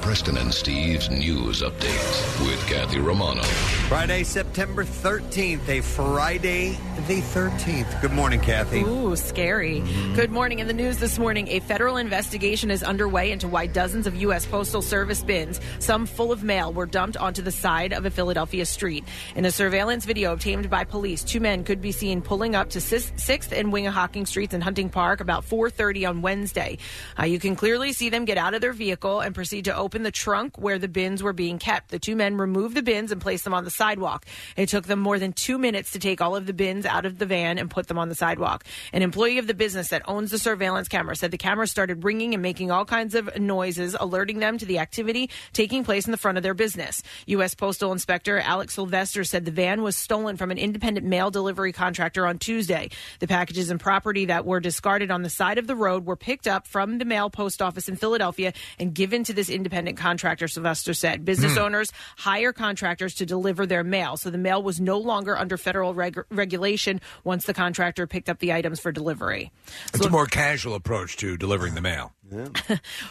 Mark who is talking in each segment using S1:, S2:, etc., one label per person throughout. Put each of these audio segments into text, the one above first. S1: Preston and Steve's news update with Kathy Romano.
S2: Friday, September 13th, a Friday the 13th. Good morning, Kathy.
S3: Ooh, scary. Good morning. In the news this morning, a federal investigation is underway into why dozens of U.S. Postal Service bins, some full of mail, were dumped onto the side of a Philadelphia street. In a surveillance video obtained by police, two men could be seen pulling up to Sis- 6th and Wingahawking Streets in Hunting Park about 4.30 on Wednesday. Uh, you can clearly see them get out of their vehicle and proceed to open the trunk where the bins were being kept. The two men removed the bins and placed them on the sidewalk. It took them more than two minutes to take all of the bins out of the van and put them on the sidewalk. An employee of the business that owns the surveillance camera said the camera started ringing and making all kinds of noises, alerting them to the activity taking place in the front of their business. U.S. Postal Inspector Alex Sylvester said the van was stolen from an independent mail delivery contractor on Tuesday. The packages and property that were discarded on the side of the road were picked up from the mail post office in Philadelphia and given to this independent contractor, Sylvester said. Business
S4: Hmm.
S3: owners hire contractors to deliver their mail, so the mail was no longer under federal reg- regulation once the contractor picked up the items for delivery.
S5: It's a more casual approach to delivering the mail.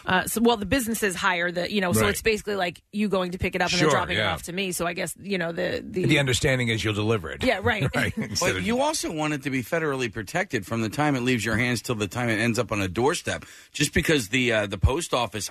S3: Uh, so, well, the businesses hire the, you know, so
S5: Right.
S3: it's basically like you going to pick it up and
S5: Sure,
S3: then dropping it
S5: yeah.
S3: off to me. So I guess, you know, the, the,
S5: The understanding is you'll deliver it.
S3: Yeah, right.
S5: Instead
S6: But
S5: of-
S6: you also want it to be federally protected from the time it leaves your hands till the time it ends up on a doorstep. Just because the uh, the post office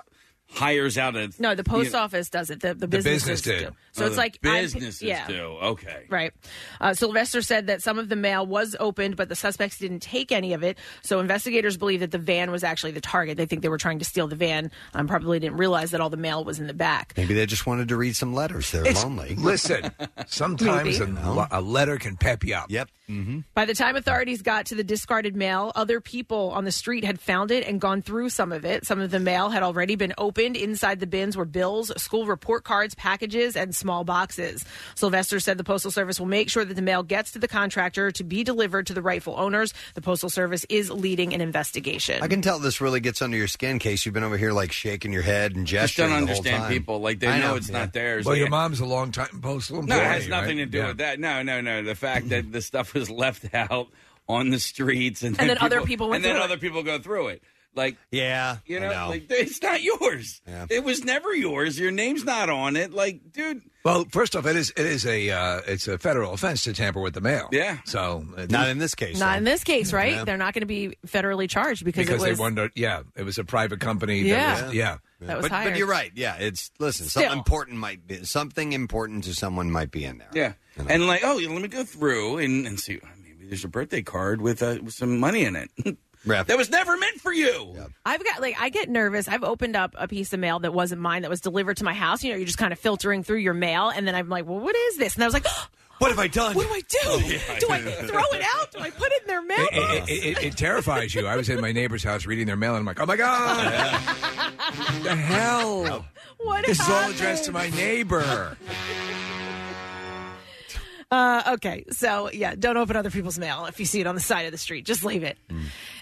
S6: hires out a
S3: no, the
S6: you
S3: post
S6: know-
S3: office does it. The, the, businesses do. So
S6: Oh,
S3: it's
S6: the
S3: like I'm-
S6: businesses
S3: yeah.
S6: do. Okay.
S3: Right. Uh, Sylvester said that some of the mail was opened, but the suspects didn't take any of it. So investigators believe that the van was actually the target. They think they were trying to steal the van. Um, probably didn't realize that all the mail was in the back.
S2: Maybe they just wanted to read some letters. They're
S5: It's-
S2: lonely.
S5: Listen, sometimes a, lo- a letter can pep you up. Yep. Mm-hmm.
S3: By the time authorities got to the discarded mail, other people on the street had found it and gone through some of it. Some of the mail had already been opened. Inside the bins were bills, school report cards, packages, and small boxes. Sylvester said the Postal Service will make sure that the mail gets to the contractor to be delivered to the rightful owners. The Postal Service is leading an investigation.
S2: I can tell this really gets under your skin, case you've been over here like shaking your head and
S6: Just
S2: gesturing
S6: don't
S2: the whole
S6: understand
S2: time.
S6: people. Like they
S2: I
S6: know, it's
S2: yeah.
S6: not theirs.
S5: Well,
S6: They-
S5: your mom's a long time postal
S6: no,
S5: employee.
S6: it has nothing
S5: right?
S6: to do
S5: Yeah.
S6: with that. No, no, no. The fact that the stuff was left out on the streets and
S3: And then other people went
S6: and then
S3: through it.
S6: other people go through it. Like
S2: yeah,
S6: you
S5: I
S6: know,
S5: know.
S6: like it's not yours. It was never yours. Your name's not on it. Like, dude,
S5: Well, first off, it is it is a uh, it's a federal offense to tamper with the mail. Yeah. So uh,
S2: not in this case.
S3: Not in this case, right?
S5: Yeah.
S3: They're not going to be federally charged because,
S5: because,
S3: it was
S5: they wondered. Yeah, it was a private company.
S3: Yeah.
S5: That was, yeah.
S3: That was
S2: but,
S3: hired.
S2: but you're right. Yeah, it's listen.
S6: Still.
S2: Something important might be something important to someone might be in there.
S6: yeah. And like, oh, let me go through and, and see. uh, Maybe there's a birthday card with, uh, with some money in it. that was never meant for you.
S3: I've got like I get nervous. I've opened up a piece of mail that wasn't mine that was delivered to my house. You know, you're just kind of filtering through your mail, and then I'm like, "Well, what is this?" And I was like,
S2: "What have I done?
S3: What do I do?
S6: Oh,
S3: Do I throw it out? Do I put it in their
S5: It,
S3: mailbox?"
S5: it, it- it- it terrifies you. I was in my neighbor's house reading their mail, and I'm like, "Oh my god, the hell!
S3: What
S5: this is all
S3: happened?
S5: addressed to my neighbor."
S3: Uh, okay, so yeah, don't open other people's mail if you see it on the side of the street. Just leave it.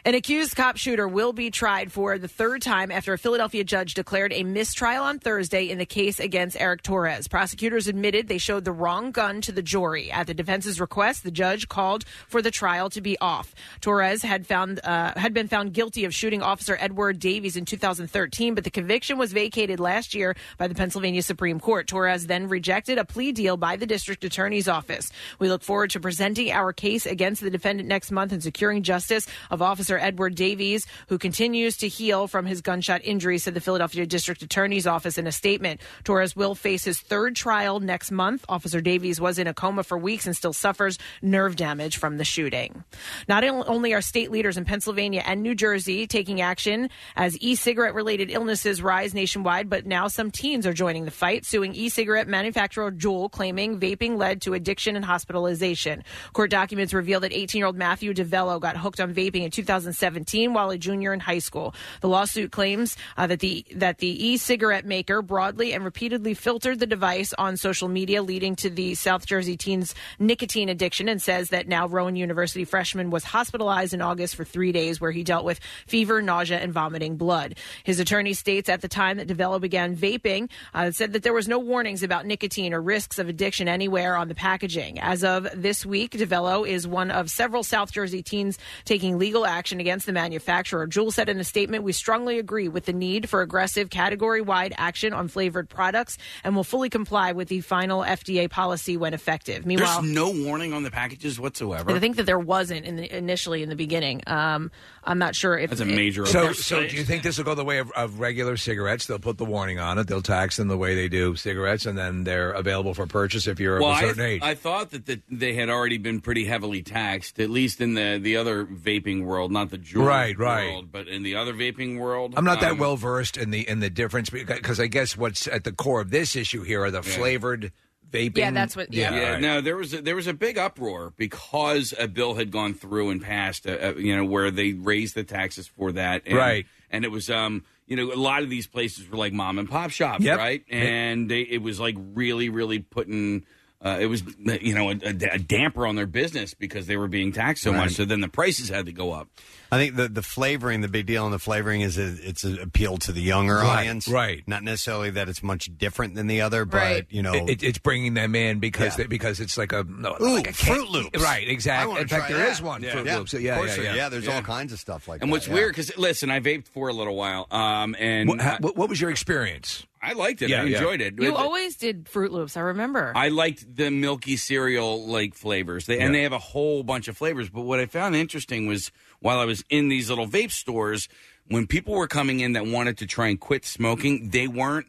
S3: An accused cop shooter will be tried for the third time after a Philadelphia judge declared a mistrial on Thursday in the case against Eric Torres. Prosecutors admitted they showed the wrong gun to the jury. At the defense's request, the judge called for the trial to be off. Torres had found uh, had been found guilty of shooting officer Edward Davies in 2013, but the conviction was vacated last year by the Pennsylvania Supreme Court. Torres then rejected a plea deal by the district attorney's office. We look forward to presenting our case against the defendant next month and securing justice of Officer Edward Davies, who continues to heal from his gunshot injury, said the Philadelphia District Attorney's Office in a statement. Torres will face his third trial next month. Officer Davies was in a coma for weeks and still suffers nerve damage from the shooting. Not on- only are state leaders in Pennsylvania and New Jersey taking action as e cigarette related illnesses rise nationwide, but now some teens are joining the fight, suing e cigarette manufacturer Juul, claiming vaping led to addiction and hospitalization. Court documents reveal that 18 year old Matthew DeVello got hooked on vaping in 2000. 2017 while a junior in high school. The lawsuit claims uh, that the that the e-cigarette maker broadly and repeatedly filtered the device on social media, leading to the South Jersey teen's nicotine addiction, and says that now Rowan University freshman was hospitalized in August for three days, where he dealt with fever, nausea, and vomiting blood. His attorney states at the time that Devello began vaping, uh, said that there was no warnings about nicotine or risks of addiction anywhere on the packaging. As of this week, Devello is one of several South Jersey teens taking legal action against the manufacturer. Juul said in a statement, "We strongly agree with the need for aggressive category-wide action on flavored products, and will fully comply with the final FDA policy when effective." Meanwhile,
S6: There's no warning on the packages whatsoever.
S3: I think that there wasn't in the, initially in the beginning. Um, I'm not sure if
S6: That's a major
S5: So, so do you think this will go the way of, of regular cigarettes? They'll put the warning on it. They'll tax them the way they do cigarettes, and then they're available for purchase if you're
S6: well,
S5: of a
S6: I,
S5: certain age.
S6: I thought that the, they had already been pretty heavily taxed, at least in the, the other vaping world, not the jewel
S5: Right, right.
S6: world, but in the other vaping world.
S5: I'm not that
S6: um,
S5: well versed in the in the difference because I guess what's at the core of this issue here are the flavored vaping.
S6: yeah.
S5: right.
S6: No, there was a, there was a big uproar because a bill had gone through and passed, uh, uh, you know, where they raised the taxes for that, and,
S5: Right.
S6: And it was, um, you know, a lot of these places were like mom and pop shops,
S5: Yep.
S6: right?
S5: Yeah.
S6: And they, it was like really, really putting. Uh, it was, you know, a, a damper on their business because they were being taxed so much. So then the prices had to go up.
S2: I think the the flavoring, the big deal in the flavoring is it, it's an appeal to the younger
S5: Right,
S2: audience,
S5: right.
S2: Not necessarily that it's much different than the other, but
S5: Right.
S2: you know,
S5: It- it's bringing them in because they, because it's like a no,
S2: Ooh,
S5: like a cake.
S2: Fruit Loops.
S5: right?
S2: I
S5: Exactly.
S2: wanna
S5: In fact,
S2: try
S5: there is
S2: that.
S5: one
S2: Yeah.
S5: Fruit
S2: Yeah,
S5: Loops.
S2: of
S5: Yeah,
S2: course
S5: yeah,
S2: there-
S5: yeah.
S2: yeah, there's all kinds of stuff like
S6: and
S2: that,
S6: what's
S2: yeah.
S6: weird because listen, I vaped for a little while, um, and
S5: What, ha- what, what was your experience?
S6: I liked it.
S5: Yeah,
S6: I
S5: yeah.
S6: enjoyed it.
S3: You
S6: It-
S3: always did Fruit Loops. I remember.
S6: I liked the milky cereal like flavors, they, and they have a whole bunch of flavors. But what I found interesting was while I was in these little vape stores, when people were coming in that wanted to try and quit smoking, they weren't.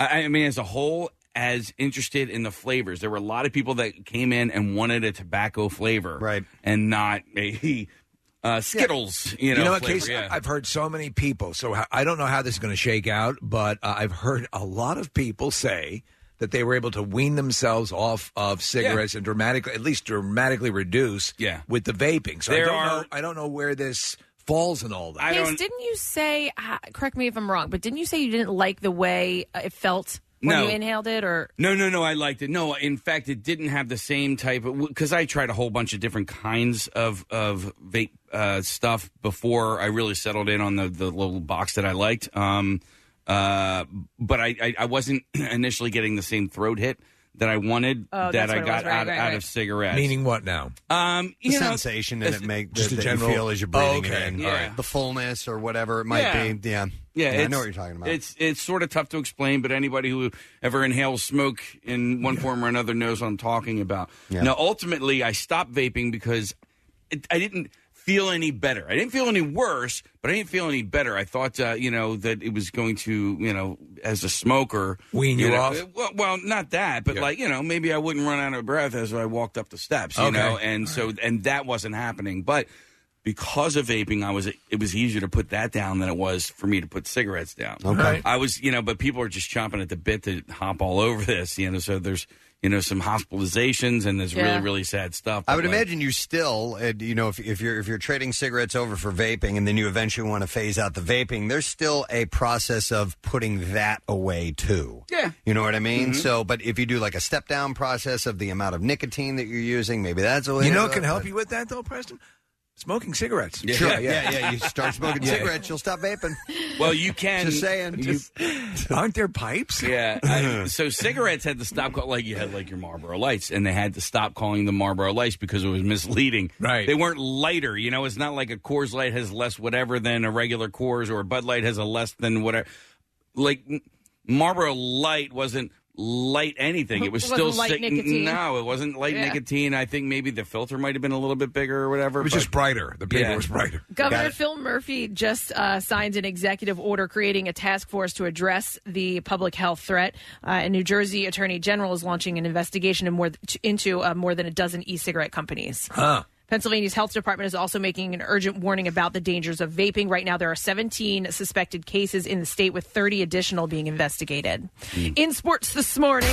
S6: I, I mean, as a whole, as interested in the flavors. There were a lot of people that came in and wanted a tobacco flavor, right, and not a uh, Skittles. You know,
S5: what,
S6: flavor,
S5: Casey?
S6: yeah.
S5: I've heard so many people. So ho- I don't know how this is going to shake out, but uh, I've heard a lot of people say that they were able to wean themselves off of cigarettes and dramatically, at least dramatically, reduce
S6: Yeah.
S5: with the vaping. So I
S6: There
S5: don't
S6: are-
S5: know. I don't know where this falls in all that.
S3: Case, didn't you say? ah, Correct me if I'm wrong, but didn't you say you didn't like the way uh, it felt when
S6: No.
S3: you inhaled it? Or
S6: No, no, no. I liked it. No, in fact, it didn't have the same type of because I tried a whole bunch of different kinds of of vape uh, stuff before I really settled in on the the little box that I liked. Um, uh, but I, I I wasn't initially getting the same throat hit that I wanted
S5: Oh,
S6: that
S5: that's what
S6: I
S5: it
S6: got
S5: was. Right,
S6: out,
S5: right,
S6: out
S5: right.
S6: of cigarettes.
S5: Meaning what now?
S6: Um,
S2: the
S6: you know,
S2: sensation that it makes
S5: Just
S2: that,
S5: the
S2: that you
S5: general-
S2: feel as you're
S5: Oh,
S2: breathing
S5: okay.
S2: it in,
S5: Yeah.
S2: All right. the fullness or whatever it might
S6: Yeah.
S2: be. Yeah,
S6: Yeah,
S2: I know
S6: it's-
S2: what you're talking about.
S6: It's it's sort of tough to explain, but anybody who ever inhales smoke in one form or another knows what I'm talking about. Now, ultimately, I stopped vaping because it, I didn't feel any better. I didn't feel any worse, but I didn't feel any better. I thought, uh, you know, that it was going to, you know, as a smoker,
S5: Wean you
S6: know,
S5: off?
S6: Well, well, not that, but
S5: Yeah.
S6: like you know, maybe I wouldn't run out of breath as I walked up the steps, you
S5: Okay.
S6: know, and so and that wasn't happening, but because of vaping, I was it was easier to put that down than it was for me to put cigarettes down.
S4: Okay. Right.
S6: I was you know, but people are just chomping at the bit to hop all over this, you know. So there's you know some hospitalizations and there's
S2: Yeah.
S6: really really sad stuff.
S2: I would
S6: Like,
S2: imagine you still, uh, you know, if, if you're if you're trading cigarettes over for vaping, and then you eventually want to phase out the vaping, there's still a process of putting that away too.
S6: Yeah.
S2: you know what I mean.
S5: Mhm.
S2: So, but if you do like a step down process of the amount of nicotine that you're using, maybe that's a way.
S5: You
S2: to
S5: know, what
S2: do
S5: can
S2: it,
S5: help
S2: but-
S5: you with that though, Preston. Smoking cigarettes.
S2: Sure, yeah, yeah. You start smoking
S5: Yeah.
S2: cigarettes, you'll stop vaping.
S6: Well, you can.
S2: Just saying.
S6: you-
S5: Aren't there pipes?
S6: Yeah. I- so cigarettes had to stop call, like you had like your Marlboro Lights, and they had to stop calling them Marlboro Lights because it was misleading.
S5: Right.
S6: They weren't lighter. You know, it's not like a Coors Light has less whatever than a regular Coors, or a Bud Light has a less than whatever. Like m- Marlboro Light wasn't light anything. It was
S5: It
S6: still
S5: wasn't light
S6: cig-
S5: nicotine.
S6: No, it wasn't light
S5: Yeah.
S6: nicotine. I think maybe the filter might have been a little bit bigger or whatever.
S5: It was
S6: but-
S5: just brighter. The paper
S6: Yeah.
S5: was brighter.
S3: Governor Phil Murphy just uh, signed an executive order creating a task force to address the public health threat. Uh, and New Jersey Attorney General is launching an investigation in more th- into uh, more than a dozen e-cigarette companies.
S5: Huh.
S3: Pennsylvania's health department is also making an urgent warning about the dangers of vaping. Right now, there are 17 suspected cases in the state, with 30 additional being investigated. In sports this morning.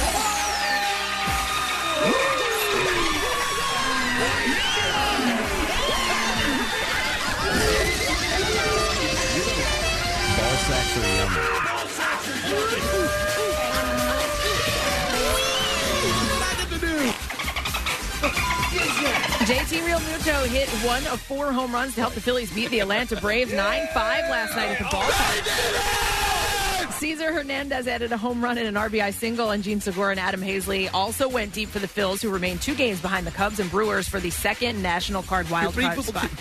S2: um,
S3: JT Realmuto hit one of four home runs to help the Phillies beat the Atlanta Braves 9 5 last night at the ballpark. Cesar Hernandez added a home run and an RBI single, and Gene Segura and Adam Hazley also went deep for the Phils, who remain two games behind the Cubs and Brewers for the second National Card wild card spot.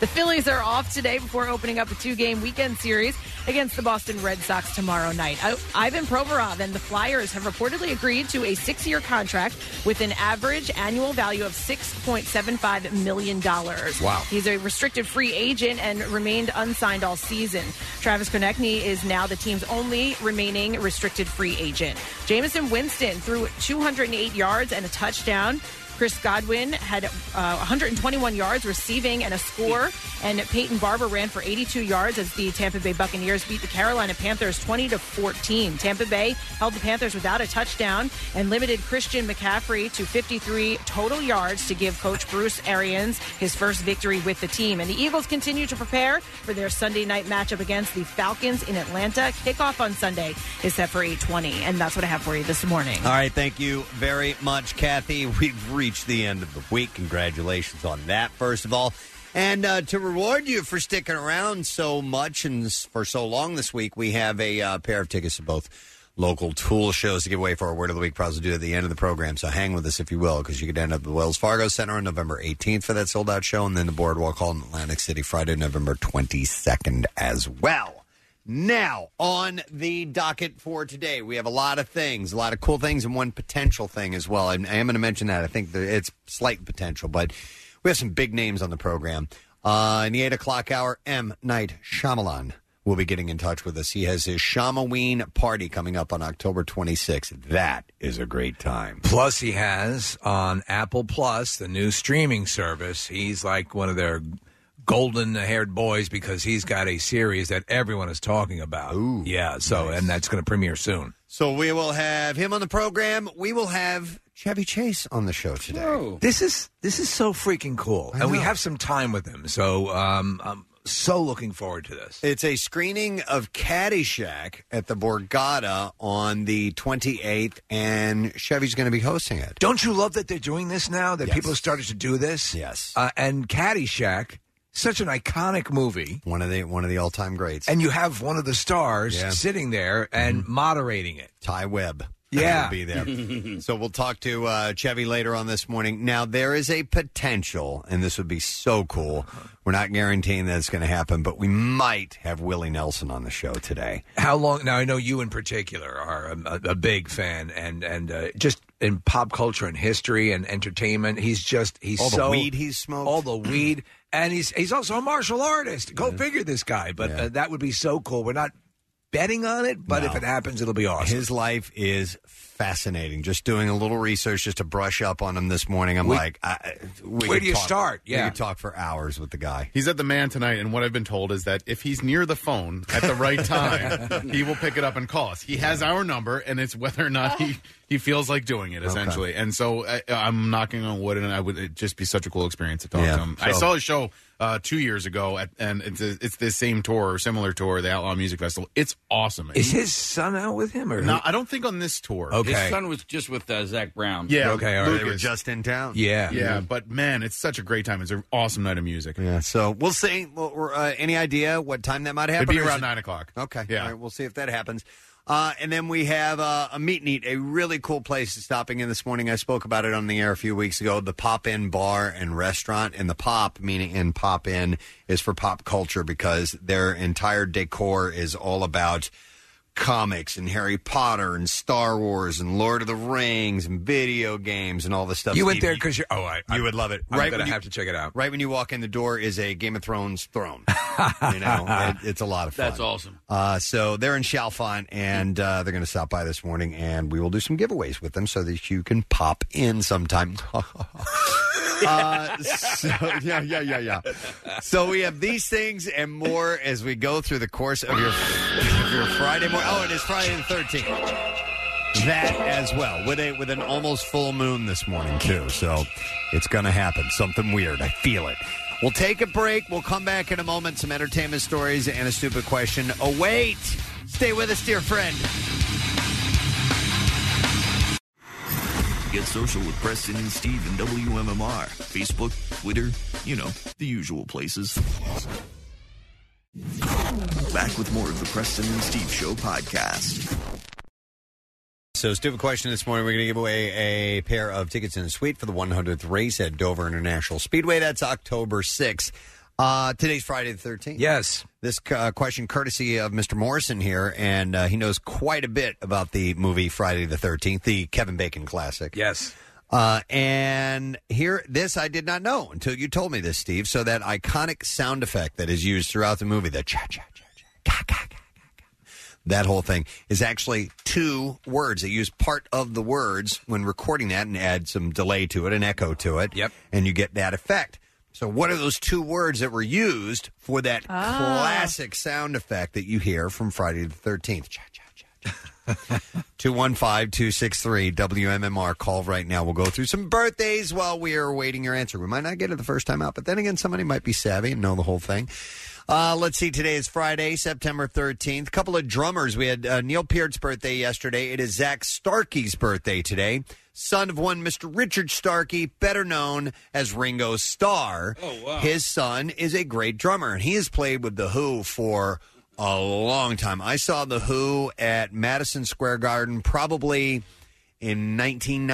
S3: The Phillies are off today before opening up a two-game weekend series against the Boston Red Sox tomorrow night. I- Ivan Provorov and the Flyers have reportedly agreed to a six-year contract with an average annual value of $6.75 million.
S4: Wow.
S3: He's a restricted free agent and remained unsigned all season. Travis Konechny is now the team's only remaining restricted free agent. Jamison Winston threw 208 yards and a touchdown. Chris Godwin had uh, 121 yards receiving and a score, and Peyton Barber ran for 82 yards as the Tampa Bay Buccaneers beat the Carolina Panthers 20 to 14. Tampa Bay held the Panthers without a touchdown and limited Christian McCaffrey to 53 total yards to give coach Bruce Arians his first victory with the team. And the Eagles continue to prepare for their Sunday night matchup against the Falcons in Atlanta. Kickoff on Sunday is set for 8:20, and that's what I have for you this morning.
S2: All right, thank you very much, Kathy. We've reached the end of the week. Congratulations on that, first of all. And uh, to reward you for sticking around so much and s- for so long this week, we have a uh, pair of tickets to both local tool shows to give away for our Word of the Week prize. We'll do at the end of the program. So hang with us if you will, because you could end up at the Wells Fargo Center on November 18th for that sold out show, and then the Boardwalk Hall in Atlantic City Friday, November 22nd as well. Now, on the docket for today, we have a lot of things, a lot of cool things, and one potential thing as well. And I am going to mention that. I think that it's slight potential, but we have some big names on the program. Uh, in the 8 o'clock hour, M. Night Shyamalan will be getting in touch with us. He has his Shamaween party coming up on October 26th. That is a great time.
S5: Plus, he has on Apple Plus, the new streaming service, he's like one of their golden haired boys because he's got a series that everyone is talking about. Ooh, yeah, so, and that's going to premiere soon.
S2: So we will have him on the program. We will have Chevy Chase on the show today.
S5: This is this is so freaking cool, and we have some time with him. So um, I'm so looking forward to this.
S2: It's a screening of Caddyshack at the Borgata on the 28th, and Chevy's going to be hosting it.
S5: Don't you love that they're doing this now? That people have started to do this.
S2: Yes,
S5: uh, and Caddyshack, such an iconic movie.
S2: One of the one of the all time greats.
S5: And you have one of the stars
S2: Yeah. Mm-hmm.
S5: sitting there and moderating it.
S2: Ty Webb.
S5: Yeah.
S2: will be there. so we'll talk to uh, Chevy later on this morning. Now there is a potential, and this would be so cool. We're not guaranteeing that it's going to happen, but we might have Willie Nelson on the show today.
S5: How long? Now I know you in particular are a, a big fan, and and uh, just in pop culture and history and entertainment, he's just he's
S2: All the
S5: so
S2: weed he's smoked,
S5: all the weed, and he's he's also a martial artist. Go figure, this guy. But uh, that would be so cool. We're not betting on it, but if it happens, it'll be awesome.
S2: His life is fascinating. Just doing a little research just to brush up on him this morning. I'm
S5: We-
S2: like, I, we
S5: Where
S2: could
S5: do you
S2: talk-
S5: start?
S2: we
S5: Yeah.
S2: could talk for hours with the guy.
S7: He's at the man tonight, and what I've been told is that if he's near the phone at the right time, he will pick it up and call us. He has our number, and it's whether or not he, he feels like doing it, essentially. And so I, I'm knocking on wood, and I would it'd just be such a cool experience to talk
S2: Yeah,
S7: to him. I
S2: so-
S7: saw his show uh, two years ago, at, and it's a, it's the same tour or similar tour, the Outlaw Music Festival. It's awesome.
S5: Is his son out with him? Or
S7: No, I don't think on this tour.
S6: His son was just with uh, Zach Brown.
S7: Yeah.
S2: They were just in town.
S7: Yeah. But man, it's such a great time. It's an awesome night of music.
S2: Mm-hmm. Yeah. So we'll see. Well, we're, uh, any idea what time that might happen?
S7: It'd be
S2: or is
S7: around
S2: it-
S7: nine o'clock.
S2: Okay.
S7: Yeah.
S2: All right, we'll see if that happens. Uh, and then we have uh, a meet and eat, a really cool place that's stopping in this morning. I spoke about it on the air a few weeks ago. The Pop In Bar and Restaurant, and the Pop meaning in Pop In is for pop culture because their entire decor is all about comics and Harry Potter and Star Wars and Lord of the Rings and video games and all this stuff.
S5: You went
S2: Steve,
S5: there because you're. Oh, I,
S2: you would love it.
S5: I'm
S2: right
S5: gonna
S2: when you-
S5: have to check it out.
S2: Right when you walk in the door is a Game of Thrones throne. you know, it- it's a lot of fun.
S6: That's awesome.
S2: Uh, so they're in Chalfont, and uh, they're going to stop by this morning, and we will do some giveaways with them so that you can pop in sometime. uh, so, yeah, yeah, yeah, yeah. So we have these things and more as we go through the course of your of your Friday morning. Oh, it is Friday the thirteenth. That as well with a with an almost full moon this morning too. So it's going to happen. Something weird. I feel it. We'll take a break. We'll come back in a moment. Some entertainment stories and a stupid question. Oh wait, stay with us, dear friend.
S4: Get social with Preston and Steve and WMMR. Facebook, Twitter, you know, the usual places. Back with more of the Preston and Steve Show podcast.
S2: So, stupid question this morning. We're going to give away a pair of tickets in a suite for the 100th race at Dover International Speedway. That's October 6th. Uh, today's Friday the 13th.
S5: Yes.
S2: This uh, question, courtesy of Mr. Morrison here, and uh, he knows quite a bit about the movie Friday the 13th, the Kevin Bacon classic.
S5: Yes.
S2: Uh, and here, this I did not know until you told me this, Steve. So, that iconic sound effect that is used throughout the movie, the cha cha cha cha, ka ka ka that whole thing is actually two words. They use part of the words when recording that and add some delay to it and echo to it. Yep. And you get that effect. So, what are those two words that were used for that
S8: Ah.
S2: classic sound effect that you hear from Friday the 13th? Cha, cha, cha, cha. 215 263 WMMR. Call right now. We'll go through some birthdays while we are awaiting your answer. We might not get it the first time out, but then again, somebody might be savvy and know the whole thing. Uh, let's see. Today is Friday, September 13th. couple of drummers. We had uh, Neil Peart's birthday yesterday. It is Zach Starkey's birthday today. Son of one Mr. Richard Starkey, better known as Ringo Starr. Oh, wow. His son is a great drummer, and he has played with The Who for a long time. I saw The Who at Madison Square Garden probably in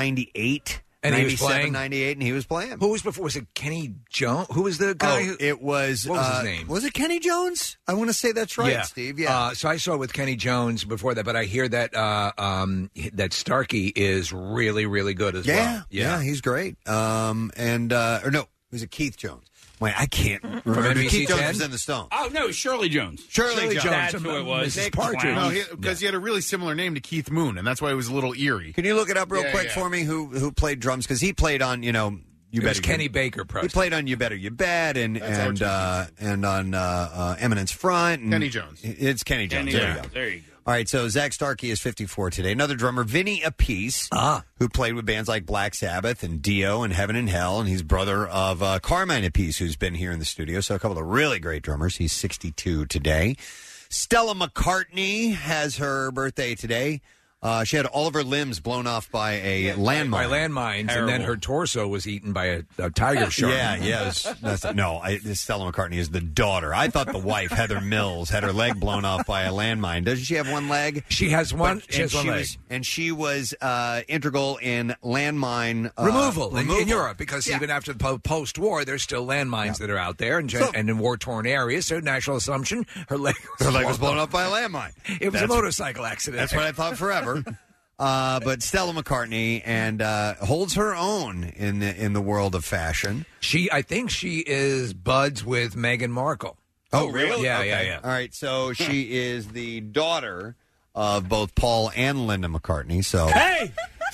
S2: 1998.
S5: And he was
S2: 97,
S5: playing?
S2: 98, and he was playing.
S5: Who was before? Was it Kenny Jones? Who was the guy?
S2: Oh,
S5: who,
S2: it was.
S5: What was
S2: uh,
S5: his name?
S2: Was it Kenny Jones? I want to say that's right, Steve. Yeah.
S5: Uh, so I saw it with Kenny Jones before that, but I hear that uh, um, that Starkey is really, really good as
S2: yeah,
S5: well.
S2: yeah, he's great. Um, and uh, or no, was it Keith Jones? Wait, I can't
S5: From
S2: remember.
S5: NBC
S2: Keith Jones
S5: 10?
S2: was in the Stone.
S6: Oh no, Shirley Jones.
S2: Shirley Jones.
S6: That's who it was. Nick
S7: Because
S6: Clown.
S7: he, 'cause he had a really similar name to Keith Moon, and that's why it was a little eerie.
S2: Can you look it up real
S7: Yeah,
S2: quick
S7: yeah.
S2: for me? Who who played drums? Because he played on you know you
S5: It
S2: better
S5: was Kenny Baker,
S2: He
S5: Preston.
S2: played on You Better You Bet and
S5: That's
S2: and uh, and on uh, uh, Eminence Front. And
S7: Kenny Jones.
S2: It's Kenny Jones.
S6: Kenny
S2: there you
S6: Jones.
S2: go.
S6: There you go.
S2: All right, so Zach Starkey is 54 today. Another drummer, Vinny Appice, who played with bands like Black Sabbath and Dio and Heaven and Hell, and he's brother of uh, Carmine Appice, who's been here in the studio. So a couple of really great drummers. He's 62 today. Stella McCartney has her birthday today. Uh, she had all of her limbs blown off by a landmine.
S5: By landmines, and then her torso was eaten by a, a tiger shark.
S2: Yeah, yeah. it's- that's- no, I, this Stella McCartney is the daughter. I thought the wife, Heather Mills, had her leg blown off by a landmine. Doesn't she have one leg?
S5: She has one-
S2: But-
S5: she has
S2: and
S5: one leg.
S2: Was, and she was uh, integral in landmine uh,
S5: removal, in- In,
S2: removal.
S5: Europe because even after the po- post-war, there's still landmines that are out there and, gen- and in war-torn areas. So, natural assumption, her leg was,
S2: Her leg was blown up by a landmine.
S5: It was a
S2: That's-
S5: motorcycle accident.
S2: That's what I thought forever. Uh, but Stella McCartney and uh, holds her own in the in the world of fashion.
S5: She, I think, she is buds with Meghan Markle.
S2: Oh, really?
S5: Yeah,
S2: Okay.
S5: yeah, yeah.
S2: All right, so she is the daughter of both Paul and Linda McCartney. So
S9: Hey,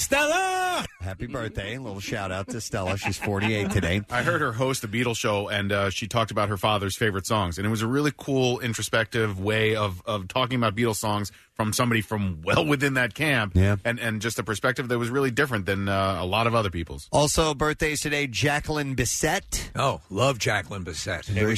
S9: Stella!
S2: happy birthday! A little shout out to Stella. She's 48 today.
S7: I heard her host the Beatles show, and uh, she talked about her father's favorite songs, and it was a really cool, introspective way of of talking about Beatles songs from somebody from well within that camp,
S2: Yeah.
S7: and and just a perspective that was really different than uh, a lot of other people's.
S2: Also, birthdays today: Jacqueline Bisset,
S5: Oh, love Jacqueline Bisset.
S2: very
S6: in the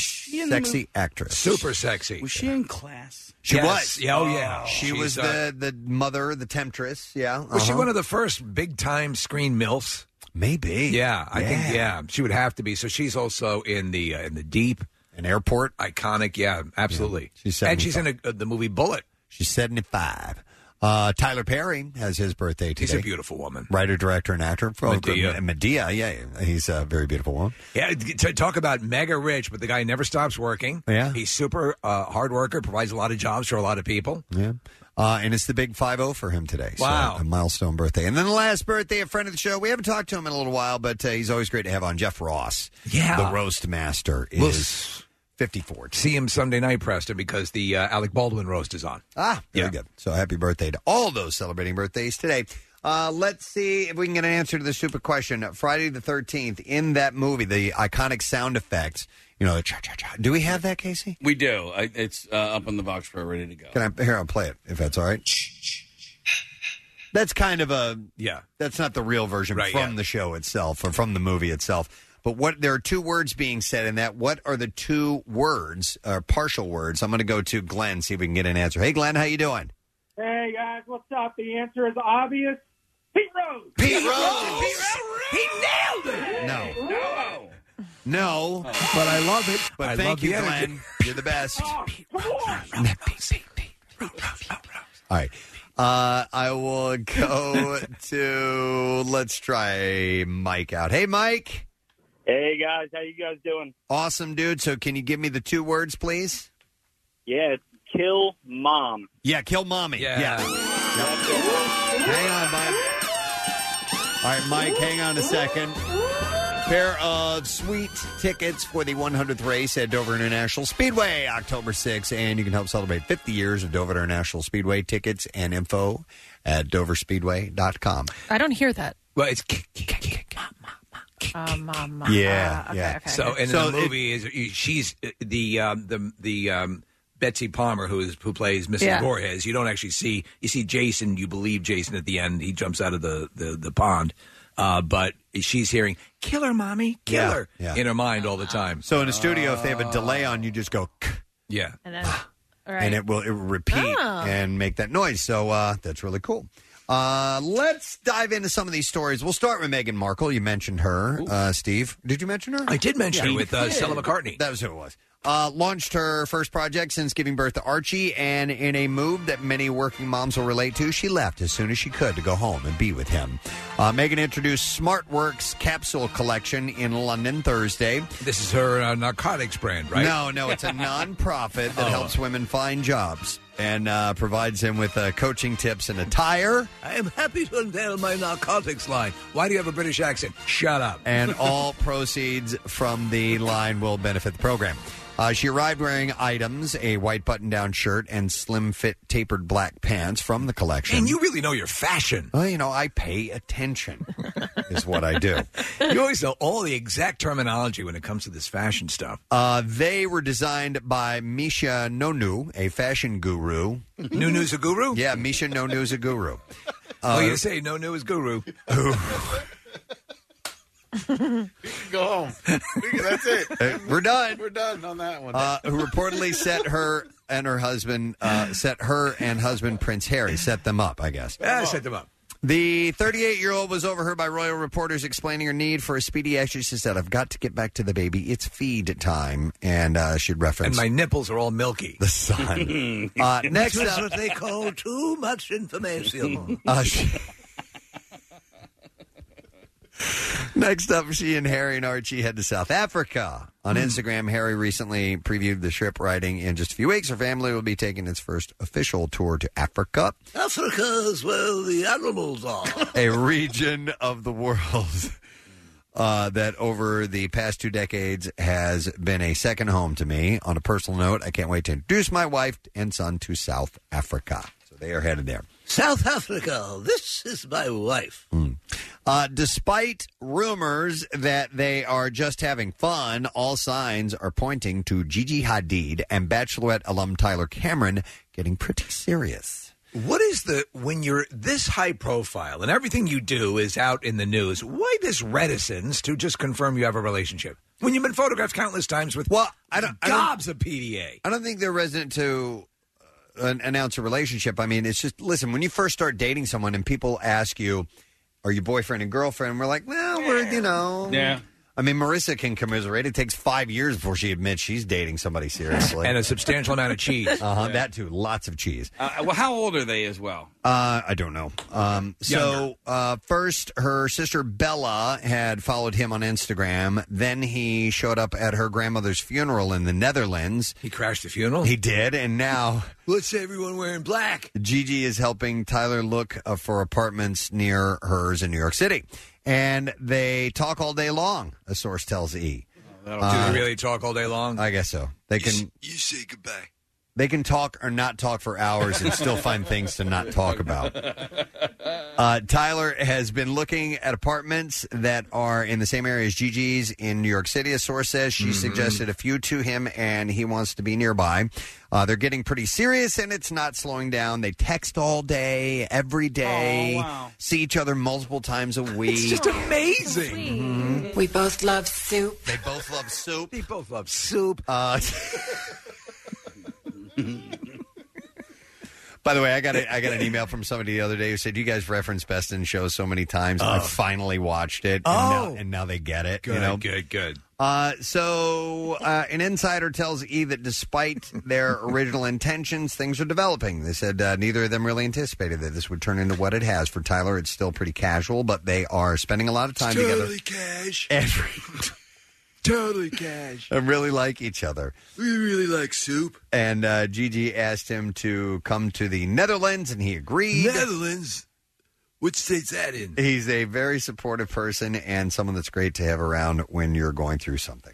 S2: sexy
S6: movie?
S2: actress.
S5: Super sexy.
S6: Was she in class?
S2: She
S5: Yes.
S2: was.
S5: Yeah, oh, yeah.
S2: She
S5: She's,
S2: was
S5: uh,
S2: the the mother, the temptress. Yeah.
S5: Was she
S2: uh-huh.
S5: one of the first big time screen milfs?
S2: Maybe.
S5: Yeah, I think yeah, she would have to be. So she's also in the uh, in the deep,
S2: an airport,
S5: iconic. Yeah, absolutely.
S2: she's
S5: and she's in a, uh, the movie Bullet.
S2: She's 75. Uh, Tyler Perry has his birthday today.
S5: She's a beautiful woman.
S2: Writer, director, and actor. Oh,
S5: Madea.
S2: good. Madea, yeah, he's a very beautiful woman.
S5: Yeah, t- to talk about mega rich, but the guy never stops working.
S2: Yeah.
S5: he's super uh, hard worker, provides a lot of jobs for a lot of people.
S2: Yeah. Uh, and it's the big 5 0 for him today.
S5: Wow.
S2: So a milestone birthday. And then the last birthday, a friend of the show. We haven't talked to him in a little while, but uh, he's always great to have on. Jeff Ross.
S5: Yeah.
S2: The roast master is
S5: We'll
S2: 54.
S5: See him Sunday night, Preston, because the uh, Alec Baldwin roast is on.
S2: Ah, very
S5: Yeah.
S2: good. So happy birthday to all those celebrating birthdays today. Uh, let's see if we can get an answer to the stupid question. Friday the 13th, in that movie, the iconic sound effects, you know, the cha cha cha. Do we have that, Casey?
S6: We do. I, it's uh, up on the box for ready to go.
S2: Can I, here, I'll play it if that's all right. That's kind of a,
S5: Yeah,
S2: that's not the real version
S5: Right,
S2: from
S5: yeah.
S2: the show itself or from the movie itself. But what, there are two words being said in that. What are the two words or partial words? I'm going to go to Glenn, see if we can get an answer. Hey, Glenn, how you doing?
S10: Hey guys, what's up? The answer is obvious.
S8: Pete Rose.
S2: Pete Rose.
S5: He nailed it.
S2: No.
S8: No.
S2: No.
S5: But I love it.
S2: But
S5: I
S2: thank
S5: love
S2: you,
S5: the energy.
S2: Glenn. You're the best. All right. Uh, I will go to let's try Mike out. Hey, Mike.
S8: Hey guys, how you guys doing?
S2: Awesome, dude. So, can you give me the two words, please?
S8: Yeah, it's kill mom.
S2: Yeah, kill mommy. Yeah. Hang on, Mike. All right, Mike, hang on a second. Pair of sweet tickets for the 100th race at Dover International Speedway, October 6th. And you can help celebrate 50 years of Dover International Speedway tickets and info at doverspeedway.com.
S3: I don't hear that.
S5: Well, it's
S3: Um, um, uh,
S2: Yeah,
S3: okay,
S2: yeah.
S3: okay.
S5: So and
S2: So
S5: in the movie is you- she's uh, the um, the the um, Betsy Palmer who is who plays Mrs.
S3: Yeah.
S5: Voorhees. You don't actually see you see Jason. You believe Jason at the end. He jumps out of the the, the pond, uh, but she's hearing "killer, mommy,
S2: Yeah,
S5: killer"
S2: yeah.
S5: in her mind all the time.
S2: So in the studio, if they have a delay on, you just go, "K,"
S5: Yeah.
S3: And then, all right.
S2: and it will, it will repeat
S3: Oh.
S2: and make that noise. So uh, that's really cool. Uh, let's dive into some of these stories. We'll start with Meghan Markle. You mentioned her, uh, Steve. Did you mention her?
S5: I did mention
S2: Yeah.
S5: it with uh, Stella McCartney.
S2: That was who it was. Uh, launched her first project since giving birth to Archie, and in a move that many working moms will relate to, she left as soon as she could to go home and be with him. Uh, Megan introduced SmartWorks capsule collection in London Thursday.
S5: This is her uh, narcotics brand, right?
S2: No, no, it's a nonprofit
S5: Oh.
S2: that helps women find jobs and uh, provides them with uh, coaching tips and attire
S5: I am happy to unveil my narcotics line. Why do you have a British accent? Shut up.
S2: and all proceeds from the line will benefit the program. Uh, she arrived wearing items, a white button-down shirt and slim fit tapered black pants from the collection.
S5: And you really know your fashion.
S2: well, you know, I pay attention is what I do.
S5: You always know all the exact terminology when it comes to this fashion stuff.
S2: Uh, they were designed by Misha Nonu, a fashion guru.
S5: New news a guru?
S2: Yeah, Misha Nonu's a guru.
S5: oh,
S2: Uh,
S5: you say no news guru.
S7: Go home. That's it.
S2: Uh, We're done.
S7: We're done on that one.
S2: uh, who reportedly set her and her husband, uh, set her and husband Prince Harry, set them up, I guess.
S5: Yeah, set them up.
S2: The 38 year old was overheard by royal reporters explaining her need for a speedy exit. She said, I've got to get back to the baby. It's feed time. And uh, she'd
S5: And
S2: reference
S5: my nipples are all milky.
S2: the sun. uh, next
S5: That's
S2: up,
S5: what they call too much information.
S2: uh, she- Next up, she and Harry and Archie head to South Africa. On
S7: Hmm.
S2: Instagram, Harry recently previewed the trip, writing, In just a few weeks, her family will be taking its first official tour to Africa.
S5: Africa is where the animals are.
S2: a region of the world uh, that over the past two decades has been a second home to me. On a personal note, I can't wait to introduce my wife and son to South Africa. So they are headed there.
S5: South Africa, this is my wife.
S2: Uh, despite rumors that they are just having fun, all signs are pointing to Gigi Hadid and Bachelorette alum Tyler Cameron getting pretty serious.
S5: What is the, when you're this high profile and everything you do is out in the news, why this reticence to just confirm you have a relationship? When you've been photographed countless times with
S2: Well, I don't- I don't-
S5: gobs of PDA.
S2: I don't think they're resident to uh, an- announce a relationship. I mean, it's just listen. When you first start dating someone, and people ask you, "Are you boyfriend and girlfriend?" We're like, "Well, we're you know."
S6: Yeah.
S2: I mean, Marissa can commiserate. It takes five years before she admits she's dating somebody seriously.
S5: And a substantial amount of cheese.
S2: uh-huh, that too, lots of cheese.
S6: Uh, well, how old are they as well?
S2: Uh, I don't know. Um, so uh, first, her sister Bella had followed him on Instagram. Then he showed up at her grandmother's funeral in the Netherlands.
S5: He crashed the funeral.
S2: He did, and now.
S5: What's everyone wearing black?
S2: Gigi is helping Tyler look uh, for apartments near hers in New York City. And they talk all day long, a source tells E.
S5: Do they really talk all day long?
S2: I guess so. They can
S5: you say goodbye.
S2: they can talk or not talk for hours and still find things to not talk about. Uh, Tyler has been looking at apartments that are in the same area as Gigi's in New York City. A source says
S5: Mm-hmm.
S2: she suggested a few to him, and he wants to be nearby. Uh, they're getting pretty serious, and it's not slowing down. They text all day, every day,
S6: Oh, wow.
S2: see each other multiple times a week.
S5: It's just amazing.
S2: Mm-hmm.
S10: We both love soup.
S2: they both love Uh, soup.
S5: They both love soup.
S2: Uh, By the way, I got a, I got an email from somebody the other day who said you guys referenced Best in Show so many times. I
S5: Oh.
S2: finally watched it. and now, and now they get it. you know,
S5: good, good.
S2: Uh, so, uh, an insider tells E that despite their original intentions, things are developing. They said uh, neither of them really anticipated that this would turn into what it has. For Tyler, it's still pretty casual, but they are spending a lot of time
S5: Totally
S2: together.
S5: cash.
S2: Every-
S5: totally cash.
S2: And really like each other.
S5: We really like soup.
S2: And uh, Gigi asked him to come to the Netherlands, and he agreed.
S5: Netherlands. Which state's that in?
S2: He's a very supportive person and someone that's great to have around when you're going through something.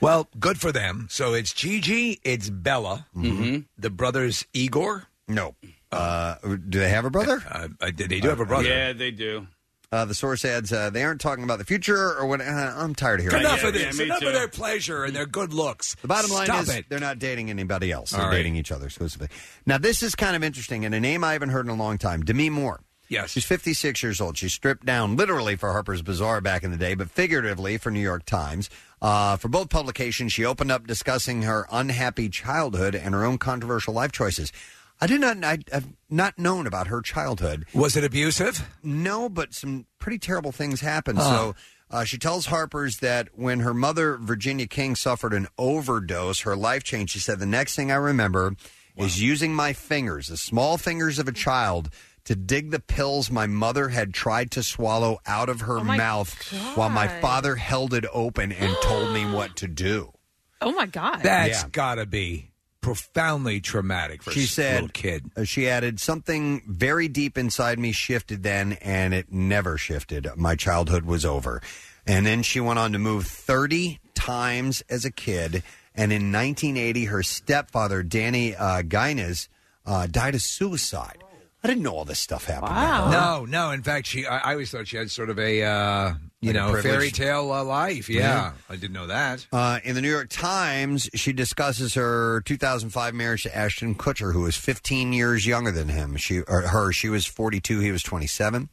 S5: Well, good for them. So it's Gigi, it's Bella,
S6: Mm-hmm.
S2: Mhm.
S5: the brothers Igor.
S2: No. Uh, do they have a brother?
S5: Uh, uh, they do have a brother.
S6: Yeah, they do.
S2: Uh, the source adds uh, they aren't talking about the future or what. Uh, I'm tired of hearing
S5: Enough
S2: that.
S5: of this. Enough of their pleasure and their good looks.
S2: The bottom line
S5: Stop
S2: is
S5: it.
S2: they're not dating anybody else. They're
S5: All right.
S2: dating each other exclusively. Now, this is kind of interesting and a name I haven't heard in a long time Demi Moore.
S5: Yes.
S2: She's 56 years old. She stripped down literally for Harper's Bazaar back in the day, but figuratively for New York Times. Uh, for both publications, she opened up discussing her unhappy childhood and her own controversial life choices. I did not. I, I've not known about her childhood.
S5: Was it abusive?
S2: No, but some pretty terrible things happened.
S5: Huh.
S2: So uh, she tells Harper's that when her mother, Virginia King, suffered an overdose, her life changed. She said, The next thing I remember is using my fingers, the small fingers of a child, to dig the pills my mother had tried to swallow out of her
S3: Oh, my
S2: mouth while my
S3: God.
S2: father held it open and told me what to do.
S3: Oh my God.
S5: That's got to be profoundly traumatic for
S2: she
S5: s-
S2: said,
S5: little kid.
S2: uh, She added, something very deep inside me shifted then, and it never shifted. My childhood was over. And then she went on to move 30 times as a kid. And in 1980, her stepfather, Danny uh, Guinness, uh, died of suicide. I didn't know all this stuff happened. to her.
S5: No, no. In fact, she. I, I always thought she had sort of a, uh, you
S2: Like a
S5: know,
S2: privileged-
S5: fairy tale uh, life. Yeah. I didn't know that.
S2: Uh, in the New York Times, she discusses her 2005 marriage to Ashton Kutcher, who was 15 years younger than him. She or her, she was 42, he was 27.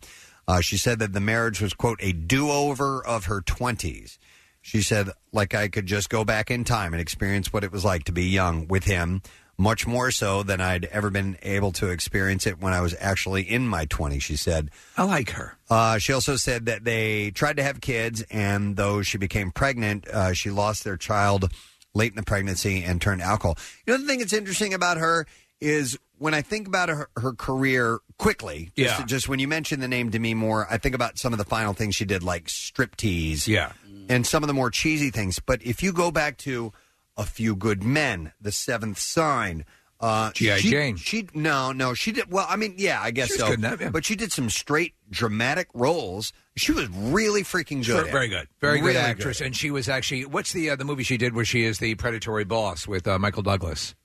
S2: Uh, she said that the marriage was quote a do-over of her 20s. She said, like I could just go back in time and experience what it was like to be young with him, much more so than I'd ever been able to experience it when I was actually in my 20s. She said,
S5: I like her.
S2: uh, she also said that they tried to have kids, and though she became pregnant, uh, she lost their child late in the pregnancy and turned to alcohol. You know, the thing that's interesting about her is when I think about her, her career quickly, just,
S5: Yeah.
S2: just when you mention the name Demi Moore, I think about some of the final things she did, like striptease
S5: Yeah.
S2: and some of the more cheesy things. But if you go back to A Few Good Men, The Seventh Sign, uh,
S5: G.I.
S2: she-
S5: Jane.
S2: She no, no, she did. Well, I mean, yeah, I guess
S5: She was
S2: so.
S5: good in that, yeah.
S2: But she did some straight dramatic roles. She was really freaking good.
S5: Ver-
S2: at
S5: Very
S2: it.
S5: good, very
S2: Really
S5: good actress, and she was actually what's the uh, the movie she did where she is the predatory boss with uh, Michael Douglas?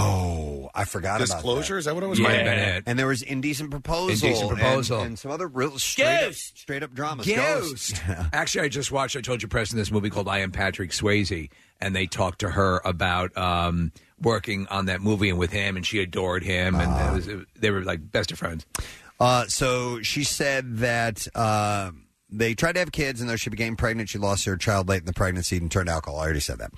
S2: Oh, I forgot about
S7: Disclosure?
S2: Is
S7: Is that what it was?
S5: Might have been it.
S2: And there was indecent proposal,
S5: Indecent
S2: and-
S5: Proposal.
S2: and, some other real straight up, straight up dramas.
S5: Ghost. Actually, I just watched. I told you, Preston, this movie called "I Am Patrick Swayze," and they talked to her about um, working on that movie and with him, and she adored him, and it was, it- they were like best of friends.
S2: Uh, so she said that uh, they tried to have kids, and though she became pregnant, she lost her child late in the pregnancy and turned to alcohol. I already said that.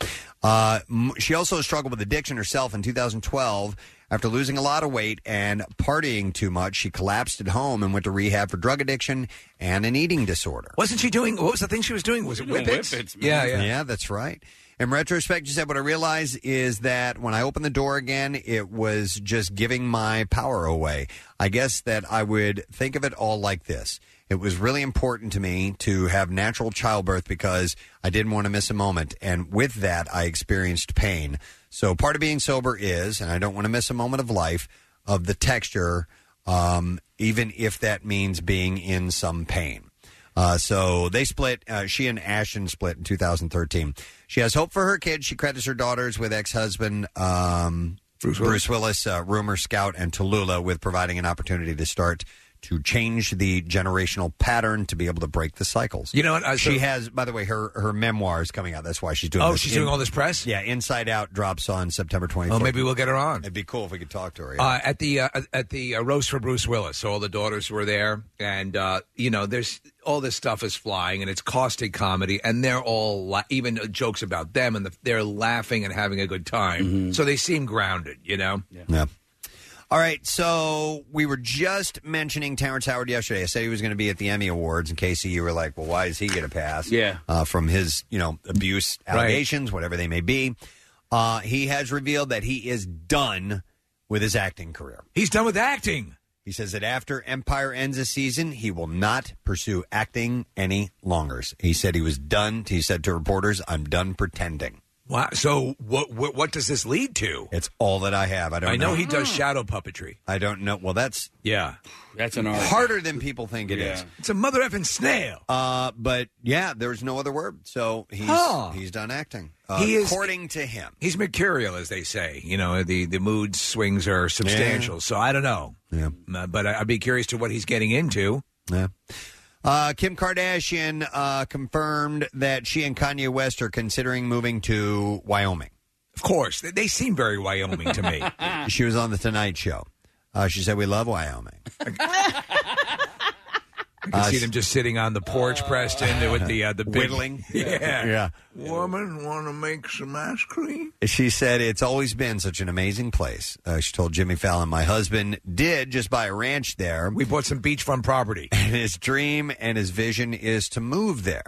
S2: Uh, m- she also struggled with addiction herself in 2012. After losing a lot of weight and partying too much, she collapsed at home and went to rehab for drug addiction and an eating disorder.
S5: Wasn't she doing? What was the thing she was doing? Was it
S2: doing
S5: whippets?
S2: Whippets, man.
S5: yeah, yeah,
S2: Yeah, that's right. In retrospect, she said, What I realized is that when I opened the door again, it was just giving my power away. I guess that I would think of it all like this. It was really important to me to have natural childbirth because I didn't want to miss a moment. And with that, I experienced pain. So part of being sober is, and I don't want to miss a moment of life, of the texture, um, even if that means being in some pain. Uh, so they split. Uh, she and Ashton split in 2013. She has hope for her kids. She credits her daughters with ex-husband um, Bruce Willis, uh, rumor scout, and Tallulah with providing an opportunity to start to change the generational pattern to be able to break the cycles.
S5: You know what? Uh, I-
S2: she
S5: so-
S2: has, by the way, her her memoir is coming out. That's why she's doing.
S5: Oh,
S2: this.
S5: she's doing all this press.
S2: Yeah, Inside Out drops on September 24th.
S5: Oh, maybe we'll get her on.
S2: It'd be cool if we could talk to her. yeah.
S5: Uh, at the uh, at the uh, roast for Bruce Willis, so all the daughters were there, and uh, you know, there's all this stuff is flying, and it's caustic comedy, and they're all la- even uh, jokes about them,
S2: Mm-hmm.
S5: and the, they're laughing and having a good time, so they seem grounded, you know.
S2: Yeah. All right, so we were just mentioning Terrence Howard yesterday. I said he was going to be at the Emmy Awards in case you were like, well, why is he get a pass?
S6: Yeah.
S2: Uh, from his, you know, abuse allegations, whatever they may be. Uh, he has revealed that he is done with his acting career.
S5: He's done with acting.
S2: He says that after Empire ends this season, he will not pursue acting any longer. He said he was done. He said to reporters, I'm done pretending.
S5: Wow. So what what, what does this lead to?
S2: It's all that I have. I don't
S5: I know
S2: know.
S5: he does shadow puppetry.
S2: I don't know. Well, that's
S5: yeah,
S6: that's an art.
S2: harder than people think it is.
S5: Yeah. It's a mother effing snail.
S2: Uh, but yeah, there's no other word. So he's
S5: Huh.
S2: he's done acting. Uh,
S5: He is-
S2: according to him.
S5: He's mercurial, as they say. You know, the, the mood swings are substantial. So I don't know.
S2: Yeah.
S5: Uh, but I, I'd be curious to what he's getting into.
S2: Yeah. Uh, Kim Kardashian uh, confirmed that she and Kanye West are considering moving to Wyoming.
S5: Of course, they, they seem very Wyoming to me.
S2: She was on the Tonight Show. Uh, she said, "We love Wyoming."
S5: I can see them just sitting on the porch, Preston, with the uh, the big,
S2: Whittling.
S5: Yeah,
S2: Yeah.
S5: Woman, want to make some ice cream?
S2: She said, "It's always been such an amazing place." Uh, she told Jimmy Fallon, "My husband did just buy a ranch there.
S5: We bought some beachfront property.
S2: and his dream and his vision is to move there.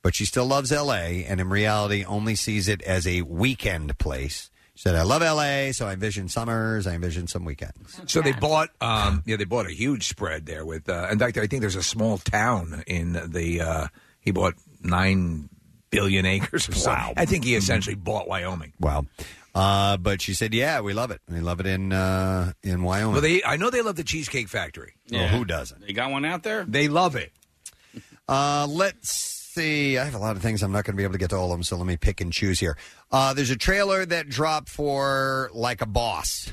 S2: But she still loves LA and in reality only sees it as a weekend place. She said, I love LA, so I envision summers, I envision some weekends.
S5: So they bought, um, yeah, they bought a huge spread there. With, uh, in fact, I think there's a small town in the. Uh, he bought nine billion acres or something. I think he essentially bought Wyoming.
S2: Wow. Uh, but she said, Yeah, we love it. We love it in uh, in Wyoming.
S5: Well, they, I know they love the Cheesecake Factory.
S2: Well, who doesn't?
S6: They got one out there?
S5: They love it.
S2: Uh, let's see. I have a lot of things. I'm not going to be able to get to all of them, so let me pick and choose here. Uh, there's a trailer that dropped for Like a Boss.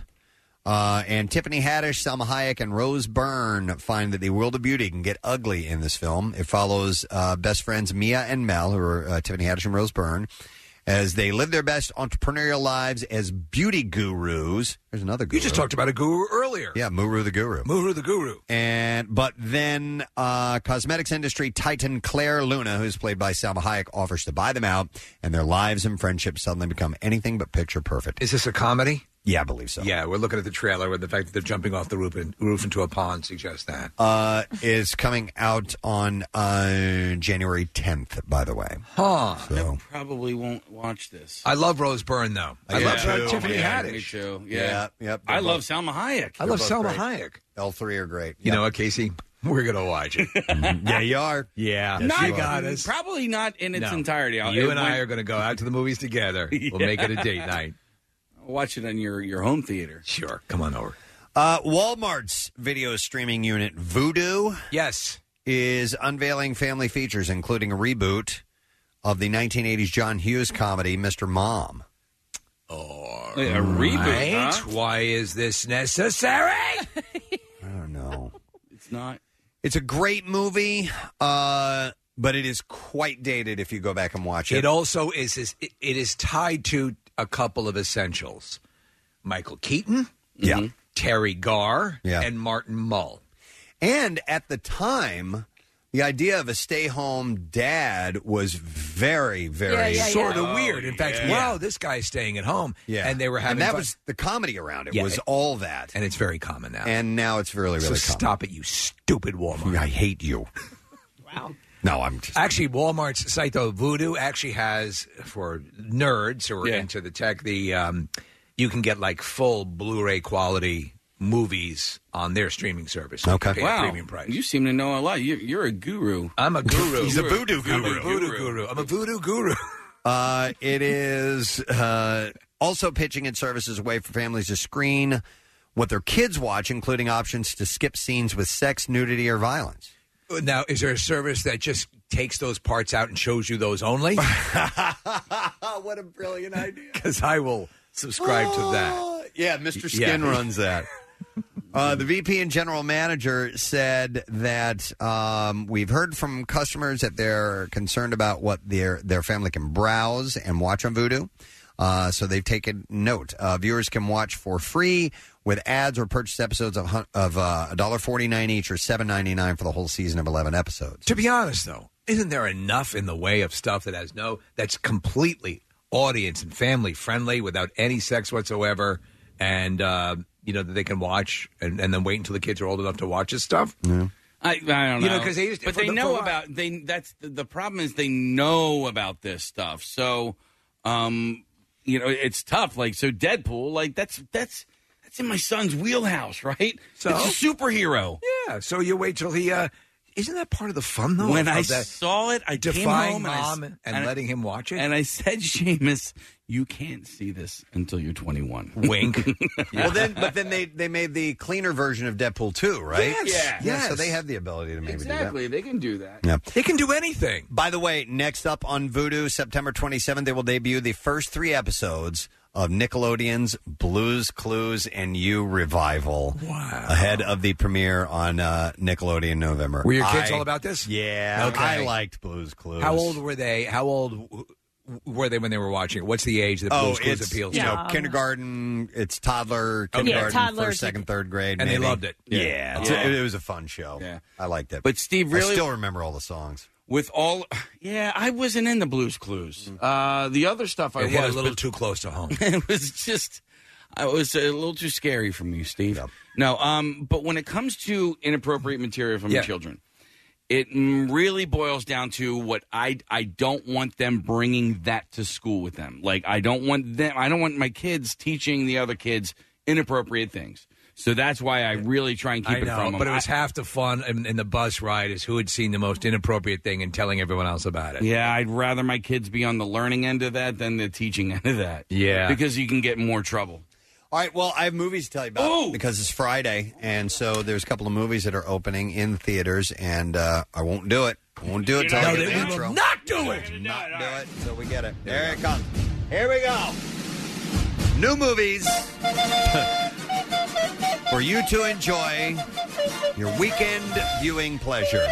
S2: Uh, and Tiffany Haddish, Selma Hayek, and Rose Byrne find that the world of beauty can get ugly in this film. It follows uh, best friends Mia and Mel, who are uh, Tiffany Haddish and Rose Byrne, as they live their best entrepreneurial lives as beauty gurus. There's another guru.
S5: You just talked about a guru earlier.
S2: Yeah, Muru the Guru
S5: Muru the Guru.
S2: and but then uh, cosmetics industry titan Claire Luna, who's played by Salma Hayek, offers to buy them out, and their lives and friendships suddenly become anything but picture perfect.
S5: Is this a comedy?
S2: Yeah, I believe so.
S5: Yeah, we're looking at the trailer with the fact that they're jumping off the roof, and, roof into a pond suggests that.
S2: Uh, is coming out on uh, January 10th, by the way.
S5: Huh.
S2: So
S6: Probably won't watch this.
S5: I love Rose Byrne though. I
S2: Yeah.
S5: love her.
S2: Too.
S5: Tiffany
S2: Yeah.
S5: Haddish.
S6: Me too.
S2: Yeah,
S6: Yeah.
S2: yep,
S6: I
S2: they're
S6: love
S2: both-
S6: Salma Hayek.
S5: I love
S2: both
S5: Selma
S2: great.
S5: Hayek.
S2: L three are great.
S5: You know what, Casey? We're gonna watch it.
S2: yeah, you are.
S5: yeah,
S6: Not-
S5: you got us.
S6: Probably not in its
S5: No.
S6: entirety. I'll,
S5: You
S6: it
S5: and I
S6: went-
S5: are gonna go out to the movies together. We'll make it a date night.
S6: I'll watch it on your, your home theater.
S5: Sure, come on over.
S2: Uh, Walmart's video streaming unit Voodoo
S5: Yes,
S2: is unveiling family features, including a reboot of the 1980s John Hughes comedy Mr. Mom.
S6: A reboot.
S5: right?
S6: huh?
S5: Why is this necessary?
S2: I don't know.
S6: It's not.
S2: It's a great movie, uh, but it is quite dated if you go back and watch it.
S5: It also is. is it it is tied to a couple of essentials: Michael Keaton,
S2: yeah.
S6: Mm-hmm.
S5: Terry Garr,
S2: Yeah.
S5: and Martin Mull.
S2: And at the time, the idea of a stay home dad was very, very. Oh,
S3: Yeah,
S5: sort of
S6: yeah.
S5: weird. In fact,
S6: Oh, Yeah.
S5: wow, this guy's staying at home.
S2: Yeah.
S5: and they were having
S2: And that
S5: fun.
S2: was the comedy around it,
S5: Yeah.
S2: was all that.
S5: and it's very common now.
S2: And now it's really,
S5: so
S2: really common.
S5: stop it, you stupid Walmart.
S2: I hate you.
S3: Wow.
S2: No, I'm just.
S5: Actually, Walmart's site though, Voodoo, actually has for nerds who are
S6: Yeah.
S5: into the tech. The um, you can get like full Blu-ray quality movies on their streaming service.
S2: Okay.
S5: Pay a
S6: Wow.
S5: premium price.
S6: You seem to know a lot. You, you're a guru.
S5: I'm a guru.
S6: He's a
S5: I'm
S6: voodoo
S5: a
S6: guru.
S5: voodoo guru. I'm a voodoo guru.
S2: Uh, it is uh, also pitching its services away for families to screen what their kids watch, including options to skip scenes with sex, nudity, or violence.
S5: Uh, now, is there a service that just takes those parts out and shows you those only?
S2: what a brilliant idea.
S5: Because I will subscribe to that.
S2: Yeah, Mr. Skin
S5: Yeah.
S2: runs that. Uh, the VP and general manager said that um, we've heard from customers that they're concerned about what their their family can browse and watch on Vudu. Uh, so they've taken note. Uh, viewers can watch for free with ads or purchase episodes of hun- of uh, $1.49 each or $7.99 for the whole season of 11 episodes.
S5: To be honest, though, isn't there enough in the way of stuff that has no that's completely audience and family friendly without any sex whatsoever? And uh, you know that they can watch and, and then wait until the kids are old enough to watch this stuff.
S6: I, I don't know.
S5: You know, 'cause they used to-
S6: but
S5: for
S6: they
S5: the- for a
S6: know
S5: while-
S6: about they. That's the, the problem is they know about this stuff. So, um, you know, it's tough. Like so, Deadpool. Like that's that's that's in my son's wheelhouse, right?
S5: So?
S6: it's a superhero.
S5: Yeah. So you wait till he. Uh, isn't that part of the fun though?
S6: when
S5: of
S6: I
S5: that
S6: saw it, I came
S5: defying
S6: home
S5: mom
S6: and, I s-
S5: and letting him watch it?
S6: And I said, Seamus, you can't see this until you're 21.
S5: Wink.
S2: Well, then, but then they they made the cleaner version of Deadpool too, right?
S6: Yes. Yeah.
S2: So
S6: Yes.
S2: they have the ability to maybe do
S6: Exactly, they can do that.
S2: that. Yeah.
S5: They can do anything.
S2: By the way, next up on Voodoo, September 27th, they will debut the first three episodes of Nickelodeon's Blues Clues and You revival. Wow. Ahead of the premiere on uh, Nickelodeon November.
S5: Were your kids
S2: I-
S5: all about this?
S2: Yeah.
S5: Okay.
S2: I liked Blues Clues.
S5: How old were they? How old w- w- were they when they were watching it? What's the age that
S2: Oh,
S5: Blues Clues
S2: it's
S5: appeals
S2: you
S5: to?
S2: know kindergarten. It's toddler,
S5: Okay. Yeah,
S2: kindergarten,
S5: toddler.
S2: first, second, third grade,
S5: And they
S2: maybe.
S5: loved it.
S2: Yeah,
S6: Yeah.
S2: it's-
S6: Yeah.
S2: It, it was a fun show. Yeah, I liked it.
S6: But Steve,
S2: I
S6: really-
S2: still remember all the songs.
S6: With all, yeah, I wasn't in the Blues Clues. Uh, the other stuff I
S5: It hit
S6: was
S5: a little
S6: but
S5: too close to home.
S6: it was just, I was a little too scary for me, Steve. No, um, but when it comes to inappropriate material from
S5: Yeah.
S6: children, it mm, really boils down to what I I don't want them bringing that to school with them. Like I don't want them. I don't want my kids teaching the other kids inappropriate things. So that's why I really try and keep
S5: I
S6: it
S5: know,
S6: from them.
S5: but it
S6: I-
S5: was half the fun in, in the bus ride is who had seen the most inappropriate thing and telling everyone else about it.
S6: Yeah, I'd rather my kids be on the learning end of that than the teaching end of that.
S5: Yeah.
S6: Because you can get in more trouble.
S2: All right, well, I have movies to tell you about because it's Friday, and so there's a couple of movies that are opening in theaters, and uh, I won't do it. I won't do it till I get the intro.
S5: not do it.
S2: Not do it. So we get it. There it comes. Here we go. New movies for you to enjoy your weekend viewing pleasure.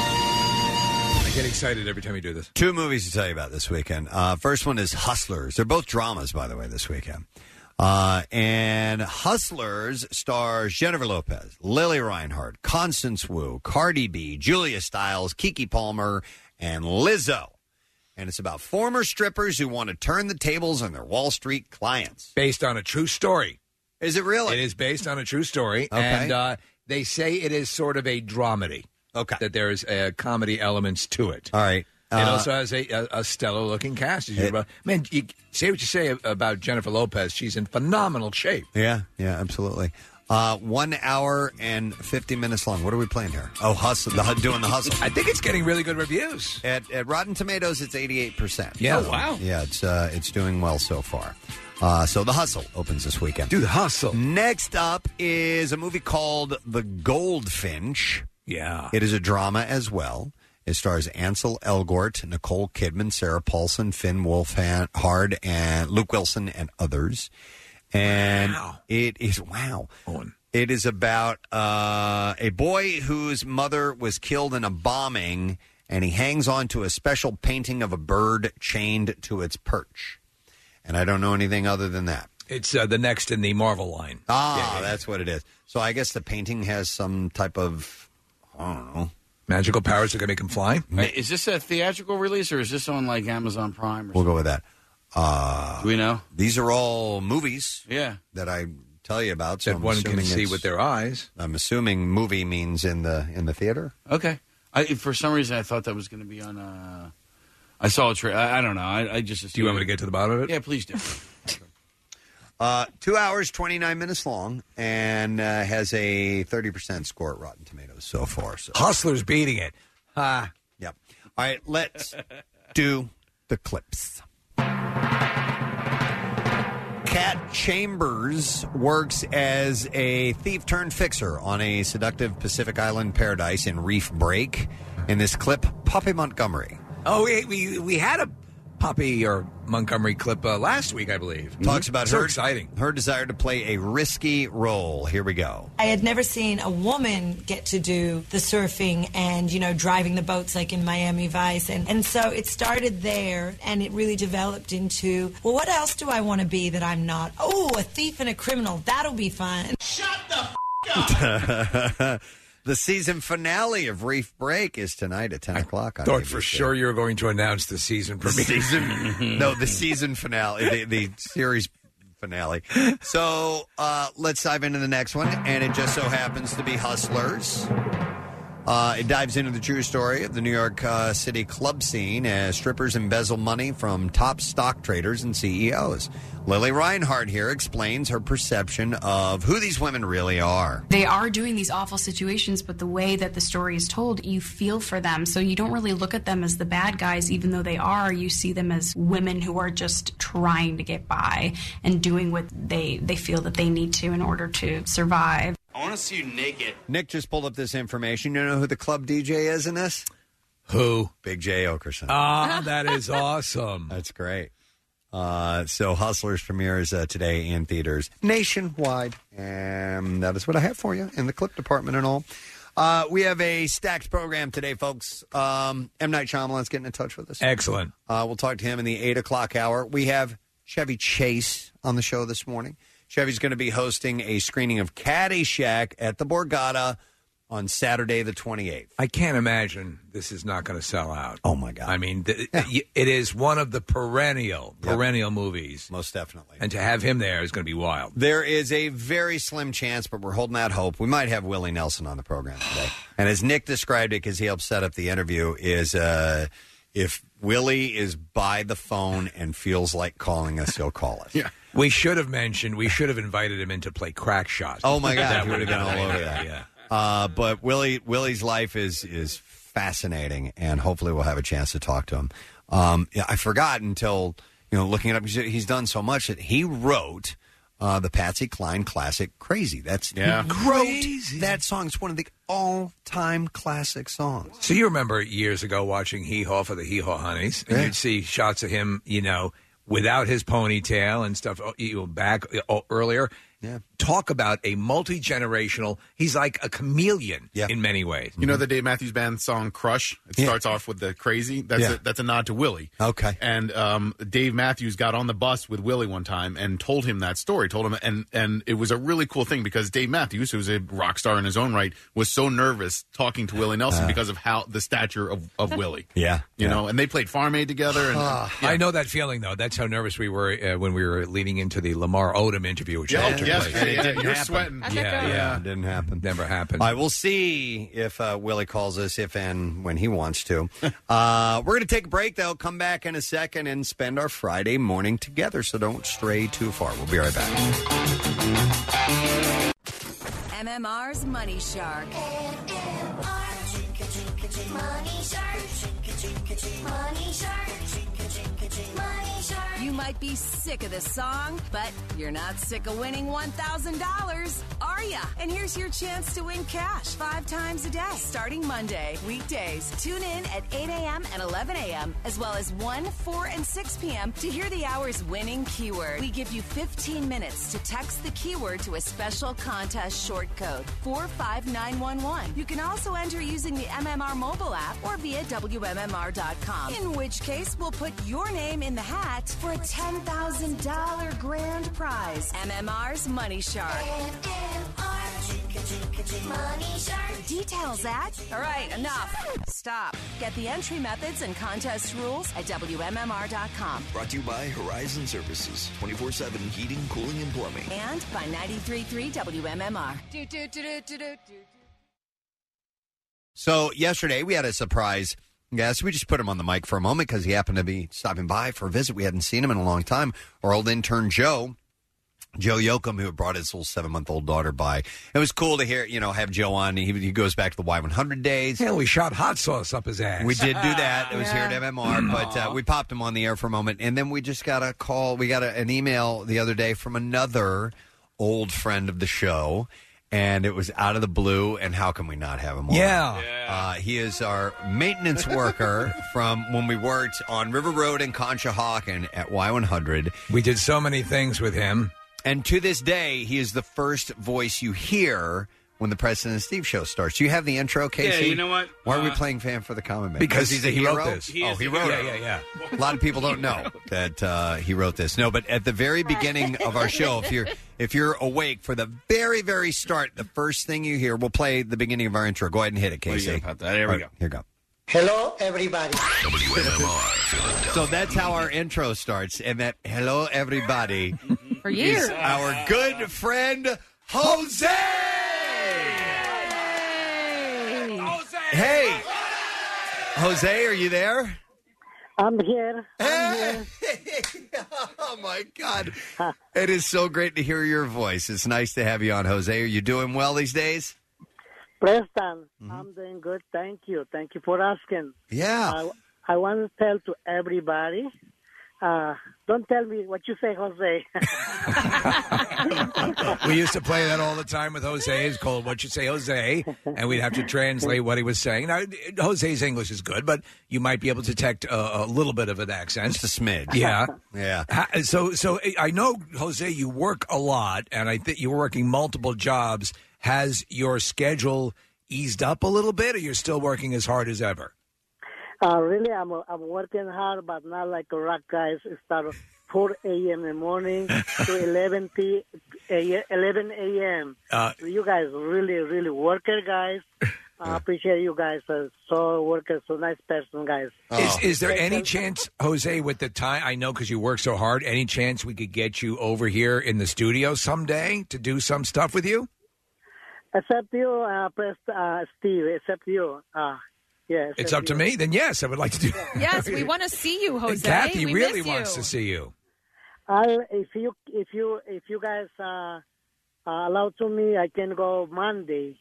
S5: I get excited every time you do this.
S2: Two movies to tell you about this weekend. Uh, first one is Hustlers. They're both dramas, by the way, this weekend. Uh, and Hustlers stars Jennifer Lopez, Lily Reinhardt, Constance Wu, Cardi B, Julia Stiles, Kiki Palmer, and Lizzo. And it's about former strippers who want to turn the tables on their Wall Street clients.
S5: Based on a true story.
S2: Is it really?
S5: It is based on a true story.
S2: Okay.
S5: And uh, they say it is sort of a dramedy.
S2: Okay.
S5: That there is uh, comedy elements to it.
S2: All right.
S5: it
S2: Uh,
S5: also has a, a, a stellar looking cast. As you
S2: It-
S5: about- man, you, say what you say about Jennifer Lopez. She's in phenomenal shape.
S2: Yeah, yeah, absolutely. Uh, one hour and 50 minutes long. What are we playing here? Oh, Hustle, the, doing the Hustle.
S5: I think it's getting really good reviews.
S2: At, at Rotten Tomatoes, it's 88%.
S5: Yeah.
S2: So,
S5: Oh, wow.
S2: Yeah, it's, uh, it's doing well so far. Uh, so The Hustle opens this weekend.
S5: Do the hustle.
S2: Next up is a movie called The Goldfinch.
S5: Yeah.
S2: It is a drama as well. It stars Ansel Elgort, Nicole Kidman, Sarah Paulson, Finn Wolfhard, and Luke Wilson, and others. And it is wow. It is about uh, a boy whose mother was killed in a bombing, and he hangs on to a special painting of a bird chained to its perch. And I don't know anything other than that.
S5: It's uh, the next in the Marvel line.
S2: Ah, that's what it is. So I guess the painting has some type of I don't know
S5: Magical powers are going to make him fly.
S6: Is this a theatrical release or is this on like Amazon Prime? Or
S2: We'll go with that. Uh,
S6: we know
S2: these are all movies
S6: yeah.
S2: that I tell you about. So
S5: That
S2: I'm
S5: one can
S2: assuming
S5: see
S2: it's-
S5: with their eyes.
S2: I'm assuming movie means in the in the theater.
S6: Okay. I, for some reason, I thought that was going to be on. Uh, I saw a tra I, I don't know. I, I just.
S5: Do you want me to get to the bottom of it?
S6: Yeah, please do.
S2: Uh, two hours twenty nine minutes long and uh, has a thirty percent score at Rotten Tomatoes so far. So
S5: Hustler's beating it. Ah.
S2: yep. All right, let's do the clips. Cat Chambers works as a thief turned fixer on a seductive Pacific Island paradise in Reef Break. In this clip, Poppy Montgomery
S5: Oh, we, we we had a Poppy or Montgomery clip uh, last week, I believe.
S2: talks about
S5: so
S2: her
S5: exciting.
S2: Mm-hmm. her desire to play a risky role. Here we go.
S11: I had never seen a woman get to do the surfing and, you know, driving the boats like in Miami Vice. And, and so it started there and it really developed into, well, what else do I want to be that I'm not? Oh, a thief and a criminal. That'll be fun.
S2: the The season finale of Reef Break is tonight at 10 o'clock. On
S5: Thought
S2: ABC.
S5: for sure you were going to announce the season premiere.
S2: Season- no, the season finale, the, the series finale. So uh, let's dive into the next one, and it just so happens to be Hustlers. Uh, it dives into the true story of the New York uh, City club scene as strippers embezzle money from top stock traders and CEOs. Lily Reinhardt here explains her perception of who these women really are.
S12: They are doing these awful situations, but the way that the story is told, you feel for them. So you don't really look at them as the bad guys, even though they are. You see them as women who are just trying to get by and doing what they, they feel that they need to in order to survive.
S2: I want to see you naked. Nick just pulled up this information. You know who the club DJ is in this?
S5: Who?
S2: Big J. Okerson.
S5: Ah, that is awesome.
S2: That's great. Uh, so Hustlers premieres uh, today in theaters nationwide. And that is what I have for you in the clip department and all. Uh, we have a stacked program today, folks. Um, M. Night Shyamalan's getting in touch with us.
S5: Excellent.
S2: Uh, we'll talk to him in the 8 o'clock hour. We have Chevy Chase on the show this morning. Chevy's going to be hosting a screening of Caddyshack at the Borgata on Saturday, the 28th.
S5: I can't imagine this is not going to sell out.
S2: Oh my god!
S5: I mean, th- it is one of the perennial perennial movies,
S2: most definitely.
S5: And to have him there is going to be wild.
S2: There is a very slim chance, but we're holding out hope. We might have Willie Nelson on the program today. And as Nick described it, because he helped set up the interview, is uh, if Willie is by the phone and feels like calling us, he'll call us. Yeah.
S5: We should have mentioned. We should have invited him in to play crack shot.
S2: Oh my God, he would have
S5: would've
S2: been all over
S5: yeah,
S2: that.
S5: Yeah.
S2: Uh, but Willie Willie's life is is fascinating, and hopefully we'll have a chance to talk to him. Um, yeah, I forgot until you know looking it up. He's, he's done so much that he wrote uh, the Patsy Cline classic "Crazy." That's
S5: Yeah.
S2: he wrote that song. It's one of the all time classic songs.
S5: So you remember years ago watching Hee Haw for the Hee Haw Honeys, and you'd see shots of him, you know, without his ponytail and stuff. oh, You know, back oh, earlier.
S2: Yeah.
S5: Talk about a multi generational. He's like a chameleon in many ways.
S7: You know the Dave Matthews Band song "Crush." It starts off with the crazy. That's
S5: Yeah.
S7: a, that's a nod to Willie.
S2: Okay.
S7: And um, Dave Matthews got on the bus with Willie one time and told him that story. Told him, and and it was a really cool thing because Dave Matthews, who's a rock star in his own right, was so nervous talking to Willie Nelson
S5: Uh.
S7: because of how the stature of, of Willie.
S2: Yeah.
S7: You
S5: Mm-hmm. Yeah.
S7: know, and they played Farm Aid together. And
S5: Ah. I know that feeling though. That's how nervous we were uh, when we were leading into the Lamar Odom interview, which
S7: Yeah,
S5: all took
S7: yeah,
S5: place.
S7: yeah,
S5: And it
S7: yeah,
S5: didn't
S7: you're
S5: happen.
S7: sweating.
S5: Yeah,
S7: I
S5: yeah,
S7: know.
S2: It didn't happen.
S5: Never happened.
S2: I will see if uh, Willie calls us if and when he wants to. uh, we're going to take a break, though. Come back in a second and spend our Friday morning together. So don't stray too far. We'll be right back.
S13: MMR's Money Shark. You might be sick of this song, but you're not sick of winning $1,000, are ya? And here's your chance to win cash five times a day, starting Monday, weekdays. Tune in at 8 a.m. and 11 a.m., as well as 1, 4, and 6 p.m. to hear the hour's winning keyword. We give you 15 minutes to text the keyword to a special contest short code 45911. You can also enter using the MMR mobile app or via WMMR.com, in which case we'll put your name in the hat for a $10,000 grand prize. MMR's Money Shark. Details at? All right, enough. Stop. Get the entry methods and contest rules at WMMR.com
S14: Brought to you by Horizon Services, 24 7 heating, cooling, and plumbing.
S13: and by 93.3 WMMR.
S2: So, yesterday we had a surprise guest. We just put him on the mic for a moment because he happened to be stopping by for a visit. We hadn't seen him in a long time. Our old intern, Joe. Joe Yoakum, who brought his little seven month old daughter by. It was cool to hear, you know, have Joe on. He, he goes back to the Y100 days.
S5: Yeah, we shot hot sauce up his ass.
S2: We did do that. It was here
S5: Yeah.
S2: at MMR,
S5: Mm-hmm.
S2: but uh, we popped him on the air for a moment, and then we just got a call. We got a, an email the other day from another old friend of the show, and it was out of the blue. And how can we not have him? on?
S5: Yeah.
S2: Uh, he is our maintenance worker from when we worked on River Road in Conshohocken at Y100.
S5: We did so many things with him.
S2: And to this day, he is the first voice you hear when the President and Steve show starts. You have the intro, Casey.
S6: you know what?
S2: Why are we
S6: Uh,
S2: playing fan for the common man?
S5: Because he wrote this.
S6: He
S2: oh,
S6: is
S2: he
S6: the
S2: wrote
S6: hero.
S2: it. A lot of people don't know that uh, he wrote this. No, but at the very beginning of our show, if you're if you're awake for the very very start, the first thing you hear, we'll play the beginning of our intro. Go ahead and hit it,
S6: What do you
S2: Casey.
S6: got about that? There we
S2: All right,
S6: go.
S2: Here go.
S15: Hello, everybody.
S2: So that's how our intro starts, and that hello everybody
S3: For
S2: is our good friend Jose. Hey, Jose, are you there?
S15: I'm here.
S2: I'm here. oh my God! It is so great to hear your voice. It's nice to have you on, Jose. Are you doing well these days?
S15: Preston, I'm doing good. Thank you. Thank you for asking.
S2: Mm-hmm. Yeah.
S15: I, I want to tell to everybody. Uh, don't tell me what you say, Jose.
S5: we used to play that all the time with Jose. It's called "What You Say, Jose," and we'd have to translate what he was saying. Now, Jose's English is good, but you might be able to detect a, a little bit of an accent,
S2: just a smidge.
S5: Yeah,
S2: yeah.
S5: Ha- So, so I know Jose, you work a lot, and I think you're working multiple jobs. Has your schedule eased up a little bit, or you're still working as hard as ever?
S15: uh, really, I'm, I'm working hard, but not like a rock guys. It start 4 a.m. in the morning to 11 p. A, 11 a.m.
S5: Uh,
S15: you guys really, really worker guys. I appreciate you guys. Uh, so workers, so nice person, guys.
S2: Oh.
S5: Is, is there any chance, Jose, with the time I know because you work so hard, any chance we could get you over here in the studio someday to do some stuff with you?
S15: Except you, uh, press, uh, Steve. Except you. Uh, yeah.
S5: It's
S15: except
S5: up to
S15: you.
S5: me. Then yes, I would like to do.
S3: Yes, we want to see you, Jose.
S5: Kathy
S3: we
S5: really
S3: miss
S5: wants
S3: you.
S5: to see you.
S15: I'll, if you if you if you guys uh, uh, allow to me, I can go Monday.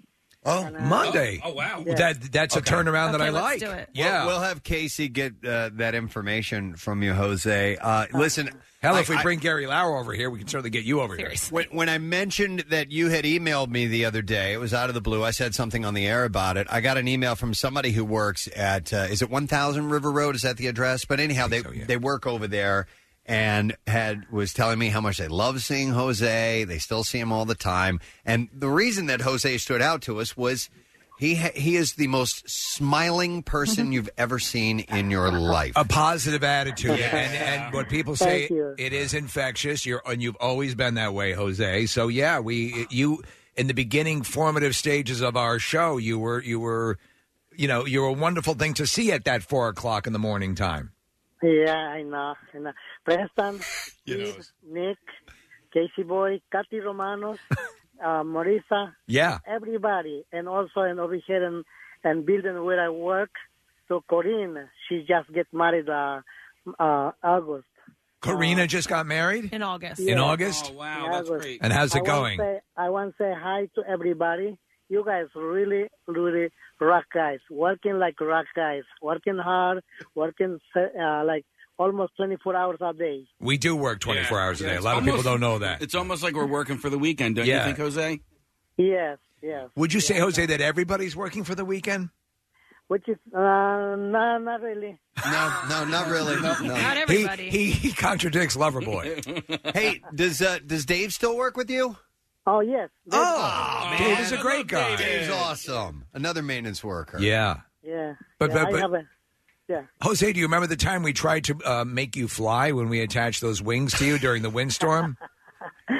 S5: Oh,
S3: Uh-huh.
S5: Monday.
S15: Oh, wow.
S5: That that's a turnaround that I like.
S2: Yeah, we'll, we'll have Casey get uh, that information from you, Jose. Uh, listen,
S5: Hell, if we bring Gary Lauer over here, we can certainly get you over here.
S2: When, when I mentioned that you had emailed me the other day, it was out of the blue. I said something on the air about it. I got an email from somebody who works at uh, is it one thousand River Road? Is that the address? But anyhow, they they work over there and had was telling me how much they love seeing Jose. They still see him all the time. And the reason that Jose stood out to us was. He ha- he is the most smiling person you've ever seen in your life.
S5: A positive attitude,
S2: Yes.
S5: and, and what people say
S2: Thank you.
S5: it is infectious. You're and you've always been that way, Jose. So yeah, we you in the beginning formative stages of our show, you were you were, you know, you were a wonderful thing to see at that four o'clock in the morning time.
S15: Yeah, I know. I know. Preston, Steve, Nick, Casey Boy, Kathy Romanos, uh, Marisa,
S5: Yeah.
S15: everybody, and also and over here in and building where I work. So Corinne, she just get married uh, uh, August.
S5: Karina just got married
S3: in August. Oh,
S5: In August?
S6: wow,
S15: that's great.
S5: And how's it going?
S15: I want to say hi to everybody. You guys really, really rock guys. Working like rock guys. Working hard. Working uh, like almost 24 hours a day.
S5: We do work twenty four hours a day. A lot of people don't know that.
S6: It's almost like we're working for the weekend, don't
S5: Yeah.
S6: you think, Jose?
S15: Yes, yes.
S5: Would you say, Jose, that everybody's working for the weekend?
S15: Which is uh, no, not really.
S2: No, no, not really.
S15: Not everybody.
S5: He, he, he contradicts Loverboy.
S2: hey, does uh, does Dave still work with you?
S15: Oh yes.
S5: Oh, Dave is a great guy.
S2: Dave's awesome. Another maintenance worker.
S5: Yeah.
S15: Yeah.
S5: But- but-
S15: yeah, I
S5: but-
S15: have a, yeah.
S5: Jose, do you remember the time we tried to uh, make you fly when we attached those wings to you during the windstorm?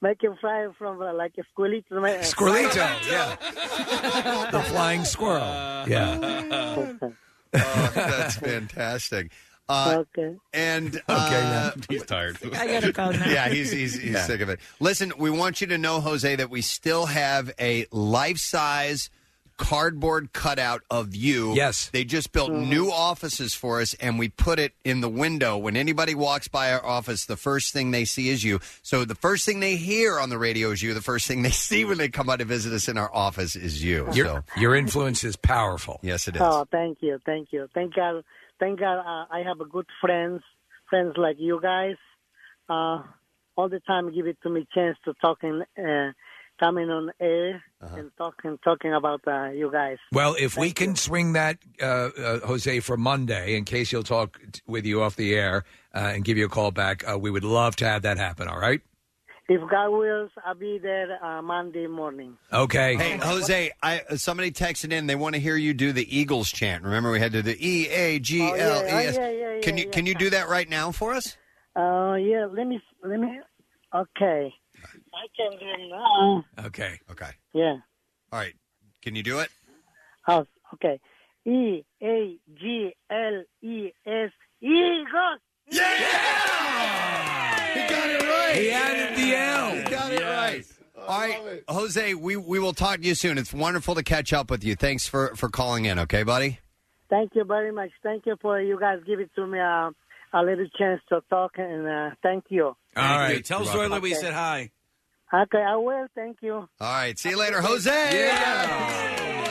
S15: Making fry from uh, like a squelito.
S5: Squirrelito, yeah. the flying squirrel. Yeah.
S2: Oh, that's fantastic. Uh,
S15: okay.
S2: And okay,
S7: he's tired.
S3: I gotta go now.
S2: yeah, he's he's, he's
S7: Yeah.
S2: sick of it. Listen, we want you to know, Jose, that we still have a life size cardboard cutout of you.
S5: Yes,
S2: they just built new offices for us, and we put it in the window. When anybody walks by our office, the first thing they see is you. So the first thing they hear on the radio is you. The first thing they see when they come by to visit us in our office is you.
S5: Your,
S2: so
S5: your influence is powerful.
S2: yes, it is.
S15: Oh, thank you, thank you, thank God, thank God. Uh, I have a good friends, friends like you guys. Uh, all the time, give it to me chance to talking, uh, coming on air and talking, talking about uh, you guys.
S5: Well, if we can swing that, uh, uh, Jose, for Monday, in case he'll talk t- with you off the air uh, and give you a call back, uh, we would love to have that happen, all right?
S15: If God wills, I'll be there uh, Monday morning.
S5: Okay.
S2: Hey, Jose, I, somebody texted in. They want to hear you do the Eagles chant. Remember, we had to do E A G L E
S15: Oh, yeah,
S2: S.
S15: yeah, yeah,
S2: Can
S15: yeah,
S2: you can you do that right now for us?
S15: Uh, yeah, let me, let me, okay. I can do it now.
S5: Okay.
S2: Okay.
S15: Yeah.
S2: All right. Can you do it?
S15: Oh, okay. E A G L E S Eagles.
S2: He got it right.
S5: He added the L.
S2: He got it right. All right, Jose, we, we will talk to you soon. It's wonderful to catch up with you. Thanks for, for calling in, okay, buddy?
S15: Thank you very much. Thank you for you guys giving to me uh, a little chance to talk, and uh, thank you.
S6: All right.
S2: right.
S6: Tell
S2: You're
S6: Zoila
S2: welcome.
S6: we said hi.
S15: Okay, I will. Thank you.
S2: All right, see you later, Jose. Oh,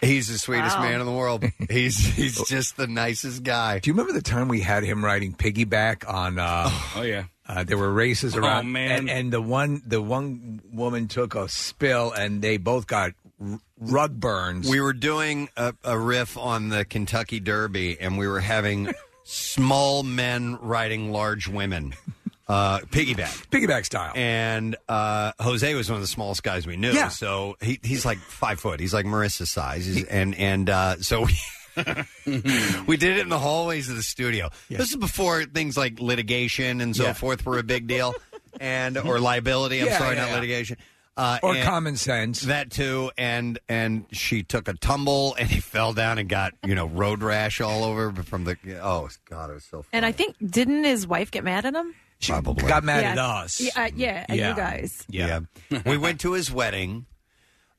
S2: He's the sweetest
S15: Wow.
S2: man in the world. He's he's just the nicest guy.
S5: Do you remember the time we had him riding piggyback on? Uh,
S6: oh yeah.
S5: Uh, there were races
S6: Oh,
S5: around,
S6: man.
S5: And, and the one the one woman took a spill, and they both got r- rug burns.
S2: We were doing a, a riff on the Kentucky Derby, and we were having small men riding large women, uh, piggyback,
S5: piggyback style.
S2: And uh, Jose was one of the smallest guys we knew,
S5: Yeah.
S2: so he, he's like five foot. He's like Marissa's size, He's- and and uh, so. We, we did it in the hallways of the studio. This is before things like litigation and so
S5: Yeah.
S2: forth were a big deal, and or liability. I'm
S5: Yeah,
S2: sorry,
S5: yeah,
S2: not
S5: yeah.
S2: litigation. Uh,
S5: Or
S2: and-
S5: common sense.
S2: that too, and and she took a tumble and he fell down and got you know road rash all over from the oh god it was so
S3: And I think didn't his wife get mad at him?
S5: she got mad at
S3: Yeah.
S5: us.
S3: Yeah, uh, yeah, at you guys.
S2: yeah, we went to his wedding.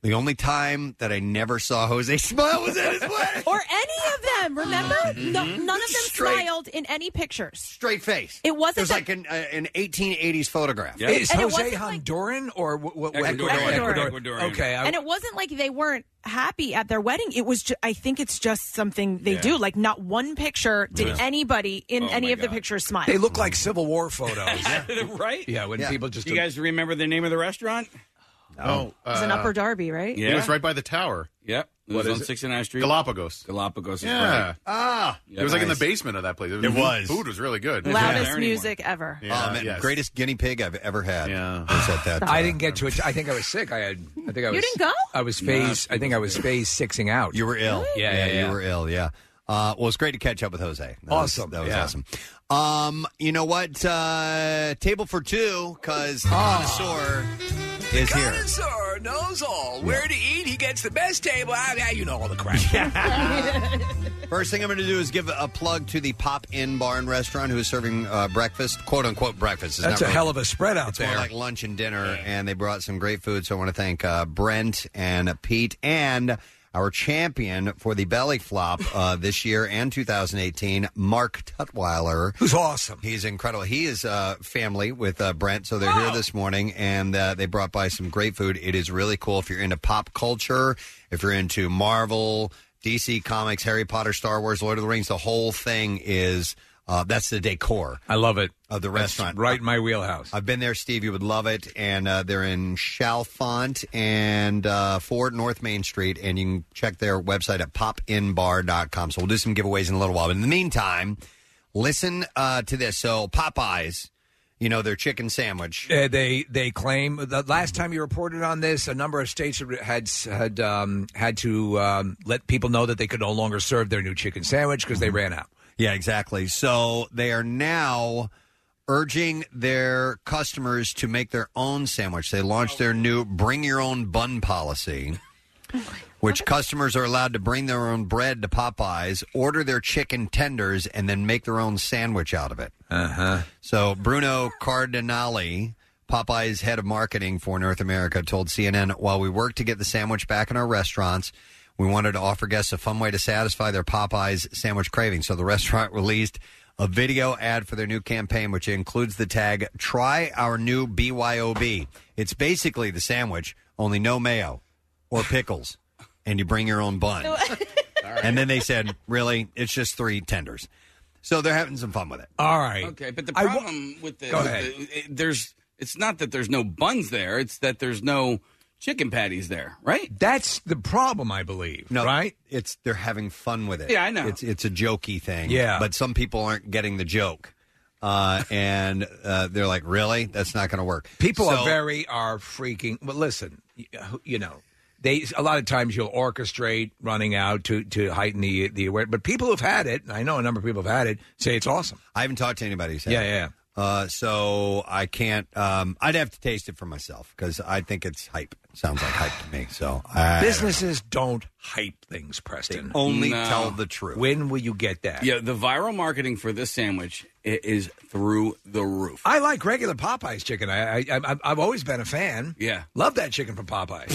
S2: The only time that I never saw Jose smile was at his wedding.
S3: Or any of them, remember?
S5: Mm-hmm.
S3: No, none of them
S2: Straight-
S3: smiled in any pictures.
S2: Straight face.
S3: It wasn't
S2: It was
S3: that-
S2: like an uh, an 1880s photograph.
S5: Is
S3: And
S5: Jose
S3: it wasn't like-
S5: Honduran or what? what, what
S2: Ecuadorian.
S5: Ecuadorian.
S2: Ecuadorian.
S5: Okay, I-
S3: and it wasn't like they weren't happy at their wedding. It was, ju- I think it's just something they
S5: Yeah.
S3: do. Like, not one picture did
S5: Yeah. Oh
S3: anybody in any of the pictures smile.
S5: they look like Civil War photos.
S6: right?
S5: Oh, Yeah, when people just
S6: Do you guys remember the name of the restaurant?
S7: Oh,
S3: it was an
S5: uh,
S3: upper Derby, right?
S7: It was right by the tower.
S6: Yep. It
S7: What
S6: was
S7: is
S6: on
S7: it?
S6: 69th Street.
S7: Galapagos.
S6: Galapagos.
S7: Yeah.
S6: Right.
S2: Ah,
S7: it was like in the
S6: Nice.
S7: basement of that place.
S2: It was.
S7: Food was really good.
S3: Loudest music ever.
S2: oh, man,
S7: yes.
S2: greatest guinea pig I've ever had. Yeah, was at that.
S5: I didn't get to it. I think I was sick. I had. I think I was. uh,
S3: You didn't go?
S5: I was
S2: No,
S5: phase. I think I was phase sixing out.
S2: You were ill.
S5: Yeah, yeah, yeah.
S2: you were ill. Yeah. Uh, well, it's great to catch up with Jose. That
S5: Awesome,
S2: Was, that was
S5: yeah.
S2: awesome. Um, you know what? Uh, table for two because the
S5: Ah.
S2: connoisseur is here.
S5: Connoisseur knows all. Where to eat, he gets the best table. Ah, yeah, you know all the crap.
S2: First thing I'm going to do is give a plug to the Pop In Bar and Restaurant, who is serving uh, breakfast, quote unquote breakfast. It's
S5: That's
S2: not
S5: a
S2: really-
S5: hell of a spread out
S2: it's
S5: there.
S2: more like lunch and dinner, and they brought some great food. So I want to thank uh, Brent and Pete and our champion for the belly flop uh, this year and 2018, Mark Tutwiler.
S5: Who's awesome.
S2: He's incredible. He is uh, family with uh, Brent, so they're here this morning, and uh, they brought by some great food. It is really cool. If you're into pop culture, if you're into Marvel, DC Comics, Harry Potter, Star Wars, Lord of the Rings, the whole thing is uh, that's the decor.
S5: I love it.
S2: Of the
S5: That's
S2: restaurant.
S5: right in my wheelhouse.
S2: I've been there, Steve. You would love it. And uh, they're in Chalfont and uh, Ford North Main Street. And you can check their website at popinbar.com. So we'll do some giveaways in a little while. But in the meantime, listen uh, to this. So Popeyes, you know, their chicken sandwich.
S5: Uh, they they claim the last time you reported on this, a number of states had had um, had to um, let people know that they could no longer serve their new chicken sandwich because they ran out.
S2: Mm-hmm. Yeah, exactly. So they are now urging their customers to make their own sandwich. They launched their new bring your own bun policy. Which customers are allowed to bring their own bread to Popeyes, order their chicken tenders, and then make their own sandwich out of it.
S5: Uh huh.
S2: So Bruno Cardinale, Popeye's head of marketing for North America, told CNN, "While we work to get the sandwich back in our restaurants, we wanted to offer guests a fun way to satisfy their Popeye's sandwich craving." So the restaurant released a video ad for their new campaign, which includes the tag "Try our new BYOB." It's basically the sandwich, only no mayo or pickles, and you bring your own bun. And then they said, "Really? It's just three tenders." So they're having some fun with it.
S5: All right.
S6: Okay, but the
S2: I wa-
S6: problem with the,
S2: Go
S6: with
S2: ahead.
S6: the- it- there's it's not that there's no buns there. It's that there's no chicken patties there, right?
S5: That's the problem, I believe.
S2: No,
S5: right?
S2: It's they're having fun with it.
S6: Yeah, I know.
S2: It's it's a jokey thing.
S5: Yeah.
S2: but some people aren't getting the joke. Uh, and uh, they're like, really? That's not going to work.
S5: People
S2: So-
S5: are very are freaking. Well, listen, you, you know, they a lot of times you'll orchestrate running out to to heighten the the awareness. But people who've had it, and I know a number of people have had it, say it's awesome.
S2: I haven't talked to anybody. Who's had
S5: yeah,
S2: it.
S5: yeah.
S2: Uh, so I can't. Um, I'd have to taste it for myself because I think it's hype. Sounds like hype to me. So I,
S5: Businesses don't hype things, Preston.
S2: They only
S6: No.
S2: tell the truth.
S5: When will you get that?
S6: Yeah, the viral marketing for this sandwich i- is through the roof.
S5: I like regular Popeyes chicken. I, I, I I've always been a fan.
S6: Yeah.
S5: Love that chicken from Popeyes.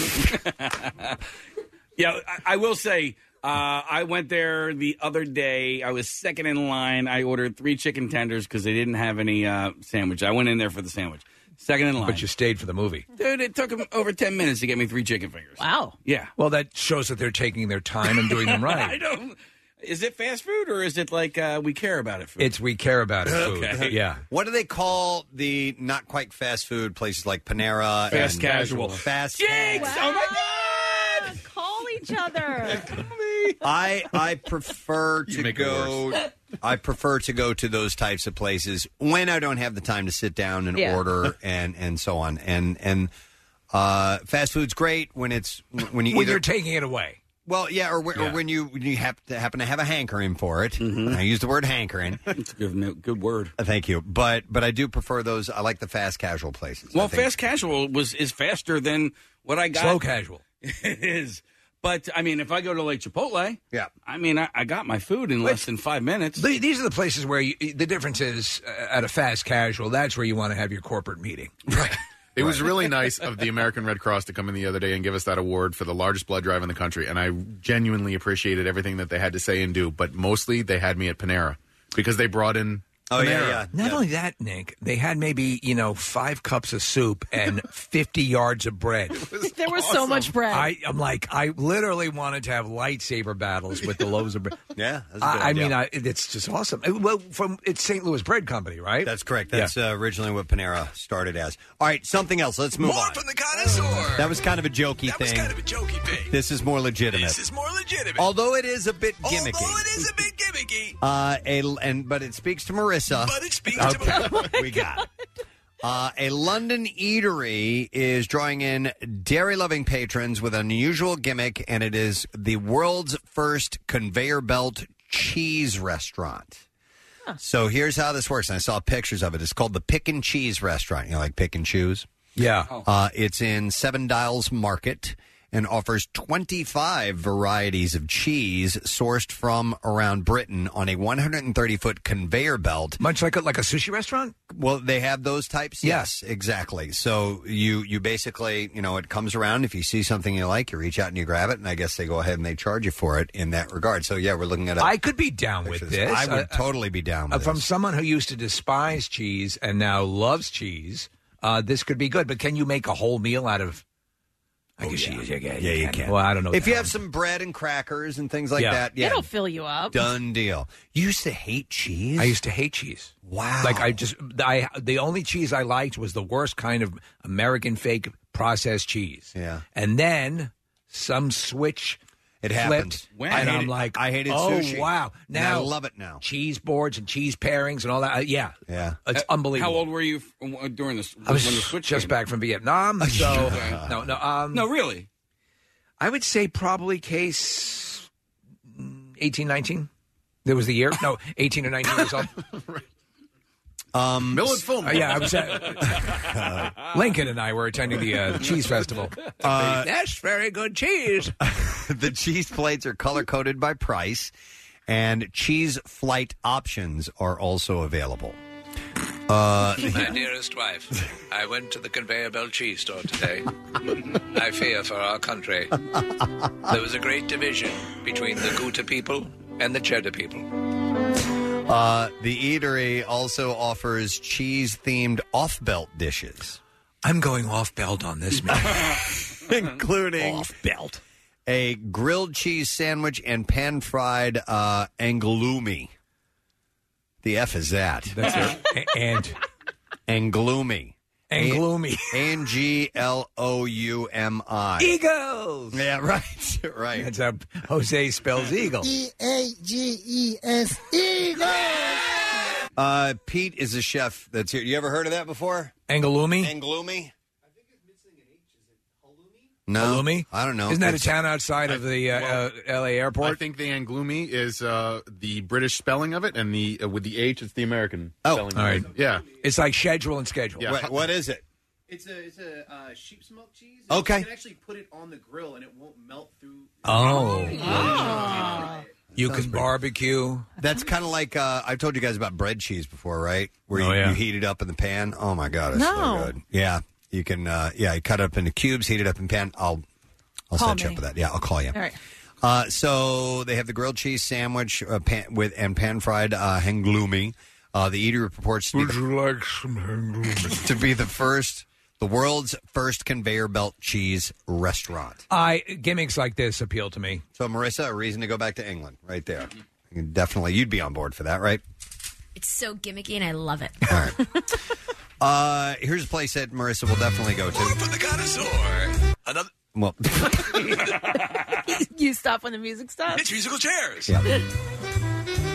S6: Yeah, I, I will say, uh, I went there the other day. I was second in line. I ordered three chicken tenders because they didn't have any uh, sandwich. I went in there for the sandwich. Second in line.
S5: But you stayed for the movie.
S6: Dude, it took him over 10 minutes to get me three chicken fingers.
S3: Wow.
S6: Yeah.
S5: Well, that shows that they're taking their time and doing them
S6: I
S5: right.
S6: don't. Is it fast food or is it like uh, we care about it? Food?
S5: It's we care about it. Food.
S6: Okay.
S5: Yeah.
S2: What do they call the not quite fast food places like Panera?
S6: Fast
S2: and-
S6: casual.
S2: Fast.
S3: Oh my God! Call each other.
S2: I I prefer to go. I prefer to go to those types of places when I don't have the time to sit down and
S16: Yeah.
S2: order and and so on. And and uh, fast food's great when it's when you
S5: When
S2: either
S5: you're taking it away.
S2: Well, yeah, or, wh- or when you when you hap- to happen to have a hankering for it. I use the word hankering.
S6: Mm-hmm.
S2: Uh,
S6: It's a good, good word.
S2: Thank you, but but I do prefer those. I like the fast casual places.
S6: Well, fast casual was is faster than what I got.
S2: Slow casual.
S6: it is. But I mean, if I go to like Chipotle,
S2: yeah,
S6: I mean, I, I got my food in less than five minutes.
S5: The- These are the places where you, the difference is uh, at a fast casual. That's where you want to have your corporate meeting.
S7: It was really nice of the American Red Cross to come in the other day and give us that award for the largest blood drive in the country, and I genuinely appreciated everything that they had to say and do. But mostly, they had me at Panera because they brought in.
S5: Oh,
S6: Oh,
S7: Panera.
S5: Not only that, Nick, they had maybe you know five cups of soup and fifty yards of bread.
S3: there was so much bread.
S5: I, I'm like, I literally wanted to have lightsaber battles with the loaves of bread.
S2: Yeah, that's a good
S5: I, I
S2: idea.
S5: mean, I, it's just awesome. Uh, Well, from it's St. Louis Bread Company, right?
S2: That's correct. That's uh, originally what Panera started as. All right, something else. Let's move on.
S5: the connoisseur.
S2: That was kind of a jokey thing.
S5: jokey thing.
S2: This is more legitimate.
S5: more legitimate.
S2: Although it is a bit gimmicky.
S5: is a bit gimmicky.
S2: Uh, a, and but it speaks to Marissa.
S5: But it speaks
S2: to Marissa. we got it. Uh, a London eatery is drawing in dairy-loving patrons with an unusual gimmick, and it is the world's first conveyor belt cheese restaurant. So here's how this works. And I saw pictures of it. It's called the Pick and Cheese Restaurant. You know, like pick and choose.
S5: Yeah.
S2: Uh, it's in Seven Dials Market and offers 25 varieties of cheese sourced from around Britain on a 130 foot conveyor belt.
S5: Much like a, like a sushi restaurant.
S2: Well, they have those types. Yes, exactly. So you you basically you know it comes around. If you see something you like, you reach out and you grab it, and I guess they go ahead and they charge you for it in that regard. So yeah, we're looking at. a
S5: I could be down with
S2: picture of
S5: this.
S2: I would
S5: Uh,
S2: totally be down
S5: Uh,
S2: with
S5: from
S2: this.
S5: someone who used to despise cheese and now loves cheese, uh, this could be good. But can you make a whole meal out of?
S2: Oh,
S5: I guess yeah. you, yeah, you can. Well, I don't know.
S2: If
S5: that
S2: you have
S5: one.
S2: some bread and crackers and things like
S5: Yeah.
S2: that, yeah,
S3: It'll fill you up.
S2: done deal. You used to hate cheese.
S5: I used to hate cheese.
S2: Wow.
S5: Like I just, I the only cheese I liked was the worst kind of American fake processed cheese.
S2: Yeah.
S5: And then some switch.
S2: It
S5: flipped,
S2: happened. When? I
S5: and
S2: hated-
S5: I'm like,
S2: I hated
S5: oh,
S2: sushi.
S5: wow!
S2: And I
S5: Now
S2: love it now.
S5: Cheese boards and cheese pairings and all that. Uh, yeah,
S2: yeah,
S5: it's
S6: Uh,
S5: unbelievable.
S6: How old were you f- w- during this?
S5: I was
S6: when the switch
S5: just
S6: came?
S5: back from Vietnam, so no, no, um,
S6: No, really.
S5: I would say probably case mm, 18, 19. There was the year. No, 18 or 19 years old.
S2: Um,
S5: Millet Film. Uh, yeah, I was Lincoln and I were attending the uh, cheese festival.
S2: Uh,
S5: That's very good cheese.
S2: the cheese plates are color coded by price, and cheese flight options are also available. Uh,
S5: My dearest wife, I went to the conveyor belt cheese store today. I fear for our country. There was a great division between the Gouda people and the Cheddar people.
S2: uh, the eatery also offers cheese themed off belt dishes,
S5: I'm going off belt on this man.
S2: including
S5: off belt.
S2: a grilled cheese sandwich and pan fried uh, angloomy. The F is that.
S5: That's it. And
S2: Angloomy.
S5: Angloomy.
S2: N G L O U M I.
S5: Eagles.
S2: Yeah, right. Right.
S5: That's how
S2: E
S5: Jose spells eagle.
S17: E A G E S Eagles.
S2: Uh, Pete is a chef that's here. You ever heard of that before?
S5: Angalumi?
S2: Angalumi? No.
S5: Halloumi?
S2: I don't know.
S5: Isn't that a
S2: It's-
S5: town outside of the uh, uh, L.A. airport?
S7: I think the Angloomy is uh, the British spelling of it, and the uh, with the H, it's the American
S5: Oh,
S7: spelling.
S5: all
S7: of it. yeah.
S5: It's like schedule and schedule.
S7: Yeah.
S2: What- what is it?
S16: It's a it's a uh, sheep's milk cheese.
S2: Okay.
S16: You can actually put it on the grill and it won't melt through.
S5: Oh.
S3: Ah.
S5: You can barbecue.
S2: That's kind of like uh, I've told you guys about bread cheese before, right? Where
S5: Oh,
S2: you, you heat it up in the pan. Oh my god, it's
S3: No.
S2: so good. Yeah, you can. Uh, yeah, you cut it up into cubes, heat it up in pan. I'll I'll
S3: Call
S2: set you
S3: me.
S2: up with that. Yeah, I'll call you.
S3: All right.
S2: Uh, so they have the grilled cheese sandwich uh, pan, with and pan fried uh, hangloomy. Uh, the eater purports to be the,
S5: like some hangloomy?
S2: to be the first, the world's first conveyor belt cheese restaurant.
S5: I gimmicks like this appeal to me.
S2: So Marissa, a reason to go back to England, right there. You can Definitely, you'd be on board for that, right?
S17: It's so gimmicky and I love it.
S2: Uh, here's a place that Marissa will definitely go to.
S14: Connoisseur. Another.
S2: Well,
S3: you stop when the music stops.
S14: It's musical chairs.
S2: Yeah.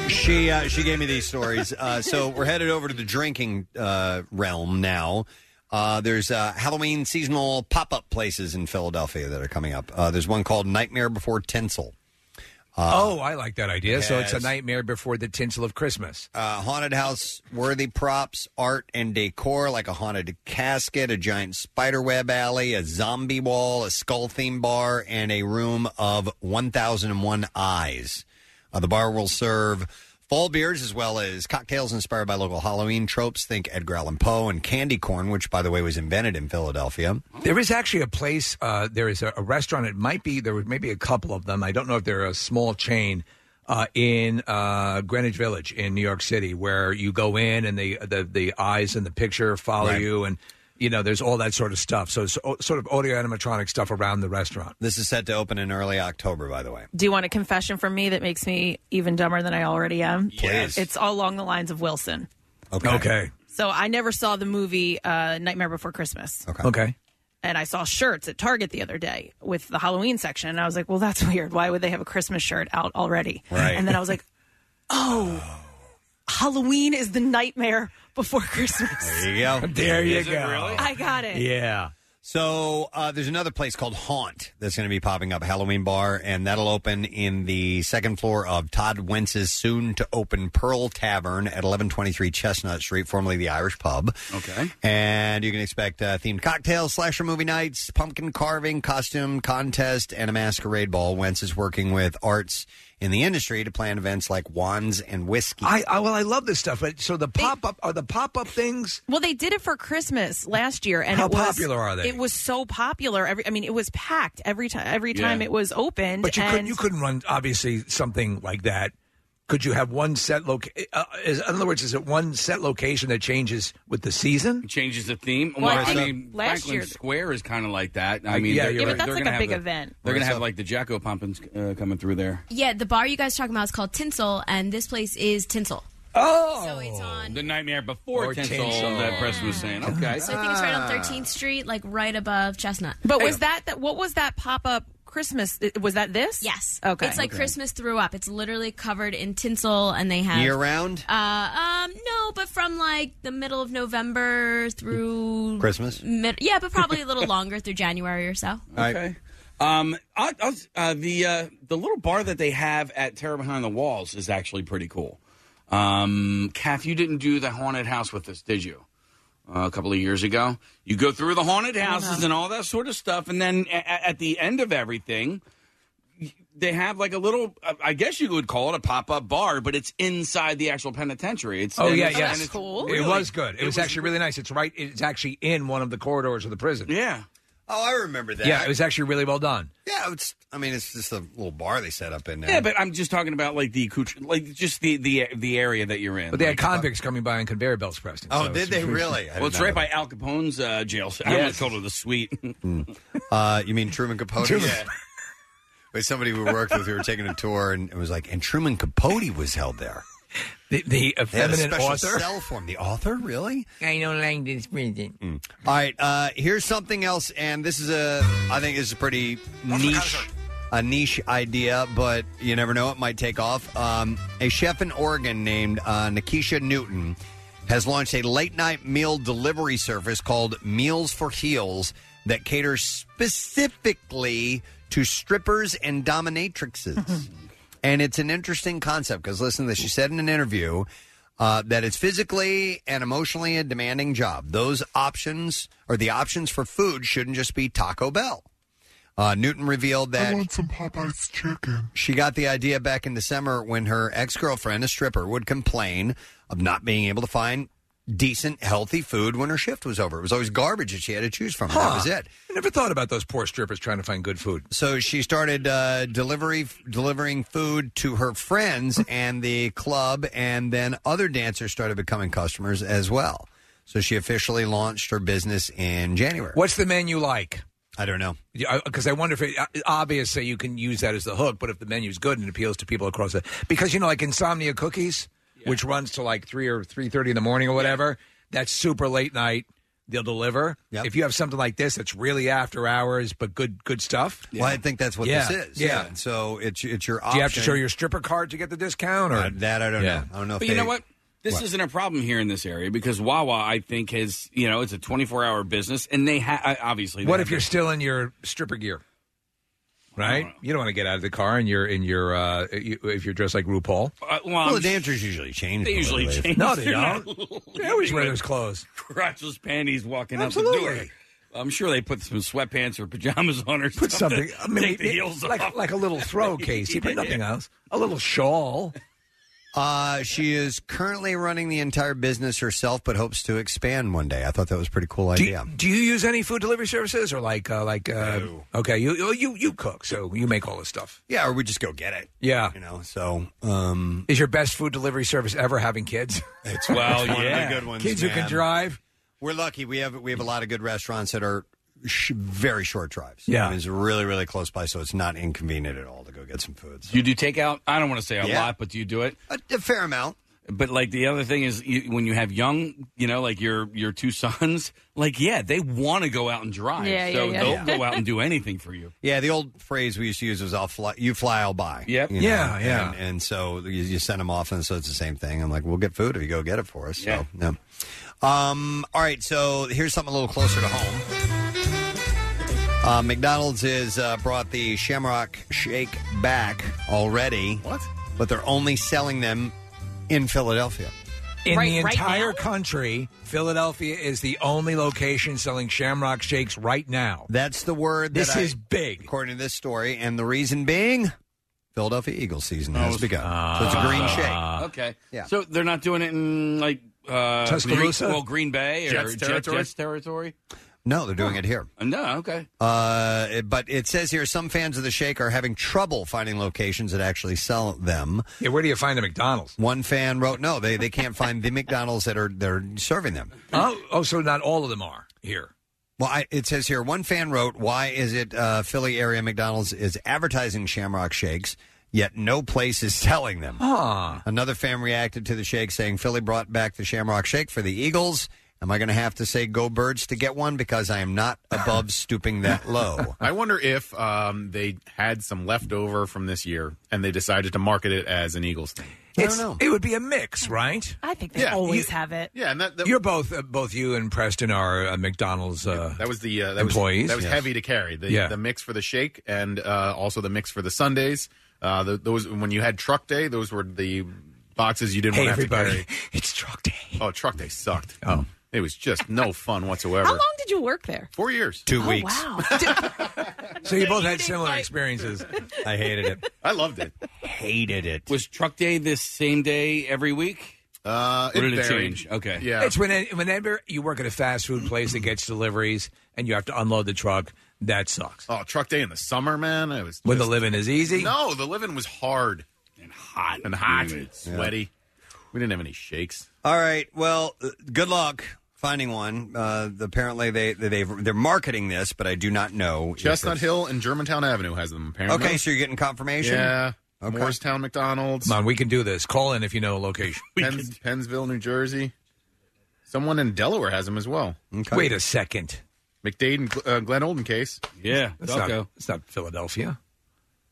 S2: she uh, she gave me these stories. Uh, so we're headed over to the drinking uh, realm now. Uh, there's uh, Halloween seasonal pop up places in Philadelphia that are coming up. Uh, there's one called Nightmare Before Tinsel. Uh,
S5: oh, I like that idea. So it's a
S2: yes.
S5: nightmare before the tinsel of Christmas.
S2: uh, haunted house worthy props, art, and decor like a haunted casket, a giant spider web alley, a zombie wall, a skull theme bar, and a room of 1,001 eyes. Uh, the bar will serve fall beers as well as cocktails inspired by local Halloween tropes. Think Edgar Allan Poe and candy corn, which, by the way, was invented in Philadelphia.
S5: There is actually a place. Uh, there is a, a restaurant. It might be there was maybe a couple of them. I don't know if they're a small chain uh, in uh, Greenwich Village in New York City, where you go in and the the, the eyes in the picture follow
S2: Right.
S5: you, and you know there's all that sort of stuff. So it's o- sort of audio animatronic stuff around the restaurant.
S2: This is set to open in early October, by the way.
S3: Do you want a confession from me that makes me even dumber than I already am?
S2: Please.
S3: It's all along the lines of Wilson.
S2: Okay.
S5: Okay.
S3: So I never saw the movie uh, Nightmare Before Christmas.
S2: Okay.
S5: Okay.
S3: And I saw shirts at Target the other day with the Halloween section. And I was like, well, that's weird. Why would they have a Christmas shirt out already?
S2: Right.
S3: And then I was like, oh, Halloween is the nightmare before Christmas.
S2: There you go.
S5: There you Is it go. really?
S3: I got it.
S5: Yeah.
S2: So uh, there's another place called Haunt that's going to be popping up, Halloween Bar, and that'll open in the second floor of Todd Wentz's soon-to-open Pearl Tavern at 1123 Chestnut Street, formerly the Irish Pub.
S6: Okay.
S2: And you can expect uh, themed cocktails, slasher movie nights, pumpkin carving, costume contest, and a masquerade ball. Wentz is working with arts in the industry to plan events like wands and whiskey.
S5: I, I well, I love this stuff. But so the pop up are the pop up things.
S3: Well, they did it for Christmas last year, and
S5: How
S3: it was,
S5: popular are they?
S3: It was so popular. Every, I mean, it was packed every time. Every time
S5: Yeah.
S3: it was opened,
S5: But you
S3: and
S5: couldn't you couldn't run obviously something like that. Could you have one set location? Uh, is- in other words, is it one set location that changes with the season?
S6: changes the theme.
S5: Well, I think
S3: last
S6: Franklin
S3: year-
S6: Square is kind of like that.
S5: Uh,
S6: I mean,
S5: yeah,
S6: they're-
S5: you're
S6: they're
S5: right. Yeah, but that's like
S6: gonna
S5: a
S6: have
S5: big
S6: the-
S17: event.
S6: They're going to
S17: Right,
S6: have
S17: so-
S6: like the Jacko Pumpkins uh, coming through there.
S17: yeah, the bar you guys are talking about is called Tinsel, and this place is Tinsel.
S5: Oh,
S17: so it's on.
S6: The nightmare before
S17: Or
S6: tinsel,
S17: Tinsel. Ah.
S6: that Preston was saying. Okay,
S17: So I think it's
S6: Ah.
S17: right on 13th Street, like right above Chestnut.
S3: But was that that? What was that pop up Christmas? it- Was that this? Yes. Okay.
S17: It's like Christmas threw up. It's literally covered in tinsel, and they have
S2: Year-round?
S17: Uh, um, no, but from like the middle of November through
S2: Christmas?
S17: Mid- yeah, but probably a little longer through January or so.
S6: Okay. Um, I, I was, uh, the uh, the little bar that they have at Terror Behind the Walls is actually pretty cool. Um, Kath, you didn't do the haunted house with us, did you? Uh, a couple of years ago, you go through the haunted
S5: Uh-huh.
S6: houses and all that sort of stuff, and then a- a- at the end of everything, they have like a little. uh, I guess you would call it a pop up bar, but it's inside the actual penitentiary. It's
S5: Oh
S6: and
S5: yeah,
S6: it's-
S5: yes,
S6: and it's
S5: It
S6: really-
S5: was good. It, was, actually really nice. It's right. It's actually in one of the corridors of the prison.
S6: Yeah.
S2: Oh, I remember that.
S5: Yeah, it was actually really well done.
S2: Yeah, it's. I mean, it's just a little bar they set up in there.
S6: Yeah, but I'm just talking about like the accoutre- like just the the the area that you're in.
S5: But they
S6: Like,
S5: had
S2: uh,
S5: convicts coming by on conveyor belts, Preston. so
S6: Oh, did
S5: it's-
S6: they really? Well, it's right by Al Capone's uh, jail. I almost
S5: Yes.
S6: called it the suite.
S2: Uh, you mean Truman Capote?
S6: Truman-
S2: Yeah. With somebody we worked with, we were taking a tour, and it was like, and Truman Capote was held there.
S5: The, the
S2: They had a
S5: effeminate
S2: special
S5: author?
S2: cell for him. The author, really?
S5: I don't like this prison.
S2: Mm. All right, uh, here's something else, and this is a, I think this is a pretty niche a niche idea, but you never know, it might take off. Um, a chef in Oregon named uh, Nikisha Newton has launched a late night meal delivery service called Meals for Heels that caters specifically to strippers and dominatrixes. and it's an interesting concept because listen to this. She said in an interview uh, that it's physically and emotionally a demanding job. Those options or the options for food shouldn't just be Taco Bell. Uh, Newton revealed that
S18: some Popeye's chicken.
S2: she got the idea back in December when her ex girlfriend, a stripper, would complain of not being able to find decent, healthy food when her shift was over. It was always garbage that she had to choose from. and That was it.
S5: I never thought about those poor strippers trying to find good food.
S2: So she started uh, delivery delivering food to her friends and the club, and then other dancers started becoming customers as well. So she officially launched her business in January.
S5: What's the menu like?
S2: I don't know.
S5: Because I wonder if it, uh, obviously you can use that as the hook, but if the menu's good and appeals to people across the because you know like insomnia cookies, which runs to like three or three thirty in the morning or whatever, that's super late night. They'll deliver. If you have something like this, that's really after hours, but good good stuff.
S2: Well, I think that's what
S5: Yeah.
S2: this is.
S5: Yeah.
S2: And So it's it's your option.
S5: Do you have to show your stripper card to get the discount? Or
S2: Uh, that I don't know. I don't know.
S6: But
S2: if
S6: you
S2: they-
S6: know what? This
S2: What?
S6: is isn't a problem here in this area because Wawa, I think, has you know it's a twenty four hour business, and they have obviously. they
S5: What
S6: have
S5: if you're still in your stripper gear? Right, you don't want to get out of the car and you're in your uh, you, if you're dressed like RuPaul.
S6: Uh, well, Well, I'm the
S2: dancers usually change.
S6: They usually change.
S5: No, they
S6: They're not
S5: don't. They always wear those clothes.
S6: crotchless panties walking out the door.
S5: Absolutely.
S6: I'm sure they put some sweatpants or pajamas on or
S5: Put
S6: something.
S5: something. I mean,
S6: Take the
S5: it-
S6: heels
S5: like
S6: off.
S5: like a little throw casey, but nothing else. A little shawl.
S2: Uh, she is currently running the entire business herself, but hopes to expand one day. I thought that was a pretty cool
S5: Do,
S2: idea.
S5: do you use any food delivery services or like uh, like? Uh, Okay, you you you cook, so you make all this stuff.
S2: yeah, or we just go get it.
S5: Yeah,
S2: you know. So, um,
S5: is your best food delivery service ever having kids?
S2: It's it's one of the good ones.
S5: Kids who
S2: man.
S5: can drive.
S2: We're lucky. We have we have a lot of good restaurants that are sh- very short drives.
S5: Yeah.
S2: I mean, it's really really close by, so it's not inconvenient at all to go get some food.
S6: You do takeout. I don't want to say a
S2: Yeah.
S6: lot, but do you do it?
S2: A, fair amount.
S6: But like the other thing is, you, when you have young, you know, like your your two sons, like yeah, they want to go out and drive,
S2: Yeah,
S6: so
S2: yeah, yeah.
S6: they'll
S2: Yeah.
S6: go out and do anything for you.
S2: Yeah, the old phrase we used to use was "I'll fly, you fly, I'll buy."
S6: Yep.
S2: You
S6: Yeah, yeah.
S2: And, and so you, you send them off, and so it's the same thing. I'm like, "We'll get food if you go get it for us." So, yeah. Um. All right. So here's something a little closer to home. Uh, McDonald's has uh, brought the Shamrock Shake back already. What? But they're only selling them in Philadelphia.
S5: In the entire country, Philadelphia is the only location selling Shamrock Shakes right now.
S2: That's the word.
S5: This
S2: that I-
S5: is big,
S2: according to this story, and the reason being, Philadelphia Eagles season
S5: Oh.
S2: has begun. so it's a green
S5: Ah.
S2: shake.
S6: Ah. Okay.
S2: Yeah.
S6: So they're not doing it in like uh,
S2: Tuscaloosa?
S6: Green, well, Green Bay or
S2: Jets
S6: Jets
S2: territory?
S6: territory. Jets territory.
S2: No, they're doing it here.
S6: Uh, No. Okay.
S2: Uh, it- but it says here some fans of the shake are having trouble finding locations that actually sell them.
S5: Yeah, where do you find a McDonald's?
S2: One fan wrote, "No, they, they can't find the McDonald's that are they're serving them."
S5: Oh, oh, so not all of them are here.
S2: Well, I, it says here one fan wrote, "Why is it uh, Philly area McDonald's is advertising Shamrock Shakes?" Yet no place is selling them.
S7: Ah.
S2: Another fan reacted to the shake saying, Philly brought back the Shamrock Shake for the Eagles. Am I going to have to say go birds to get one? Because I am not above stooping that low.
S7: I wonder if um, they had some leftover from this year and they decided to market it as an Eagles thing.
S5: It's,
S7: Oh.
S5: it would be a mix, right?
S3: I think they
S7: Yeah,
S3: always
S7: you-
S3: have it.
S7: Yeah, and that,
S5: You're both, uh, both you and Preston are uh, McDonald's. Uh,
S7: That was the uh, that
S5: employees.
S7: Was, that was heavy to carry. The,
S5: Yeah.
S7: the mix for the shake and uh, also the mix for the Sundays. Uh, th those when you had truck day, those were the boxes you didn't
S5: Hey,
S7: want to
S5: everybody,
S7: have to carry.
S5: It's truck day.
S7: Oh, truck day sucked. Oh, it was just no fun whatsoever.
S3: How long did you work there?
S7: Four years.
S2: Two
S3: Oh,
S2: weeks.
S3: Wow.
S5: So you both had similar experiences.
S2: I hated it.
S7: I loved it.
S2: Hated it.
S6: Was truck day this same day every week?
S7: Uh,
S6: or did it
S5: varied.
S6: change? Okay.
S5: It's when whenever you work at a fast food place that gets deliveries and you have to unload the truck, that sucks.
S7: Oh, truck day in the summer, man. It was
S5: When the living is easy.
S7: No, the living was hard
S6: and hot
S7: and hot,
S5: Humid.
S7: sweaty. We didn't have any shakes.
S2: All right. Well, uh, good luck finding one. Uh, apparently, they, they, they've, they're marketing this, but I do not know. if
S7: Chestnut
S2: it's-
S7: Hill and Germantown Avenue has them apparently.
S2: Okay, so you're getting confirmation?
S7: Yeah.
S2: Okay.
S7: Morristown McDonald's.
S5: Come on, we can do this. Call in if you know a location.
S7: Penns, Pennsville, New Jersey. Someone in Delaware has them as well.
S5: Wait a second.
S7: McDade and Gl- uh, Glen Olden case.
S6: Yeah,
S5: That's not, that's not Philadelphia.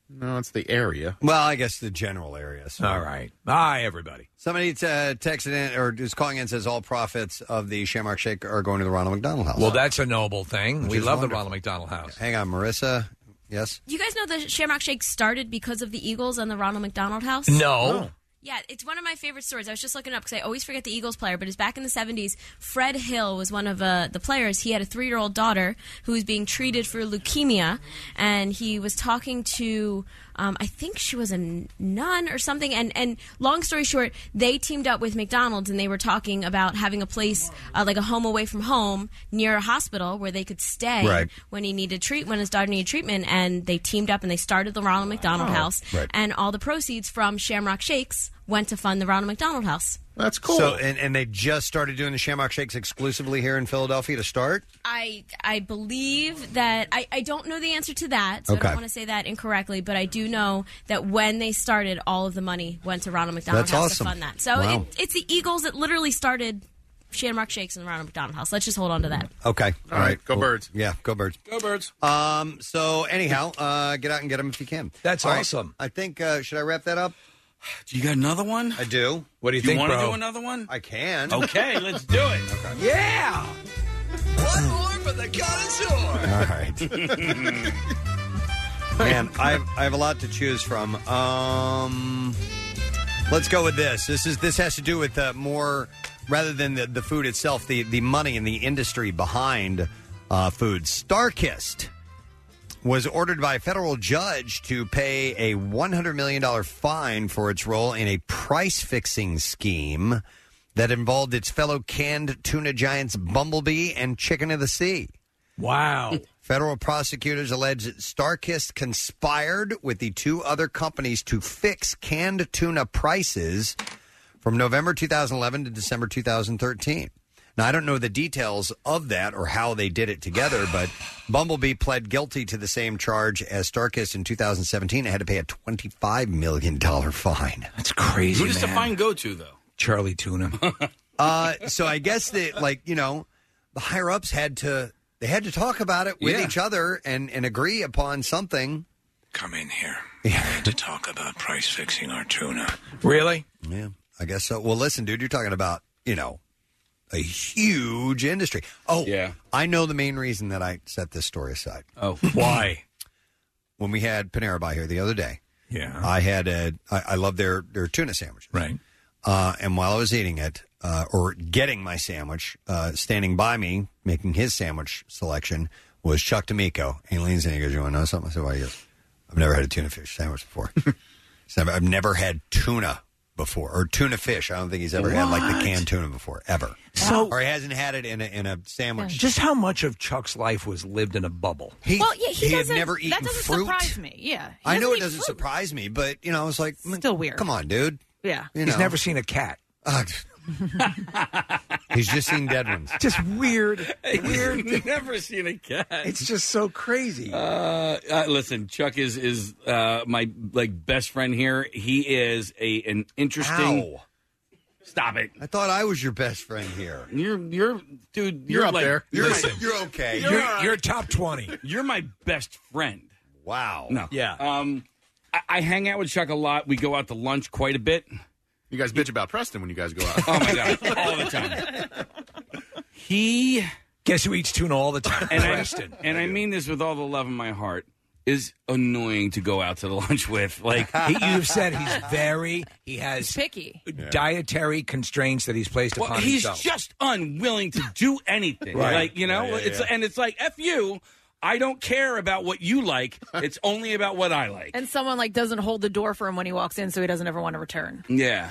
S7: No, it's the area.
S2: Well, I guess the general area. so-
S5: All right. Bye, everybody.
S2: Somebody uh, texted in or is calling in says all profits of the Shamrock Shake are going to the Ronald McDonald House.
S5: Well, that's a noble thing.
S2: Which
S5: we
S2: is
S5: love
S2: wonderful.
S5: the Ronald McDonald House.
S2: Hang on, Marissa. Yes.
S17: You guys know the Shamrock Shake started because of the Eagles and the Ronald McDonald House?
S5: No.
S17: Yeah, it's one of my favorite stories. I was just looking it up because I always forget the Eagles player, but it's back in the 70s. Fred Hill was one of uh, the players. He had a three year old daughter who was being treated for leukemia, and he was talking to, um, I think she was a nun or something. And, and long story short, they teamed up with McDonald's and they were talking about having a place, uh, like a home away from home near a hospital where they could stay
S19: Right.
S17: when he needed treat when his daughter needed treatment. And they teamed up and they started the Ronald McDonald
S19: Wow.
S17: House
S2: Right.
S17: and all the proceeds from Shamrock Shakes went to fund the Ronald McDonald House.
S2: That's cool. So, and, and they just started doing the Shamrock Shakes exclusively here in Philadelphia to start.
S17: I I believe that I, I don't know the answer to that, so I
S2: Okay.
S17: don't want to say that incorrectly, but I do know that when they started, all of the money went to Ronald McDonald
S2: That's
S17: House
S2: awesome.
S17: to fund that. So
S2: Wow.
S17: it, it's the Eagles that literally started Shamrock Shakes and the Ronald McDonald House. Let's just hold on to that.
S2: Okay. All right.
S7: Go birds.
S2: Yeah. Go birds.
S6: Go birds.
S2: Um. So anyhow, uh, get out and get them if you can.
S5: That's
S2: All right.
S5: awesome.
S2: I think. Uh, should I wrap that up?
S6: Do you got another one?
S2: I do.
S5: What do you,
S6: You
S5: think,
S6: wanna
S5: bro?
S6: do another one?
S2: I can.
S6: Okay, let's do it.
S5: Yeah.
S14: One more for the connoisseur.
S2: All right. Man, I have, I have a lot to choose from. Um, let's go with this. This is this has to do with uh, more rather than the, the food itself, the the money and the industry behind uh, food. Starkist was ordered by a federal judge to pay a $100 million fine for its role in a price fixing scheme that involved its fellow canned tuna giants Bumblebee and Chicken of the Sea.
S5: Wow.
S2: Federal prosecutors allege that Starkist conspired with the two other companies to fix canned tuna prices from November 2011 to December 2013. Now, I don't know the details of that or how they did it together, but Bumblebee pled guilty to the same charge as Starkist in 2017 and had to pay a $25 million fine.
S5: That's crazy.
S6: Who does the fine go to, though?
S5: Charlie Tuna.
S2: Uh, so I guess that, like, you know, the higher ups had to. They had to talk about it with
S9: Yeah.
S2: each other and, and agree upon something.
S9: Come in here. to talk about price fixing our tuna.
S5: Really?
S2: Yeah, I guess so. Well, listen, dude, you're talking about you know a huge industry. Oh, yeah. I know the main reason that I set this story aside.
S6: Oh,
S5: why?
S2: when we had Panera by here the other day,
S5: Yeah.
S2: I had a I, I love their their tuna sandwiches.
S5: Right.
S2: Uh, and while I was eating it uh, or getting my sandwich, uh, standing by me making his sandwich selection was Chuck D'Amico. And he leans in and he goes, "You want to know something?" I said, "Why?" He goes, "I've never had a tuna fish sandwich before. He said, I've never had tuna." Before or tuna fish, I don't think he's ever had like the
S5: What?
S2: canned tuna before ever.
S5: So-
S2: or he hasn't had it in a in a sandwich.
S5: Just how much of Chuck's life was lived in a bubble?
S2: He,
S3: well, yeah, he,
S2: he had
S3: doesn't-
S2: never
S3: That
S2: eaten
S3: doesn't
S2: fruit.
S3: surprise me. Yeah, He
S2: I know it
S3: eat
S2: doesn't
S3: fruit.
S2: surprise me, but you know, I was like, still weird. Come on, dude.
S3: Yeah,
S2: You
S5: He's
S2: know.
S5: never seen a cat.
S2: He's just seen dead ones.
S5: Just weird.
S6: Weird. Never seen a cat.
S5: It's just so crazy.
S6: Uh, uh, listen, Chuck is is uh, my like best friend here. He is a an interesting.
S2: Ow.
S6: Stop it!
S2: I thought I was your best friend here.
S6: You're you're dude.
S2: You're up
S6: like-
S2: there. You're-
S6: listen,
S2: you're okay.
S6: You're,
S2: You're-
S5: you're top twenty.
S6: You're my best friend.
S2: Wow.
S6: No.
S2: Yeah.
S6: Um, I, I hang out with Chuck a lot. We go out to lunch quite a bit.
S7: You guys bitch about Preston when you guys go out.
S6: Oh my god, all the time. He
S5: guess who eats tuna all the time?
S6: And
S5: Preston.
S6: I, and I mean this with all the love in my heart. Is annoying to go out to the lunch with. Like
S5: He- you've said he's very he has
S3: picky
S5: dietary constraints that he's placed
S6: Well,
S5: upon
S6: he's
S5: himself.
S6: just unwilling to do anything.
S5: Right.
S6: Like you know,
S5: Yeah, yeah,
S6: it's
S5: yeah.
S6: and it's like f you. I don't care about what you like. It's only about what I like.
S3: and someone like doesn't hold the door for him when he walks in, so he doesn't ever want to return.
S6: Yeah.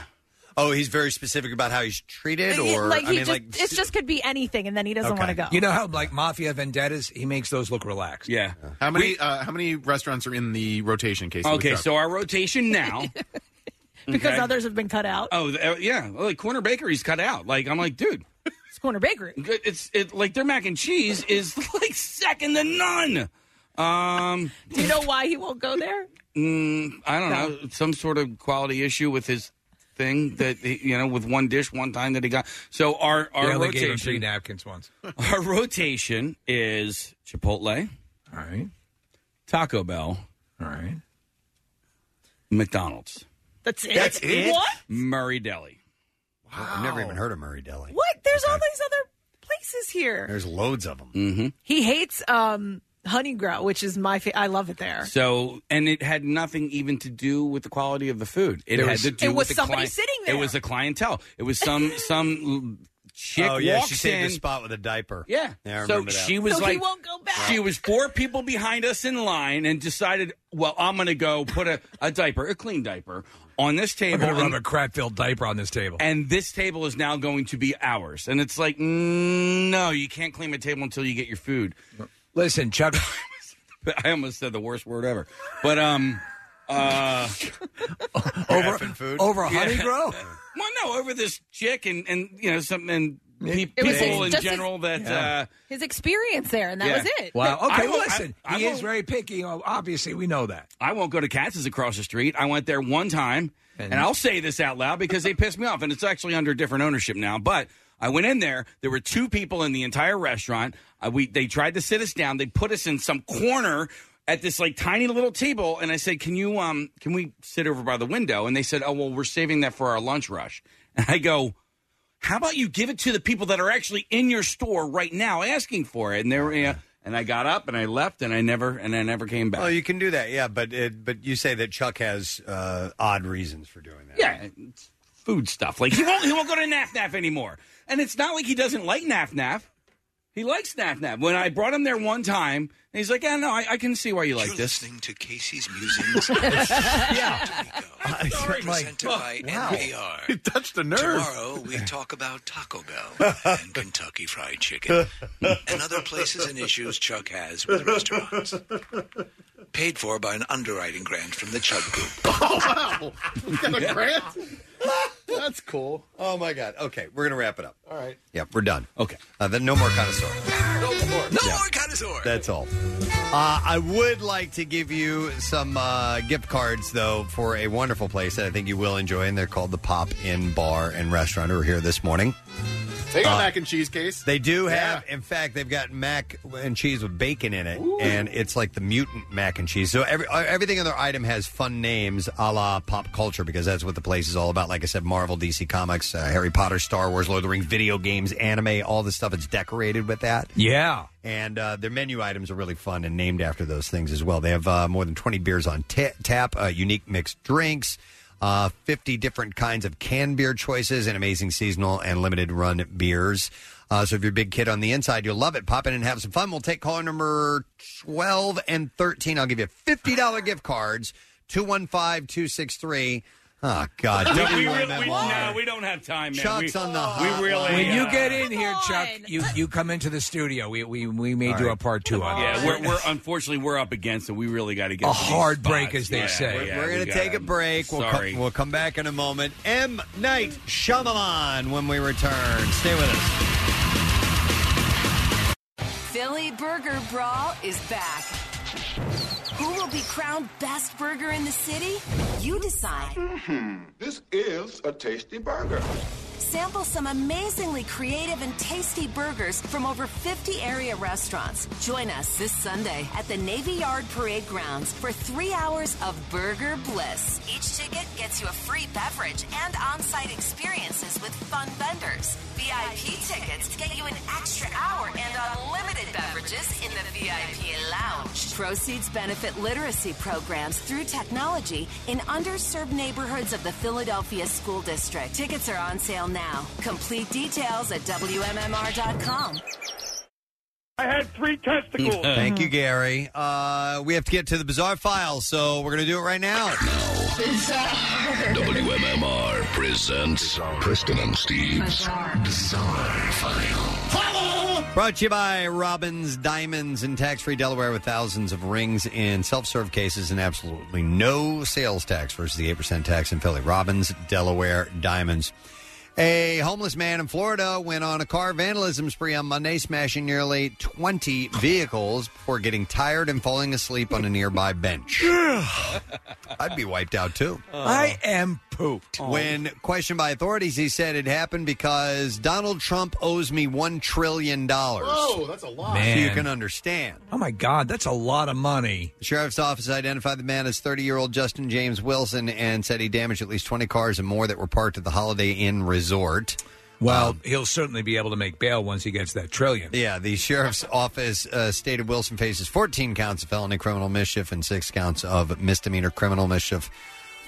S2: Oh, he's very specific about how he's treated, or
S3: like he
S2: I mean,
S3: just,
S2: like
S3: it just could be anything, and then he doesn't want to go.
S5: You know how like Mafia Vendettas, he makes those look relaxed.
S6: Yeah.
S7: How many uh, how many restaurants are in the rotation case?
S6: Okay, so our rotation now.
S3: because
S6: Okay.
S3: others have been cut out.
S6: Oh th- uh, yeah, like Corner Bakery's cut out. Like I'm like, dude,
S3: It's Corner Bakery.
S6: it's it like their mac and cheese is like second to none. Um,
S3: Do you know why he won't go there?
S6: mm, I don't know some sort of quality issue with his thing that he, you know with one dish one time that he got. So our
S5: They
S6: our
S5: only gave him three
S6: rotation
S5: napkins once.
S6: our rotation is Chipotle, all
S5: right,
S6: Taco Bell,
S5: all right,
S6: McDonald's.
S3: That's it.
S6: That's it?
S3: What?
S6: Murray Deli.
S2: Wow. I've never even heard of Murray Deli.
S3: What? There's all these other places here.
S2: There's loads of them.
S6: Mm-hmm.
S3: He hates um, honey grow, which is my favorite. I love it there.
S6: So, and it had nothing even to do with the quality of the food. It
S3: There
S6: had
S3: was-
S6: to do
S3: It was
S6: with the
S3: somebody
S6: client-
S3: sitting there.
S6: It was the clientele. It was some some chick.
S2: oh yeah,
S6: walks
S2: she saved
S6: in.
S2: her spot with a diaper.
S6: Yeah.
S2: yeah I
S6: so
S2: remember that.
S6: she was like,
S3: go
S6: She was four people behind us in line and decided, well, I'm going to go put a, a diaper, a clean diaper, on this
S5: I'm
S6: table.
S5: gonna rub
S6: and,
S5: a crap filled diaper on this table.
S6: and this table is now going to be ours. And it's like, mm, no, you can't claim a table until you get your food.
S5: Listen, Chuck.
S6: I almost said the worst word ever. But, um, uh,
S5: over food? over Honey Grow?
S6: Well, no, over this chick and, and you know, some, and pe-
S3: It was
S6: people
S3: his-
S6: in
S3: just his-
S6: general that,
S5: Yeah.
S6: uh,
S3: His experience there, and that
S6: Yeah.
S3: was it.
S5: Wow. Okay,
S6: I
S5: well,
S6: won't-
S5: listen.
S6: I- I
S5: he is
S6: won't-
S5: very picky. oh, Obviously, we know that.
S6: I won't go to Katz's across the street. I went there one time, and, I'll say this out loud because they pissed me off, and it's actually under different ownership now. But I went in there. There were two people in the entire restaurant. I, we they tried to sit us down. They put us in some corner at this like tiny little table, and I said, "Can you um can we sit over by the window?" And they said, "Oh well, we're saving that for our lunch rush." And I go. How about you give it to the people that are actually in your store right now asking for it? And they were, you know, and I got up and I left and I never and I never came back.
S2: Oh, you can do that, yeah. But it, but you say that Chuck has uh, odd reasons for doing that.
S6: Yeah, it's food stuff. Like he won't he won't go to Naf Naf anymore. And it's not like he doesn't like Naf Naf. He likes Naf Naf. When I brought him there one time, and he's like, "Yeah, no, I, I can see why you like
S9: You're
S6: this."
S9: listening to Casey's Musings.
S6: Sorry.
S9: Presented by NPR.
S7: You touched a nerve.
S9: Tomorrow we talk about Taco Bell and Kentucky Fried Chicken and other places and issues Chuck has with restaurants. Paid for by an underwriting grant from the Chuck Group.
S7: Oh, wow. We got a grant? That's cool.
S2: Oh my God. Okay, we're gonna wrap it up.
S7: All right.
S2: Yep, we're done.
S6: Okay.
S2: Uh, then no more connoisseur.
S9: No more. No
S2: Yeah.
S9: more connoisseur.
S2: That's all. Uh, I would like to give you some uh, gift cards, though, for a wonderful place that I think you will enjoy, and they're called the Pop In Bar and Restaurant. We're here this morning.
S7: They got
S2: Uh,
S7: mac and cheese case.
S2: They do have, in fact, they've got mac and cheese with bacon in it, and it's like the mutant mac and cheese. So every uh, everything on their item has fun names, a la pop culture, because that's what the place is all about. Like I said, Marvel, DC Comics, uh, Harry Potter, Star Wars, Lord of the Rings, video games, anime, all the stuff. It's decorated with that.
S5: Yeah.
S2: And uh, their menu items are really fun and named after those things as well. They have uh, more than 20 beers on ta- tap, uh, unique mixed drinks, uh, 50 different kinds of canned beer choices, and amazing seasonal and limited run beers. Uh, so if you're a big kid on the inside, you'll love it. Pop in and have some fun. We'll take caller number 12 and 13. I'll give you $50 gift cards, 215 263. Oh, God.
S6: we, we
S2: WMMR.
S6: really, we, no, we don't have time, man.
S2: Chuck's
S6: we,
S2: on the hot
S6: We really.
S5: when you
S6: uh,
S5: get in here, Chuck, you, you come into the studio. We we, we may
S6: All
S5: do
S6: right.
S5: a part two on
S6: Yeah,
S5: this.
S6: we're, we're unfortunately we're up against it. We really got to get
S5: A
S6: to these
S5: hard
S6: spots.
S5: break, as they
S6: Yeah,
S5: say.
S6: yeah,
S5: We're
S6: we
S2: We're going to
S6: gotta-
S2: take a break. We'll,
S6: sorry.
S2: Come, we'll come back in a moment. M. Night Shyamalan when we return. Stay with us.
S13: Philly Burger Brawl is back. Who will be crowned best burger in the city? You decide.
S18: Hmm. This is a tasty burger.
S13: Sample some amazingly creative and tasty burgers from over 50 area restaurants. Join us this Sunday at the Navy Yard Parade Grounds for three hours of burger bliss. Each ticket gets you a free beverage and on site experiences with fun vendors. VIP tickets get you an extra hour and unlimited beverages in the VIP lounge. Proceeds benefit literacy programs through technology in underserved neighborhoods of the Philadelphia School District. Tickets are on sale now. Complete details at WMMR.com.
S8: I had three testicles.
S2: Thank you, Gary. Uh, we have to get to the bizarre file, so we're going to do it right now.
S1: WMMR presents Preston and Steve's Bizarre, File.
S2: Brought to you by Robbins Diamonds in tax free Delaware with thousands of rings in self serve cases and absolutely no sales tax versus the 8% tax in Philly. Robbins Delaware Diamonds. A homeless man in Florida went on a car vandalism spree on Monday, smashing nearly 20 vehicles before getting tired and falling asleep on a nearby bench. I'd be wiped out too.
S5: I am pooped.
S2: When questioned by authorities, he said it happened because Donald Trump owes me $1 trillion.
S7: Whoa, that's a lot.
S2: So you can understand.
S5: Oh my God, that's a lot of money.
S2: The sheriff's office identified the man as 30 year old Justin James Wilson and said he damaged at least 20 cars and more that were parked at the Holiday Inn Resort. Um,
S5: Well, he'll certainly be able to make bail once he gets that trillion.
S2: Yeah, the sheriff's office uh, stated Wilson faces 14 counts of felony criminal mischief and six counts of misdemeanor criminal mischief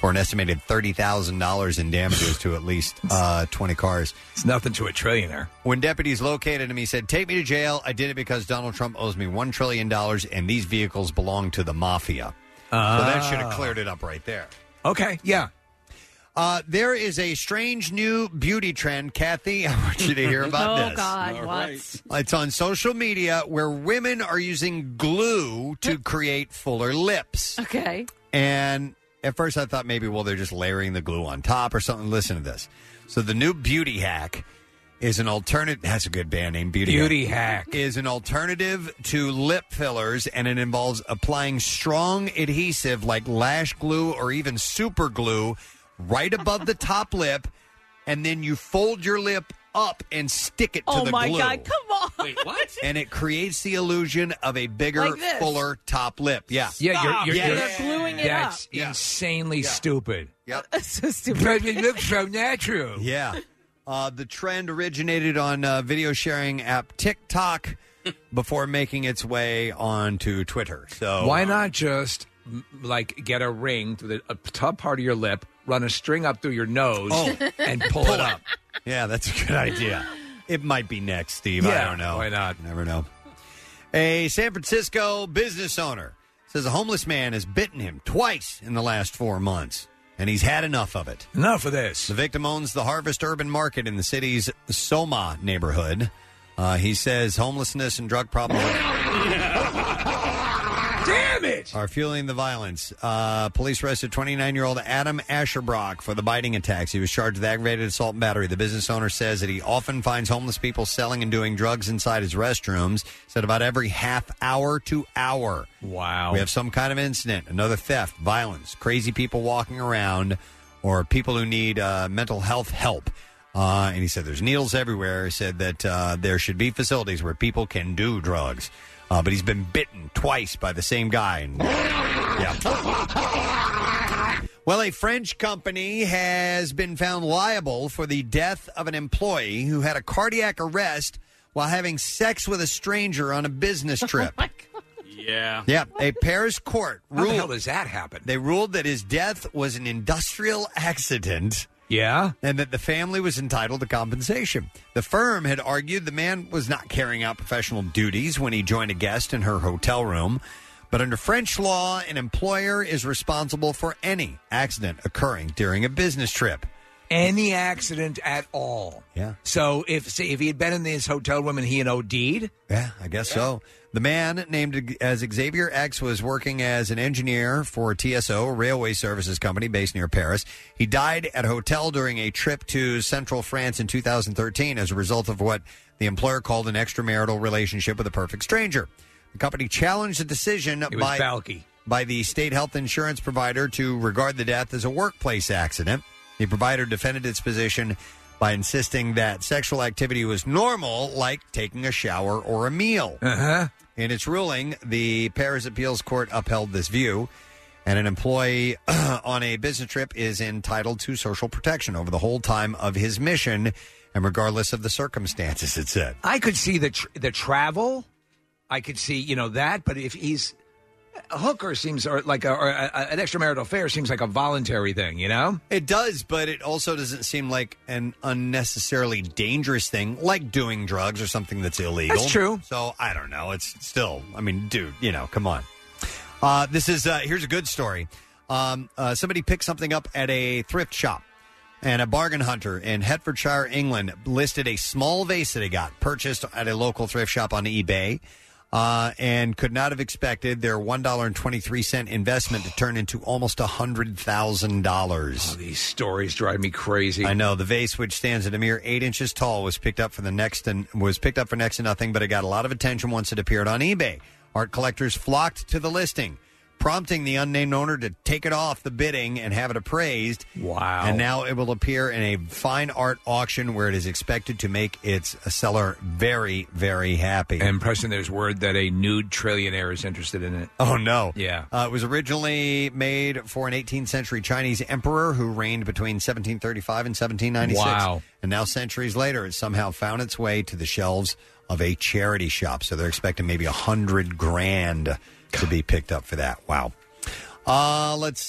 S2: for an estimated $30,000 in damages to at least uh, 20 cars.
S5: It's nothing to a trillionaire.
S2: When deputies located him, he said, Take me to jail. I did it because Donald Trump owes me $1 trillion, and these vehicles belong to the mafia. so that should have cleared it up right there.
S5: Ah, Okay, yeah.
S2: Uh, there is a strange new beauty trend, Kathy. I want you to hear about
S3: oh,
S2: this.
S3: God, what?
S2: It's on social media where women are using glue to create fuller lips.
S3: Okay.
S2: And at first I thought maybe, well, they're just layering the glue on top or something. Listen to this. So the new beauty hack is an alternative. That's a good band name, Beauty
S5: Beauty hack.
S2: Is an alternative to lip fillers, and it involves applying strong adhesive like lash glue or even super glue right above the top lip, and then you fold your lip up and stick it to
S3: Oh
S2: the
S3: my
S2: glue
S3: God! Come on. Wait, what?
S2: and it creates the illusion of a bigger,
S3: Like this.
S2: fuller top lip. Yeah,
S5: Yeah, you're, you're, you're-
S2: Yes.
S5: that's insanely stupid.
S2: Yep.
S3: so stupid.
S5: But it looks so natural.
S2: Yeah. Uh, the trend originated on uh, video sharing app TikTok before making its way onto Twitter. So um,
S5: Why not just m- like get a ring to the uh, top part of your lip, run a string up through your nose,
S2: Oh.
S5: and pull,
S2: Pull
S5: it up?
S2: Yeah, that's a good idea. It might be next, Steve. I
S5: Yeah,
S2: don't know.
S5: why
S2: not? Never know. A San Francisco business owner says a homeless man has bitten him twice in the last four months, and he's had enough of it.
S5: Enough of this.
S2: The victim owns the Harvest Urban Market in the city's Soma neighborhood. Uh, he says homelessness and drug problems. Damn it! Are fueling the violence. Uh, police arrested 29 year old Adam Asherbrock for the biting attacks. He was charged with aggravated assault and battery. The business owner says that he often finds homeless people selling and doing drugs inside his restrooms. Said about every half hour to hour.
S5: Wow.
S2: We have some kind of incident, another theft, violence, crazy people walking around, or people who need uh, mental health help. Uh, and he said there's needles everywhere. He said that uh, there should be facilities where people can do drugs. Uh, but he's been bitten twice by the same guy. And, yeah. Well, a French company has been found liable for the death of an employee who had a cardiac arrest while having sex with a stranger on a
S5: Oh
S2: business trip.
S6: Yeah.
S2: Yeah, a Paris court
S5: How
S2: ruled.
S5: the hell does that happen?
S2: They ruled that his death was an industrial accident.
S5: Yeah.
S2: And that the family was entitled to compensation. The firm had argued the man was not carrying out professional duties when he joined a guest in her hotel room. But under French law, an employer is responsible for any accident occurring during a business trip.
S5: Any accident at all.
S2: Yeah.
S5: So if say, if he had been in his hotel room and he had OD'd,
S2: Yeah, I guess so. The man named as Xavier X was working as an engineer for TSO, a railway services company based near Paris. He died at a hotel during a trip to central France in 2013 as a result of what the employer called an extramarital relationship with a perfect stranger. The company challenged the decision
S5: it was
S2: by
S5: Balky.
S2: by the state health insurance provider to regard the death as a workplace accident. The provider defended its position by insisting that sexual activity was normal, like taking a shower or a meal.
S5: Uh-huh.
S2: In its ruling, the Paris Appeals Court upheld this view, and an employee on a business trip is entitled to social protection over the whole time of his mission and regardless of the circumstances, it said.
S5: I could see the tr- the travel. I could see you know that, but if he's a hooker seems or like a, or a, a- an extramarital affair seems like a voluntary thing, you know.
S2: It does, but it also doesn't seem like an unnecessarily dangerous thing, like doing drugs or something that's illegal.
S5: That's true.
S2: So I don't know. It's still, I mean, dude, you know, come on. Uh, this is uh, here's a good story. Um, uh, somebody picked something up at a thrift shop, and a bargain hunter in Hertfordshire, England, listed a small vase that he got purchased at a local thrift shop on eBay. Uh, and could not have expected their one dollar and twenty three cent investment to turn into almost a hundred thousand dollars.
S5: Oh, These stories drive me crazy.
S2: I know the vase, which stands at a mere eight inches tall, was picked up for the next and was picked up for next to nothing, but it got a lot of attention once it appeared on eBay. Art collectors flocked to the listing. prompting the unnamed owner to take it off the bidding and have it appraised.
S5: Wow.
S2: And now it will appear in a fine art auction where it is expected to make its seller very, very happy.
S5: And Preston, there's word that a nude trillionaire is interested in it.
S2: Oh, no.
S5: Yeah.
S2: Uh, it was originally made for an 18th century Chinese emperor who reigned between 1735 and 1796.
S5: Wow.
S2: And now, centuries later, it somehow found its way to the shelves of a charity shop. So they're expecting maybe a hundred grand to be picked up for that. Wow. Uh, let's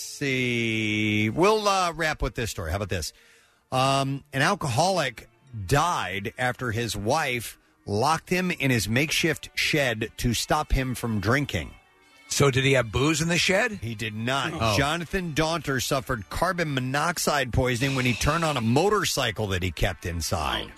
S2: see. We'll uh, wrap with this story. How about this? Um, an alcoholic died after his wife locked him in his makeshift shed to stop him from drinking.
S5: So did he have booze in the shed?
S2: He did not.
S5: Oh.
S2: Jonathan Daunter suffered carbon monoxide poisoning when he turned on a motorcycle that he kept inside.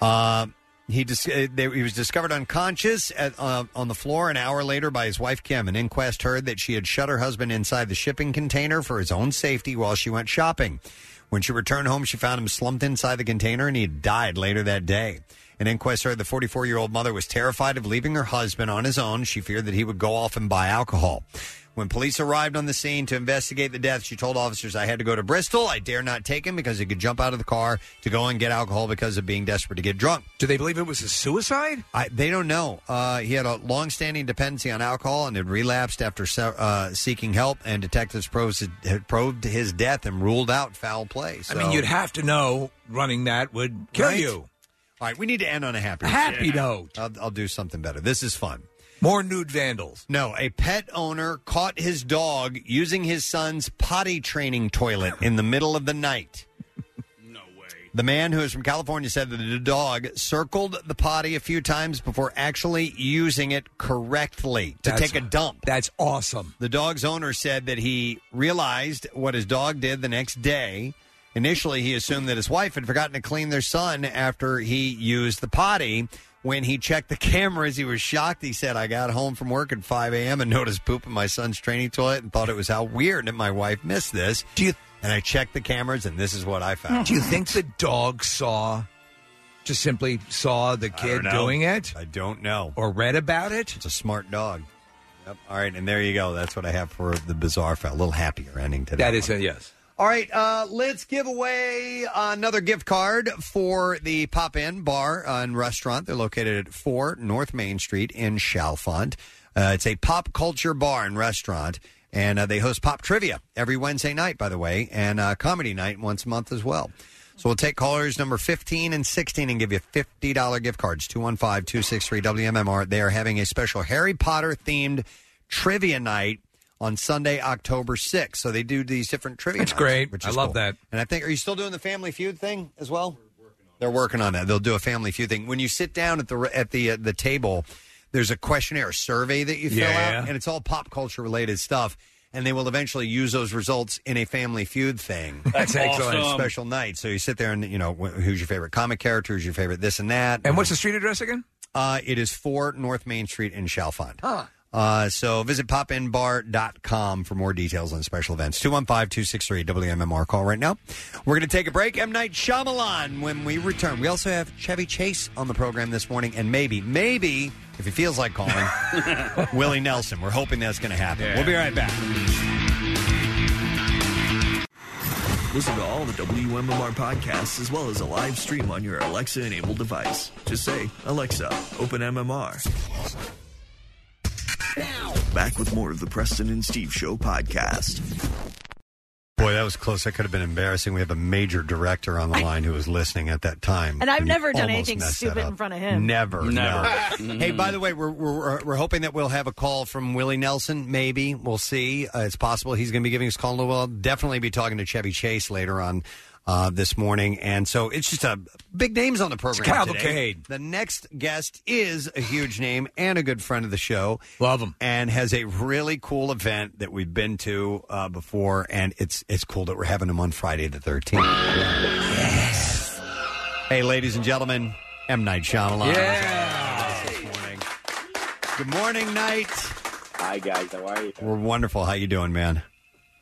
S2: Uh, he, dis- uh, they, he was discovered unconscious at, uh, on the floor an hour later by his wife Kim. An inquest heard that she had shut her husband inside the shipping container for his own safety while she went shopping. When she returned home, she found him slumped inside the container and he had died later that day. An inquest heard the 44 year old mother was terrified of leaving her husband on his own. She feared that he would go off and buy alcohol. When police arrived on the scene to investigate the death, she told officers, I had to go to Bristol. I dare not take him because he could jump out of the car to go and get alcohol because of being desperate to get drunk.
S5: Do they believe it was a suicide?
S2: I, they don't know. Uh, he had a long-standing dependency on alcohol and had relapsed after se- uh, seeking help, and detectives pros- had probed his death and ruled out foul play.
S5: I mean,
S2: Uh, So-
S5: you'd have to know running that would kill
S2: Right?
S5: you.
S2: All right, we need to end on a happy
S5: Happy note.
S2: I'll, I'll do something better. This is fun.
S5: More nude vandals.
S2: No, a pet owner caught his dog using his son's potty training toilet in the middle of the night. No way. The man who is from California said that the dog circled the potty a few times before actually using it correctly to
S5: That's-
S2: take a dump.
S5: That's awesome.
S2: The dog's owner said that he realized what his dog did the next day. Initially, he assumed that his wife had forgotten to clean their son after he used the potty. When he checked the cameras, he was shocked. He said, I got home from work at 5 a.m. and noticed poop in my son's training toilet and thought it was how weird that my wife missed this. Do you- and I checked the cameras, and this is what I found.
S5: Do you think the dog saw, just simply saw the kid
S2: know.
S5: doing it?
S2: I don't know.
S5: Or read about it?
S2: It's a smart dog. Yep. All right, and there you go. That's what I have for the bizarre file. A little happier ending today.
S5: That is a yes.
S2: All right, uh, let's give away another gift card for the Pop In Bar and Restaurant. They're located at 4 North Main Street in Chalfont. Uh, it's a pop culture bar and restaurant, and uh, they host pop trivia every Wednesday night, by the way, and uh, comedy night once a month as well. So we'll take callers number 15 and 16 and give you $50 gift cards, 215 263 WMMR. They are having a special Harry Potter themed trivia night on Sunday, October 6th. So they do these different trivia
S5: That's
S2: nights,
S5: great.
S2: which
S5: I
S2: is
S5: love
S2: cool.
S5: that.
S2: And I think, are you still doing the Family Feud thing as well? They're working on that. They'll do a Family Feud thing. When you sit down at the at the uh, the table, there's a questionnaire, a survey that you fill
S5: Yeah.
S2: out, and it's all pop culture related stuff. And they will eventually use those results in a Family Feud thing.
S5: That's excellent.
S2: It's a Special night. So you sit there and you know wh- who's your favorite comic character, who's your favorite this and that.
S5: And what's the street address again?
S2: Uh, it is four North Main Street in Chalfont. Uh, so visit popinbar.com for more details on special events. 215-263-WMMR. Call right now. We're going to take a break. M. Night Shyamalan when we return. We also have Chevy Chase on the program this morning. And maybe, maybe, if he feels like calling, Willie Nelson. We're hoping that's going to happen. We'll be right back.
S14: Listen to all the WMMR podcasts as well as a live stream on your Alexa enabled device. Just say, Alexa, open MMR. Back with more of the Preston and Steve Show podcast.
S2: Boy, that was close. That could have been embarrassing. We have a major director on the line who was listening at that time.
S3: And I've
S2: We
S3: never done
S2: almost
S3: anything
S2: messed that
S3: stupid
S2: up.
S3: in front of him.
S2: Never,
S3: Never.
S2: no. hey, by the way, we're, we're we're hoping that we'll have a call from Willie Nelson. Maybe we'll see. Uh, it's possible he's going to be giving us a call. We'll definitely be talking to Chevy Chase later on uh, this morning. And so it's just a big names on the program. today.
S5: cavalcade.
S2: The next guest is a huge name and a good friend of the show. Love him and has a really cool event that we've been to uh, before, and it's it's cool that we're having him on Friday the thirteenth. Yes. Hey, ladies and gentlemen, M Night Shyamalan. Good morning, night.
S19: Hi guys, how are you?
S2: We're wonderful. How you doing, man?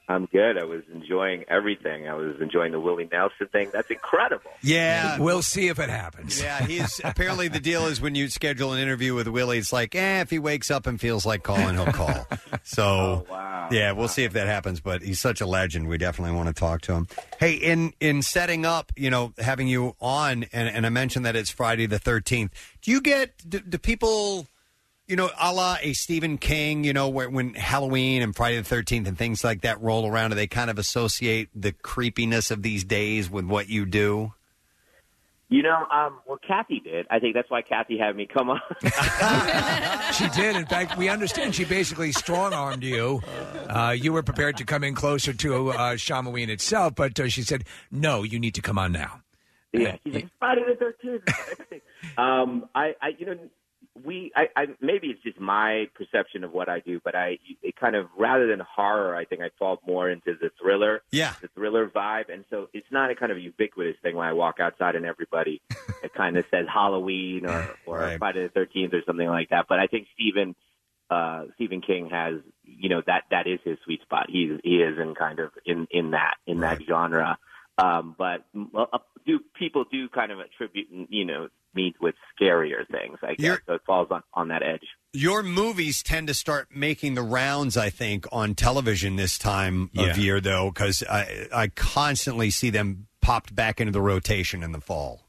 S19: I'm good. I was enjoying everything. I was enjoying the Willie Nelson thing. That's incredible.
S2: Yeah.
S5: We'll see if it happens.
S2: Yeah, he's apparently the deal is when you schedule an interview with Willie, it's like, eh, if he wakes up and feels like calling, he'll call. So, yeah, we'll see if that happens. But he's such a legend. We definitely want to talk to him. Hey, in in setting up, you know, having you on, and, and I mentioned that it's Friday the thirteenth. Do you get do, do people? You know, a la a Stephen King, you know, where, when Halloween and Friday the 13th and things like that roll around, do they kind of associate the creepiness of these days with what you do?
S19: You know, um, well, Kathy did. I think that's why Kathy had me come on.
S5: She did. In fact, we understand she basically strong armed you. Uh, you were prepared to come in closer to uh, Shamoween itself, but uh, she said, no, you need to come on now.
S19: Yeah, she's like, Friday the Thirteenth. um, I, I, you know, we, I, I, maybe it's just my perception of what I do, but I, it kind of rather than horror, I think I fall more into the thriller,
S2: yeah,
S19: the thriller vibe, and so it's not a kind of ubiquitous thing when I walk outside and everybody, it kind of says Halloween or or Friday the Thirteenth or something like that. But I think Stephen, uh, Stephen King has, you know, that that is his sweet spot. He's he is in kind of in in that in that genre. Um, but m- uh, do people do kind of attribute, you know, me with scarier things? I guess so. It falls on on that edge.
S2: Your movies tend to start making the rounds, I think, on television this time
S19: Yeah.
S2: of year, though, because I, I constantly see them popped back into the rotation in the fall.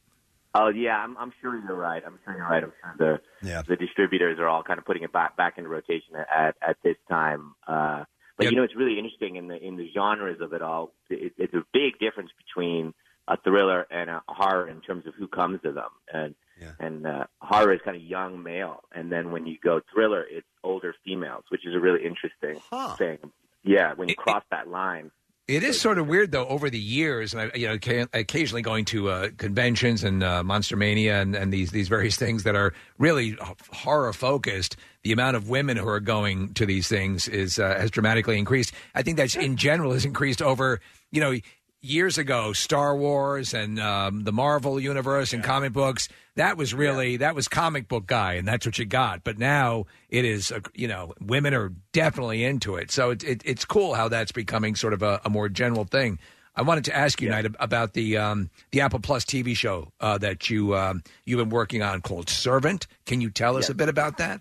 S19: Oh yeah, I'm, I'm sure you're right. I'm sure you're right. I'm sure the
S2: Yeah.
S19: the distributors are all kind of putting it back back into rotation at at this time. Uh, but you know, it's really interesting in the in the genres of it all. It, it's a big difference between a thriller and a horror in terms of who comes to them, and and uh, horror is kind of young male, and then when you go thriller, it's older females, which is a really interesting
S5: Huh.
S19: thing. Yeah, when you cross that line.
S5: It is sort of weird, though, over the years, and I, you know, ca- occasionally going to uh, conventions and uh, Monster Mania and, and these these various things that are really horror focused. The amount of women who are going to these things is uh, has dramatically increased. I think that's in general has increased over you know years ago. Star Wars and um, the Marvel universe and comic books that was really that was comic book guy, and that's what you got. But now it is uh, you know women are definitely into it. So it, it, it's cool how that's becoming sort of a, a more general thing. I wanted to ask you, Knight, ab- about the um, the Apple Plus TV show uh, that you um, you've been working on called Servant. Can you tell us a bit about that?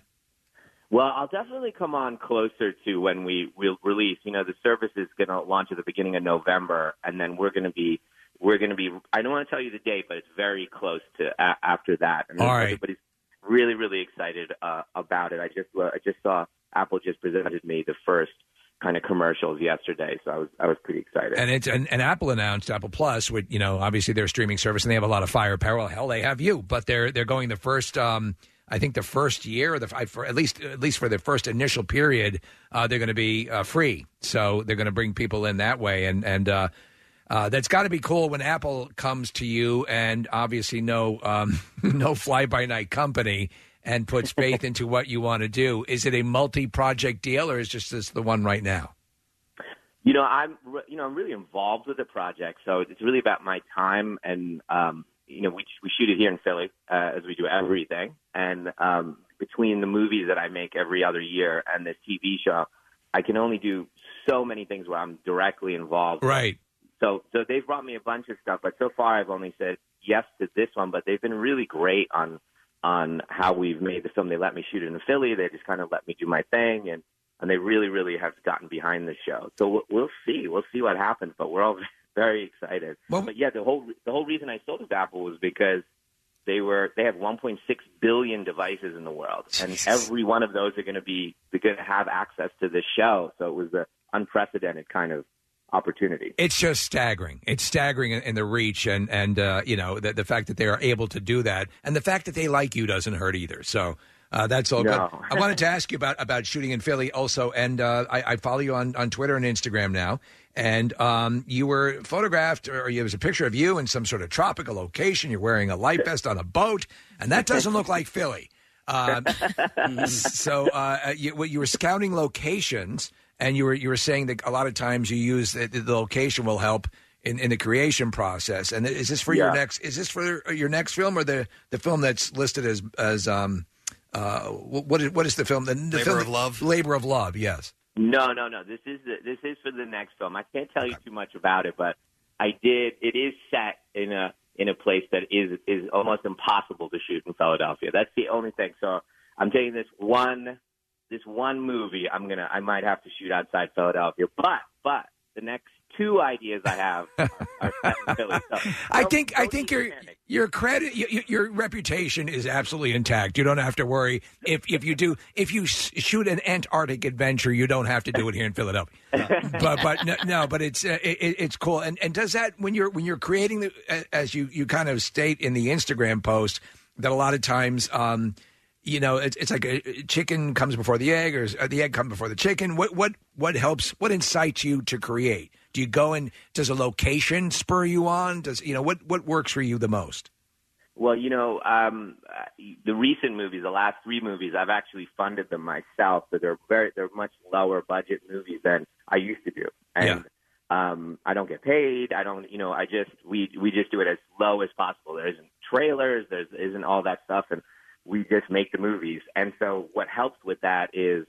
S19: Well, I'll definitely come on closer to when we will release. You know, the service is going to launch at the beginning of November, and then we're going to be we're going to be. I don't want to tell you the date, but it's very close to a after that. And
S5: All right.
S19: everybody's really really excited uh, about it. I just I just saw Apple just presented me the first kind of commercials yesterday, so I was I was pretty excited.
S5: And it's and, and Apple announced Apple Plus, would you know, obviously their streaming service, and they have a lot of firepower. Well, hell, they have you, but they're they're going the first. Um, I think the first year, or the I- for at least at least for the first initial period, uh, they're going to be uh, free. So they're going to bring people in that way, and and uh, uh, that's got to be cool when Apple comes to you, and obviously no um, no fly by night company, and puts faith into what you want to do. Is it a multi project deal, or is just this the one right now?
S19: You know, I'm re- you know I'm really involved with the project, so it's really about my time and um, you know we we shoot it here in Philly uh, as we do everything, and um, between the movies that I make every other year and this TV show, I can only do so many things where I'm directly involved.
S5: Right.
S19: So so they've brought me a bunch of stuff, but so far I've only said yes to this one. But they've been really great on on how we've made the film. They let me shoot it in Philly. They just kind of let me do my thing, and and they really really have gotten behind the show. So we'll, we'll see we'll see what happens, but we're all very excited. but yeah, the whole the whole reason I sold it to Apple was because they were they have 1.6 billion devices in the world, and every one of those are going to be they're going to have access to this show. So it was an unprecedented kind of opportunity.
S5: It's just staggering. It's staggering in, in the reach and and uh, you know the, the fact that they are able to do that, and the fact that they like you doesn't hurt either. So uh, that's all good.
S19: No.
S5: I wanted to ask you about about shooting in Philly also, and uh, I, I follow you on on Twitter and Instagram now, and um, you were photographed, or there was a picture of you in some sort of tropical location. You're wearing a light vest on a boat, and that doesn't look like Philly. Um, so uh, you, well, you were scouting locations, and you were you were saying that a lot of times you use the, the location will help in, in the creation process. And is this for your
S19: Yeah.
S5: next? Is this for your next film or the, the film that's listed as as um uh wh- what is what is the film the, the
S2: Labor
S5: film
S2: of Love?
S5: Labor of Love. Yes.
S19: No, no, no. This is the, this is for the next film. I can't tell you too much about it, but I did. It is set in a in a place that is is almost impossible to shoot in Philadelphia. That's the only thing. So I'm taking this one this one movie. I'm gonna I might have to shoot outside Philadelphia, but but the next two ideas I have are, are set in Philly. So,
S5: I think I think your your credit your, your reputation is absolutely intact. You don't have to worry if if you do if you s- shoot an Antarctic adventure, you don't have to do it here in Philadelphia. but but no, no but it's uh, it, it- it's cool. And and does that when you're when you're creating the a- as you you kind of state in the Instagram post that a lot of times. um you know, it's, it's like a chicken comes before the egg, or the egg comes before the chicken. What what what helps? What incites you to create? Do you go and does a location spur you on? Does you know what what works for you the most?
S19: Well, you know, um, uh, the recent movies, the last three movies, I've actually funded them myself, so they're very they're much lower budget movies than I used to do, and um, I don't get paid. I don't, you know, I just we we just do it as low as possible. There isn't trailers, there isn't all that stuff, and we just make the movies. And so, what helps with that is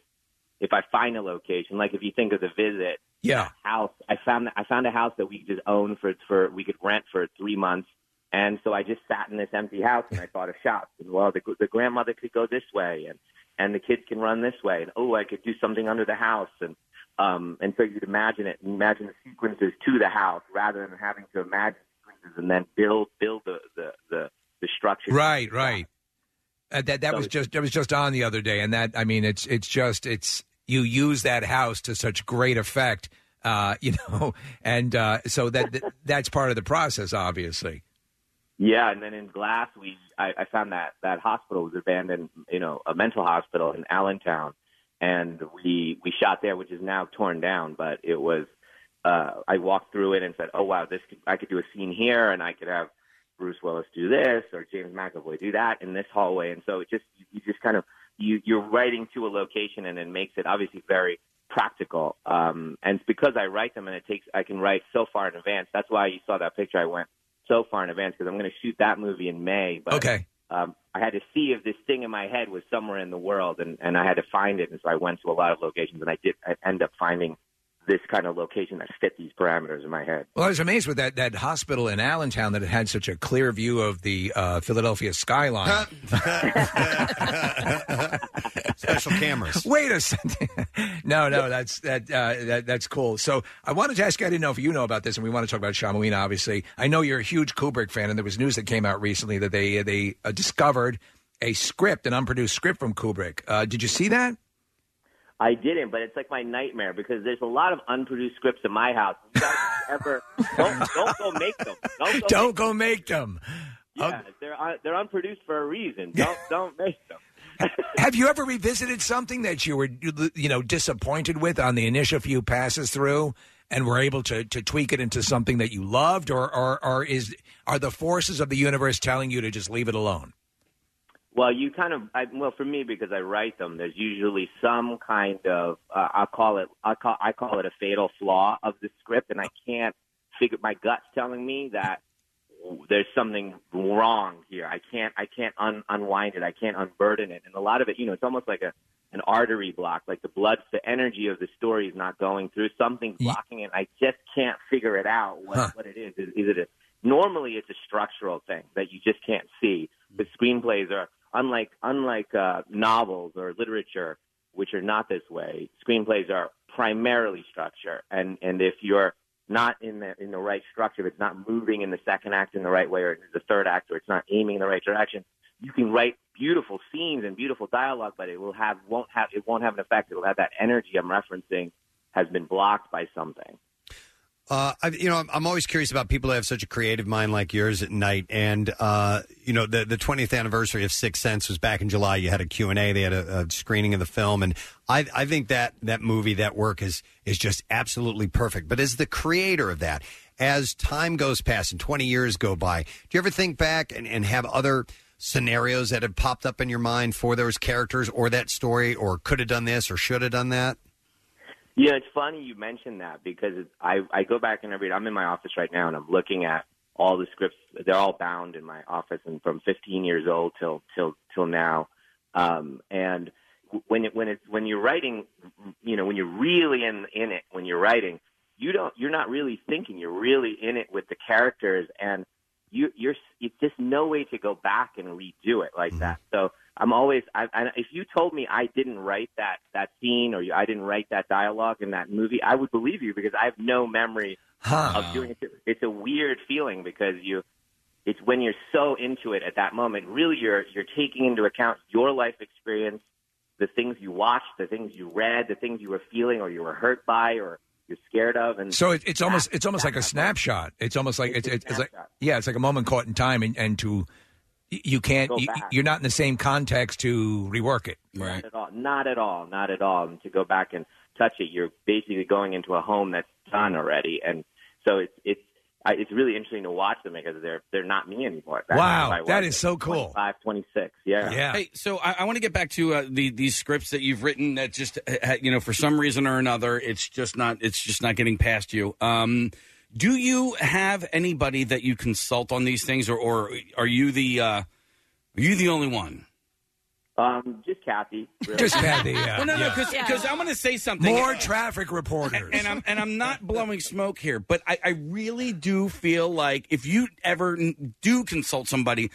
S19: if I find a location, like if you think of the visit,
S5: Yeah.
S19: house. I found I found a house that we could just own for for we could rent for three months. And so I just sat in this empty house and I thought of shops. And well, the the grandmother could go this way, and and the kids can run this way, and oh, I could do something under the house, and um, and so you'd imagine it, imagine the sequences to the house rather than having to imagine sequences and then build build the the the, the structure.
S5: Right, right. Uh, that that
S19: So
S5: was
S19: it's-
S5: just that was just on the other day, and that I mean, it's it's just it's you use that house to such great effect, uh, you know, and uh, so that that- that's part of the process, obviously.
S19: Yeah, and then in Glass, we I, I found that that hospital was abandoned, you know, a mental hospital in Allentown, and we we shot there, which is now torn down, but it was. Uh, I walked through it and said, "Oh wow, this could, I could do a scene here, and I could have Bruce Willis do this or James McAvoy do that in this hallway." And so it just you, you just kind of you you're writing to a location, and it makes it obviously very practical. Um, and it's because I write them, and it takes I can write so far in advance. That's why you saw that picture. I went so far in advance because I'm going to shoot that movie in May. But
S5: okay.
S19: um, I had to see if this thing in my head was somewhere in the world, and, and I had to find it. And so I went to a lot of locations, and I did I end up finding this kind of location that fit these parameters in my head.
S5: Well, I was amazed with that that hospital in Allentown that it had such a clear view of the uh, Philadelphia skyline.
S2: Special cameras.
S5: Wait a second. no, no, that's that, uh, that that's cool. So I wanted to ask you. I didn't know if you know about this, and we want to talk about Shyamalan. Obviously, I know you're a huge Kubrick fan, and there was news that came out recently that they they uh, discovered a script, an unproduced script from Kubrick. Uh, did you see that?
S19: I didn't, but it's like my nightmare because there's a lot of unproduced scripts in my house. You guys ever don't, don't go make them. Don't go,
S5: Don't go make them.
S19: Yeah, they're un- they're unproduced for a reason. Don't don't make them.
S5: Have you ever revisited something that you were you know disappointed with on the initial few passes through? And were able to, to tweak it into something that you loved, or, or or is are the forces of the universe telling you to just leave it alone?
S19: Well, you kind of I, well for me because I write them. There's usually some kind of uh, I call it I call I call it a fatal flaw of the script, and I can't figure. My gut's telling me that there's something wrong here. I can't I can't un, unwind it. I can't unburden it. And a lot of it, you know, it's almost like a an artery block. Like the blood, the energy of the story is not going through. Something's blocking it. I just can't figure it out. What what it is? Is, is it a normally it's a structural thing that you just can't see. The screenplays are unlike unlike uh, novels or literature, which are not this way. Screenplays are primarily structure, and and if you're not in the in the right structure, if it's not moving in the second act in the right way, or the third act, or it's not aiming in the right direction, you can write beautiful scenes and beautiful dialogue, but it will have won't have it won't have an effect. It will have that energy I'm referencing has been blocked by something.
S2: Uh, I, you know, I'm, I'm always curious about people that have such a creative mind like yours at night. And uh, you know, the the 20th anniversary of Sixth Sense was back in July. You had a Q and A. They had a, a screening of the film, and I I think that that movie, that work is is just absolutely perfect. But as the creator of that, as time goes past and 20 years go by, do you ever think back and, and have other scenarios that have popped up in your mind for those characters or that story, or could have done this or should have done that?
S19: You know, it's funny you mentioned that because it's, I, I go back and I read. I'm in my office right now and I'm looking at all the scripts. They're all bound in my office and from 15 years old till till till now. Um, and when it, when it's when you're writing, you know, when you're really in in it when you're writing, you don't you're not really thinking. You're really in it with the characters, and you you're it's just no way to go back and redo it like that. So I'm always I, I if you told me I didn't write that that scene or you, I didn't write that dialogue in that movie, I would believe you because I have no memory
S5: Huh.
S19: of doing it. It's a weird feeling because you it's when you're so into it at that moment. Really, you're you're taking into account your life experience, the things you watched, the things you read, the things you were feeling or you were hurt by or you're scared of. And
S5: So it, it's almost it's almost like a snapshot. It's almost like it's, it's, it's like yeah, it's like a moment caught in time, and, and to y- you can't
S19: Go
S5: you,
S19: back.
S5: you're not in the same context to rework it.
S19: Not at all. Not at all. Not at all. And to go back and touch it, you're basically going into a home that's done already. And so it's it's I, it's really interesting to watch them because they're they're not me anymore.
S6: Wow,
S19: that is so cool. Five twenty six. Yeah.
S6: Hey, so I, I want to get back to uh, the these scripts that you've written that just uh, uh, you know for some reason or another it's just not it's just not getting past you. Um, do you have anybody that you consult on these things, or, or are you the uh, are you the only one?
S19: Um, just Kathy. Really.
S6: Just Kathy, yeah. Well, no, no, 'cause-
S19: Yeah.
S6: 'cause I'm going to say something.
S5: More traffic reporters.
S6: and I'm and I'm not blowing smoke here, but I, I really do feel like if you ever n- do consult somebody,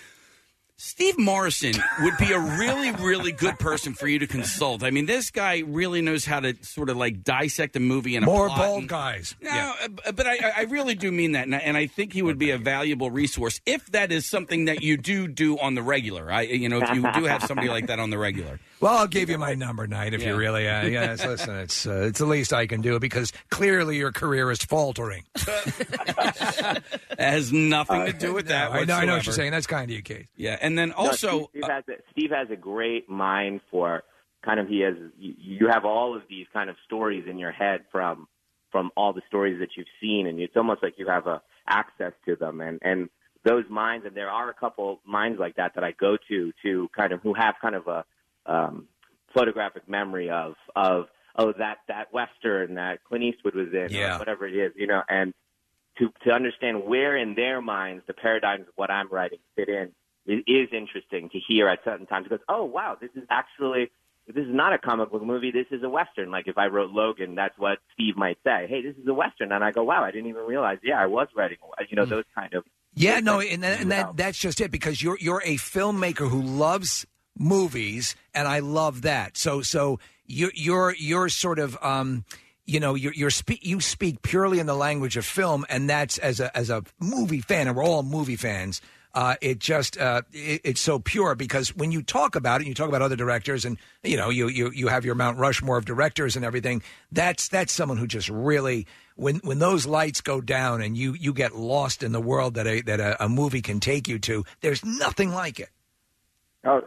S6: Steve Morrison would be a really really good person for you to consult. I mean, this guy really knows how to sort of like dissect a movie and
S5: More
S6: a plot
S5: bald
S6: and-
S5: guys.
S6: No, uh, but I, I- I really do mean that, and I, and I think he would be a valuable resource if that is something that you do do on the regular. I, you know, if you do have somebody like that on the regular.
S5: Well, I'll give you my number, Knight, if
S6: Yeah.
S5: you really. Uh, yes, listen, it's uh, it's the least I can do because clearly your career is faltering.
S6: That has nothing
S5: Uh,
S6: to do with that.
S5: I know, I know what
S6: whatsoever.
S5: you're saying. That's kind of you, Kate.
S6: Yeah, and then
S19: No,
S6: also uh,
S19: Steve, Steve has a, Steve has a great mind for kind of he has you, you have all of these kind of stories in your head from from all the stories that you've seen, and it's almost like you have a access to them, and and those minds, and there are a couple minds like that that I go to to kind of who have kind of a um, photographic memory of of oh that that western that Clint Eastwood was in
S5: Yeah.
S19: or whatever it is, you know, and to to understand where in their minds the paradigms of what I'm writing fit in it is interesting to hear at certain times because oh wow this is actually this is not a comic book movie this is a western like if I wrote Logan that's what Steve might say hey this is a western and I go wow I didn't even realize yeah I was writing you know those kind of
S5: Yeah, no, and, that, and that that's just it because you're you're a filmmaker who loves movies, and I love that. So so you're you're you're sort of um, you know you're you're spe- you speak purely in the language of film, and that's as a as a movie fan, and we're all movie fans. Uh, it just uh, it, it's so pure because when you talk about it, you talk about other directors, and you know you you you have your Mount Rushmore of directors and everything. That's that's someone who just really when when those lights go down and you you get lost in the world that a that a, a movie can take you to. There's nothing like it.
S19: Oh,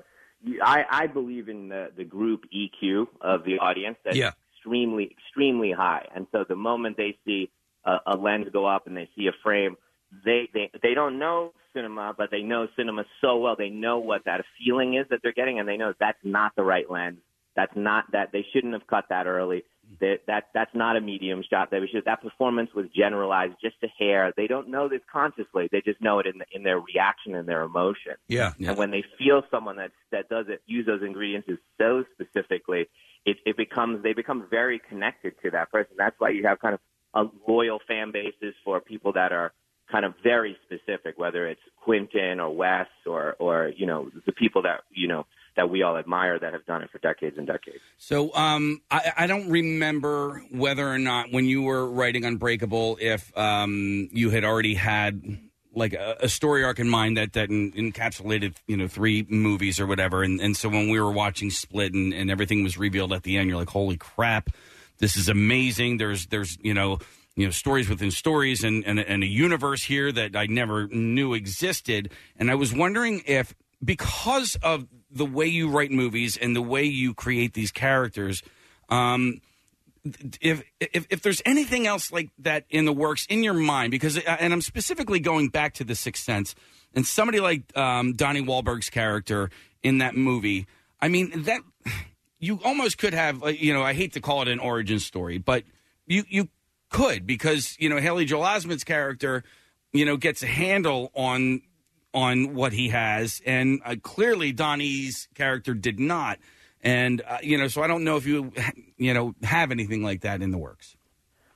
S19: you- I, I believe in the, the group EQ of the audience that's
S5: Yeah.
S19: extremely, extremely high. And so the moment they see a, a lens go up and they see a frame, they, they, they don't know cinema, but they know cinema so well. They know what that feeling is that they're getting, and they know that's not the right lens. That's not that they shouldn't have cut that early. That, that that's not a medium shot. That we should, that performance was generalized just a hair. They don't know this consciously. They just know it in the, in their reaction and their emotion.
S5: Yeah.
S19: And when they feel someone that that does it, use those ingredients is so specifically, it, it becomes they become very connected to that person. That's why you have kind of a loyal fan bases for people that are kind of very specific, whether it's Quentin or Wes or or you know the people that you know that we all admire that have done it for decades and decades.
S6: So um, I, I don't remember whether or not when you were writing Unbreakable, if um, you had already had like a, a story arc in mind that that en- encapsulated you know three movies or whatever. And, and so when we were watching Split and, and everything was revealed at the end, you're like, holy crap, this is amazing. There's there's you know you know stories within stories and and, and a universe here that I never knew existed. And I was wondering if because of the way you write movies and the way you create these characters, um, if, if if there's anything else like that in the works in your mind, because uh, and I'm specifically going back to The Sixth Sense and somebody like um, Donnie Wahlberg's character in that movie. I mean that you almost could have, uh, you know, I hate to call it an origin story, but you you could because you know Haley Joel Osment's character, you know, gets a handle on on what he has, and uh, clearly Donnie's character did not. And uh, you know, so I don't know if you you know have anything like that in the works.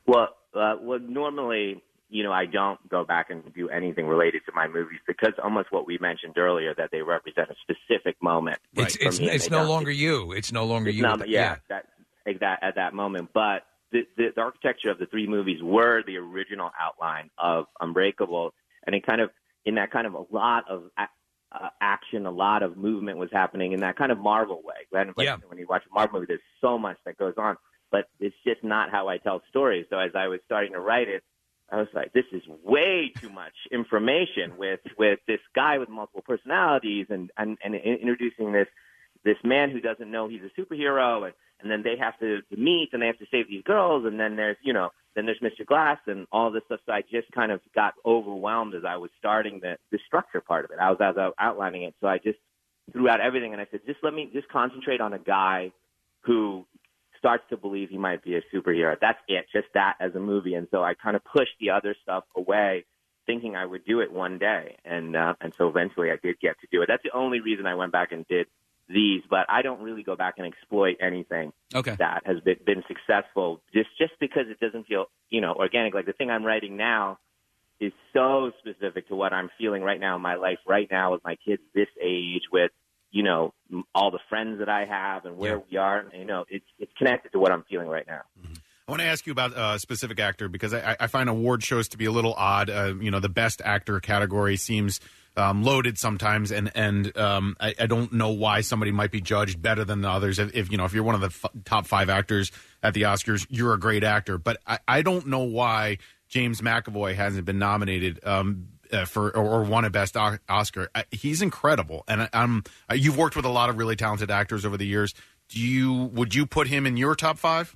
S19: Well, uh, well, normally, you know, I don't go back and do anything related to my movies because almost what we mentioned earlier that they represent a specific moment.
S5: It's
S19: for
S5: it's,
S19: me, and
S5: it's
S19: they
S5: no
S19: don't.
S5: longer you. It's no longer
S19: It's
S5: you.
S19: not- yeah, that like that at that moment. But the, the the architecture of the three movies were the original outline of Unbreakable, and it kind of in that kind of a lot of. a- Uh, action, a lot of movement was happening in that kind of Marvel way. When, like,
S5: Yeah.
S19: when you watch a Marvel movie, there's so much that goes on, but it's just not how I tell stories. So as I was starting to write it, I was like, this is way too much information with with this guy with multiple personalities and and, and in- introducing this this man who doesn't know he's a superhero and and then they have to meet and they have to save these girls and then there's you know then there's Mr. Glass and all this stuff. So I just kind of got overwhelmed as I was starting the the structure part of it. I was as I was outlining it, so I just threw out everything and I said, just let me just concentrate on a guy who starts to believe he might be a superhero. That's it, just that as a movie. And so I kind of pushed the other stuff away, thinking I would do it one day. And uh, and so eventually I did get to do it. That's the only reason I went back and did these. But I don't really go back and exploit anything
S6: Okay.
S19: that has been, been successful just just because it doesn't feel you know organic. Like the thing I'm writing now is so specific to what I'm feeling right now in my life right now with my kids this age with you know m- all the friends that I have and where we are. You know, it's it's connected to what I'm feeling right now.
S7: I want to ask you about uh, a specific actor because I, I- I find award shows to be a little odd. Uh, you know, the best actor category seems um, loaded sometimes, and and um, I, I don't know why somebody might be judged better than the others. If, if you know, if you're one of the f- top five actors at the Oscars, you're a great actor. But I, I don't know why James McAvoy hasn't been nominated. Um, uh, for or, or won a best o- Oscar, I, he's incredible, and I, I'm. uh, You've worked with a lot of really talented actors over the years. Do you would you put him in your top five?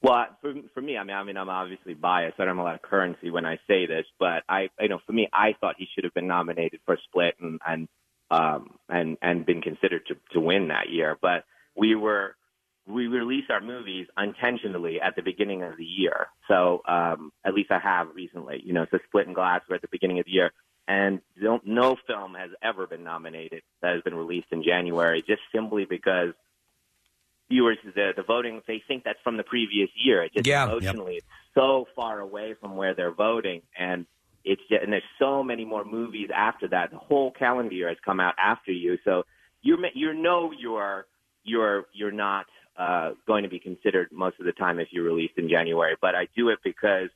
S19: Well, I- for for me, I mean, I mean, I'm obviously biased. I don't have a lot of currency when I say this, but I, you know, for me, I thought he should have been nominated for Split and and um, and and been considered to to win that year. But we were we release our movies intentionally at the beginning of the year. So um, at least I have recently. You know, so Split and Glass were at the beginning of the year, and don't, no film has ever been nominated that has been released in January, just simply because viewers the the voting they think that's from the previous year. It just
S5: Yeah.
S19: emotionally it's so far away from where they're voting, and it's just, and there's so many more movies after that. The whole calendar year has come out after you, so you you know you're you're you're not uh, going to be considered most of the time if you're released in January. But I do it because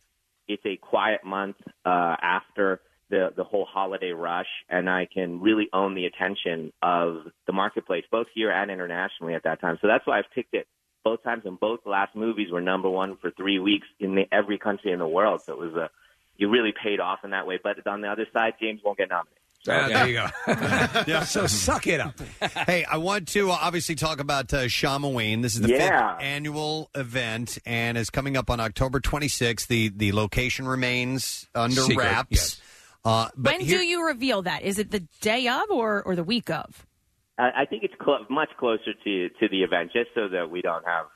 S19: it's a quiet month uh, after the the whole holiday rush, and I can really own the attention of the marketplace, both here and internationally at that time. So that's why I've picked it both times, and both the last movies were number one for three weeks in the, every country in the world. So it was a you really paid off in that way. But on the other side, James won't get nominated.
S5: Ah, there you
S2: go.
S5: So suck it up.
S2: hey, I want to uh, obviously talk about uh, Shamoween. This is the
S19: Yeah.
S2: fifth annual event and is coming up on October 26th. The the location remains under
S5: Secret,
S2: wraps. Uh, but
S3: when
S2: here-
S3: do you reveal that? Is it the day of or, or the week of?
S19: I I think it's cl- much closer to to the event, just so that we don't have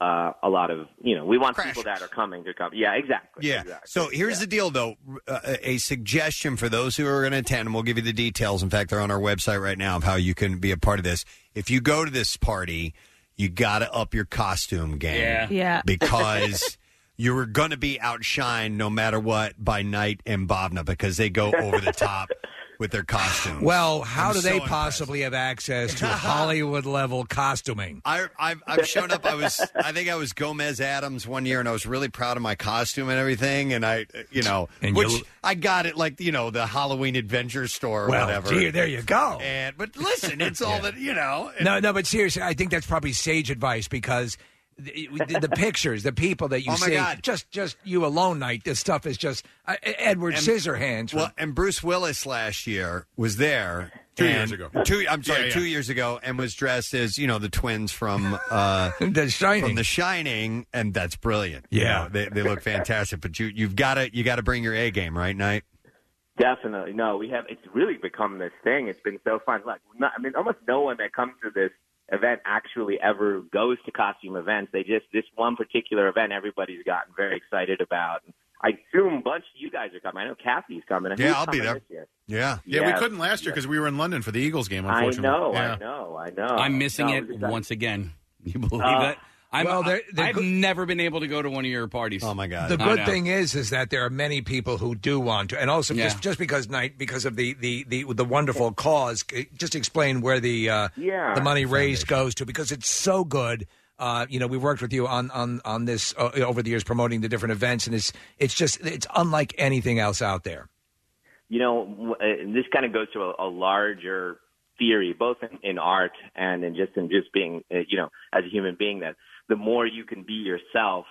S19: uh, a lot of you know. We want people that are coming to come. Yeah, exactly.
S2: Yeah. So here's the deal, though. Uh, a a suggestion for those who are going to attend, and we'll give you the details. In fact, they're on our website right now of how you can be a part of this. If you go to this party, you got to up your costume game.
S3: Yeah. Yeah.
S2: Because. You were going to be outshined no matter what by Knight and Bobna because they go over the top with their costumes.
S5: Well, how
S2: I'm
S5: do
S2: so
S5: they
S2: impressed.
S5: possibly have access to Hollywood level costuming?
S2: I, I've, I've shown up. I was, I think I was Gomez Adams one year, and I was really proud of my costume and everything. And I, uh, you know,
S5: And
S2: which
S5: you-
S2: I got it like you know the Halloween Adventure Store or
S5: Well,
S2: whatever.
S5: gee, there you go.
S2: And but listen, it's all that you know.
S5: No, no, but seriously, I think that's probably sage advice because the, the, the pictures, the people that you
S2: Oh, my
S5: see,
S2: God.
S5: just just you alone, night. This stuff is just uh, Edward
S2: And-
S5: Scissorhands.
S2: Well, and Bruce Willis last year was there.
S5: Two years
S2: and-
S5: ago.
S2: Two, I'm sorry,
S5: Yeah, yeah.
S2: two years ago, and was dressed as you know the twins from uh,
S5: the Shining.
S2: From the Shining, and that's brilliant. You
S5: Yeah.
S2: know, they, they look fantastic. But you you've got to you got to bring your A game, right, Knight?
S19: Definitely. No, we have. It's really become this thing. It's been so fun. Like, not, I mean, almost no one that comes to this event actually ever goes to costume events. They just this one particular event everybody's gotten very excited about. I assume a bunch of you guys are coming. I know Kathy's coming. Who's
S7: Yeah, I'll be
S19: coming
S7: there.
S19: this year?
S2: Yeah.
S7: Yeah,
S19: Yeah.
S7: we couldn't last year because we were in London for the Eagles game,
S19: I
S7: unfortunately.
S19: know,
S7: Yeah.
S19: I know, I know.
S6: I'm missing
S19: No,
S6: it
S19: it's-
S6: once again. You believe
S19: Uh,
S6: that? I'm,
S5: well, they're- they're
S6: I've
S5: go-
S6: never been able to go to one of your parties. Oh
S2: my god!
S5: The good thing is, is that there are many people who do want to, and also
S6: Yeah.
S5: just just because night because of the the the, the wonderful cause. c- Just explain where the uh,
S19: Yeah.
S5: the money raised goes to because it's so good. Uh, you know, we worked with you on on on this uh, over the years, promoting the different events, and it's it's just it's unlike anything else out there.
S19: you know, w- uh, and this kind of goes to a, a larger theory, both in, in art and in just in just being, uh, you know, as a human being, that the more you can be yourself,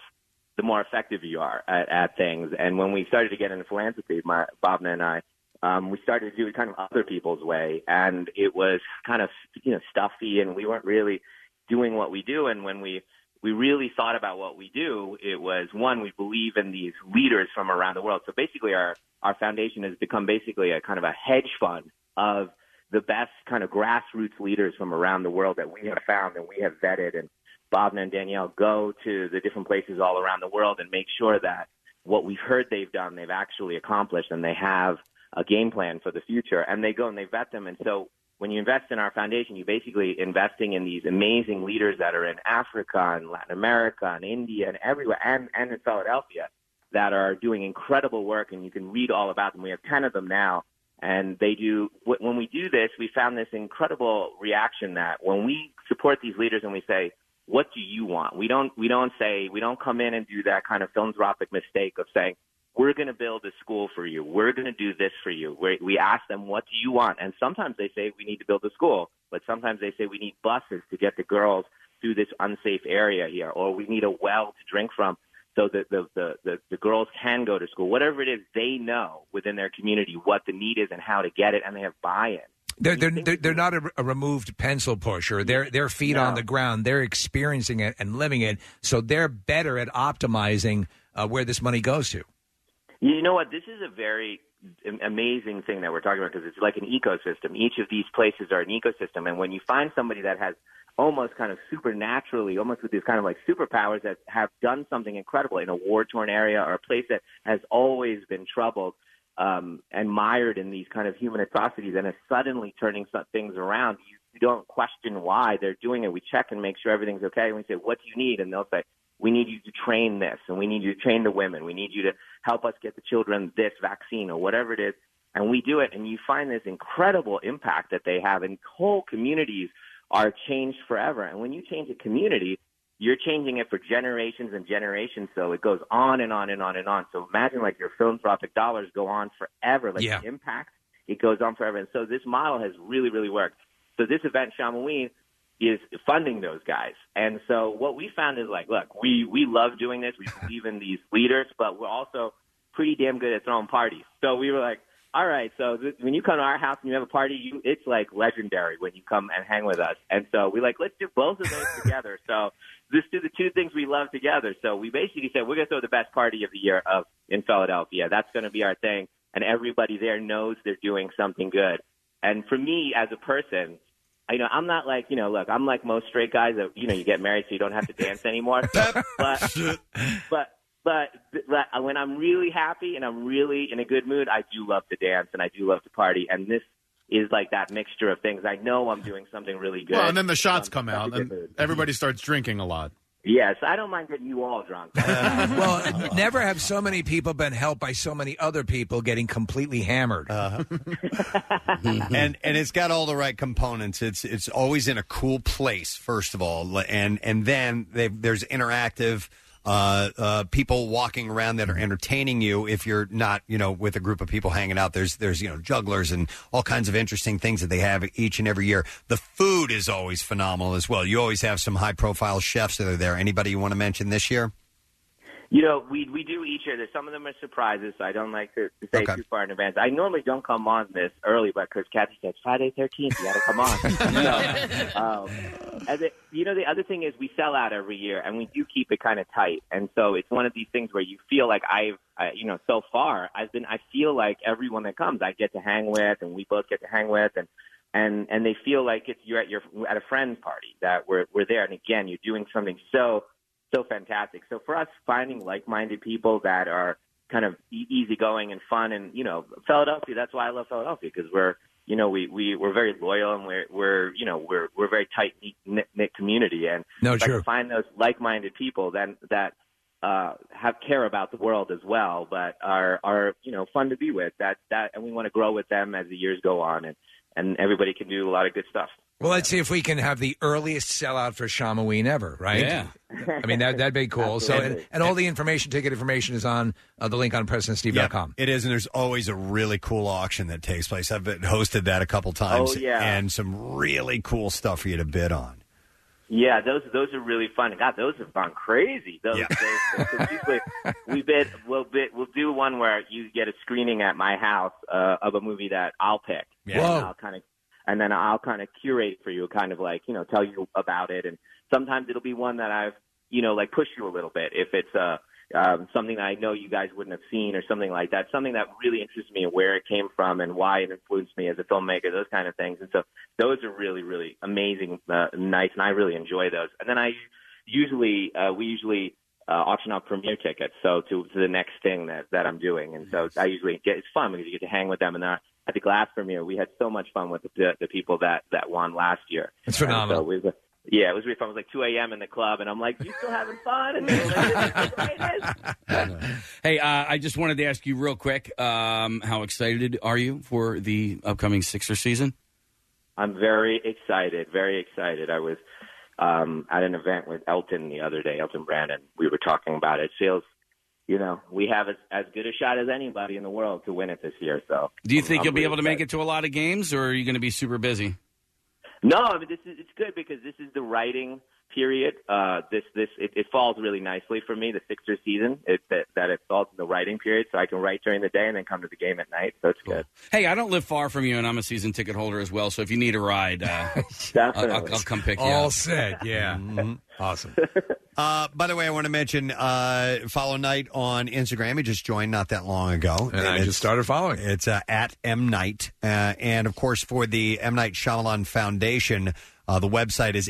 S19: the more effective you are at, at things. And when we started to get into philanthropy, my Bobna and I, um, we started to do it kind of other people's way, and it was kind of you know stuffy, and we weren't really doing what we do. And when we we really thought about what we do, it was one, we believe in these leaders from around the world. So basically, our our foundation has become basically a kind of a hedge fund of the best kind of grassroots leaders from around the world that we have found and we have vetted. And Bob and Danielle go to the different places all around the world and make sure that what we've heard they've done, they've actually accomplished, and they have a game plan for the future. And they go and they vet them. And so when you invest in our foundation, you're basically investing in these amazing leaders that are in Africa and Latin America and India and everywhere and, and in Philadelphia that are doing incredible work. And you can read all about them. We have 10 of them now. And they do, wh- when we do this, we found this incredible reaction that when we support these leaders and we say, what do you want? We don't, we don't say, we don't come in and do that kind of philanthropic mistake of saying, we're going to build a school for you. We're going to do this for you. we we ask them, what do you want? And sometimes they say, we need to build a school. But sometimes they say, we need buses to get the girls through this unsafe area here, or we need a well to drink from so that the, the, the, the girls can go to school. Whatever it is, they know within their community what the need is and how to get it, and they have buy in.
S5: They're they're, they're, they're not a, a removed pencil pusher. They're their feet on the ground. They're experiencing it and living it, so they're better at optimizing uh, where this money goes to.
S19: You know what? This is a very am- amazing thing that we're talking about because it's like an ecosystem. Each of these places are an ecosystem, and when you find somebody that has almost kind of supernaturally, almost with these kind of like superpowers that have done something incredible in a war-torn area or a place that has always been troubled um, and mired in these kind of human atrocities, and is suddenly turning some things around, you, you don't question why they're doing it. We check and make sure everything's okay, and we say, "What do you need?" And they'll say, we need you to train this and we need you to train the women. We need you to help us get the children this vaccine or whatever it is. And we do it and you find this incredible impact that they have and whole communities are changed forever. And when you change a community, you're changing it for generations and generations. So it goes on and on and on and on. So imagine like your philanthropic dollars go on forever, like
S20: Yeah.
S19: the impact, it goes on forever. And so this model has really, really worked. So this event, Shamaween, is funding those guys. And so what we found is like, look, we, we love doing this. We believe in these leaders, but we're also pretty damn good at throwing parties. So we were like, all right, so th- when you come to our house and you have a party, you, it's like legendary when you come and hang with us. And so we like, let's do both of those together. So let's do the two things we love together. So we basically said, we're going to throw the best party of the year of, in Philadelphia. That's going to be our thing. And everybody there knows they're doing something good. And for me as a person, you know, I'm not like, you know, look, I'm like most straight guys that, you know, you get married so you don't have to dance anymore. but, but, but, but when I'm really happy and I'm really in a good mood, I do love to dance and I do love to party. And this is like that mixture of things. I know I'm doing something really good.
S7: Well, and then the shots come
S19: that's a
S7: out,
S19: good
S7: and
S19: move.
S7: everybody starts drinking a lot.
S19: yes, I don't mind getting you all drunk.
S5: well, never have so many people been helped by so many other people getting completely hammered.
S2: Uh-huh. and and it's got all the right components. It's it's always in a cool place, first of all, and and then they- there's interactive uh, uh, people walking around that are entertaining you. If you're not, you know, with a group of people hanging out, there's there's you know jugglers and all kinds of interesting things that they have each and every year. The food is always phenomenal as well. You always have some high profile chefs that are there. Anybody you want to mention this year?
S19: You know, we we do each year. There's some of them are surprises, so I don't like to, to say too far in advance. I normally don't come on this early, but because Kathy said Friday 13th, you got to come on. so, um, and the, you know, the other thing is we sell out every year, and we do keep it kind of tight. And so it's one of these things where you feel like I've, I, you know, so far I've been. I feel like everyone that comes, I get to hang with, and we both get to hang with, and and and they feel like it's you're at your at a friend's party that we're we're there. And again, you're doing something so so fantastic. So for us, finding like-minded people that are kind of e- easygoing and fun. And you know, Philadelphia. That's why I love Philadelphia because we're you know we we we're very loyal and we're we're you know we're we're a very tight knit knit community. And
S5: No,
S19: if I can
S5: true.
S19: find those like minded people then that uh, have care about the world as well, but are are you know fun to be with. That that and we want to grow with them as the years go on, and and everybody can do a lot of good stuff.
S5: Well, let's see if we can have the earliest sellout for Shamoween ever, right?
S19: Yeah.
S5: I mean, that, that'd be cool. so, and,
S2: Absolutely.
S5: and all the information, ticket information is on uh, the link on PresidentSteve.com.
S2: It is, and there's always a really cool auction that takes place. I've been hosted that a couple times,
S19: Oh, yeah.
S2: and some really cool stuff for you to bid on.
S19: Yeah, those those are really fun. God, those have gone crazy. Those, those, those- usually we bid we'll bid we'll do one where you get a screening at my house uh, of a movie that I'll pick.
S20: Yeah.
S19: And
S20: Whoa.
S19: I'll kind of and then I'll kind of curate for you, kind of like you know tell you about it. And sometimes it'll be one that I've you know like push you a little bit if it's uh, um, something that I know you guys wouldn't have seen or something like that. Something that really interests me and where it came from and why it influenced me as a filmmaker, those kind of things. And so those are really really amazing uh, nights, and I really enjoy those. And then I usually uh, we usually uh, auction off premiere tickets, so to, to the next thing that, that I'm doing. And so I usually get it's fun because you get to hang with them. And they're- at the glass premiere, we had so much fun with the, the people that that won last year.
S5: It's
S19: And
S5: phenomenal.
S19: so it was, yeah, it was really fun. It was like 2 a.m. in the club, and I'm like, you still having fun? And they were like,
S6: Hey, uh, I just wanted to ask you real quick um, how excited are you for the upcoming Sixer season?
S19: I'm very excited, very excited. I was um, at an event with Elton the other day, Elton Brandon. We were talking about it. It feels, you know, we have as, as good a shot as anybody in the world to win it this year. So,
S6: Do you think
S19: I'm
S6: you'll be
S19: really
S6: able to make it to a lot of games, or are you going to be super busy?
S19: No, I mean this is it's good because this is the writing period. Uh, this this it, it falls really nicely for me. The Sixer season it, that that it falls in the writing period, so I can write during the day and then come to the game at night. So it's good.
S6: Hey, I don't live far from you, and I'm a season ticket holder as well. So if you need a ride, uh, I'll, I'll, I'll come pick you
S2: All
S6: up.
S2: set,
S5: yeah.
S2: Awesome. Uh, by the way, I want to mention uh, follow Knight on Instagram. He just joined not that long ago,
S5: And I
S2: it's-
S5: just started following.
S2: It's uh, at M Knight, uh, and of course for the M Knight Shyamalan Foundation. Uh, the website is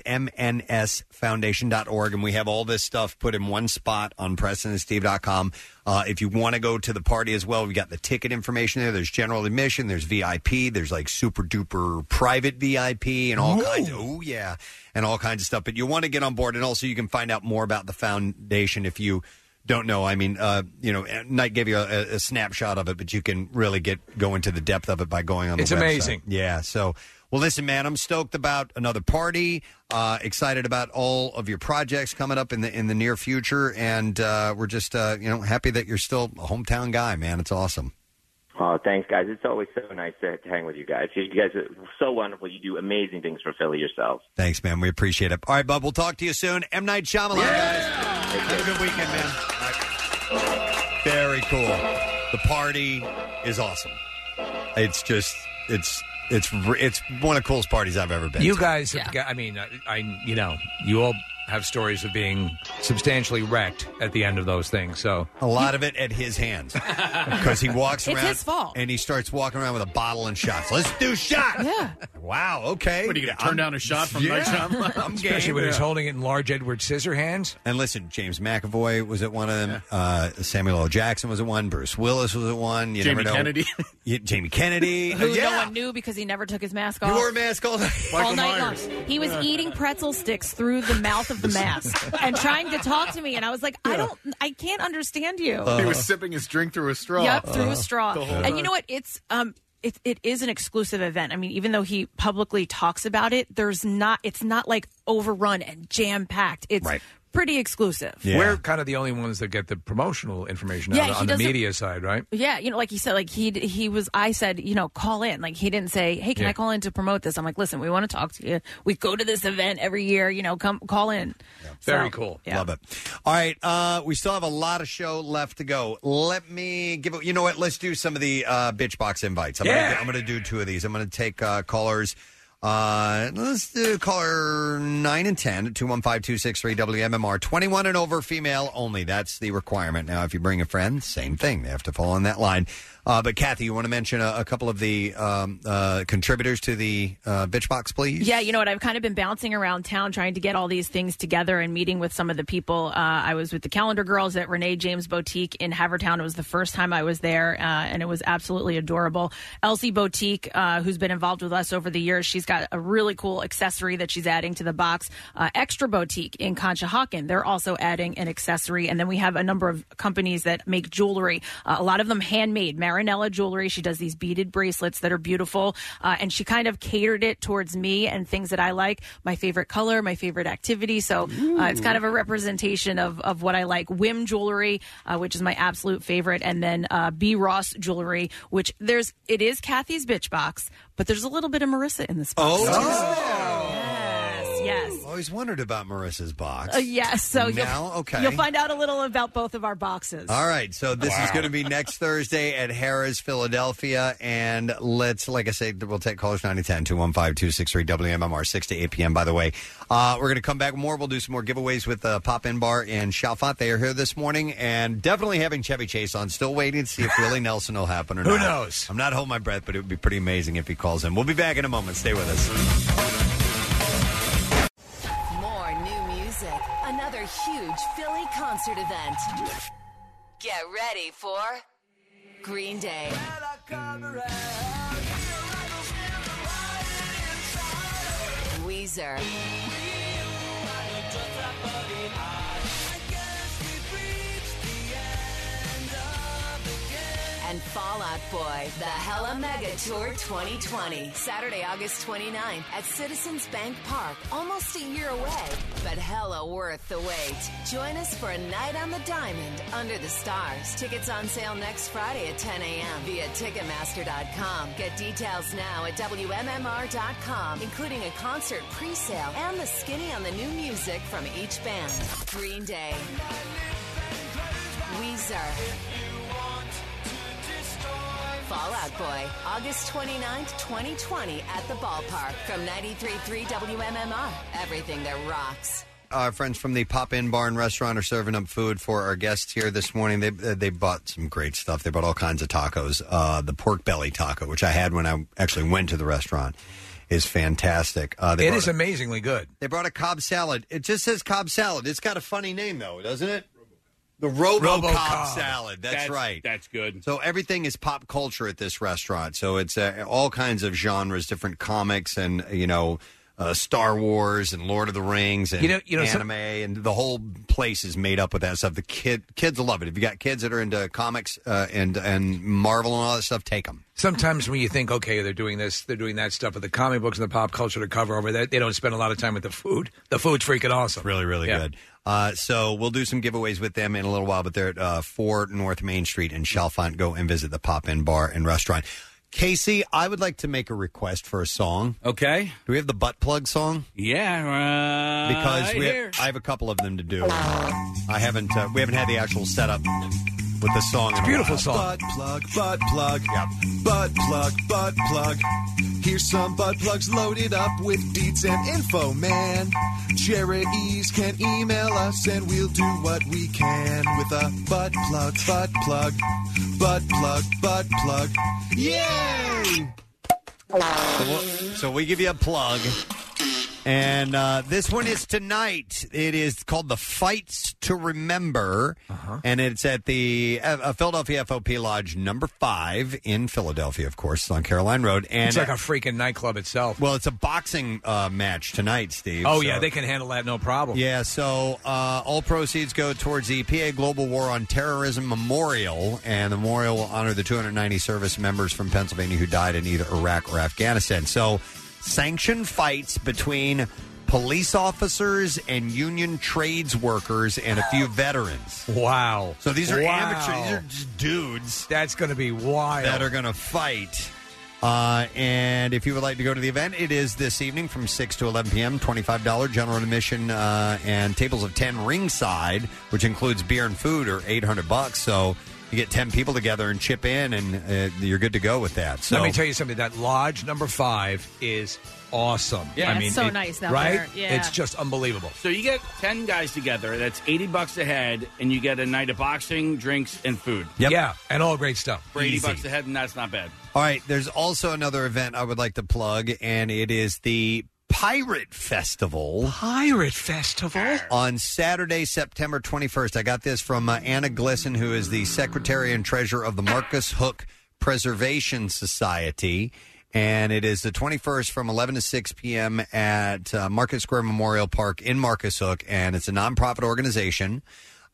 S2: mnsfoundation.org, and we have all this stuff put in one spot on PresidentSteve.com. Uh, if you want to go to the party as well, we got the ticket information there. There's general admission, there's VIP, there's like super duper private VIP, and all kinds. Oh yeah, and all kinds of stuff. But you want to get on board, and also you can find out more about the foundation if you don't know. I mean, uh, you know, Knight gave you a, a snapshot of it, but you can really get go into the depth of it by going on.
S5: It's
S2: the website.
S5: amazing.
S2: Yeah. So, well, listen, man, I'm stoked about another party. Uh, excited about all of your projects coming up in the in the near future, and uh, we're just uh, you know happy that you're still a hometown guy, man. It's awesome.
S19: Oh, thanks, guys. It's always so nice to, to hang with you guys. You guys are so wonderful. You do amazing things for Philly yourselves.
S2: Thanks, man. We appreciate it. All right, bub. We'll talk to you soon. M Night Shyamalan, guys. Have a good weekend, man. Very cool. The party is awesome. It's just it's it's re- it's one of the coolest parties I've ever been.
S5: You
S2: to.
S5: guys have, got- I mean, I, I, you know, you all have stories of being substantially wrecked at the end of those things. So
S2: a lot of it at his hands because he walks
S5: It's
S2: around.
S5: his fault.
S2: And he starts walking around with a bottle and shots. Let's do shots. Yeah. Wow. Okay.
S7: What, are you gonna
S2: Yeah,
S7: turn
S2: I'm-
S7: down a shot from
S2: yeah.
S7: Night Shyamalan?
S2: I'm
S5: especially
S2: game.
S5: when he's
S2: Yeah.
S5: holding it in large Edward Scissorhands.
S2: And listen, James McAvoy was at one of them. Uh, Samuel L. Jackson was at one. Bruce Willis was at one. You
S7: Jamie
S2: never know.
S7: Kennedy.
S2: Yeah, Jamie Kennedy.
S3: Who
S2: Uh, yeah.
S3: no one knew because he never took his mask off.
S2: He wore a mask all night,
S3: all night long. He was eating pretzel sticks through the mouth of the mask and trying to talk to me, and I was like, I don't, I can't understand you.
S7: he
S2: Uh-huh.
S7: was sipping his drink through a straw.
S3: Yep, through a straw.
S7: The whole
S3: And you
S7: time.
S3: know what? It's um, it it is an exclusive event. I mean, even though he publicly talks about it, there's not. It's not like overrun and jam packed. It's
S5: Right.
S3: pretty exclusive.
S5: We're kind of the only ones that get the promotional information
S3: Yeah,
S5: out
S3: he
S5: on the
S3: doesn't-
S5: media side, right?
S3: Yeah, you know, like he said, like he he was. I said, you know, call in. Like he didn't say, hey, can
S5: Yeah.
S3: I call in to promote this? I'm like, listen, we want to talk to you. We go to this event every year. You know, come call in.
S2: Very
S5: cool.
S2: Love it. All right. Uh, we still have a lot of show left to go. Let me give it. You know what? Let's do some of the uh, bitch box invites. I'm
S5: Yeah.
S2: Gonna, I'm going to do two of these. I'm going to take uh, callers. Uh, let's do caller 9 and 10 215 WMMR 21 and over female only. That's the requirement. Now, if you bring a friend, same thing. They have to fall on that line. Uh, but Kathy, you want to mention a, a couple of the um, uh, contributors to the uh, bitch box, please?
S3: Yeah, you know what? I've kind of been bouncing around town trying to get all these things together and meeting with some of the people. Uh, I was with the Calendar Girls at Renee James Boutique in Havertown. It was the first time I was there, uh, and it was absolutely adorable. Elsie Boutique, uh, who's been involved with us over the years, she's got a really cool accessory that she's adding to the box. Uh, Extra Boutique in Conshohocken, they're also adding an accessory. And then we have a number of companies that make jewelry, uh, a lot of them handmade. Marinella Jewelry, she does these beaded bracelets that are beautiful. Uh, and she kind of catered it towards me and things that I like, my favorite color, my favorite activity. So uh, it's kind of a representation of, of what I like. Wim Jewelry, uh, which is my absolute favorite. And then uh, B. Ross Jewelry, which there's, it is Kathy's Bitch Box, but there's a little bit of Marissa in this box. too.
S2: Oh,
S3: yes.
S2: Always wondered about Marissa's box.
S3: Uh, yes. So
S2: now,
S3: you'll,
S2: okay.
S3: you'll find out a little about both of our boxes.
S2: All right, so this is
S3: Wow.
S2: going to be next Thursday at Harrah's, Philadelphia. And let's, like I said, we'll take callers 910 215 263 WMMR, 6 to 8 p.m., by the way. Uh, we're going to come back with more. We'll do some more giveaways with uh, Pop In Bar and Shalfat. They are here this morning and definitely having Chevy Chase on. Still waiting to see if Willie Nelson will happen or
S5: Who
S2: not. knows? I'm not holding my breath, but it would be pretty amazing if he calls in. We'll be back in a moment. Stay with us.
S13: More new music. Another huge Philly concert event. Get ready for Green Day. Weezer. And Fallout Boy, the Hella Mega Tour 2020. Saturday, August 29th at Citizens Bank Park, almost a year away, but hella worth the wait. Join us for a night on the diamond under the stars. Tickets on sale next Friday at 10 a.m. via Ticketmaster.com. Get details now at WMMR.com, including a concert pre sale and the skinny on the new music from each band. Green Day, Weezer. Fallout Boy, August 29th, 2020 at the ballpark from 93.3 WMMR. Everything that rocks.
S2: Our friends from the Pop In Bar and Restaurant are serving up food for our guests here this morning. They uh, they bought some great stuff. They bought all kinds of tacos. Uh, the pork belly taco, which I had when I actually went to the restaurant, is fantastic. Uh, they
S5: it
S2: brought
S5: is
S2: a-
S5: amazingly good.
S2: They brought a Cobb salad. It just says Cobb salad. It's got a funny name though, doesn't it? The RoboCop,
S5: RoboCop.
S2: salad. That's,
S5: That's-
S2: right.
S6: That's good.
S2: So everything is pop culture at this restaurant. So it's uh, all kinds of genres, different comics, and you know, uh, Star Wars and Lord of the Rings and
S5: You know- you know, some-
S2: anime, and the whole place is made up with that stuff. The kid kids love it. If you got kids that are into comics uh, and and Marvel and all that stuff, take them.
S5: Sometimes when you think, okay, they're doing this, they're doing that stuff, but the comic books and the pop culture to cover over that, they don't spend a lot of time with the food. The food's freaking awesome.
S2: Really, really
S5: Yeah.
S2: good. Uh, so we'll do some giveaways with them in a little while, but they're at uh, 4 North Main Street in Chalfont. Go and visit the Pop In Bar and Restaurant. Casey, I would like to make a request for a song.
S6: Okay.
S2: Do we have the butt plug song?
S6: Yeah,
S2: because we
S6: here.
S2: I have a couple of them to do. I haven't. Uh, we haven't had the actual setup with the song. It's
S5: beautiful song.
S20: Butt plug, butt plug, butt plug, butt plug. Here's some butt plugs loaded up with deeds and info, man. Charities can email us and we'll do what we can with a butt plug, butt plug, butt plug, butt plug. Yay!
S2: So, we'll- so we give you a plug. And uh, this one is tonight. It is called The Fights to Remember.
S5: Uh-huh.
S2: And it's at the uh, uh, Philadelphia FOP Lodge number five in Philadelphia, of course, on Caroline Road. And uh,
S5: it's like a freaking nightclub itself.
S2: Well, it's a boxing uh, match tonight, Steve. so-
S5: Oh, yeah, they can handle that no problem.
S2: Yeah, so uh, all proceeds go towards the PA Global War on Terrorism Memorial, and the memorial will honor the 290 service members from Pennsylvania who died in either Iraq or Afghanistan. So, sanctioned fights between police officers and union trades workers and a few veterans.
S5: Wow.
S2: So these are
S5: Wow.
S2: amateur, these are just dudes.
S5: That's going to be wild.
S2: that are going to fight. Uh, and if you would like to go to the event, it is this evening from 6 to 11 p.m. $25 general admission uh, and tables of 10 ringside, which includes beer and food, are 800 bucks. So You get ten people together and chip in, and uh, you're good to go with that. So
S5: Let me tell you something. That lodge number five is awesome.
S6: Yeah,
S5: I
S6: it's
S5: mean,
S6: so
S5: it-
S6: nice down
S5: right?
S6: there. Yeah.
S5: It's just unbelievable.
S6: So you get ten guys together. That's eighty bucks a head, and you get a night of boxing, drinks, and food.
S5: Yeah, and all great stuff.
S6: For eighty
S2: Easy.
S6: bucks a head, and that's not bad.
S2: All right, there's also another event I would like to plug, and it is the Pirate Festival.
S5: Pirate Festival?
S2: On Saturday, September 21st. I got this from uh, Anna Glisson, who is the secretary and treasurer of the Marcus Hook Preservation Society. And it is the 21st from 11 to 6 p.m. at uh, Market Square Memorial Park in Marcus Hook. And it's a nonprofit organization.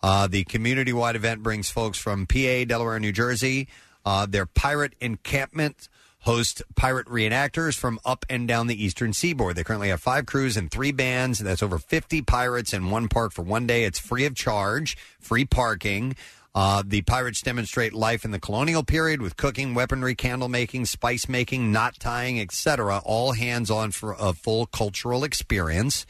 S2: Uh, the community wide event brings folks from PA, Delaware, and New Jersey. Uh, their pirate encampment hosts pirate reenactors from up and down the eastern seaboard. They currently have five crews and three bands. and That's over 50 pirates in one park for one day. It's free of charge, free parking. Uh, the pirates demonstrate life in the colonial period with cooking, weaponry, candle making, spice making, knot tying, etc. All hands on for a full cultural experience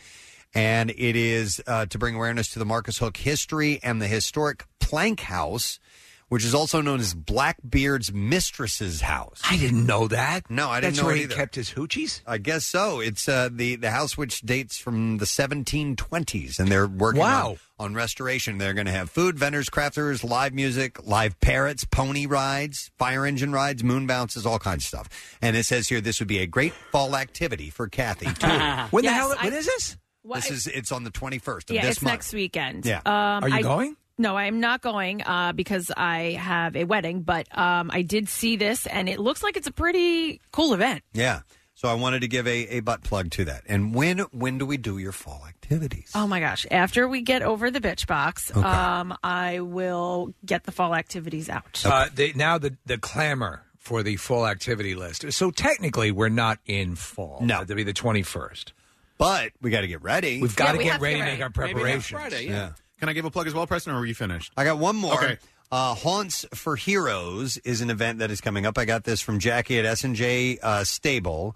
S2: and it is uh, to bring awareness to the Marcus Hook history and the historic Plank House, which is also known as Blackbeard's mistress's house.
S5: I didn't know that.
S2: No, I didn't
S5: That's
S2: know
S5: where
S2: it
S5: he
S2: either.
S5: kept his hoochies.
S2: I guess so. It's uh, the the house which dates from the 1720s, and they're working
S5: Wow.
S2: on, on restoration. They're going to have food vendors, crafters, live music, live parrots, pony rides, fire engine rides, moon bounces, all kinds of stuff. And it says here this would be a great fall activity for Kathy. Too.
S3: When the Yes, hell- when I- is
S5: this?
S3: What-
S2: This is it's on the 21st of
S3: yeah,
S2: this
S3: it's
S2: month.
S3: next weekend.
S2: Yeah.
S3: Um,
S2: Are you
S3: I-
S2: going?
S3: No, I'm not going uh, because I have a wedding. But um, I did see this, and it looks like it's a pretty cool event.
S2: Yeah. So I wanted to give a, a butt plug to that. And when when do we do your fall activities?
S3: Oh my gosh! After we get over the bitch box,
S2: Okay.
S3: um, I will get the fall activities out.
S5: Uh, they, now the the clamor for the fall activity list. So technically, we're not in fall. No, it'll be the twenty first.
S2: But we got to get ready.
S5: We've got
S7: Yeah, we
S5: to get
S7: have to
S5: ready
S7: get
S5: to
S7: ready.
S5: make our
S7: Maybe next
S5: preparations.
S7: Friday, yeah. Can I give a plug as well, Preston, or were you finished?
S2: I got one more.
S7: Okay.
S2: Uh, Haunts for Heroes is an event that is coming up. I got this from Jackie at S&J uh, Stable,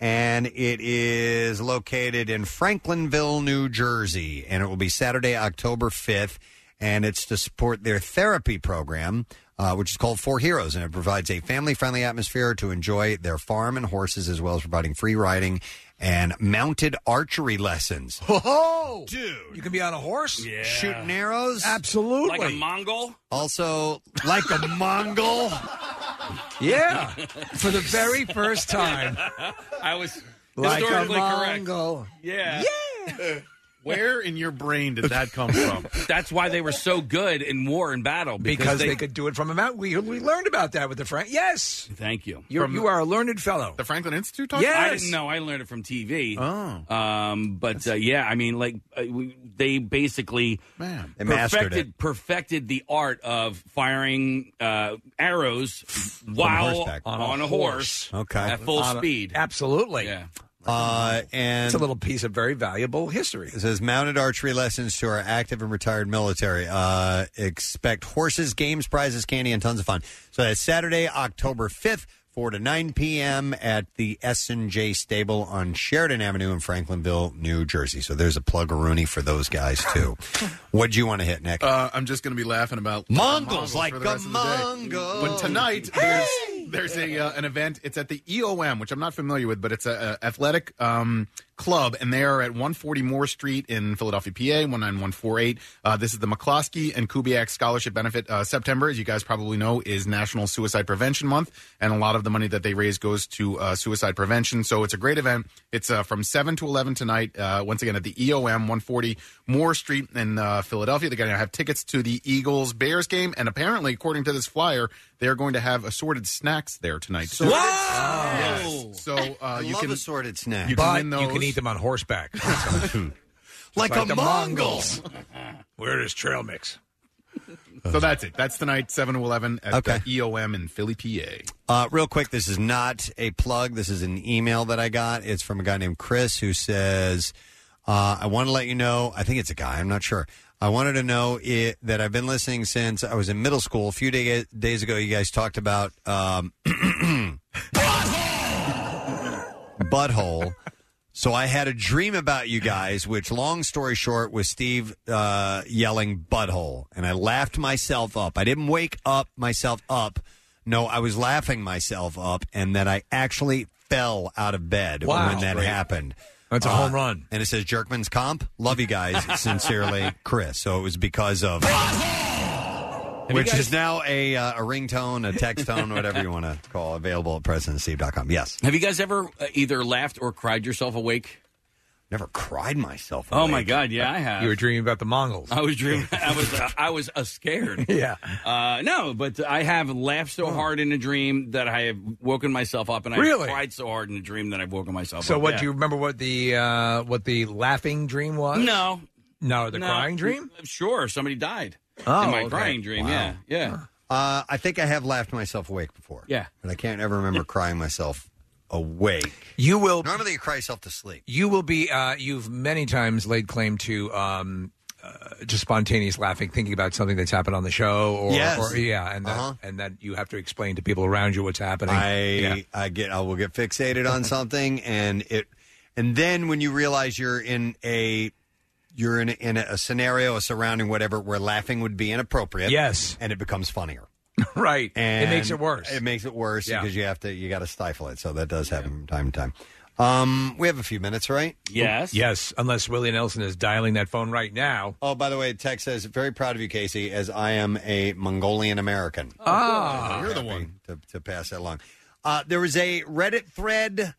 S2: and it is located in Franklinville, New Jersey, and it will be Saturday, October 5th, and it's to support their therapy program, uh, which is called For Heroes, and it provides a family-friendly atmosphere to enjoy their farm and horses, as well as providing free riding and mounted archery lessons.
S5: Oh, dude, you can be on a horse,
S2: shooting arrows,
S5: absolutely,
S6: Like a Mongol.
S2: Also, like a Mongol.
S5: Yeah, for the very first time.
S6: I was
S5: Like a
S6: historically correct.
S5: Mongol.
S6: Yeah.
S5: Yeah.
S7: Where in your brain did that come from?
S6: That's why they were so good in war and battle
S5: Because they, could do it from a mountain. We, we learned about that with the Frank. Yes,
S6: Thank you.
S5: You're, you are a learned fellow.
S7: The Franklin Institute.
S5: Yes,
S6: I didn't know. I learned it from TV. Oh. Um, but uh, yeah, I mean, like uh, we, they basically
S7: Man.
S2: They mastered
S6: perfected perfected the art of firing uh, arrows while
S2: horseback.
S6: on, a horse,
S2: Okay.
S6: at full
S2: On a-
S6: speed.
S5: absolutely.
S6: Yeah.
S2: Uh, and
S5: It's a little piece of very valuable history.
S2: It says mounted archery lessons to our active and retired military. Uh, expect horses, games, prizes, candy, and tons of fun. So that's Saturday, October 5th, 4 to 9 p.m. at the S&J Stable on Sheridan Avenue in Franklinville, New Jersey. So there's a plug rooney for those guys, too. what do you want to hit, Nick?
S7: Uh, I'm just going to be laughing about
S2: Mongols like
S7: for the rest
S2: a
S7: of the day.
S2: Mongol.
S7: But tonight there's there's a uh, an event. It's at the EOM, which I'm not familiar with, but it's a, a athletic um, club, and they are at 140 Moore Street in Philadelphia, PA 19148. Uh, this is the McCloskey and Kubiak Scholarship Benefit. Uh, September, as you guys probably know, is National Suicide Prevention Month, and a lot of the money that they raise goes to uh, suicide prevention. So it's a great event. It's uh, from 7 to 11 tonight. Uh, once again, at the EOM 140 Moore Street in uh, Philadelphia. They're going to have tickets to the Eagles Bears game. And apparently, according to this flyer, they're going to have assorted snacks there tonight. So,
S5: Oh.
S7: Yes. So uh, you
S2: love
S7: can
S2: assorted snacks.
S7: You can
S5: but
S7: win those.
S5: you can eat them on horseback,
S2: Like a
S5: the
S2: Mongol.
S5: Mongols. Where is trail mix?
S7: So that's it. That's tonight, 7 to 11 at uh, the EOM in Philly, PA.
S2: Uh, real quick, this is not a plug. This is an email that I got. It's from a guy named Chris who says, uh, I want to let you know, I think it's a guy, I'm not sure. I wanted to know it, that I've been listening since I was in middle school. A few day, days ago, you guys talked about um, butthole. So I had a dream about you guys, which, long story short, was Steve uh, yelling "butthole," and I laughed myself up. I didn't wake up myself up. No, I was laughing myself up, and then I actually fell out of bed
S5: Wow.
S2: when that
S5: Great.
S2: happened. Uh,
S5: That's a home run.
S2: And it says Jerkman's comp. Love you guys, sincerely, Chris. So it was because of.
S6: you
S2: Which
S6: guys-
S2: is now a uh, a ringtone, a text tone, whatever you want to call, available at presidentsteve.com. Yes.
S6: Have you guys ever uh, either laughed or cried yourself awake?
S2: Never cried myself.
S6: Oh my god, yeah, I have.
S5: Uh, You were dreaming about the Mongols.
S6: I was dreaming. I was. I was uh, scared.
S5: Yeah. Oh.
S6: Uh, no, but I have laughed so hard in a dream that I have woken myself up, and I
S5: Really?
S6: cried so hard in a dream that I've woken myself up.
S5: So what
S6: Yeah.
S5: do you remember what the uh what the laughing dream was?
S6: No.
S5: No, the
S6: No. uh,
S5: crying dream?
S6: Sure, somebody died.
S5: Oh,
S6: in my
S5: okay.
S6: crying dream.
S5: Wow.
S6: Yeah, yeah.
S2: Uh, I think I have laughed myself awake before.
S6: Yeah.
S2: But I can't ever remember crying myself awake.
S5: You will
S2: normally you cry yourself to sleep.
S5: You will be uh you've many times laid claim to um uh, just spontaneous laughing, thinking about something that's happened on the show, or,
S2: Yes.
S5: or- yeah, and that,
S2: Uh-huh.
S5: and that you have to explain to people around you what's happening.
S2: I
S5: Yeah.
S2: I get I will get fixated on something and it and then when you realize you're in a you're in a, in a scenario, a surrounding, whatever, where laughing would be inappropriate.
S5: Yes,
S2: and it becomes funnier.
S5: right,
S2: And
S5: it makes it worse.
S2: It makes it worse
S5: Yeah.
S2: because you have to you got to stifle it. So that does happen from time to time. Um, we have a few minutes, right?
S5: yes. Unless Willie Nelson is dialing that phone right now.
S2: Oh, by the way, Tech says, very proud of you, Casey, as I am a Mongolian American.
S5: Ah.
S2: you're the one to, to pass that along. Uh, there was a Reddit thread,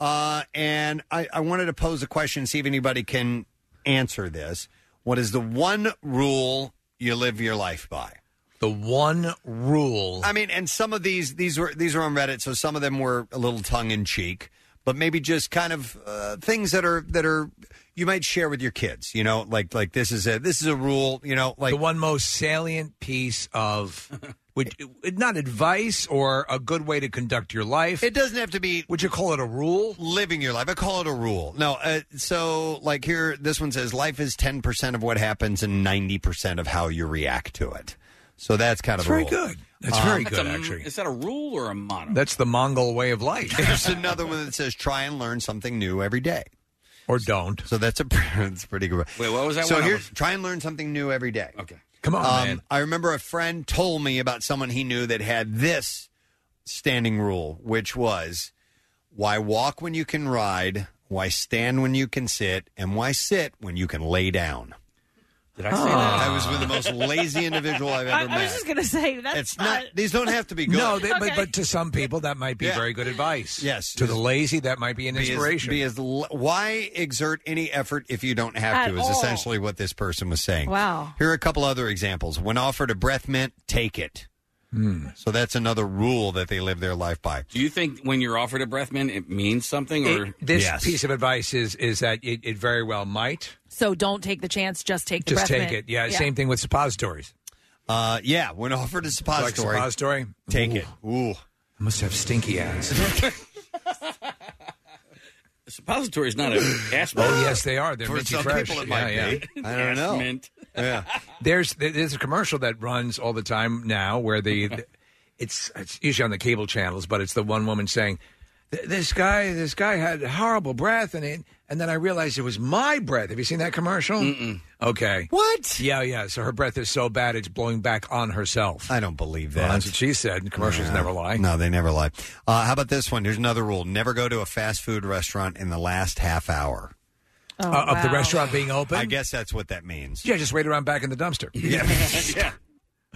S2: uh, and I, I wanted to pose a question, see if anybody can answer this. What is the one rule you live your life by?
S5: The one rule.
S2: I mean, and some of these these were these were on Reddit, so some of them were a little tongue in cheek, but maybe just kind of uh, things that are that are you might share with your kids. You know, like like this is a this is a rule. You know, like
S5: the one most salient piece of would not advice or a good way to conduct your life. It
S2: doesn't have to be.
S5: Would you call it a rule?
S2: Living your life. I call it a rule. No, uh, so like here, this one says life is ten percent of what happens and ninety percent of how you react to it. So that's kind of
S5: very
S2: a rule. Um,
S5: good. That's very
S6: That's
S5: good,
S6: a-
S5: actually.
S6: Is that a rule or a motto?
S5: That's the Mongol way of life.
S2: There's another one that says try and learn something new every day,
S5: or don't.
S2: So that's a that's a pretty good.
S6: Wait, what was that?
S2: So
S6: one?
S2: here's try and learn something new every day. Okay,
S5: come on, man.
S2: I remember a friend told me about someone he knew that had this standing rule, which was, "Why walk when you can ride? Why stand when you can sit? And why sit when you can lay down?"
S6: Did
S2: I
S3: say that?
S2: I was with the most lazy individual I've
S3: I,
S2: ever
S3: I
S2: met.
S3: was just gonna say that's
S2: it's not. These don't have to be good.
S5: No, they, but, but to some people that might be
S2: Yeah.
S5: very good advice.
S2: Yes.
S5: To the lazy, that might be an
S2: Be as-
S5: inspiration.
S2: Be as, l- why exert any effort if you don't have
S5: At
S2: to? Is
S5: all.
S2: essentially what this person was saying.
S3: Wow.
S2: Here are a couple other examples. When offered a breath mint, take it.
S5: Hmm.
S2: So that's another rule that they live their life by.
S6: Do you think when you're offered a breath mint, it means something? Or
S5: It- this piece of advice is is that it, it very well might
S3: So don't take the chance. Just take the
S5: just
S3: breath
S5: take
S3: mint.
S5: it. Yeah, Same thing with suppositories.
S2: Uh, yeah. When offered a suppository,
S5: like suppository,
S2: take it. Ooh,
S5: I must have stinky ass.
S6: suppository is not a gas.
S5: Oh yes, they are. They're
S6: For
S5: minty
S6: some
S5: fresh.
S6: people, it
S5: yeah,
S6: might
S5: yeah.
S6: be. I don't Yes, know. mint.
S2: Yeah.
S5: There's there's a commercial that runs all the time now where the, it's it's usually on the cable channels, but it's the one woman saying, "Th- "This guy, this guy had horrible breath," and it, and then I realized it was my breath. Have you seen that commercial? Mm. Okay.
S2: What?
S5: Yeah, yeah. So her breath is so bad it's blowing back on herself.
S2: I don't believe
S5: Well,
S2: that.
S5: that's what she said. Commercials
S2: Yeah.
S5: never lie.
S2: No, they never lie. Uh, how about this one? Here's another rule: never go to a fast food restaurant in the last half hour.
S3: Oh,
S5: Uh, Of the restaurant being open,
S2: I guess that's what that means.
S5: Yeah, just wait around back in the dumpster.
S2: Yeah.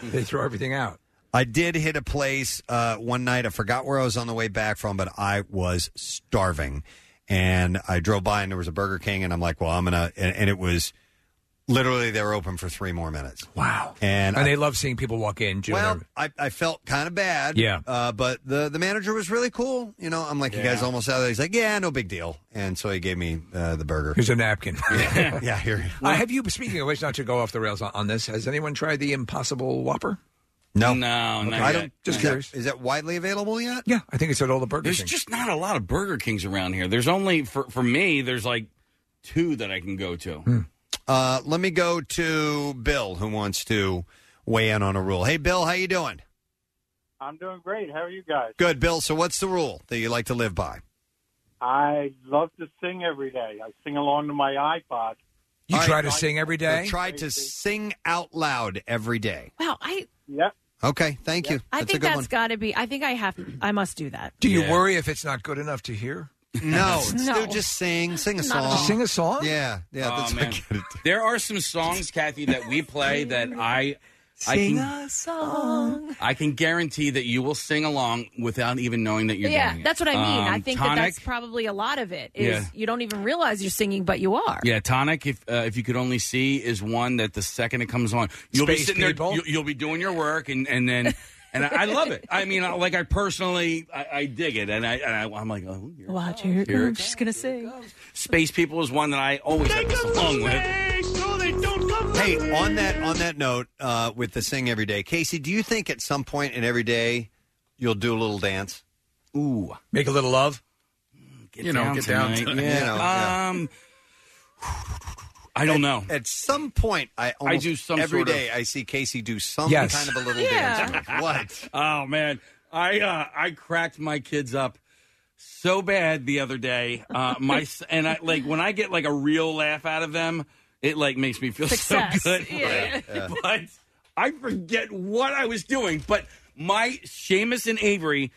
S5: they throw everything out.
S2: I did hit a place uh, one night. I forgot where I was on the way back from, but I was starving, and I drove by and there was a Burger King, and I'm like, "Well, I'm gonna," and, and it was literally they were open for three more minutes.
S5: Wow.
S2: And
S5: And,
S2: I-
S5: they love seeing people walk in. June
S2: Well, I, I felt kind of bad.
S5: Yeah.
S2: Uh, but the the manager was really cool. You know, I'm like, you guys almost out of there. He's like, yeah, no big deal. And so he gave me uh, the burger.
S5: Here's a napkin.
S2: yeah, yeah, here.
S5: Uh, have you, speaking of which, not to go off the rails on, on this, has anyone tried the Impossible Whopper?
S2: No.
S6: No, not
S5: I
S6: yet.
S5: don't. Just
S6: Not
S5: curious.
S2: Is that widely available yet?
S5: Yeah, I think it's at all the Burger
S6: There's
S5: King.
S6: just not a lot of Burger Kings around here. There's only for for me. There's like two that I can go to.
S2: Uh, let me go to Bill, who wants to weigh in on a rule. Hey, Bill, how you doing?
S21: I'm doing great. How are you guys?
S2: Good, Bill. So, what's the rule that you like to live by?
S21: I love to sing every day. I sing along to my iPod.
S5: You try to sing every day?
S2: You try to sing out loud every day.
S3: Wow, I
S21: yeah.
S2: Okay, thank you.
S3: I
S2: that's a
S3: think
S2: good
S3: that's
S2: one.
S3: got to be. I think I have. I must do that.
S5: Do you worry if it's not good enough to hear?
S2: No,
S3: No.
S2: dude, just sing, sing a
S3: Not at
S2: song.
S5: all. Just sing a song?
S2: Yeah, yeah.
S6: Oh,
S2: that's
S6: man. There are some songs, Kathy, that we play that I I
S2: Sing
S6: can
S3: a song.
S6: I can guarantee that you will sing along without even knowing that you're
S3: yeah,
S6: doing it.
S3: that's what I mean. I
S6: Um,
S3: think
S6: tonic,
S3: that that's probably a lot of it. Is
S6: Yeah.
S3: you don't even realize you're singing, but you are.
S6: Yeah, tonic. If uh, if you could only see is one that the second it comes on, you'll be
S3: Space
S6: sitting
S3: People?
S6: there. You'll, you'll be doing your work, and and then and I, I love it. I mean, I, like I personally, I, I dig it, and I, and I I'm like, oh, yeah.
S3: Watch here. it
S6: Here
S3: comes.
S6: it
S3: She's gonna sing.
S6: space people is one that I always have to song with.
S2: Hey, on that on that note, uh, with the sing every day, Casey, do you think at some point in every day you'll do a little dance?
S6: Ooh, Mm,
S5: make a little love.
S6: Get down tonight. Yeah. Um, I don't know.
S2: At some point, I almost
S6: do some
S2: every
S6: sort of-
S2: day I see Casey do some
S6: Yes.
S2: kind of a little
S6: Yeah.
S2: dance. move. What?
S6: Oh man, I uh, I cracked my kids up so bad the other day. Uh, my s- and I like when I get like a real laugh out of them, it like makes me feel
S22: Success.
S6: so good.
S22: Yeah. Yeah.
S6: But I forget what I was doing. But my Seamus and Avery.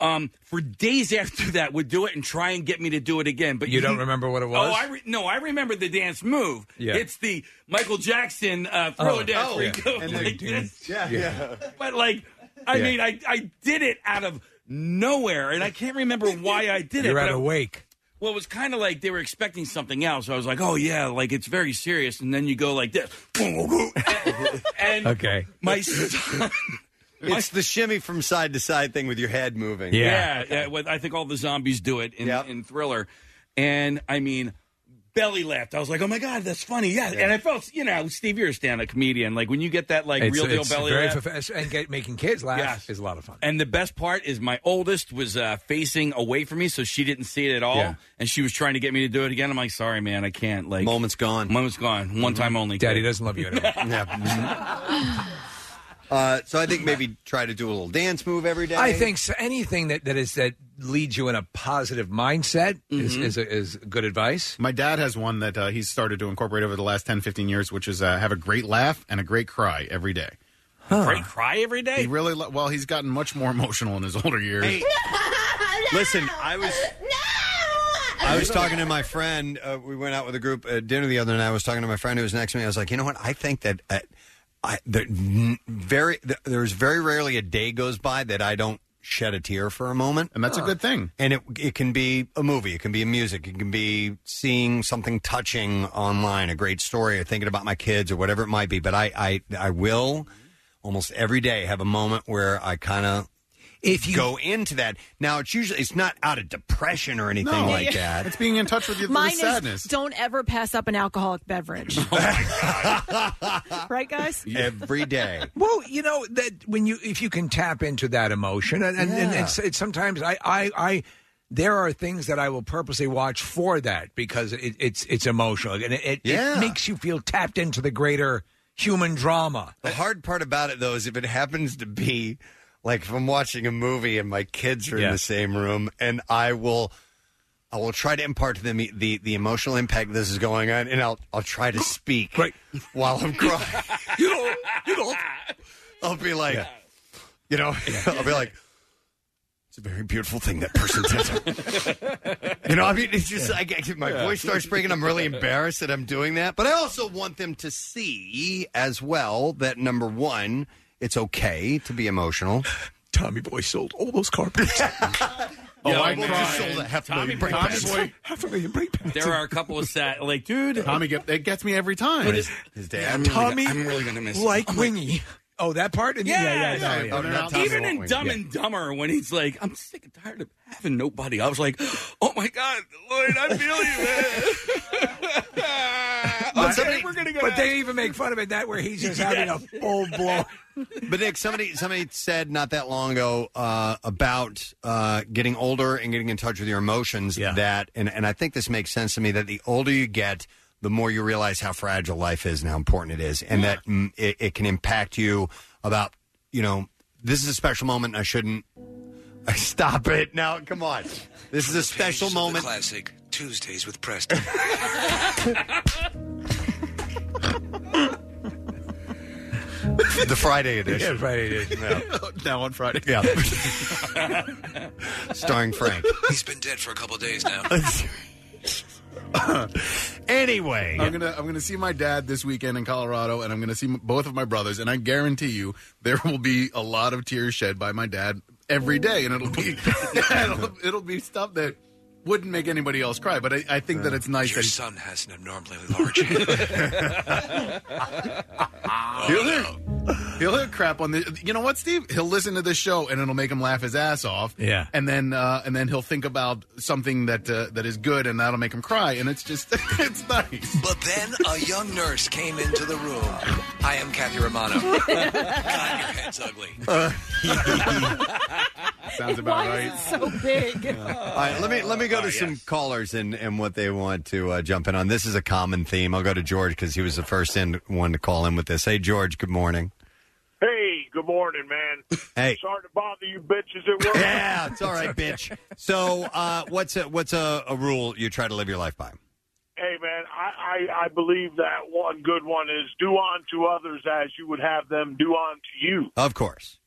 S6: Um, for days after that, would do it and try and get me to do it again. But
S5: You don't remember what it was?
S6: Oh, I re- no, I remember the dance move.
S5: Yeah.
S6: it's the Michael Jackson uh,
S5: Oh,
S6: thriller dance.
S5: oh,
S6: where you
S5: yeah.
S6: go
S5: And
S6: like
S5: then-
S6: this.
S5: Yeah. Yeah.
S6: But like, I
S5: Yeah.
S6: mean, I I did it out of nowhere, and I can't remember why I did it.
S5: You're
S6: but
S5: out
S6: I-
S5: of wake.
S6: Well, it was kind of like they were expecting something else. I was like, oh yeah, like it's very serious, and then you go like this. and
S5: okay,
S6: my son.
S2: It's the shimmy from side to side thing with your head moving.
S6: Yeah, yeah. well, I think all the zombies do it in, in Thriller, and I mean, belly laughed. I was like, "Oh my god, that's funny!" Yeah, and I felt, you know, Steve, you're a stand-up comedian. Like when you get that like
S5: It's-
S6: real deal
S5: it's
S6: belly
S5: very
S6: laugh,
S5: fulfill- and get, making kids laugh
S6: Yes.
S5: is a lot of fun.
S6: And the best part is my oldest was uh, facing away from me, so she didn't see it at all,
S5: Yeah.
S6: and she was trying to get me to do it again. I'm like, sorry, man, I can't. Like,
S2: moment's gone.
S6: Moment's gone. One time only.
S5: Daddy doesn't love you anymore.
S2: Uh, so I think maybe try to do a little dance move every day.
S5: I think so. anything that, that is that leads you in a positive mindset is,
S2: Mm-hmm.
S5: is, a, is good advice.
S7: My dad has one that uh, he's started to incorporate over the last 10, 15 years, which is uh, have a great laugh and a great cry every day.
S6: Great cry every day.
S7: He really lo- well. He's gotten much more emotional in his older years.
S2: Hey, listen, I was I was talking to my friend. Uh, we went out with a group at dinner the other night. I was talking to my friend who was next to me. I was like, you know what? I think that uh, I there, n- very th- there's very rarely a day goes by that I don't shed a tear for a moment,
S7: and that's a good thing.
S2: And it it can be a movie, it can be music, it can be seeing something touching online, a great story, or thinking about my kids or whatever it might be. But I I I will almost every day have a moment where I kind of.
S5: If you
S2: go into that now, it's usually it's not out of depression or anything
S7: No.
S2: like that.
S7: It's being in touch with your
S3: Mine
S7: with
S3: is
S7: sadness.
S3: don't ever pass up an alcoholic
S6: Oh
S3: beverage. right, guys?
S2: every day.
S5: Well, you know that when you if you can tap into that emotion, and and, and
S2: Yeah.
S5: it's, it's sometimes I, I I there are things that I will purposely watch for that because it, it's it's emotional and it, it,
S2: Yeah.
S5: it makes you feel tapped into the greater human drama.
S2: The hard part about it, though, is if it happens to be like if I'm watching a movie and my kids are in
S5: Yeah.
S2: the same room, and I will, I will try to impart to them the the emotional impact this is going on, and I'll I'll try to speak while I'm crying.
S5: you don't, you don't.
S2: I'll be like, you know, I'll be like. It's a very beautiful thing that person did. you know, I mean, it's just I get my
S20: Yeah.
S2: voice starts breaking. I'm really embarrassed that I'm doing that, but I also want them to see as well that number one, it's okay to be emotional.
S5: Tommy Boy sold all those carpets.
S2: oh,
S6: Yeah,
S2: I
S6: man.
S2: just sold a half a
S6: Tommy-
S2: million brake
S6: Tommy
S2: pads.
S6: Boy-
S5: Half a million brake pads.
S6: There are a couple of sad, like, dude,
S7: Tommy, get, it gets me every time.
S2: his dad,
S6: I'm
S5: Tommy,
S6: Really, gonna- I'm really gonna miss.
S5: like Wingy. Oh, that part?
S6: Yeah,
S5: yeah, yeah. yeah,
S2: Oh,
S5: yeah.
S6: Even in Dumb and Dumber, when he's like, "I'm sick and tired of having nobody," I was like, "Oh my god, Lloyd, I feel you." Man.
S5: But,
S6: Okay,
S5: somebody-
S6: we're gonna go
S5: but
S6: out.
S5: they even make fun of it that where he's just having a full blown.
S2: But Nick, somebody somebody said not that long ago uh, about uh, getting older and getting in touch with your emotions. That and and I think this makes sense to me that the older you get, the more you realize how fragile life is and how important it is, and that mm, it, it can impact you about you know this is a special moment. And I shouldn't Stop it. Now, come on. This is a special moment.
S9: Classic Tuesdays with Preston.
S2: the Friday edition.
S5: Yeah, Friday edition.
S7: now on Friday.
S2: Yeah. Starring Frank.
S9: He's been dead for a couple days now.
S2: anyway,
S7: I'm gonna I'm gonna see my dad this weekend in Colorado, and I'm gonna see m- both of my brothers, and I guarantee you there will be a lot of tears shed by my dad every day, and it'll be it'll, it'll be stuff that wouldn't make anybody else cry. But I, I think that it's nice.
S9: Your
S7: that he-
S9: son has an abnormally large head.
S7: He'll hear, he'll hear crap on the. You know what, Steve? He'll listen to this show and it'll make him laugh his ass off.
S5: Yeah.
S7: and then uh, and then he'll think about something that uh, that is good, and that'll make him cry. And it's just it's nice.
S9: But then a young nurse came into the room. I am Kathy Romano. God, your head's ugly.
S7: Sounds about
S8: Why
S7: right.
S8: is
S3: so big.
S2: All right, let me let me go to some callers and, and what they want to uh, jump in on. This is a common theme. I'll go to George because he was the first in, one to call in with this. Hey, George. Good morning.
S4: Hey, good morning, man.
S2: Hey.
S4: Sorry to bother you bitches at work.
S2: Yeah, it's all right, bitch. So, uh, what's a, what's a, a rule you try to live your life by?
S4: Hey, man, I, I, I believe that one good one is do unto others as you would have them do unto you.
S2: Of course,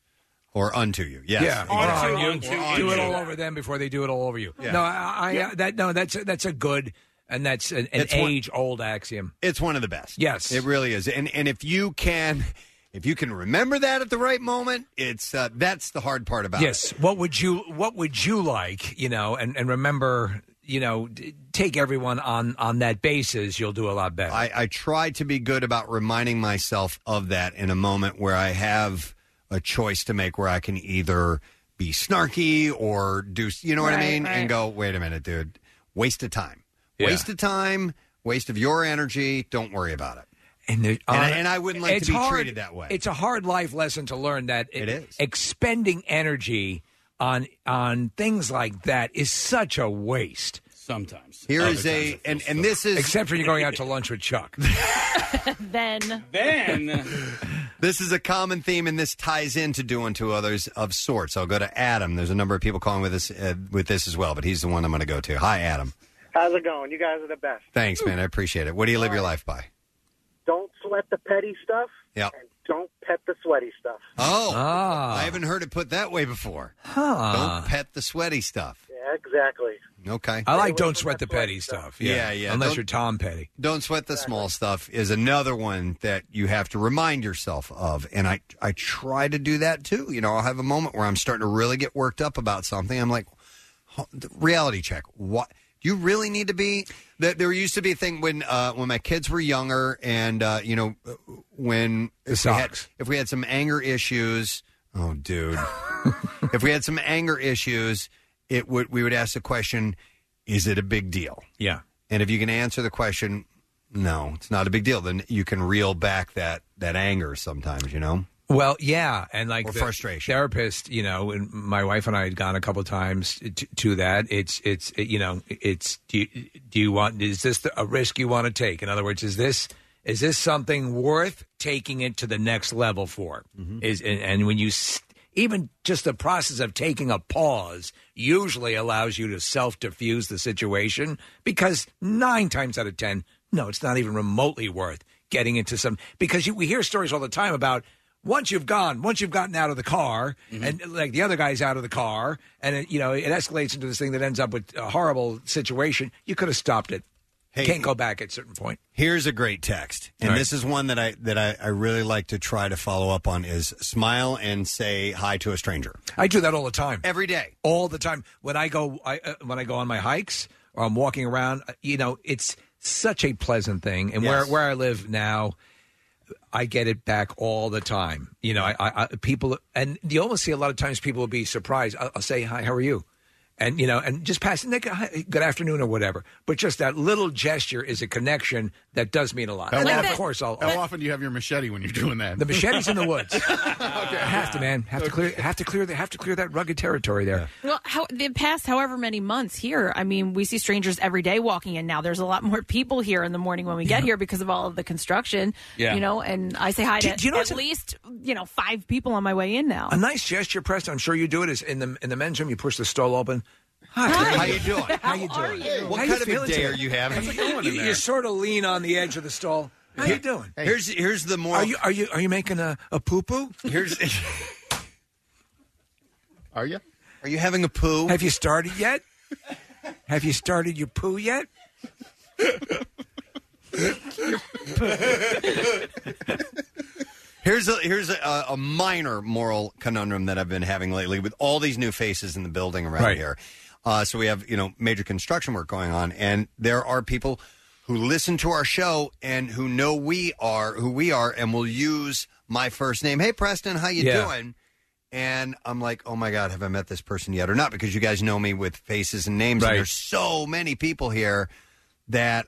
S2: or unto you. Yes.
S5: Yeah.
S2: exactly.
S5: Or on you. do it all over them before they do it all over you.
S2: Yeah.
S5: No, I, I
S2: Yeah.
S5: that no, that's that's a good and that's an, an
S2: It's one-
S5: age old axiom.
S2: It's one of the best.
S5: Yes.
S2: it really is. And and if you can, if you can remember that at the right moment, it's uh, that's the hard part about it.
S5: yes. What would you What would you like? You know, and and remember, you know, d- take everyone on on that basis. You'll do a lot better.
S2: I, I try to be good about reminding myself of that in a moment where I have a choice to make where I can either be snarky or do, you know what I
S22: Right,
S2: mean?
S22: right.
S2: And go, wait a minute, dude, waste of time.
S5: Yeah.
S2: Waste of time, waste of your energy. Don't worry about it.
S5: And,
S2: I, and I wouldn't like
S5: Uh, It's
S2: to be
S5: hard-
S2: treated that way.
S5: It's a hard life lesson to learn that
S2: It is.
S5: expending energy on on things like that is such a waste.
S6: Sometimes
S5: Here
S2: Here
S5: is
S2: is a- and- and this is-
S5: except when you're going out to lunch with Chuck.
S3: then.
S6: Then.
S2: This is a common theme, and this ties into doing to others of sorts. I'll go to Adam. There's a number of people calling with this uh, with this as well, but he's the one I'm going to go to. Hi, Adam.
S22: How's it going? You guys are the best.
S2: Thanks, man. I appreciate it. What do you live your life by?
S22: Don't sweat the petty stuff.
S2: Yeah.
S22: Don't pet the sweaty stuff.
S2: Oh, I haven't heard it put that way before.
S5: Ah. Huh.
S2: Don't pet the sweaty stuff.
S22: Yeah, exactly.
S2: Okay.
S5: I like don't sweat the petty stuff.
S2: Yeah, yeah.
S5: Unless
S2: Don't-
S5: you're Tom Petty.
S2: Don't sweat the small stuff is another one that you have to remind yourself of. And I, I try to do that too. You know, I'll have a moment where I'm starting to really get worked up about something. I'm like, huh, the reality check. What do you really need to be? That there used to be a thing when uh, when my kids were younger, and uh, you know, uh, when if we, had,
S5: socks.
S2: if we had some anger issues. Oh, dude. if we had some anger issues, it would we would ask the question, "Is it a big deal?"
S5: Yeah.
S2: And if you can answer the question, no, it's not a big deal, then you can reel back that that anger sometimes, you know?
S5: Well, yeah, and like
S2: Or
S5: the
S2: frustration.
S5: therapist, you know, and my wife and I had gone a couple times to, to that. It's it's it- you know, it's do you, do you want is this the, a risk you want to take? In other words, is this is this something worth taking it to the next level for?
S2: Mm-hmm.
S5: Is and, and when you s even just the process of taking a pause usually allows you to self diffuse the situation because nine times out of ten, no, it's not even remotely worth getting into some because you, we hear stories all the time about once you've gone, once you've gotten out of the car,
S2: Mm-hmm.
S5: and like the other guy's out of the car, and it, you know it escalates into this thing that ends up with a horrible situation. You could have stopped it. Can't go back at a certain point.
S2: Here's a great text. And
S5: All right.
S2: this is one that I that I, I really like to try to follow up on is smile and say hi to a stranger.
S5: I do that all the time,
S2: every day,
S5: all the time. When I go, I, uh, when I go on my hikes or I'm walking around, uh, you know, it's such a pleasant thing. And where
S23: Yes.
S5: where I live now, I get it back all the time. You know, I, I, I people and you almost see a lot of times people will be surprised. I'll, I'll say hi, how are you? and you know, and just passing Nick, hi, good afternoon or whatever. But just that little gesture is a connection that does mean a lot. and then, of course, I'll,
S7: how often do you have your machete when you're doing that?
S5: the machete's in the woods. Have to, man. Have to clear. Have to clear. the- Have to clear that rugged territory there.
S3: Well, how, the past however many months here, I mean, we see strangers every day walking in now. There's a lot more people here in the morning when we get here because of all of the construction.
S5: Yeah.
S3: You know, and I say hi
S5: Do-
S3: to
S5: do you know
S3: at
S5: what's a-
S3: least, you know, five people on my way in now.
S5: A nice gesture, Preston. I'm sure you do it. Is in the in the men's room. You push the stall open. Hi.
S2: How you doing?
S5: How you doing?
S2: What
S5: How you
S2: kind of a
S5: feeling
S2: day
S5: today?
S2: are you having?
S5: You, you sort of lean on the edge of the stall. How you doing?
S2: Here's here's the more.
S5: Are you are you are you making a a poo poo?
S2: Here's.
S5: are you?
S2: Are you having a poo?
S5: Have you started yet? Have you started your poo yet?
S2: Here's a here's a- a, a minor moral conundrum that I've been having lately with all these new faces in the building around
S5: Right.
S2: here. Uh, so we have you know major construction work going on, and there are people who listen to our show and who know we are who we are, and will use my first name. Hey, Preston, how you
S10: Yeah.
S2: doing? And I'm like, oh my god, have I met this person yet or not? Because you guys know me with faces and names.
S10: Right.
S2: And there's so many people here that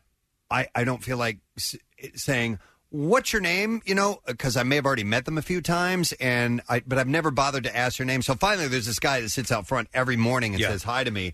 S2: I, I don't feel like s- saying what's your name you know because i may have already met them a few times and i but i've never bothered to ask their name so finally there's this guy that sits out front every morning and
S10: Yeah.
S2: says hi to me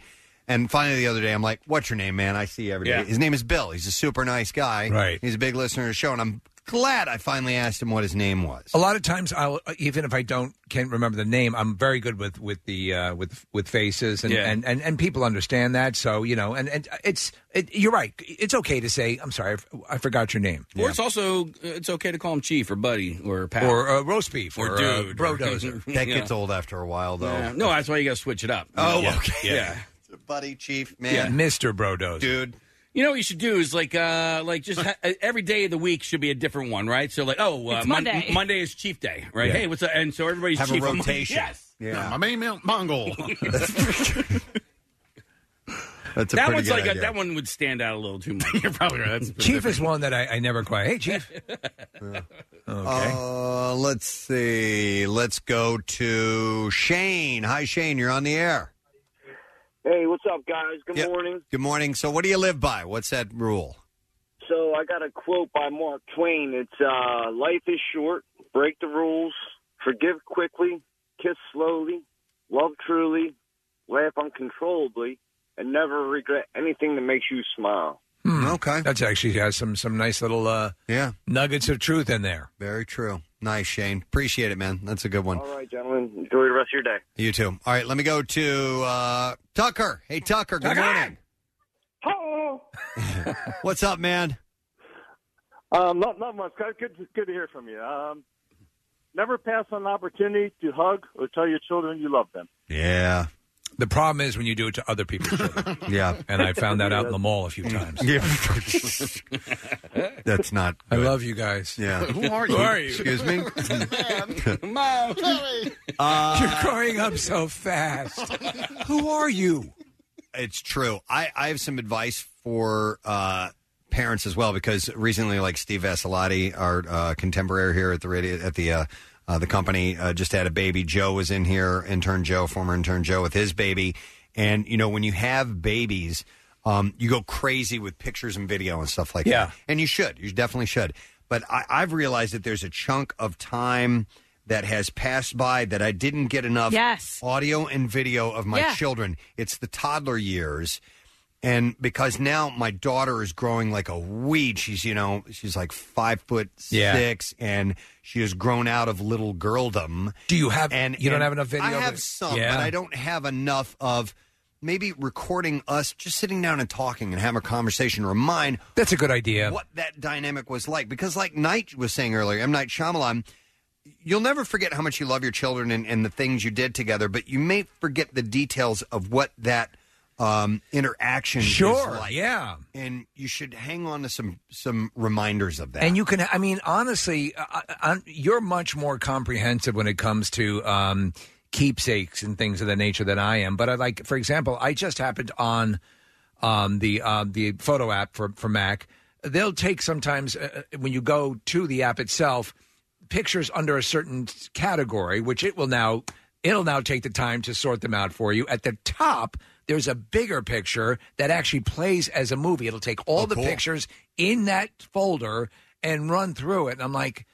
S2: and finally the other day i'm like what's your name man i see you every day
S10: Yeah.
S2: his name is bill he's a super nice guy right he's a big listener to the show and i'm glad i finally asked him what his name was
S5: A lot of times, I'll even if I don't can't remember the name, I'm very good with with the uh, with with faces and,
S10: Yeah.
S5: and, and and people understand that. So you know, and and it's it, you're right. It's okay to say I'm sorry, I f- I forgot your name.
S6: Or it's also uh, it's okay to call him chief or buddy or pal
S5: Or, uh, roast beef
S6: or,
S5: or, uh,
S6: dude
S5: brodozer.
S2: that gets old after a while though
S6: Yeah. No, that's why you got to switch it up.
S2: Oh,
S6: Yeah.
S2: okay.
S6: Yeah.
S2: buddy chief
S5: Yeah,
S6: man.
S5: Mr. Brodozer.
S2: dude.
S6: You know what you should do is like uh like just ha- every day of the week should be a different one, right? So like oh uh,
S7: It's
S6: Mon-
S7: Monday.
S6: Monday is Chief Day, right?
S7: Yeah.
S6: Hey, what's up? And so everybody's
S7: Have a
S6: chief on Monday.
S7: rotation.
S6: Yes.
S7: Yeah. My main Mon- Mongol.
S2: That's
S5: a
S6: that
S5: pretty
S6: one's
S5: good
S6: like
S5: idea.
S6: that one would stand out a little too much. You're probably right. That's
S5: Chief is one that I, I never quite. Hey, Chief.
S2: okay uh, let's see let's go to shane hi shane you're on the air
S11: Hey, what's up, guys? Good morning.
S2: good morning so what do you live by what's that rule
S11: So I got a quote by Mark Twain. It's uh, life is short. Break the rules. Forgive quickly. Kiss slowly. Love truly. Laugh uncontrollably, and never regret anything that makes you smile.
S2: Okay,
S5: Hmm. that's actually has some some nice little uh,
S2: yeah
S5: nuggets of truth in there.
S2: Very true. Nice, Shane. Appreciate it, man. That's a good one.
S11: All right, gentlemen. Enjoy the rest of your day.
S2: You too. All right, let me go to uh, Tucker. Hey, Tucker. Good morning.
S23: Hello.
S2: What's up, man?
S23: Um, not not much. Guys, Good good to hear from you. Um, never pass on an opportunity to hug or tell your children you love them.
S2: Yeah.
S5: The problem is when you do it to other people's children.
S2: yeah.
S5: And I found that out in the mall a few times.
S2: That's not.
S5: I love you guys.
S2: Yeah. Excuse me. Uh,
S6: Mom,
S5: You're growing up so fast. Who are you?
S2: It's true. I, I have some advice for uh, parents as well because recently, like Steve Vassilotti, our uh, contemporary here at the radio at the uh, uh, the company, uh, just had a baby. Joe was in here, intern Joe, former intern Joe, with his baby. And you know, when you have babies, um, you go crazy with pictures and video and stuff like
S10: Yeah.
S2: that. And you should. You definitely should. But I, I've realized that there's a chunk of time that has passed by that I didn't get enough
S10: Yes.
S2: audio and video of my
S10: Yeah.
S2: children. It's the toddler years. And because now my daughter is growing like a weed, she's, you know, she's like five foot
S5: Yeah.
S2: six and she has grown out of little girldom.
S5: Do you have- you don't have enough video
S2: I
S5: of
S2: have
S5: it?
S2: some,
S5: Yeah.
S2: but I don't have enough of maybe recording us just sitting down and talking and having a conversation. Remind
S5: that's a good idea.
S2: What that dynamic was like because, like Knight was saying earlier, M Night Shyamalan, you'll never forget how much you love your children and, and the things you did together, but you may forget the details of what that um, interaction
S5: Sure,
S2: is like.
S5: yeah.
S2: and you should hang on to some some reminders of that.
S5: And you can, I mean, honestly, uh, uh, uh, you're much more comprehensive when it comes to um, keepsakes and things of that nature than I am. But I like, for example, I just happened on um, the uh, the photo app for for Mac. They'll take sometimes uh, uh, when you go to the app itself pictures under a certain category, which it will now It'll now take the time to sort them out for you. At the top, there's a bigger picture that actually plays as a movie. It'll take all the pictures in that folder and run through it. And I'm like,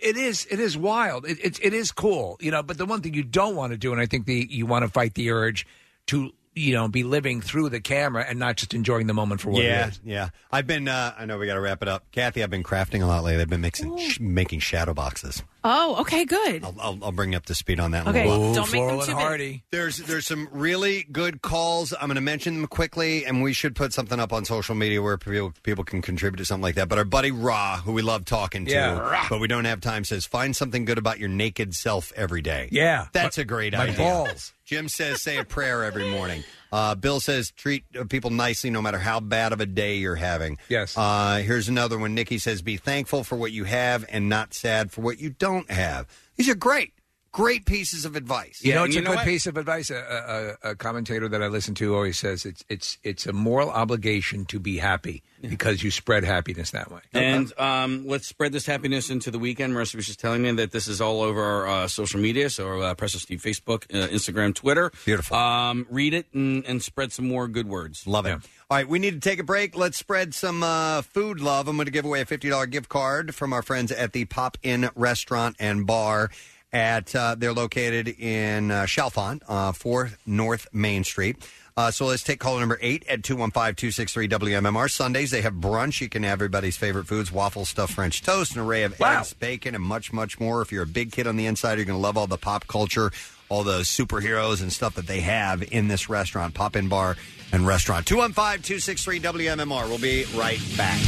S5: it is it is wild. It, it it is cool, you know. But the one thing you don't want to do, and I think the you want to fight the urge to you know be living through the camera and not just enjoying the moment for what
S2: yeah,
S5: it is.
S2: yeah. I've been. Uh, I know we got to wrap it up, Kathy. I've been crafting a lot lately. I've been
S5: Oh.
S2: mixing, sh- making shadow boxes.
S3: Oh, okay, good.
S2: I'll, I'll, I'll bring you up to speed on that. in a
S3: Okay,
S2: little while.
S3: don't make them Floral and too big. Hardy.
S2: There's there's some really good calls. I'm going to mention them quickly, and we should put something up on social media where people, people can contribute to something like that. But our buddy Ra, who we love talking to,
S5: Yeah. Ra.
S2: but we don't have time, says find something good about your naked self every day.
S5: Yeah.
S2: that's a great
S5: My
S2: idea.
S5: balls.
S2: Jim says say a prayer every morning. Uh, Bill says treat uh, people nicely no matter how bad of a day you're having. Yes. Uh, here's another one. Nikki says be thankful for what you have and not sad for what you don't have. These are great, great pieces of advice.
S5: You know, it's a good piece of advice. A, a, a commentator that I listen to always says it's it's it's a moral obligation to be happy because you spread happiness that way.
S6: And um, let's spread this happiness into the weekend. Marissa was just telling me that this is all over our uh, social media, so uh, Press of Steve, Facebook, uh, Instagram, Twitter. Beautiful. Um, read it and, and spread some more good words.
S2: Love it. All right, we need to take a break. Let's spread some uh, food love. I'm going to give away a $50 gift card from our friends at the Pop In Restaurant and Bar. At uh, they're located in uh, Chalfont, uh, Fourth North Main Street. Uh, so let's take caller number eight at 215-263 WMMR. Sundays they have brunch. You can have everybody's favorite foods: waffle, stuffed French toast, an array of eggs, bacon, and much, much more. If you're a big kid on the inside, you're going to love all the pop culture, all the superheroes and stuff that they have in this restaurant, pop in bar and restaurant. 215 263 WMMR. We'll be right back.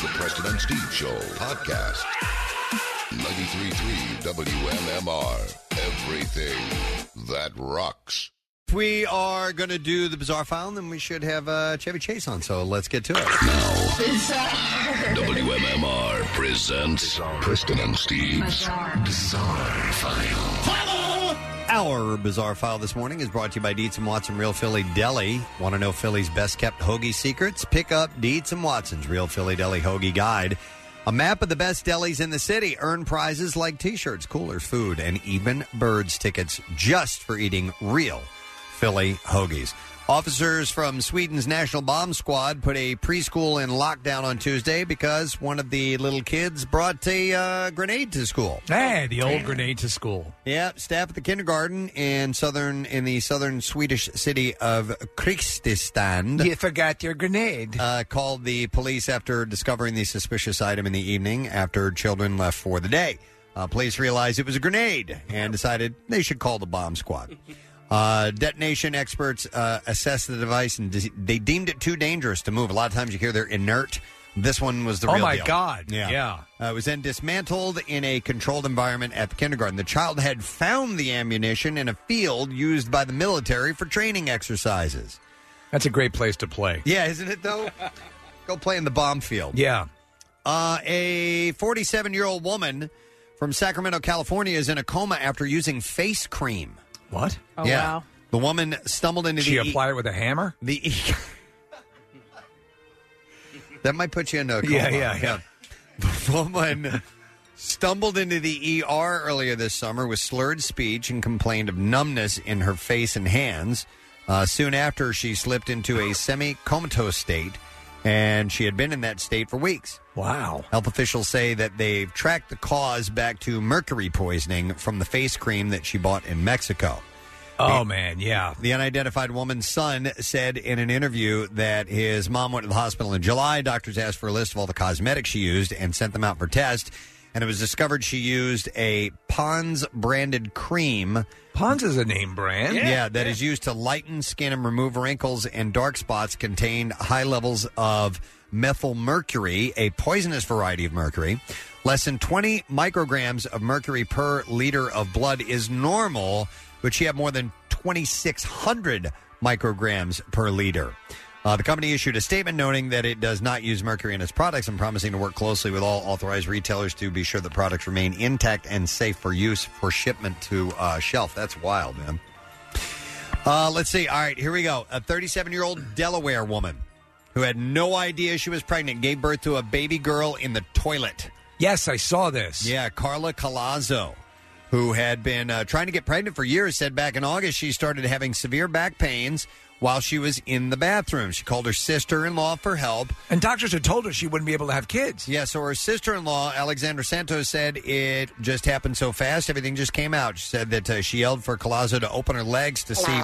S1: The Preston and Steve Show podcast. 93.3 WMMR. Everything that rocks.
S2: We are going to do the bizarre file, and then we should have uh, Chevy Chase on. So let's get to it.
S1: WMMR presents Preston and Steve's Bizarre, File.
S2: Our bizarre file this morning is brought to you by Dietz and Watson Real Philly Deli. Want to know Philly's best kept hoagie secrets? Pick up Dietz and Watson's Real Philly Deli Hoagie Guide. A map of the best delis in the city. Earn prizes like t shirts, coolers, food, and even birds tickets just for eating real Philly hoagies. Officers from Sweden's National Bomb Squad put a preschool in lockdown on Tuesday because one of the little kids brought a uh, grenade to school.
S10: Hey, Eh, the old grenade to school.
S2: Yeah, staff at the kindergarten in southern in the southern Swedish city of Krististand. You
S5: forgot your grenade.
S2: Uh, called the police after discovering the suspicious item in the evening after children left for the day. Uh, police realized it was a grenade and decided they should call the bomb squad. Uh, detonation experts uh, assessed the device and de- they deemed it too dangerous to move. A lot of times you hear they're inert. This one was the
S10: Oh
S2: real
S10: my
S2: deal.
S10: God. Yeah.
S2: Uh, it was then dismantled in a controlled environment at the kindergarten. The child had found the ammunition in a field used by the military for training exercises.
S5: That's a great place to play.
S2: Yeah, isn't it though? Go play in the bomb field.
S5: Yeah.
S2: Uh, a 47 year old woman from Sacramento, California, is in a coma after using face cream.
S5: What?
S2: Oh, wow. The woman stumbled into
S5: She
S2: the.
S5: applied it with a hammer.
S2: The that might put you in a coma.
S5: Yeah, yeah, yeah.
S2: The woman stumbled into the ER earlier this summer with slurred speech and complained of numbness in her face and hands. Uh, soon after, she slipped into a semi comatose state, and she had been in that state for weeks.
S5: Wow.
S2: Health officials say that they've tracked the cause back to mercury poisoning from the face cream that she bought in Mexico.
S5: Oh man, yeah.
S2: The unidentified woman's son said in an interview that his mom went to the hospital in July. Doctors asked for a list of all the cosmetics she used and sent them out for test. And it was discovered she used a Pond's branded cream.
S5: Pond's is a name brand.
S2: Yeah, that is used to lighten skin and remove wrinkles and dark spots. Contained high levels of methyl mercury, a poisonous variety of mercury. Less than 20 micrograms of mercury per liter of blood is normal, but she had more than 2,600 micrograms per liter. Uh, the company issued a statement noting that it does not use mercury in its products and promising to work closely with all authorized retailers to be sure the products remain intact and safe for use for shipment to uh, shelf. That's wild, man. Uh, let's see. All right, here we go. A 37 year old Delaware woman who had no idea she was pregnant gave birth to a baby girl in the toilet.
S5: Yes, I saw this.
S2: Yeah, Carla Colazo, who had been uh, trying to get pregnant for years, said back in August she started having severe back pains while she was in the bathroom. She called her sister in law for help.
S5: And doctors had told her she wouldn't be able to have kids.
S2: Yeah, so her sister in law, Alexander Santos, said it just happened so fast, everything just came out. She said that uh, she yelled for Colazo to open her legs to see.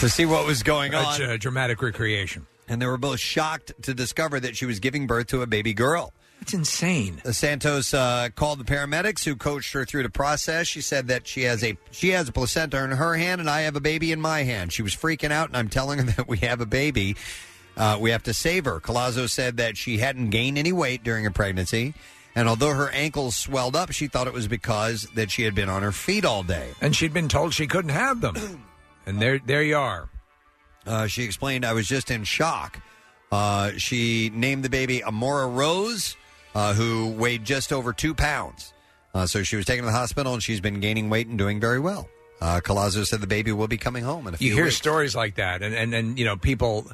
S2: To see what was going on.
S5: That's a dramatic recreation.
S2: And they were both shocked to discover that she was giving birth to a baby girl.
S5: That's insane.
S2: Santos uh, called the paramedics who coached her through the process. She said that she has a she has a placenta in her hand and I have a baby in my hand. She was freaking out, and I'm telling her that we have a baby. Uh, we have to save her. Colazo said that she hadn't gained any weight during her pregnancy, and although her ankles swelled up, she thought it was because that she had been on her feet all day.
S5: And she'd been told she couldn't have them. and there, there you are.
S2: Uh, she explained, I was just in shock. Uh, she named the baby Amora Rose, uh, who weighed just over two pounds. Uh, so she was taken to the hospital and she's been gaining weight and doing very well. Uh, Colazo said the baby will be coming home in a few
S5: you hear
S2: weeks.
S5: stories like that, and and and you know people,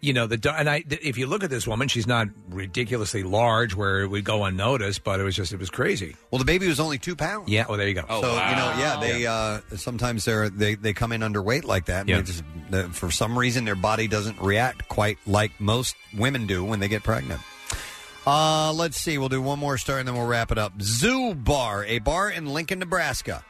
S5: you know the do- and I th- if you look at this woman, she's not ridiculously large where it would go unnoticed, but it was just it was crazy.
S2: Well, the baby was only two pounds.
S5: Yeah. Well, there you go.
S2: so you know, yeah, they Uh, sometimes they're they, they come in underweight like that. And
S5: Yeah.
S2: they just, the- for some reason, their body doesn't react quite like most women do when they get pregnant. Uh, let's see. We'll do one more story and then we'll wrap it up. Zoo Bar, a bar in Lincoln, Nebraska,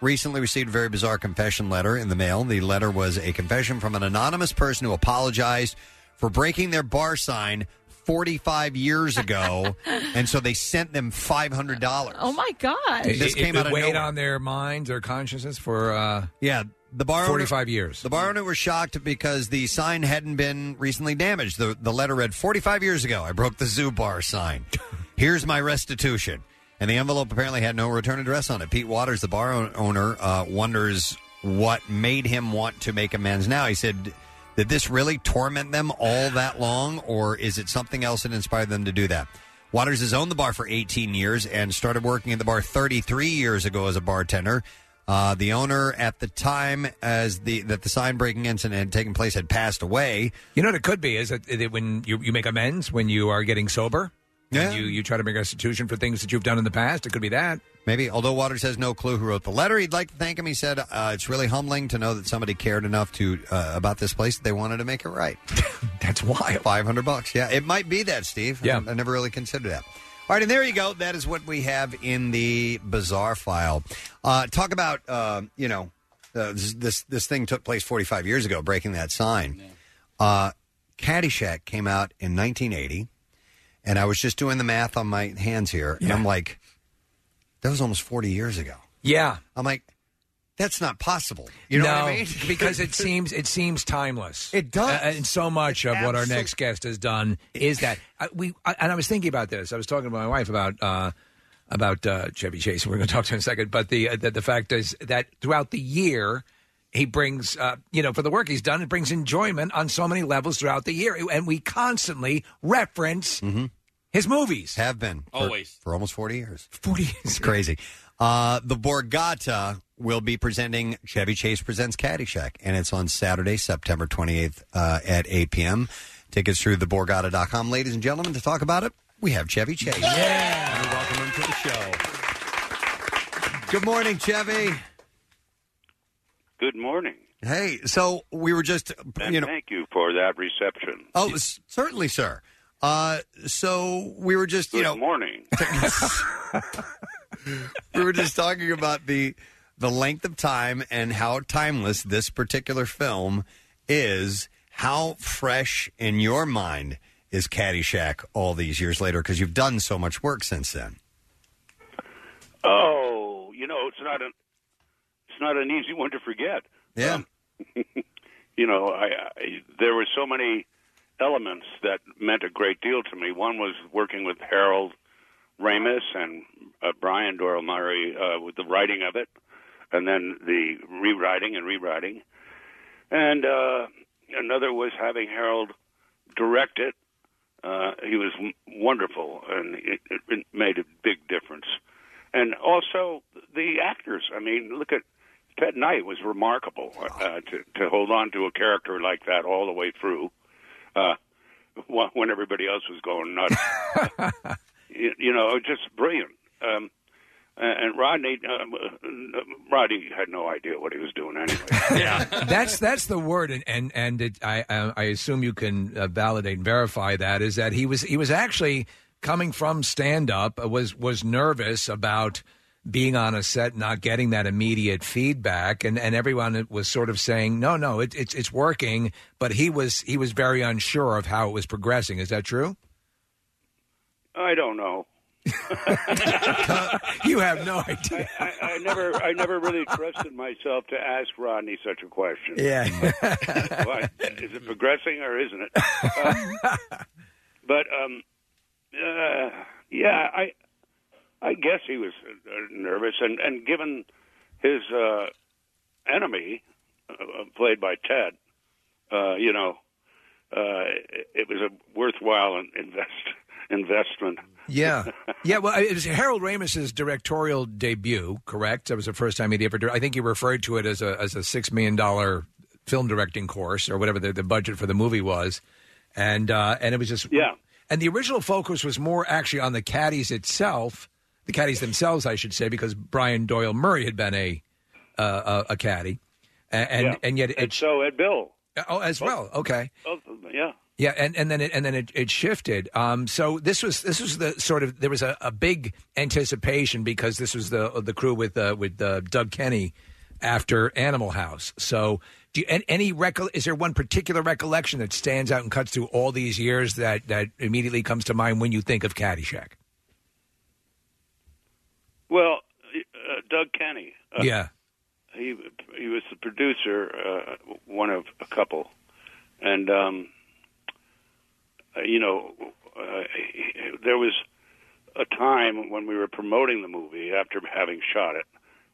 S2: recently received a very bizarre confession letter in the mail. The letter was a confession from an anonymous person who apologized for breaking their bar sign 45 years ago, and so they sent them $500.
S3: Oh my gosh!
S2: This came out of
S5: weighed
S2: nowhere.
S5: on their minds, their consciousness for uh,
S2: yeah the bar
S5: forty five years.
S2: The bar owner was shocked because the sign hadn't been recently damaged. The, the letter read 45 years ago, I broke the zoo bar sign. Here's my restitution. And the envelope apparently had no return address on it. Pete Waters, the bar own- owner, uh, wonders what made him want to make amends now. He said, Did this really torment them all that long, or is it something else that inspired them to do that? Waters has owned the bar for 18 years and started working at the bar 33 years ago as a bartender. Uh, the owner at the time as the that the sign breaking incident had taken place had passed away.
S5: You know what it could be is that, that when you, you make amends when you are getting sober, yeah, you you try to make restitution for things that you've done in the past. It could be that.
S2: Maybe, although Waters has no clue who wrote the letter, he'd like to thank him. He said, uh, "It's really humbling to know that somebody cared enough to uh, about this place that they wanted to make it right."
S5: That's why
S2: five hundred bucks. Yeah, it might be that, Steve. Yeah, I, I never really considered that. All right, and there you go. That is what we have in the bizarre file. Uh, talk about uh, you know uh, this, this this thing took place forty five years ago, breaking that sign. Uh, Caddyshack came out in nineteen eighty, and I was just doing the math on my hands here, and I'm like, that was almost forty years ago.
S5: Yeah,
S2: I'm like, that's not possible. You know what I
S5: No,
S2: mean?
S5: because it seems it seems timeless. It
S2: does.
S5: and so much of what our next guest has done is that I, we. I, and I was thinking about this. I was talking to my wife about uh, about uh, Chevy Chase. We're going to talk to him in a second. But the uh, the, the fact is that throughout the year. He brings, uh, you know, for the work he's done, it brings enjoyment on so many levels throughout the year. And we constantly reference his movies.
S2: Mm-hmm. Have been. for-
S5: Always.
S2: for, almost 40 years
S5: 40 years it's
S2: crazy uh, the borgata will be presenting chevy chase presents caddyshack and it's on saturday september 28th uh, at 8 p.m tickets through theborgata.com ladies and gentlemen to talk about it we have chevy chase
S5: yeah
S2: welcome him to the show good morning chevy
S12: Good morning.
S2: hey so we were just
S12: And
S2: you know
S12: thank you for that reception.
S2: oh s- certainly sir uh, so we were just you
S12: Good
S2: know
S12: morning.
S2: we were just talking about the the length of time and how timeless this particular film is. How fresh in your mind is Caddyshack all these years later? Because you've done so much work since then.
S12: Oh, you know, it's not an it's not an easy one to forget. Um,
S2: Yeah.
S12: You know, I, I there were so many elements that meant a great deal to me. One was working with Harold Ramis and uh, Brian Doyle Murray uh, with the writing of it, and then the rewriting and rewriting. And uh, another was having Harold direct it. Uh, he was w- wonderful, and it, it- it made a big difference. And also the actors. I mean, look at Ted Knight was remarkable uh, to to hold on to a character like that all the way through, uh, wh- when everybody else was going nuts. you, you know, it was just brilliant. Um, And, and Rodney, uh, Rodney had no idea what he was doing anyway.
S5: that's that's the word, and and, and it, I I I assume you can uh, validate and verify that is that he was he was actually coming from stand up was was nervous about being on a set not getting that immediate feedback and and everyone was sort of saying no no it, it's it's working but he was he was very unsure of how it was progressing is that true
S12: I don't know.
S5: you have no idea.
S12: I, I never, I never really trusted myself to ask Rodney such a question.
S5: Yeah.
S12: What? Is it progressing or isn't it? Uh, but um, uh, yeah, I, I guess he was uh, nervous, and and given his uh, enemy, uh, played by Ted, uh, you know, uh, it, it was a worthwhile in- invest investment.
S5: Yeah, yeah. Well, it was Harold Ramis's directorial debut, correct? That was the first time he'd ever. dir- I think he referred to it as a as a six million dollar film directing course or whatever the, the budget for the movie was, and uh, and it was just yeah. And the original focus was more actually on the caddies itself, the caddies themselves, I should say, because Brian Doyle Murray had been a uh, a, a caddy, A- and
S12: Yeah.
S5: and yet it,
S12: and so Ed Bill.
S5: Oh, as well. Okay.
S12: Both of them, yeah.
S5: Yeah, and, and then it, and then it, it shifted. Um, so this was this was the sort of there was a, a big anticipation because this was the the crew with uh, with uh, Doug Kenny after Animal House. So do you, an- any recoll- is there one particular recollection that stands out and cuts through all these years that that immediately comes to mind when you think of Caddyshack?
S12: Well, uh, Doug Kenny. Uh,
S5: yeah,
S12: he he was the producer, uh, one of a couple, and um, uh, you know, uh, he- there was a time when we were promoting the movie after having shot it.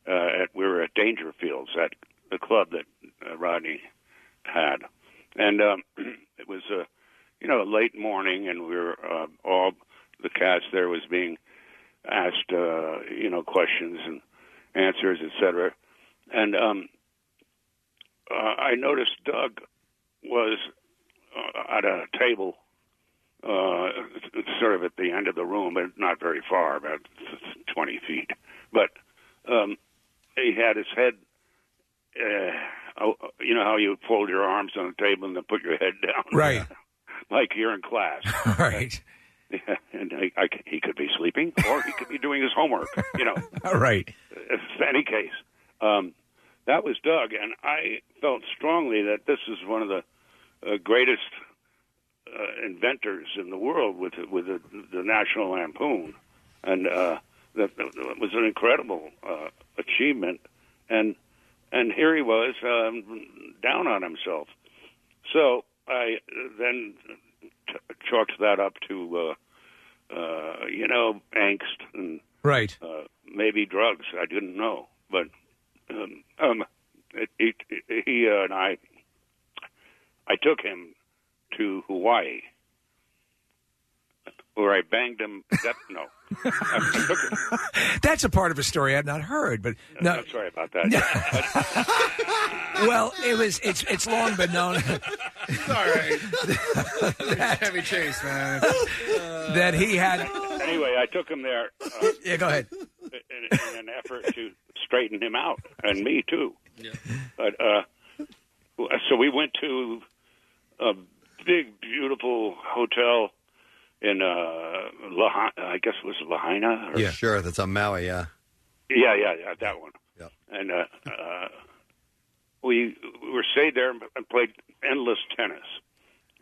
S12: Uh, at, we were at Dangerfields at the club that uh, Rodney had, and um, it was a you know late morning, and we were uh, all the cast there was being asked uh, you know questions and answers, et cetera. And um, uh, I noticed Doug was uh, at a table, uh, sort of at the end of the room, but not very far, about 20 feet. But um, he had his head, uh, oh, you know how you fold your arms on the table and then put your head down?
S5: Right.
S12: Like you're in class.
S5: right.
S12: and I, I, he could be sleeping or he could be doing his homework, you know.
S5: All right.
S12: In any case, um, that was Doug, and I felt strongly that this is one of the uh, greatest uh, inventors in the world with with the, the National Lampoon, and uh, that, that was an incredible uh, achievement. And and here he was um, down on himself. So I uh, then ch- chalked that up to uh, uh, you know angst and
S5: Right.
S12: uh, maybe drugs. I didn't know, but um, um, it, it, it- he uh, and I, I took him to Hawaii, where I banged him. That, no, I, I took him.
S5: That's a part of a story I've not heard, but no.
S12: I'm sorry about that.
S5: well, it was it's it's long been known.
S7: Sorry. Heavy chase, man.
S5: that he had.
S12: Anyway, I took him there. Uh,
S5: yeah, go ahead.
S12: In, in an effort to straighten him out, and me too. But uh, so we went to a big, beautiful hotel in uh, Lahaina. I guess it was Lahaina. Or,
S2: Yeah, sure. That's on Maui. Yeah.
S12: yeah, yeah, yeah, that one. And uh, uh, we we were stayed there and played endless tennis,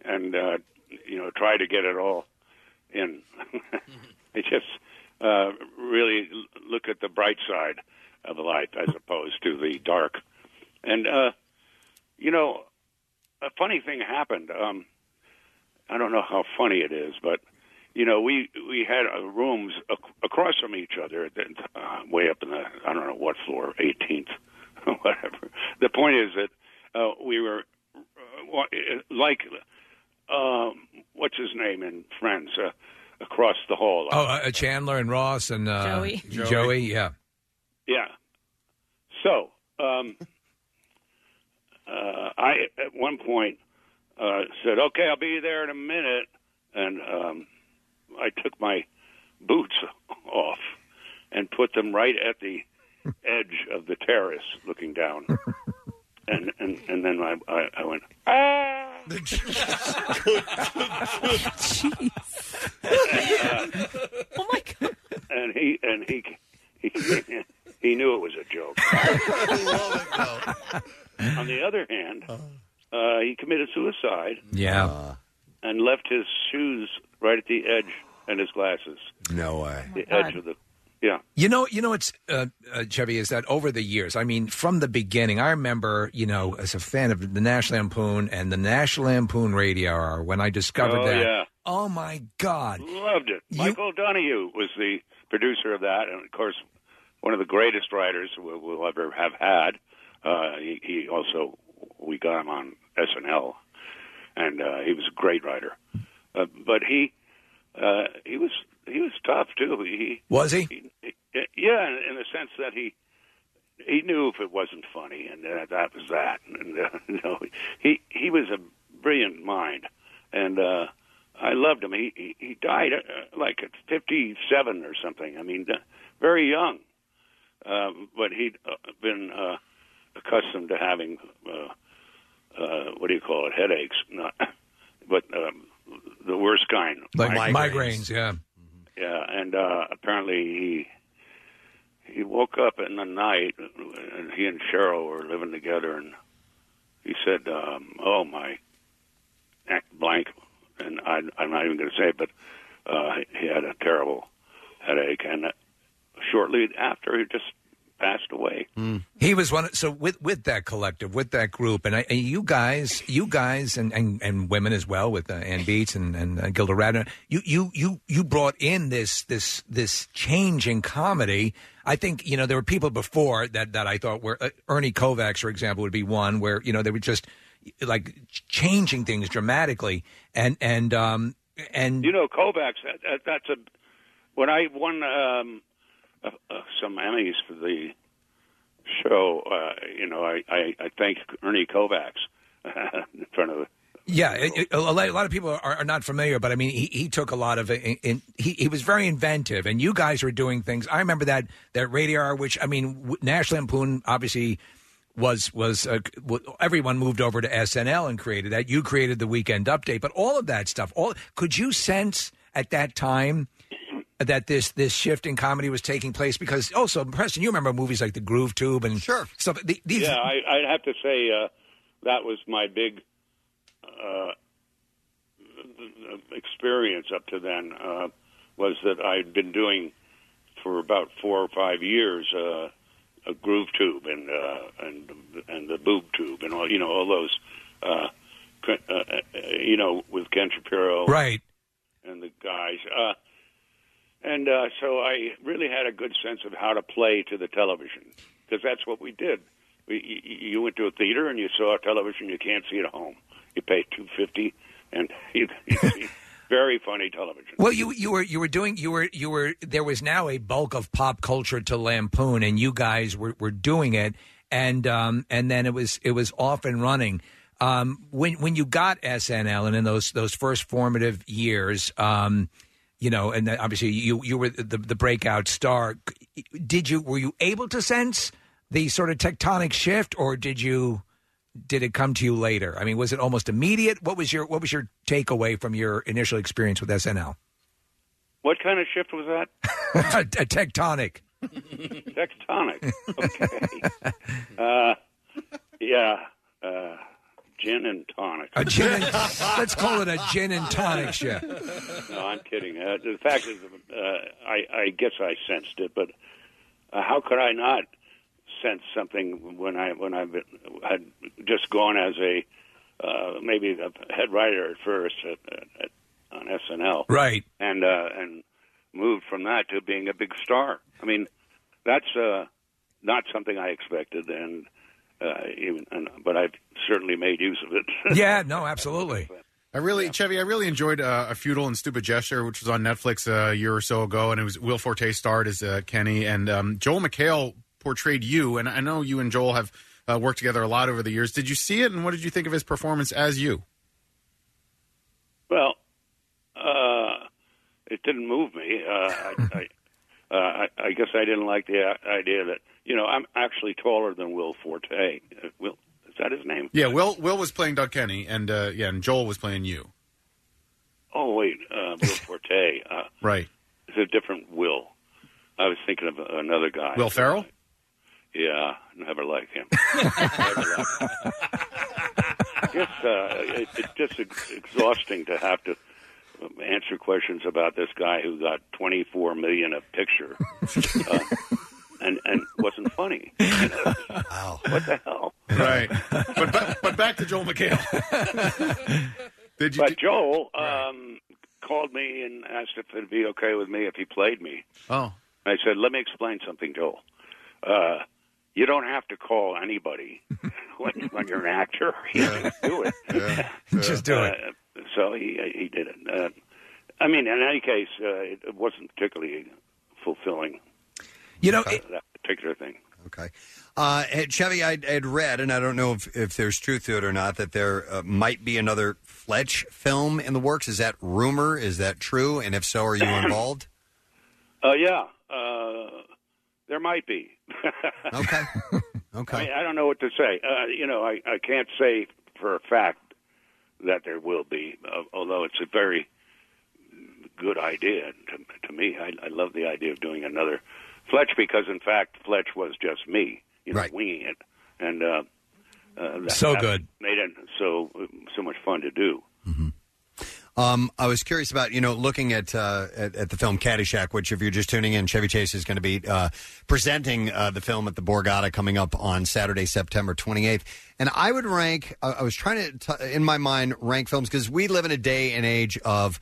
S12: and uh, you know tried to get it all in. I just uh, really l- look at the bright side of life as opposed to the dark. And uh, you know, a funny thing happened. Um, I don't know how funny it is, but you know, we we had uh, rooms ac- across from each other, at the, uh, way up in the I don't know what floor, 18th, whatever. The point is that uh, we were uh, wa- uh, like um, what's his name in Friends uh, across the hall.
S5: Oh, uh, Chandler and Ross and uh,
S12: Joey.
S5: Joey.
S12: Joey,
S5: yeah.
S12: Yeah. So, um, uh, I at one point uh, said, "Okay, I'll be there in a minute," and um, I took my boots off, and put them right at the edge of the terrace, looking down. And and and then I I, I went. Ah!
S8: oh my god!
S12: And he and he he he knew it was a joke. On the other hand, uh, he committed suicide
S5: Yeah.
S12: and left his shoes right at the edge and his glasses.
S2: No way.
S12: The edge of the yeah.
S5: You know, you know what's uh, uh, Chevy is that over the years, I mean, from the beginning, I remember, you know, as a fan of the National Lampoon and the National Lampoon Radio Hour, when I discovered
S12: oh
S5: that,
S12: yeah.
S5: Oh my God!
S12: Loved it. Michael Donahue was the producer of that, and of course, one of the greatest writers we'll, we'll ever have had. Uh, he, he also we got him on SNL, and uh, he was a great writer. Uh, but he uh, he was he was tough too. He
S5: was he?
S12: yeah, in, in the sense that he he knew if it wasn't funny, and uh, that was that. And uh, you know, he he was a brilliant mind, and uh, I loved him. He he, he died uh, like at fifty seven or something. I mean, uh, very young, um, but he'd uh, been uh, accustomed to having uh, uh, what do you call it headaches, not but um, the worst kind,
S5: Like migraines, yeah.
S12: yeah, and uh, apparently he he woke up in the night, and he and Cheryl were living together, and he said, um, "Oh my, act blank," and I, I'm not even going to say it, but uh, he had a terrible headache, and uh, shortly after he just passed away.
S5: He was one. Of, so with with that collective, with that group, and, I, and you guys, you guys, and, and, and women as well, with uh, Ann Beats and and uh, Gilda Radner, you you you you brought in this this this change in comedy. I think you know there were people before that that I thought were uh, Ernie Kovacs, for example, would be one where you know they were just like changing things dramatically, and and um and
S12: You know, Kovacs. That, that, that's a when I won um, uh, uh, some Emmys for the show. Uh, you know, I, I, I thanked Ernie Kovacs in front of
S5: Yeah, it, it- a lot a lot of people are, are not familiar, but I mean, he, he took a lot of. In, in, he he was very inventive, and you guys were doing things. I remember that that radio hour, which I mean, w- National Lampoon obviously was was uh, w- everyone moved over to SNL and created that. You created the Weekend Update, but all of that stuff. All could you sense at that time? That this this shift in comedy was taking place because also Preston, you remember movies like The Groove Tube and sure stuff. The, these,
S12: yeah, I, I'd have to say uh, that was my big uh, experience up to then uh, was that I'd been doing for about four or five years uh, a groove tube and uh, and and the boob tube and all you know all those uh, cr- uh, uh, you know with Ken Shapiro
S5: right.
S12: and the guys. Uh, and uh, so I really had a good sense of how to play to the television because that's what we did. We, you, you went to a theater and you saw television you can't see at home. You pay two fifty, and you, you see very funny television.
S5: Well, you you were you were doing you were you were there was now a bulk of pop culture to Lampoon, and you guys were, were doing it, and um and then it was it was off and running. Um, when when you got SNL, and in those those first formative years, um, you know, and then obviously you you were the the breakout star. Did you were you able to sense the sort of tectonic shift, or did you? Did it come to you later? I mean, was it almost immediate? What was your what was your takeaway from your initial experience with SNL?
S12: What kind of shift was that?
S5: a tectonic.
S12: Tectonic. Okay. Uh, yeah. Uh, gin and tonic.
S5: A gin and, let's call it a gin and tonic show.
S12: no, I'm kidding. Uh, the fact is, uh, I, I guess I sensed it, but uh, how could I not sense something when I when I had just gone as a uh, maybe a head writer at first at, at, on SNL,
S5: Right.
S12: and uh, and moved from that to being a big star. I mean, that's uh, not something I expected, and uh, even and, but I've certainly made use of it.
S5: Yeah, no, absolutely.
S7: I really, Chevy, I really enjoyed uh, A Futile and Stupid Gesture, which was on Netflix uh, a year or so ago, and it was Will Forte starred as uh, Kenny, and um, Joel McHale portrayed you, and I know you and Joel have uh, worked together a lot over the years. Did you see it, and what did you think of his performance as you?
S12: Well, uh, it didn't move me. Uh, I, I, uh, I, I guess I didn't like the i- idea that you know I'm actually taller than Will Forte. Uh, Will is that his name?
S7: Yeah, Will Will was playing Doug Kenny, and uh, yeah, and Joel was playing you.
S12: Oh wait, uh, Will Forte. Uh,
S7: Right.
S12: it's a different Will. I was thinking of another guy.
S7: Will Farrell.
S12: Yeah, never like him. never liked him. Yes, uh, it, it's just ex- exhausting to have to um, answer questions about this guy who got 24 million a picture, uh, and and wasn't funny. You know? What the hell?
S7: Right. but, but but back to Joel McHale. Did you?
S12: But Joel um, called me and asked if it'd be okay with me if he played me.
S7: Oh.
S12: I said, "Let me explain something, Joel. Uh, you don't have to call anybody when, when you're an actor. You just do it.
S5: Just do it.
S12: Uh, so he he did it. Uh, I mean, in any case, uh, it, it wasn't particularly fulfilling.
S5: You know,
S12: that particular thing.
S2: Okay. Uh, and Chevy, I had read, and I don't know if, if there's truth to it or not, that there uh, might be another Fletch film in the works. Is that rumor? Is that true? And if so, are you involved?
S12: Uh, yeah, uh, there might be. okay.
S2: Okay.
S12: I, mean, I don't know what to say. Uh, you know, I, I can't say for a fact that there will be, uh, although it's a very good idea to, to me. I, I love the idea of doing another Fletch because, in fact, Fletch was just me, you know, winging it, and uh, uh, that,
S2: So
S12: that
S2: good.
S12: made it so so much fun to do.
S2: Um, I was curious about you know looking at, uh, at at the film Caddyshack, which if you're just tuning in, Chevy Chase is going to be uh, presenting uh, the film at the Borgata coming up on Saturday, September 28th. And I would rank. I I was trying to t- in my mind rank films because we live in a day and age of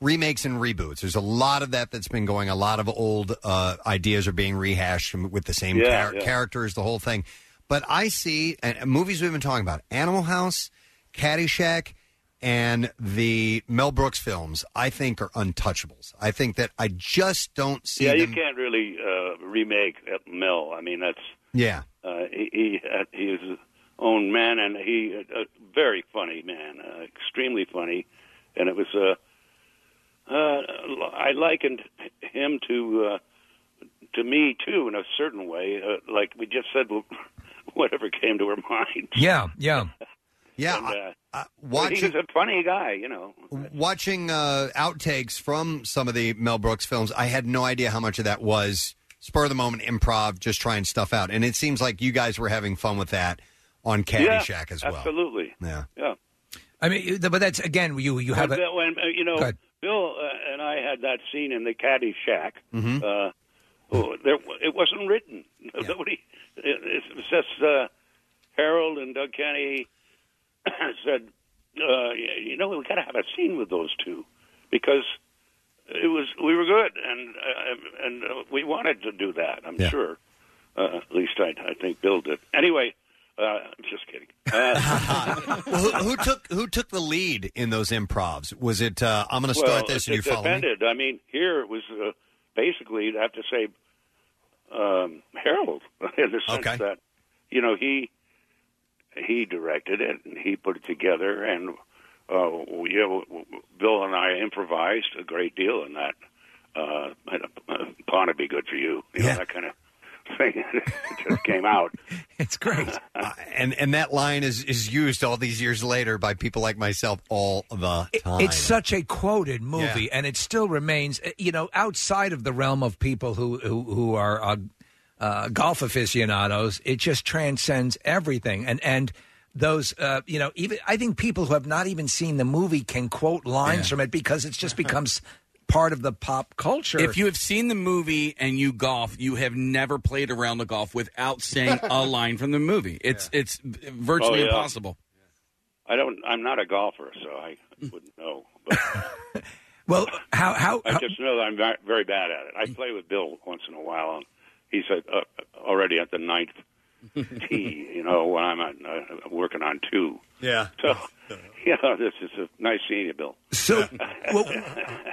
S2: remakes and reboots. There's a lot of that that's been going. A lot of old uh, ideas are being rehashed with the same
S15: Yeah,
S2: char-
S15: yeah.
S2: characters, the whole thing. But I see and, and movies we've been talking about: Animal House, Caddyshack and the Mel Brooks films, I think, are untouchables. I think that I just don't see
S12: yeah,
S2: them.
S12: you can't really uh, remake uh, Mel. I mean, that's
S2: Yeah,
S12: uh, he he, uh, he is his own man, and he a a very funny man, uh, extremely funny, and it was uh, uh, I likened him to uh, to me too in a certain way, uh, like we just said, whatever came to her mind.
S5: Yeah, yeah.
S2: Yeah,
S12: and, uh,
S2: watching-
S12: he's a funny guy, you know.
S2: watching uh, outtakes from some of the Mel Brooks films, I had no idea how much of that was spur of the moment improv, just trying stuff out. And it seems like you guys were having fun with that on Caddyshack
S12: yeah,
S2: as well.
S12: Absolutely.
S2: Yeah.
S12: Yeah.
S5: I mean, but that's again, you you have
S12: Well,
S5: a,
S12: Bill, and, uh, you know,
S5: Go ahead.
S12: Bill uh, and I had that scene in the Caddy Shack.
S2: Mm-hmm.
S5: Mhm.
S12: Uh, oh, there, it wasn't written. Nobody. It, it was just uh, Harold and Doug Kenny said, uh, y- "You know, we got to have a scene with those two because it was we were good and uh, and uh, we wanted to do that. I'm sure. Uh, at least I, I think Bill did. Anyway, uh, I'm just kidding. Uh,
S2: Well, who, who took who took the lead in those improvs? Was it uh, I'm going to start this and you
S12: it
S2: follow me?
S12: depended. I mean, here it was uh, basically, I'd have to say, um, Harold, in the sense
S2: Okay.
S12: that, you know, he he directed it and he put it together, and uh, we, you know, Bill and I improvised a great deal in that. Uh, and, uh, Pawn would be good for you, you know, that kind of thing. it just came out.
S5: It's great.
S2: Uh, and and that line is is used all these years later by people like myself all the time.
S5: It's such a quoted movie,
S2: Yeah.
S5: and it still remains, uh, you know, outside of the realm of people who who, who are uh, uh, golf aficionados. It just transcends everything, and and those, uh, you know, even I think people who have not even seen the movie can quote lines from it because it's just becomes part of the pop culture.
S6: If you have seen the movie and you golf, you have never played a round of golf without saying a line from the movie. It's it's virtually
S12: Oh, yeah.
S6: impossible.
S12: I don't. I'm not a golfer, so I wouldn't know.
S5: well, how how Mm.
S12: I just know that I'm ve- very bad at it. I play with Bill once in a while, and he's uh, uh, already at the ninth tee. You know, when I'm at, uh, working on two.
S2: Yeah.
S12: So, you know, this is a nice seeing you, Bill.
S5: So, well,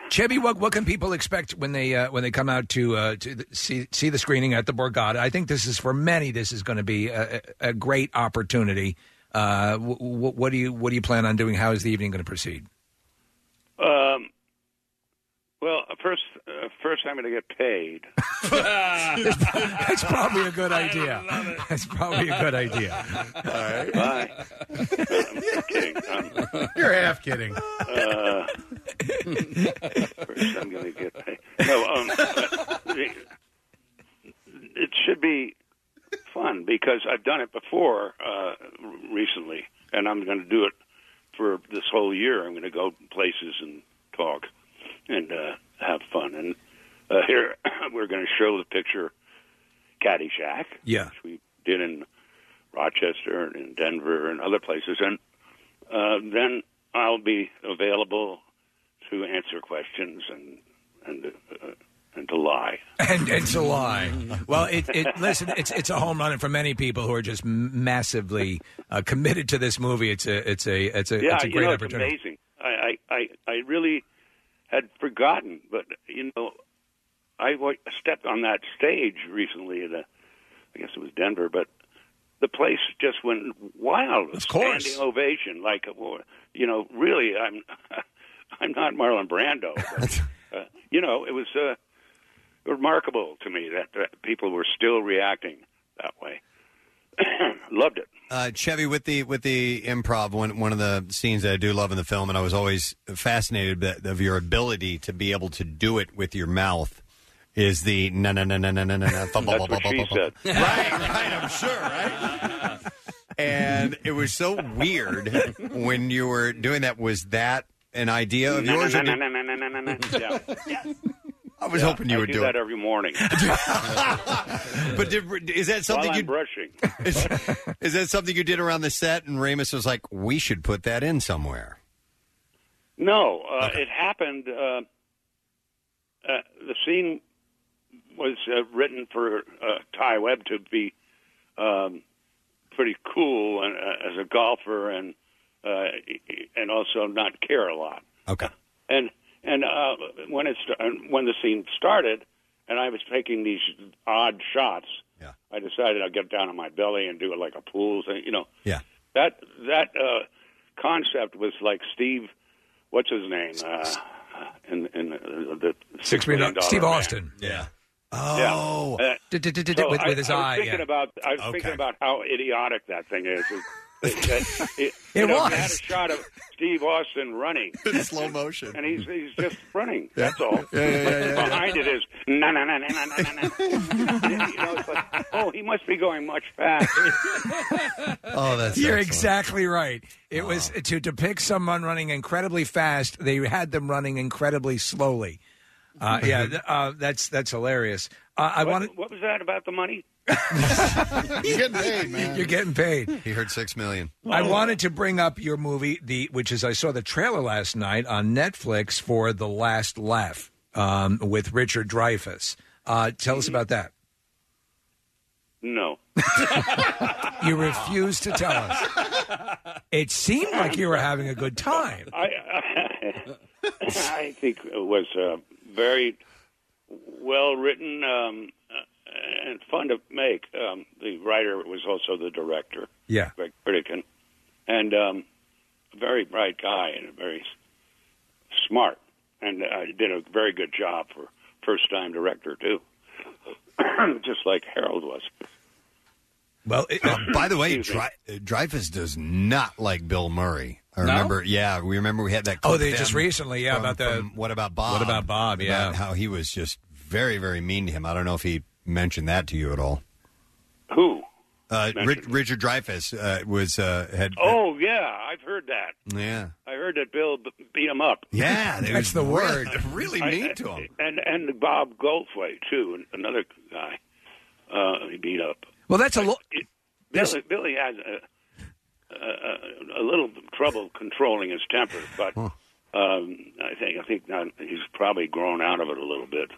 S5: Chevy, what, what can people expect when they uh, when they come out to uh, to th- see see the screening at the Borgata? I think this is for many. This is going to be a, a a great opportunity. Uh, w- w- what do you what do you plan on doing? How is the evening going to proceed?
S12: Um, Well, first, uh, first I'm going to get paid.
S5: That's probably a good idea. That's probably a Oh, good idea.
S12: All right, bye. I'm kidding. I'm-
S7: You're half kidding.
S12: Uh, first, I'm going to get paid. No, um, it, it should be fun because I've done it before uh, recently, and I'm going to do it for this whole year. I'm going to go places and talk and uh, have fun. And uh, here we're going to show the picture Caddyshack
S5: Yeah.
S12: did in Rochester and in Denver and other places, and uh, then I'll be available to answer questions and and uh, and to lie.
S5: and and to lie. Well, it, it listen, it's it's a home run, and for many people who are just m- massively uh, committed to this movie, it's a it's a it's a
S12: yeah,
S5: it's a
S12: you
S5: great
S12: know,
S5: opportunity.
S12: It's amazing. I, I I I really had forgotten, but you know, I wa- stepped on that stage recently at a, I guess it was Denver, but the place just went wild.
S5: Of course.
S12: standing ovation, like uh, you know, really, I'm I'm not Marlon Brando. But, uh, you know, it was uh, remarkable to me that, that people were still reacting that way. Loved it.
S2: Uh, Chevy, with the with the improv, one one of the scenes that I do love in the film, and I was always fascinated that, of your ability to be able to do it with your mouth, is the na na na na na na na. That's
S12: That's what she said.
S2: Right, right. I'm sure, right? And it was so weird when you were doing that. Was that an idea of
S12: No,
S2: yours?
S12: no,
S2: or
S12: no,
S2: did-
S12: no, no, no, no, no, no. Yeah.
S2: I was
S12: Yeah,
S2: hoping you
S12: I
S2: would
S12: do
S2: do
S12: that
S2: it.
S12: every morning.
S2: but did, is that something
S12: While
S2: you
S12: I'm brushing?
S2: Is that something you did around the set? And Ramus was like, "We should put that in somewhere."
S12: No, uh, it happened. Uh, uh, the scene was uh, written for uh, Ty Webb to be um, pretty cool and, uh, as a golfer, and uh, and also not care a lot.
S2: Okay.
S12: And and uh, when it st- when the scene started, and I was taking these odd shots, yeah. I decided I'd get down on my belly and do it like a pool thing. You know,
S2: Yeah.
S12: that that uh, concept was like Steve, what's his name, uh, in in uh, the
S5: Six million
S12: Dollar
S5: dollars. Steve
S12: Man.
S5: Austin.
S2: Yeah.
S12: Yeah.
S5: Oh.
S12: Uh,
S5: With
S12: so I-
S5: with his
S12: I was
S5: eye.
S12: Thinking
S5: yeah.
S12: about, I was
S5: Okay.
S12: thinking about how idiotic that thing is. It, it, it,
S5: It
S12: you know,
S5: was.
S12: we had a shot of Steve Austin running
S2: in slow motion,
S12: and he's he's just running. That's all.
S2: Yeah, yeah, yeah, yeah,
S12: Behind it is na na na na na na na. You know, it's like, oh, he must be going much faster.
S2: Oh, that's
S5: you're
S12: excellent.
S5: exactly right. It was to depict someone running incredibly fast. They had them running incredibly slowly. Uh, yeah, th- uh, that's that's hilarious. Uh, I
S12: what,
S5: wanted
S12: What was that about the money?
S7: You're getting paid, man.
S5: You're getting paid.
S2: He heard six million.
S5: I wanted to bring up your movie, the which is I saw the trailer last night on Netflix for The Last Laugh um, with Richard Dreyfuss. Uh, tell
S12: Mm-hmm.
S5: us about that.
S12: No.
S5: You refused to tell us. It seemed like you were having a good time.
S12: I I think it was uh, very well written um, uh, and fun to make. Um, the writer was also the director.
S5: Yeah.
S12: Greg Pritikin, and um, a very bright guy and a very s- smart, and uh, did a very good job for first time director too, just like Harold was.
S5: Well,
S2: by the way,
S12: Excuse
S2: Dri-
S12: me.
S2: uh, Dreyfus does not like Bill Murray. I remember, yeah, we remember we had that.
S5: Oh,
S2: clip
S5: they
S2: of
S5: just
S2: him
S5: recently, yeah,
S2: from-
S5: about the
S2: from what about Bob?
S5: What about Bob? Yeah,
S2: about how he was just very, very mean to him. I don't know if he mentioned that to you at all.
S12: Who?
S2: Uh, Rich, Richard Dreyfus uh, was uh, had.
S12: Oh yeah, I've heard that.
S2: yeah,
S12: I heard that Bill b- beat him up.
S2: yeah, they was re- Really
S12: I-
S2: mean
S12: I-
S2: to him.
S12: And and Bob Goldthwait too, and another guy uh, he beat up.
S5: Well, that's a lo-
S12: Billy, Billy had a, a, a little trouble controlling his temper, but um, I think I think now he's probably grown out of it a little bit.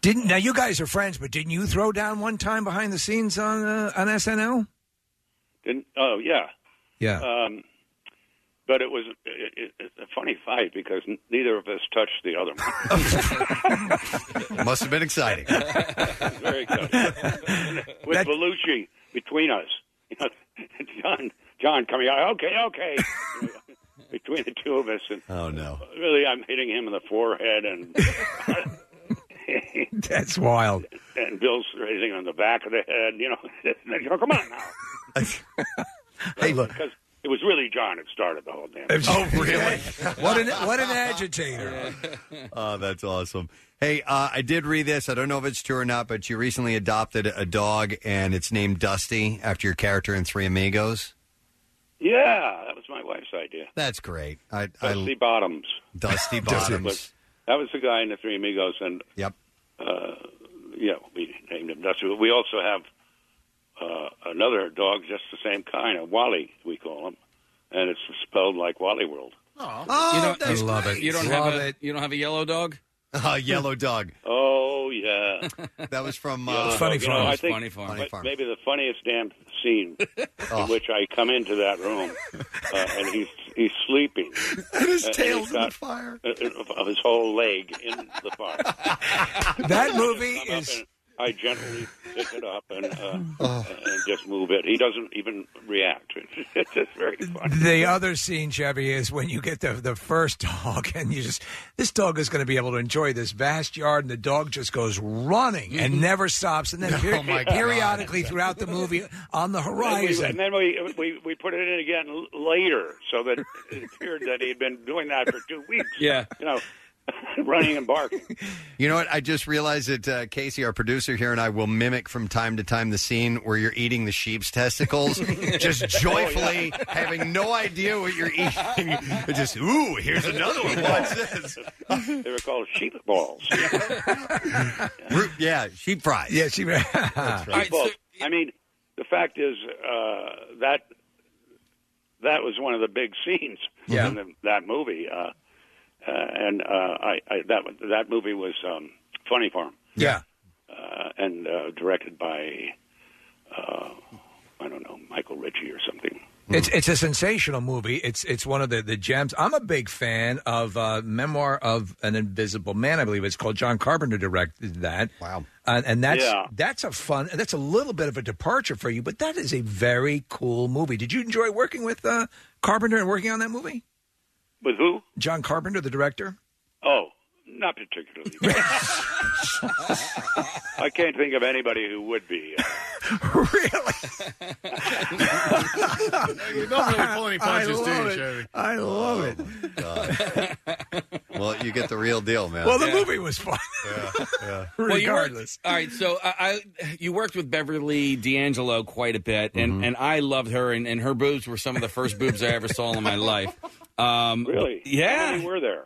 S5: Didn't now you guys are friends, but didn't you throw down one time behind the scenes on uh, on SNL?
S12: Didn't, oh yeah,
S5: Yeah.
S12: Um, but it was it, it, it's a funny fight because n- neither of us touched the other one.
S2: Must have been exciting.
S12: Very good. With Belushi between us, John John coming out. Okay, okay. between the two of us, and
S2: Oh no.
S12: really, I'm hitting him in the forehead, and
S5: That's wild.
S12: and Bill's raising on the back of the head. You know, And I go, come on now.
S5: hey, look.
S12: because it was really John who started the whole damn. thing.
S5: Oh, really? what an what an agitator!
S2: Oh, that's awesome. Hey, uh, I did read this. I don't know if it's true or not, but you recently adopted a dog, and it's named Dusty after your character in Three Amigos.
S12: Yeah, that was my wife's idea.
S2: That's great. I,
S12: Dusty
S2: I
S12: Bottoms.
S2: Dusty Bottoms.
S12: That was the guy in the Three Amigos, and
S2: yep,
S12: uh, yeah, we named him Dusty. But we also have uh, another dog, just the same kind, a Wally, we call him, and it's spelled like Wally World.
S2: Oh,
S6: you don't,
S2: that's
S6: you-
S2: love it.
S6: You don't
S2: Love
S6: have a you don't have a yellow dog.
S2: A yellow dog.
S12: Oh yeah,
S2: that was from
S6: uh, Funny
S12: funny farm.
S6: Farm.
S12: I think
S6: Funny Farm.
S12: but
S6: Funny Farm.
S12: Maybe the funniest damn scene in which I come into that room uh, and he's he's sleeping Uh,
S5: And his
S12: he's
S5: tail's in the
S12: got,
S5: fire.
S12: uh, uh, his whole leg in the fire.
S5: That movie
S12: I just come up and I gently pick it up and uh, and just move it. He doesn't even react. It's just very funny.
S5: The other scene, Chevy, is when you get the the first dog, and you just this dog is going to be able to enjoy this vast yard, and the dog just goes running and never stops, and then peri-
S12: Oh, my God.
S5: periodically throughout the movie on the
S12: And
S5: horizon.
S12: then we, and then we, we, we put it in again l- later so that it appeared that he'd been doing that for two weeks.
S6: Yeah.
S12: You know, running and barking.
S2: You know what? I just realized that uh, Casey, our producer here, and I will mimic from time to time the scene where you're eating the sheep's testicles, just joyfully, having no idea what you're eating. just, ooh, here's another one. What's this?
S12: they were called sheep balls.
S2: Root- yeah, sheep fries.
S5: Yeah, sheep.
S2: Ah.
S12: Sheep balls. I mean, the fact is uh, that that was one of the big scenes
S5: Yeah.
S12: in the, that movie, uh, uh, and uh, I, I that was- that movie was um, Funny Farm.
S5: Yeah.
S12: uh, and uh, directed by uh, I don't know Michael Ritchie or something.
S5: It's it's a sensational movie. It's it's one of the, the gems. I'm a big fan of uh, Memoir of an Invisible Man. I believe it's called. John Carpenter directed that. Wow, and that's
S12: Yeah.
S5: that's a fun. That's a little bit of a departure for you, but that is a very cool movie. Did you enjoy working with uh, Carpenter and working on that movie?
S12: With who?
S5: John Carpenter, the director.
S12: Oh, not particularly. I can't think of anybody who would be. uh,
S7: You don't really pull any punches, do you, Chevy?
S5: I love it.
S22: Oh,
S2: Well, you get the real deal, man.
S5: Well, the movie was fun.
S6: Well, you worked-
S5: Regardless.
S6: all right, so I, I you worked with Beverly D'Angelo quite a bit, and,
S12: Mm-hmm.
S6: and I loved her, and, and her boobs were some of the first boobs I ever saw in my life. Um,
S12: Really? How
S6: Yeah. Uh,
S12: many were there?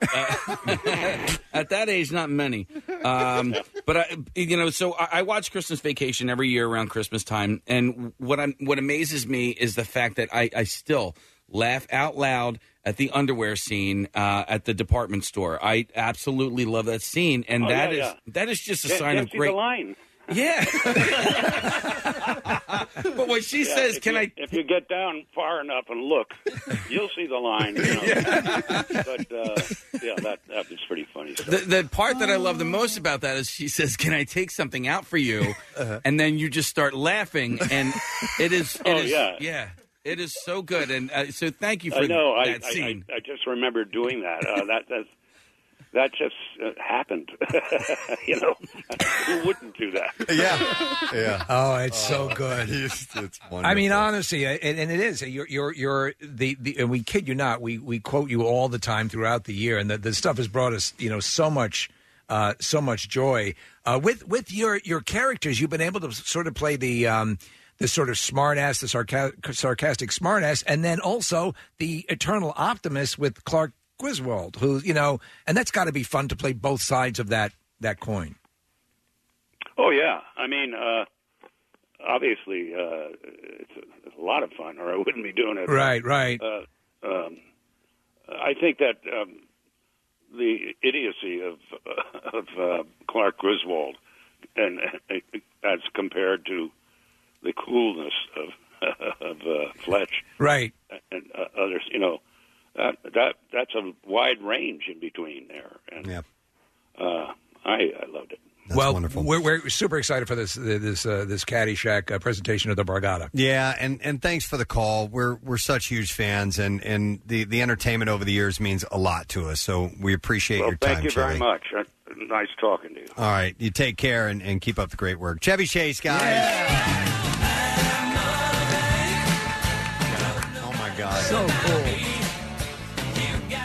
S6: At that age, not many. Um, but I, you know, so I, I watch Christmas Vacation every year around Christmas time, and what I'm what amazes me is the fact that I, I still laugh out loud at the underwear scene uh, at the department store. I absolutely love that scene, and
S12: Oh,
S6: that is
S12: yeah, yeah.
S6: that is just a
S12: Dan-
S6: sign of
S12: Dempsey's
S6: great.
S12: a line.
S6: Yeah. but when she says,
S12: if
S6: "Can
S12: you-
S6: I?"
S12: If you get down far enough and look, you'll see the line. You know? but uh, yeah, that that was pretty funny. Stuff.
S6: The, the part that I love the most about that is she says, "Can I take something out for you?" And then you just start laughing, and it is. it
S12: Oh,
S6: is-
S12: yeah.
S6: It is so good, and uh, so thank you for
S12: I know. I,
S6: that
S12: I,
S6: scene.
S12: I I just remember doing that. Uh, that that that just uh, happened. you know, who wouldn't do that?
S2: Yeah, yeah.
S5: Oh, it's so good.
S2: It's,
S5: I mean, honestly, I- and, and it is. You're, you're, you're the, the, and we kid you not. We, we quote you all the time throughout the year, and the, the stuff has brought us, you know, so much, uh, so much joy. Uh, with, with your, your characters, you've been able to sort of play the, um, the sort of smart ass, the sarca- sarcastic smart ass, and then also the eternal optimist with Clark Griswold, who, you know, and that's got to be fun to play both sides of that, that coin.
S12: Oh yeah. I mean, uh, obviously, uh, it's, a, it's a lot of fun, or I wouldn't be doing it.
S5: Right, right.
S12: Uh, um, I think that um, the idiocy of of uh, Clark Griswold, and as compared to the coolness of of uh, Fletch
S5: Right.
S12: and uh, others, you know, that that that's a wide range in between there, and
S2: yeah.
S12: uh, I I loved it.
S5: well, wonderful. We're, we're super excited for this this uh, this Caddyshack uh, presentation of the Bargata.
S2: Yeah, and, and thanks for the call. We're we're such huge fans, and, and the, the entertainment over the years means a lot to us. So we appreciate
S12: Well,
S2: your time,
S12: thank you
S2: Chevy.
S12: very much. Uh, nice talking to you.
S2: All right, you take care and, and keep up the great work, Chevy Chase, guys. Oh my God, so cool.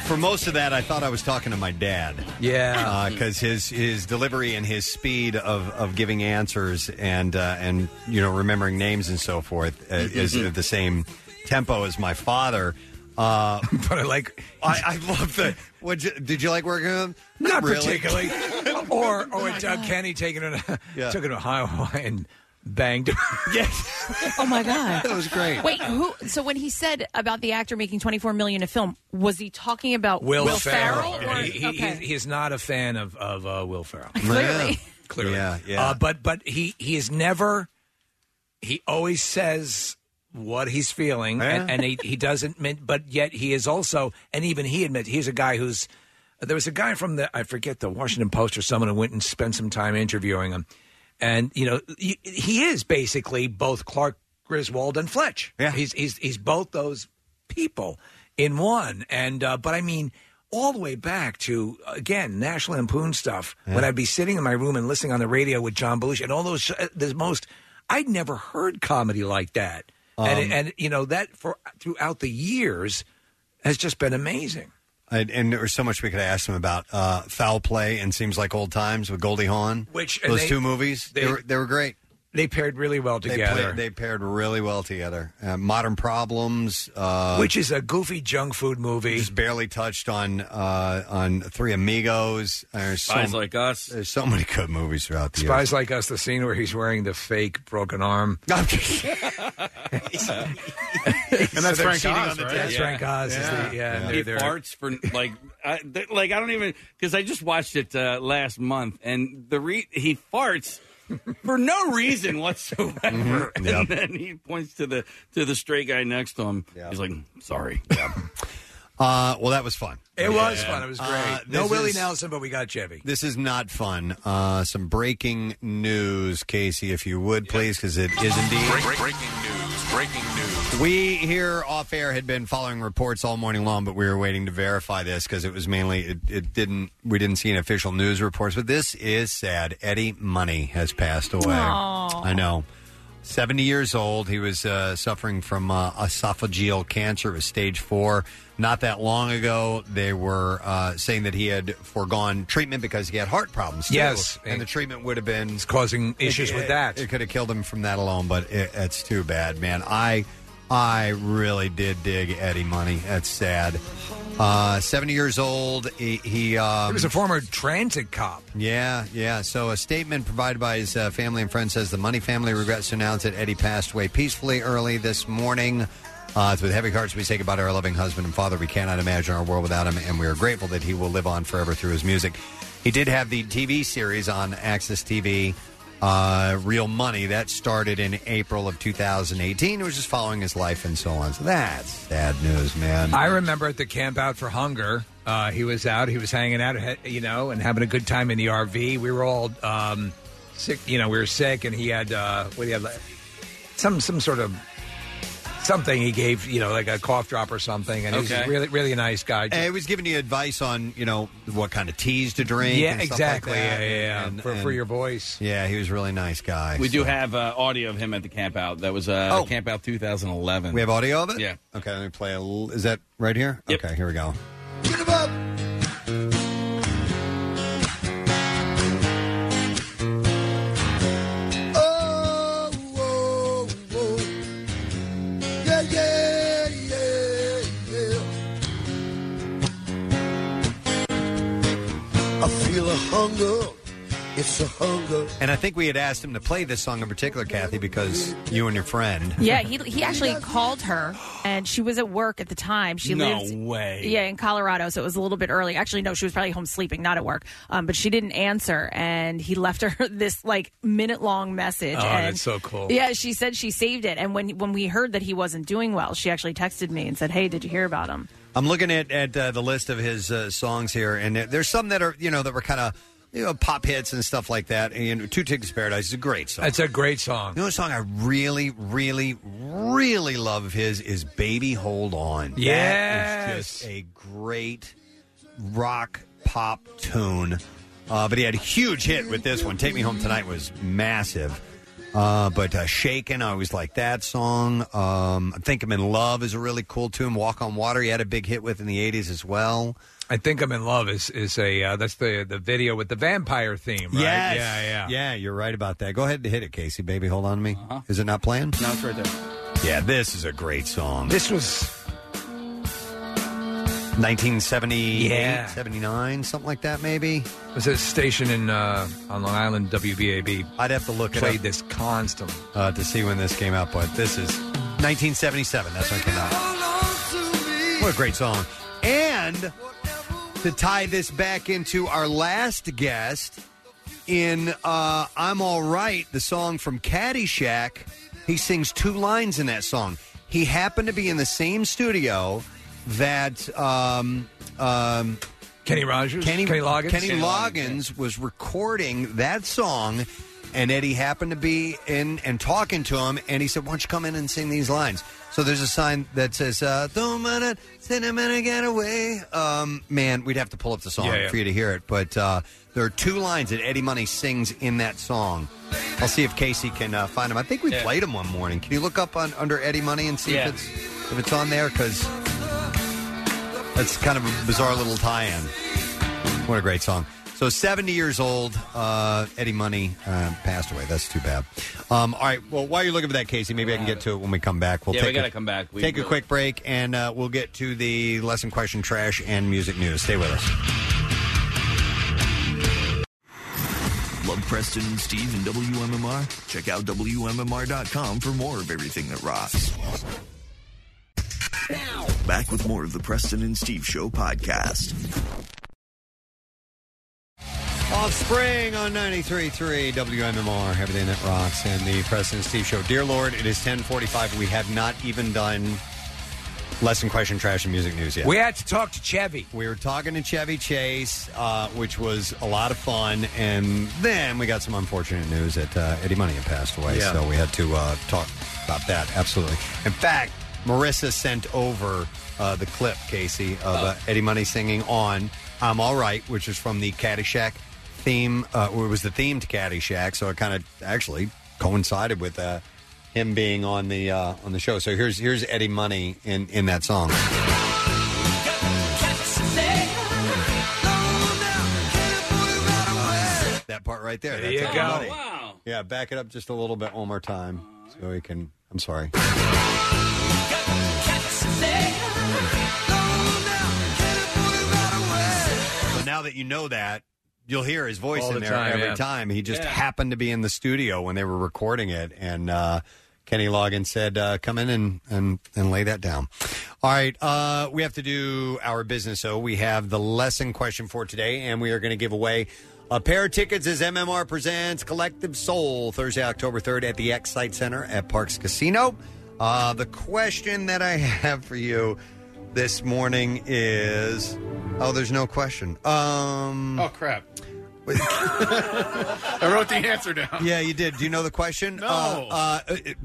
S2: For most of that, I thought I was talking to my dad.
S5: Yeah,
S2: because his his delivery and his speed of, of giving answers and uh, and you know remembering names and so forth uh,
S5: Mm-hmm.
S2: is at the same tempo as my father. Uh,
S5: but I like
S2: I, I love the. What did you like working with him?
S5: Not
S2: really.
S5: particularly. or
S15: Oh
S5: or Doug Kenny taking it
S2: Yeah.
S5: took it to Hawaii and banged. him. yes,
S15: Oh my god,
S5: That was great.
S15: Wait, who? So when he said about the actor making twenty four million a film, was he talking about
S5: Will, Ferrell.
S15: or-
S5: He, he,
S15: okay.
S5: he's, he's not a fan of of uh, Will Ferrell.
S15: Clearly.
S5: clearly.
S2: Yeah, yeah.
S5: Uh, but but he he is never. He always says what he's feeling, and,
S2: Yeah.
S5: and he he doesn't. min- But yet he is also, and even he admits he's a guy who's. There was a guy from the I forget the Washington Post or someone who went and spent some time interviewing him, and you know he, he is basically both Clark Griswold and Fletch. Yeah, he's he's he's both those people in one. And uh, but I mean, all the way back to again National Lampoon stuff. When I'd be sitting in my room and listening on the radio with John Belushi and all those sh- the most I'd never heard comedy like that.
S2: Um,
S5: and and you know that for throughout the years has just been amazing.
S2: And, and there was so much we could ask him about uh, foul play and seems like old times with Goldie Hawn.
S5: Which and
S2: those
S5: they-
S2: two movies, they, were, they were great.
S5: They paired really well
S2: They
S5: together.
S2: played- They, paired really well together. Uh, Modern Problems, uh,
S5: which is a goofy junk food movie,
S2: just barely touched on uh, on Three Amigos. There's
S5: Spies
S2: so,
S5: Like
S2: Us. There's so many good movies throughout the
S5: Spies Like Us, the scene where he's wearing the fake broken arm.
S2: years.
S5: So they're cheating on the
S6: right?
S5: test. Frank Oz is the- yeah, and
S6: he
S5: they're- they're-
S6: farts for like, I, they're- like I don't even because I just watched it uh, last month, and the re- he farts for no reason whatsoever, and
S2: Mm-hmm. Yep.
S6: then he points to the to the straight guy next to him. He's like, "Sorry."
S2: uh, well, that was fun.
S5: It was
S2: Yeah.
S5: fun. It was great.
S2: Uh,
S5: no
S2: this
S5: Willie
S2: is-
S5: Nelson, but we got Chevy.
S2: This is not fun. Uh, some breaking news, Casey, if you would please, because it is indeed.
S16: breaking news. Breaking news.
S2: We here off air had been following reports all morning long, but we were waiting to verify this because it was mainly it, it didn't we didn't see any official news reports. But this is sad. Eddie Money has passed away.
S17: Aw.
S2: I know, seventy years old. He was uh, suffering from uh, esophageal cancer, it was stage four. Not that long ago, they were uh, saying that he had foregone treatment because he had heart problems. too.
S5: Yes.
S2: and the treatment would have been
S5: causing issues
S2: it-
S5: with
S2: it-
S5: that.
S2: It could have killed him from that alone, but it, it's too bad, man. I I really did dig Eddie Money. That's sad. Uh, Seventy years old. He, he, um,
S5: he was a former transit cop.
S2: Yeah, yeah. So a statement provided by his uh, family and friends says the Money family regrets to announce that Eddie passed away peacefully early this morning. Uh, it's with heavy hearts we say goodbye to our loving husband and father. We cannot imagine our world without him, and we are grateful that he will live on forever through his music. He did have the TV series on Access TV, uh, Real Money, that started in April of 2018, which is following his life and so on. So that's sad news, man.
S5: I remember at the camp out for hunger, uh, he was out, he was hanging out, he- you know, and having a good time in the RV. We were all um, sick, you know, we were sick, and he had uh, what he had, like, some some sort of something he gave, you know, like a cough drop or something, and he was
S2: Okay.
S5: really really a nice guy.
S2: And it was giving you advice on, you know, what kind of teas to drink.
S5: Yeah,
S2: and stuff
S5: exactly.
S2: Like that.
S5: Yeah, yeah, yeah.
S2: And-
S5: For- for
S2: and-
S5: your voice.
S2: Yeah, he was a really nice guy.
S6: We do
S2: so-
S6: have uh, audio of him at the camp out. That was uh, camp out 2011.
S2: Oh. We have audio of it.
S6: Yeah.
S2: Okay, let me play. A l- is that right here? Okay, here we go.
S16: Oh, oh, oh. Yeah, yeah, yeah, yeah. I feel a hunger. It's a hunger.
S2: And I think we had asked him to play this song in particular, Kathy, because you and your friend.
S15: Yeah, he he actually called her, and she was at work at the time. She
S2: No
S15: lived,
S2: way.
S15: Yeah, in Colorado, so it was a little bit early. Actually, no, she was probably home sleeping, not at work. Um, but she didn't answer, and he left her this like minute long message.
S5: Oh,
S15: and,
S5: that's so cool.
S15: Yeah, she said she saved it, and when when we heard that he wasn't doing well, she actually texted me and said, "Hey, did you hear about him?"
S2: I'm looking at at uh, the list of his uh, songs here, and there- there's some that are you know that were kind of you know, pop hits and stuff like that. And you know, Two Tickets to Paradise is a great song.
S5: That's a great song.
S2: You know, a song I really, really, really love of his is "Baby Hold On." that is just a great rock pop tune. Uh, but he had a huge hit with this one. "Take Me Home Tonight" was massive. Uh, but uh, "Shaken," I always like that song. Um, I think "I'm in Love" is a really cool tune. "Walk on Water" he had a big hit with in the '80s as well.
S5: I think I'm in love is is a uh, that's the the video with the vampire theme, right?
S2: Yes.
S5: Yeah, yeah. Uh-huh.
S2: Yeah, you're right about that. Go ahead and hit it, Casey, baby. Hold on to me. Is it not playing?
S6: No, it's right there.
S2: Yeah, this is a great song.
S5: This was
S2: 1978,
S5: Yeah.
S2: 79, something like that, maybe.
S5: Was it a station in uh, on Long Island, WBAB?
S2: I'd have to look
S5: played
S2: up.
S5: this constantly.
S2: Uh, to see when this came out, but this is 1977. That's when it came out. What a great song. And to tie this back into our last guest in uh, I'm All Right, the song from Caddyshack, he sings two lines in that song. He happened to be in the same studio that um, um,
S5: Kenny Rogers?
S2: Kenny,
S5: Kenny Loggins?
S2: Kenny
S5: Kenny Loggins,
S2: Loggins was recording that song, and Eddie happened to be in and talking to him, and he said, "Why don't you come in and sing these lines?" So there's a sign that says, uh, "Don't mind it, send him in and get away." Um, man, we'd have to pull up the song
S5: Yeah, yeah.
S2: for you to hear it, but uh, there are two lines that Eddie Money sings in that song. I'll see if Casey can uh, find them. I think we
S5: Yeah.
S2: played them one morning. Can you look up on under Eddie Money and see
S5: Yeah.
S2: if it's if it's on there? Because that's kind of a bizarre little tie-in. What a great song. So 70 years old, uh, Eddie Money uh, passed away. That's too bad. Um, all right. Well, while you're looking for that, Casey, maybe I can get to it when we come back. We'll
S6: Yeah, we
S2: take a-
S6: gotta come back. We
S2: take a
S6: really-
S2: quick break, and uh, we'll get to the lesson question, trash, and music news. Stay with us.
S14: Love Preston and Steve and WMMR? Check out WMMR.com for more of everything that rocks. Back with more of the Preston and Steve Show podcast.
S2: Offspring on 93.3 WMMR, Everything That Rocks, and the President Steve Show. Dear Lord, it is 1045. We have not even done lesson question, trash, and music news yet.
S5: We had to talk to Chevy.
S2: We were talking to Chevy Chase, uh, which was a lot of fun, and then we got some unfortunate news that uh, Eddie Money had passed away,
S5: Yeah.
S2: so we had to uh, talk about that, absolutely. In fact, Marissa sent over uh, the clip, Casey, of uh, Eddie Money singing on I'm All Right, which is from the Caddyshack theme, uh, or it was the theme to Caddyshack, so it kind of actually coincided with uh, him being on the uh, on the show. So here's here's Eddie Money in, in that song. That part right there.
S5: There
S2: That's
S5: you
S2: Eddie
S5: go.
S2: Money. Yeah, back it up just a little bit one more time so we can. I'm sorry. But now that you know that, you'll hear his voice
S5: All
S2: in
S5: the
S2: there
S5: time,
S2: every
S5: yeah.
S2: time. He just
S5: Yeah.
S2: happened to be in the studio when they were recording it, and uh, Kenny Loggins said, uh, "Come in and, and and lay that down." All right, uh, we have to do our business. So we have the lesson question for today, and we are going to give away. A pair of tickets as MMR presents Collective Soul Thursday, October 3rd at the X Site Center at Parks Casino. Uh, the question that I have for you this morning is oh, there's no question. Um,
S7: Oh crap! I wrote the answer down.
S2: yeah, you did. Do you know the question?
S7: No.
S2: Uh, uh, it-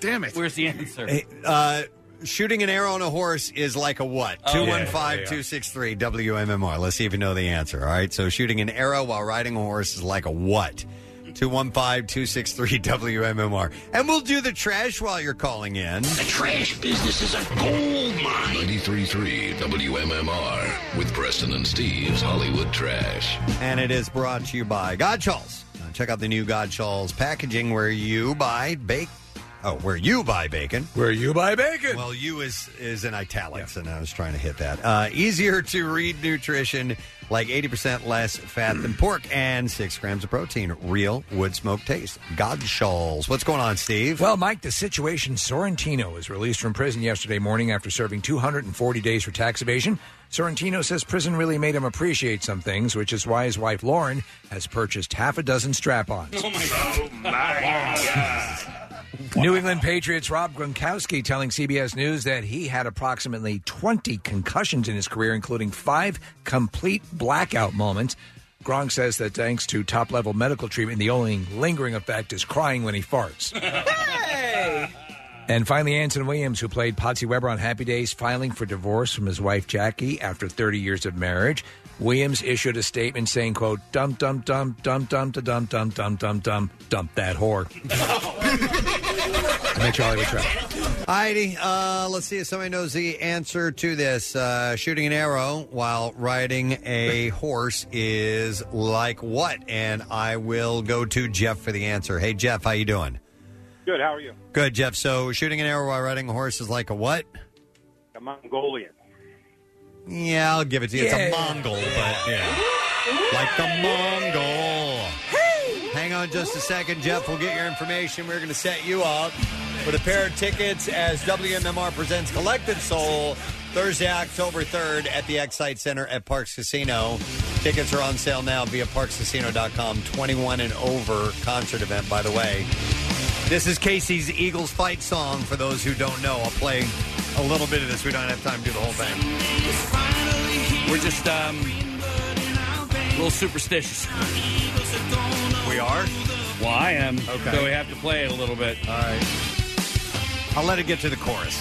S7: Damn it!
S6: Where's the answer?
S2: Hey, uh, shooting an arrow on a horse is like a what?
S6: Oh,
S2: Two
S6: yeah,
S2: one five two six three WMMR. Let's see if you know the answer. All right. So shooting an arrow while riding a horse is like a what? 215 263 WMMR. And we'll do the trash while you're calling in.
S1: Trash business is a
S2: Oh,
S1: gold mine. 93.3 WMMR with Preston and Steve's Hollywood Trash.
S2: And it is brought to you by Godshalls. Uh, Check out the new Godshalls packaging where you buy bake. Oh, where you buy bacon.
S5: Where you buy bacon.
S2: Well, you is is in italics, and I was trying to hit that. Uh, easier to read nutrition, like 80% less fat than pork and six grams of protein. Real wood smoke taste. Godshalls. What's going on, Steve?
S5: Well, Mike, the situation Sorrentino was released from prison yesterday morning after serving 240 days for tax evasion. Sorrentino says prison really made him appreciate some things, which is why his wife Lauren has purchased half a dozen strap-ons.
S6: Oh my god!
S5: New England Patriots Rob Gronkowski telling CBS News that he had approximately 20 concussions in his career, including five complete blackout moments. Gronk says that thanks to top level medical treatment, the only lingering effect is crying when he farts. And finally, Anson Williams, who played Patsy Weber on Happy Days, filing for divorce from his wife Jackie after 30 years of marriage. Williams issued a statement saying, "quote Dump, dump, dump, dump, dump, da, dump, dump, dump, dump, dump, dump that whore." I make Charlie would try.
S2: Heidi, uh, let's see if somebody knows the answer to this. Uh, shooting an arrow while riding a horse is like what? And I will go to Jeff for the answer. Hey, Jeff, how you doing?
S17: Good. How are you?
S2: Good, Jeff. So shooting an arrow while riding a horse is like a what?
S17: A Mongolian.
S2: Yeah, I'll give it to you.
S17: Yeah.
S2: It's a Mongol, but yeah. Like the Mongol. Hang on just a second, Jeff. We'll get your information. We're going to set you up with a pair of tickets as WMMR presents Collective Soul Thursday, October 3rd at the Excite Center at Parks Casino. Tickets are on sale now via parkscasino.com. 21 and over concert event, by the way. This is Casey's Eagles fight song for those who don't know. I'll play a little bit of this. We don't have time to do the whole thing.
S6: We're just um, a little superstitious.
S2: We are?
S6: Well, I am.
S2: Okay.
S6: So we have to play it a little bit.
S2: All right. I'll let it get to the chorus.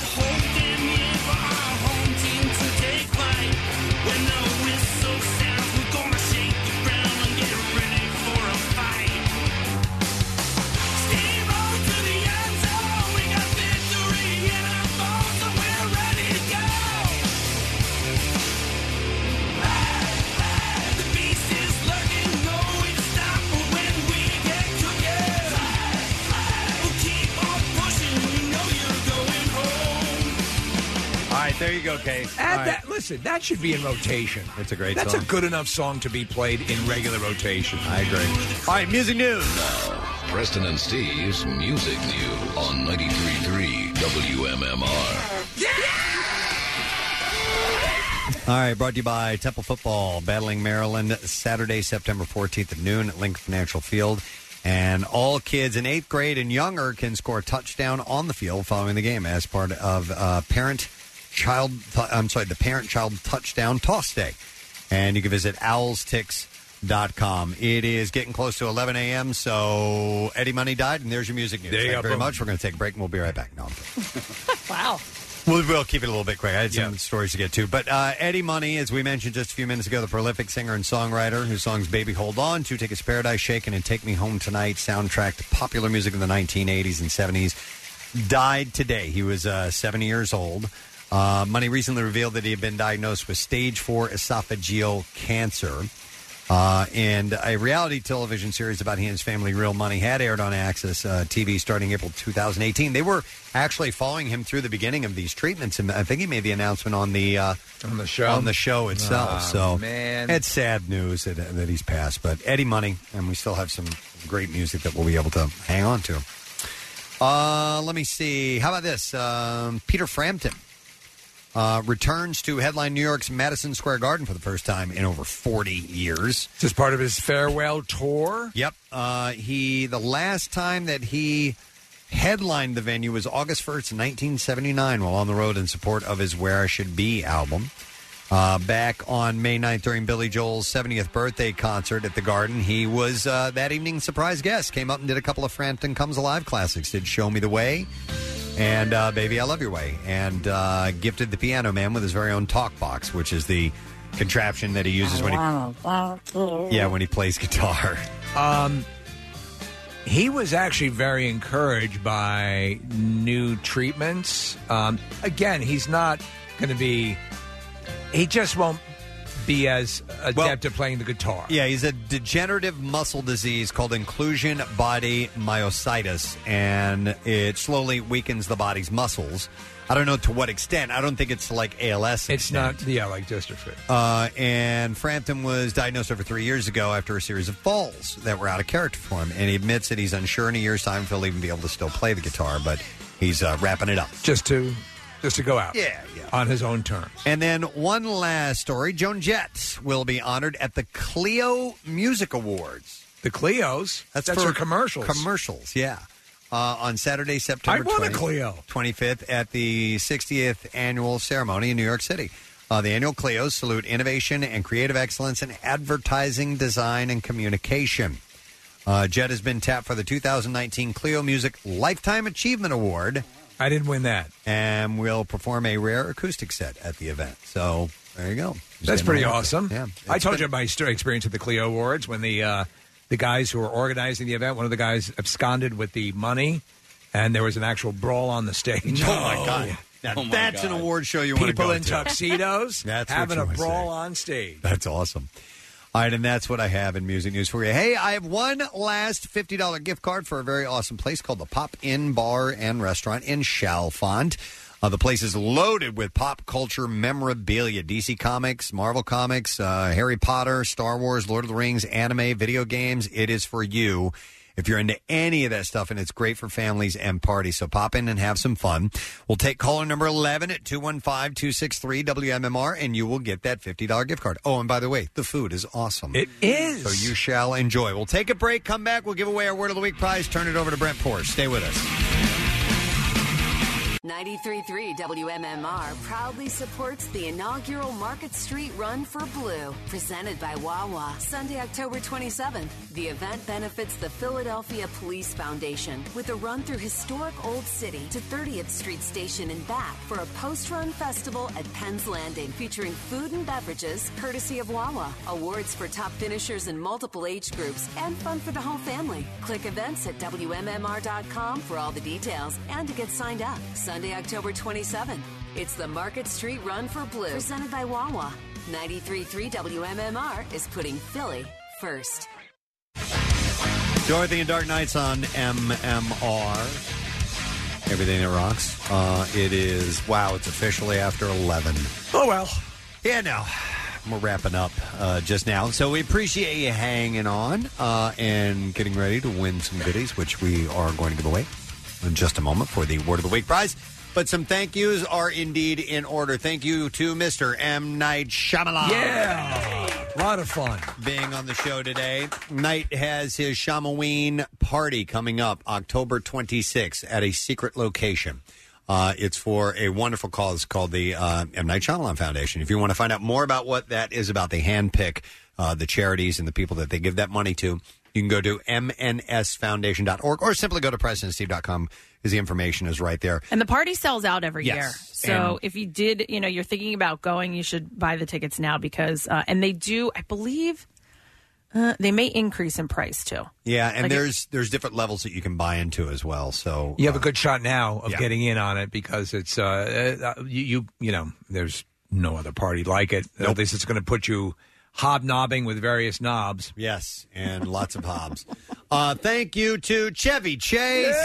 S2: All right, there you go, Case.
S5: Add that- listen, that should be in rotation.
S2: That's a great
S5: That's
S2: song.
S5: a good enough song to be played in regular rotation.
S2: I agree. All right, music news.
S1: Preston and Steve's Music News on 93.3 WMMR.
S2: All right, brought to you by Temple Football, battling Maryland Saturday, September 14th at noon at Lincoln Financial Field. And all kids in eighth grade and younger can score a touchdown on the field following the game as part of uh, parent child. I'm sorry, the parent child touchdown toss day. And you can visit owlsticks.com. It is getting close to 11 a.m. So Eddie Money died, and there's your music news.
S5: There you
S2: Thank
S5: go,
S2: very
S5: boom.
S2: much. We're going to take a break, and we'll be right back. No, I'm
S15: wow.
S2: We'll, we'll keep it a little bit quick. I had some stories to get to. But uh, Eddie Money, as we mentioned just a few minutes ago, the prolific singer and songwriter whose songs Baby Hold On, Two Tickets to Paradise, Shaken, and Take Me Home Tonight soundtrack to popular music of the 1980s and 70s, died today. He was uh, 70 years old. Uh, Money recently revealed that he had been diagnosed with stage 4 esophageal cancer. Uh, and a reality television series about he and his family, Real Money, had aired on Access uh, TV starting April 2018. They were actually following him through the beginning of these treatments, and I think he made the announcement on the uh,
S5: on the show
S2: on the show itself.
S5: Ah,
S2: so
S5: man.
S2: it's sad news that, that he's passed, but Eddie Money, and we still have some great music that we'll be able to hang on to. Uh, let me see. How about this? Um, Peter Frampton uh, returns to headline New York's Madison Square Garden for the first time in over 40 years.
S5: This is part of his farewell tour.
S2: Yep. Uh, he the last time that he headlined the venue was August 1st, 1979, while on the road in support of his Where I Should Be album. Uh, back on May 9th during Billy Joel's 70th birthday concert at the Garden, he was uh, that evening's surprise guest. Came up and did a couple of Frampton Comes Alive classics. Did Show Me the Way and uh, Baby I Love Your Way, and uh, gifted the Piano Man with his very own talk box, which is the contraption that he uses when he yeah when he plays guitar.
S5: Um, he was actually very encouraged by new treatments. Um, again, he's not going to be. He just won't be as adept at playing the guitar.
S2: Yeah, he's a degenerative muscle disease called inclusion body myositis, and it slowly weakens the body's muscles. I don't know to what extent. I don't think it's like ALS.
S5: It's not, yeah, like dystrophy.
S2: Uh, and Frampton was diagnosed over three years ago after a series of falls that were out of character for him. And he admits that he's unsure in a year's time if he'll even be able to still play the guitar, but he's uh, wrapping it up.
S5: Just to, just to go out.
S2: Yeah, yeah.
S5: On his own terms.
S2: And then one last story Joan Jett will be honored at the Clio Music Awards.
S5: The Clios?
S2: That's,
S5: That's
S2: for
S5: her commercials.
S2: Commercials, yeah. Uh, on Saturday, September
S5: I want a
S2: 20
S5: Clio.
S2: 25th at the 60th annual ceremony in New York City. Uh, the annual CLIOs salute innovation and creative excellence in advertising, design, and communication. Uh, Jet has been tapped for the 2019 Clio Music Lifetime Achievement Award. I didn't win that. And will perform a rare acoustic set at the event. So there you go.
S5: That's pretty
S2: Yeah.
S5: awesome.
S2: Yeah.
S5: I told you my story experience at the Clio Awards when the uh, the guys who were organizing the event, one of the guys absconded with the money, and there was an actual brawl on the stage.
S2: Oh, my God. Now, that's an award show you want to go
S5: People in
S2: to.
S5: tuxedos
S2: That's what
S5: having
S2: you
S5: a
S2: wanna see.
S5: brawl on stage.
S2: That's awesome. All right, and that's what I have in music news for you. Hey, I have one last $50 gift card for a very awesome place called the Pop In Bar and Restaurant in Chalfont. Uh, the place is loaded with pop culture memorabilia DC Comics, Marvel Comics, uh, Harry Potter, Star Wars, Lord of the Rings, anime, video games. It is for you if you're into any of that stuff, and it's great for families and parties. So pop in and have some fun. We'll take caller number 11 at 215 263 WMMR, and you will get that $50 gift card. Oh, and by the way, the food is awesome. It
S5: is.
S2: So you shall enjoy. We'll take a break, come back, we'll give away our Word of the Week prize, turn it over to Brent Poor. Stay with us.
S13: 933 WMMR proudly supports the inaugural Market Street Run for Blue, presented by Wawa, Sunday, October 27th. The event benefits the Philadelphia Police Foundation with a run through historic Old City to 30th Street Station and back for a post run festival at Penn's Landing featuring food and beverages courtesy of Wawa, awards for top finishers in multiple age groups, and fun for the whole family. Click events at WMMR.com for all the details and to get signed up. Sunday, October 27th. It's the Market Street Run for Blue, presented by Wawa. 93.3 WMMR is putting Philly first.
S2: Dorothy and Dark Knights on MMR. Everything that rocks. Uh, it is, wow, it's officially after 11.
S5: Oh, well.
S2: Yeah, no. We're wrapping up uh, just now. So we appreciate you hanging on uh, and getting ready to win some goodies, which we are going to give away in just a moment for the Word of the Week prize. But some thank yous are indeed in order. Thank you to Mr. M. Night Shyamalan.
S5: Yeah. A lot of fun.
S2: Being on the show today. Knight has his Shamaween party coming up October 26th at a secret location. Uh, it's for a wonderful cause called the uh, M. Night Shyamalan Foundation. If you want to find out more about what that is about, they handpick uh, the charities and the people that they give that money to. You can go to mnsfoundation.org or simply go to presidentsteve.com because the information is right there.
S15: And the party sells out every
S2: Yes.
S15: year. So
S2: And-
S15: if you did, you know, you're thinking about going, you should buy the tickets now because, uh, and they do, I believe, uh, they may increase in price too.
S2: Yeah, and
S15: Like it-
S2: there's there's different levels that you can buy into as well. So
S5: You have a good shot now of
S2: yeah.
S5: getting in on it because it's uh, uh, you, you you know there's no other party like it. At least it's going to put you hobnobbing with various knobs.
S2: Yes, and lots of hobs. Uh, thank you to Chevy Chase.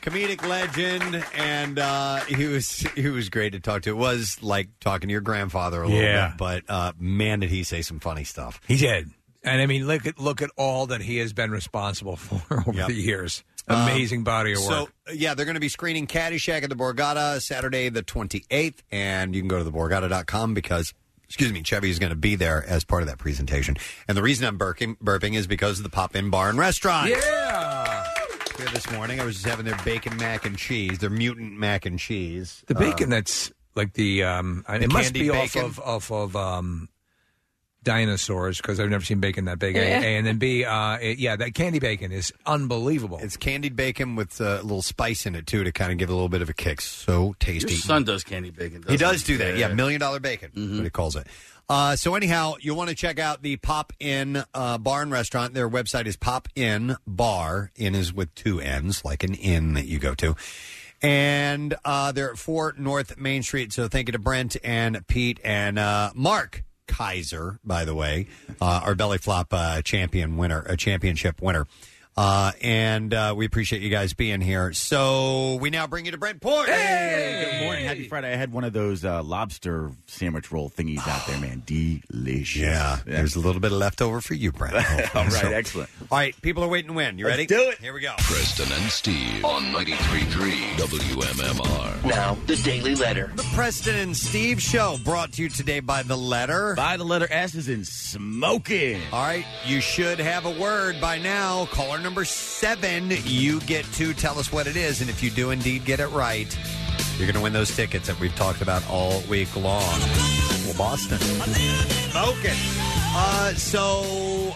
S2: Comedic legend, and uh, he was he was great to talk to. It was like talking to your grandfather a little
S5: Yeah.
S2: bit, but uh, man, did he say some funny stuff.
S5: He did, and I mean look at look at all that he has been responsible for over the years.
S2: Um,
S5: Amazing body of work.
S2: So Uh, yeah, they're going to be screening Caddyshack at the Borgata Saturday the 28th, and you can go to theborgata.com because. Excuse me, Chevy is going to be there as part of that presentation. And the reason I'm burping, burping is because of the Pop In Bar and Restaurant.
S5: Yeah.
S2: Here this morning, I was just having their bacon mac and cheese, their mutant mac and cheese.
S5: The
S2: Uh,
S5: bacon that's like the um,
S2: The
S5: it must
S2: candied
S5: be
S2: bacon?
S5: off of off of um, dinosaurs because I've never seen bacon that big. A,
S2: Yeah.
S5: and then B, uh, it- yeah, that candy bacon is unbelievable.
S2: It's candied bacon with uh, a little spice in it too to kind of give it a little bit of a kick. So tasty.
S6: Your son does candy bacon.
S2: he
S6: doesn't
S2: does do that. Yeah, million dollar bacon, what he calls it. Uh, so anyhow, you want to check out the Pop In uh, Bar and Restaurant. Their website is Pop In Bar. In is with two N's, like an inn that you go to. And uh, they're at 4 North Main Street. So thank you to Brent and Pete and uh, Mark Kaiser, by the way, uh, our belly flop uh, champion winner, a championship winner. Uh, and uh, we appreciate you guys being here. So we now bring you to Brent Port.
S18: Good morning. Happy Friday. I had one of those uh, lobster sandwich roll thingies out there, man. Delicious.
S2: Yeah, there's a little bit of leftover for you, Brent. Oh.
S18: All right,
S2: So-
S18: excellent.
S2: All right, people are waiting to win. You
S18: Let's
S2: ready?
S18: do it.
S2: Here we go.
S1: Preston and Steve on 93.3 WMMR.
S2: Now,
S18: the Daily Letter.
S2: The Preston and Steve Show brought to you today by the letter.
S18: By the letter S is in smoking.
S2: All right, you should have a word by now. Caller number seven, you get to tell us what it is, and if you do indeed get it right, You're going to win those tickets that we've talked about all week long. Well, Boston. Smoking. Uh, so,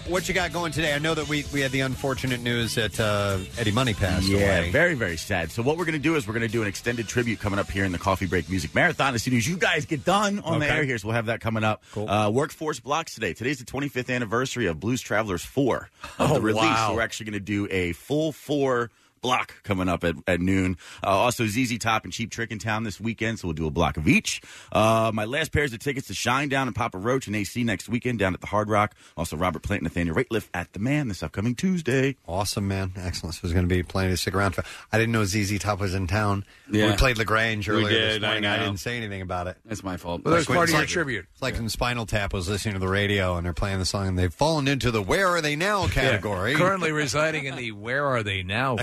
S2: what you got going today? I know that we, we had the unfortunate news that uh, Eddie Money passed
S18: yeah,
S2: away.
S18: very, very sad. So what we're going to do is we're going to do an extended tribute coming up here in the Coffee Break Music Marathon. As soon as you guys get done on the
S19: Okay.
S18: air here, so we'll have that coming up. Uh, workforce blocks today. Today's the 25th anniversary of Blues Travelers 4. Of
S19: Oh,
S18: the release.
S19: wow.
S18: So we're actually going to do a full four block coming up at, at noon. Uh, also, ZZ Top and Cheap Trick in town this weekend, so we'll do a block of each. Uh, my last pairs of tickets to Shine Down and Papa Roach and AC next weekend down at the Hard Rock. Also, Robert Plant and Nathaniel Rateliff at The Man this upcoming Tuesday.
S2: Awesome, man. Excellent. So there's going to be plenty to stick around for. I didn't know ZZ Top was in town.
S18: Yeah.
S2: We played LaGrange
S18: We
S2: earlier
S18: did,
S2: this morning. I,
S18: I know.
S2: didn't say anything about it.
S6: That's my fault.
S5: Well, that's
S2: Like when-
S5: part of
S2: it's
S5: your
S2: like-
S5: tribute.
S2: It's like when Spinal Tap was listening to the radio and they're playing the song and they've fallen into the where are they now category.
S5: Currently residing in the where are they now?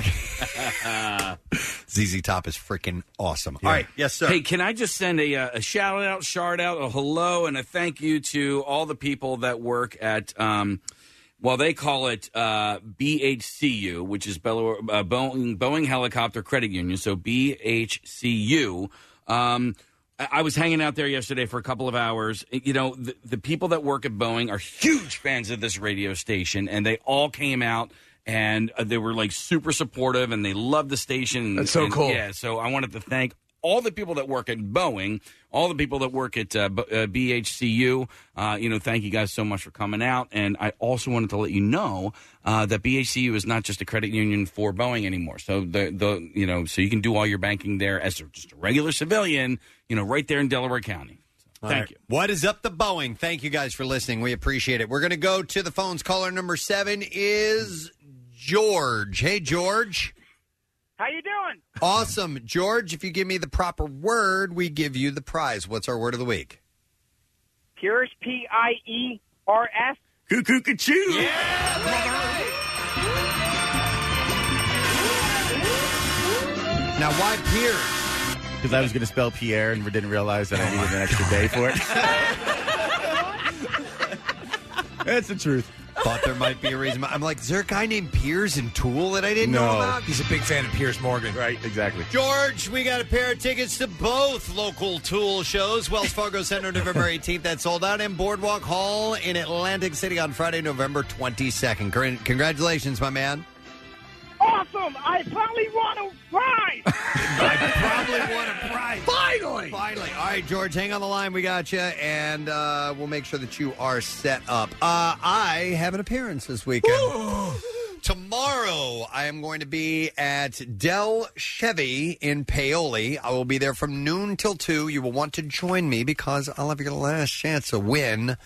S2: ZZ Top is freaking awesome. All right. Yes, sir.
S6: Hey, can I just send a, uh, a shout out, shout out, a hello, and a thank you to all the people that work at, um, well, they call it uh, BHCU, which is Bel- uh, Boeing, Boeing Helicopter Credit Union. So BHCU. Um, I I was hanging out there yesterday for a couple of hours. You know, the, the people that work at Boeing are huge fans of this radio station, and they all came out and uh, they were like super supportive and they love the station.
S5: That's so
S6: And,
S5: cool.
S6: Yeah, so I wanted to thank all the people that work at Boeing, all the people that work at uh, B- uh, BHCU. Uh, you know, thank you guys so much for coming out. And I also wanted to let you know uh, that BHCU is not just a credit union for Boeing anymore. So the the you know, so you can do all your banking there as just a regular civilian. You know, right there in Delaware County. So,
S2: All
S6: thank
S2: right.
S6: you.
S2: What is up the Boeing? Thank you guys for listening. We appreciate it. We're going to go to the phones. Caller number seven is George. Hey, George.
S20: How you doing?
S2: Awesome. George, if you give me the proper word, we give you the prize. What's our word of the week?
S20: Pierce, P I E R S.
S18: Cuckoo, cuckoo.
S2: Now, why Pierre? Oh,
S18: Because I was going to spell Pierre and didn't realize that I needed an extra day for it. That's the truth.
S2: Thought there might be a reason. I'm like, is there a guy named Piers in Tool that I didn't know
S18: No.
S2: about?
S5: He's a big fan of Piers Morgan.
S18: Right, exactly.
S2: George, we got a pair of tickets to both local Tool shows. Wells Fargo Center, November 18th, that's sold out, and Boardwalk Hall in Atlantic City on Friday, November 22nd. Con- Congratulations, my man.
S20: Awesome! I probably want a prize.
S2: Probably won a prize. Finally! Finally. All right, George, hang on the line. We got you, and uh, we'll make sure that you are set up. Uh, I have an appearance this weekend. Tomorrow, I am going to be at Del Chevy in Paoli. I will be there from noon till 2. You will want to join me because I'll have your last chance to win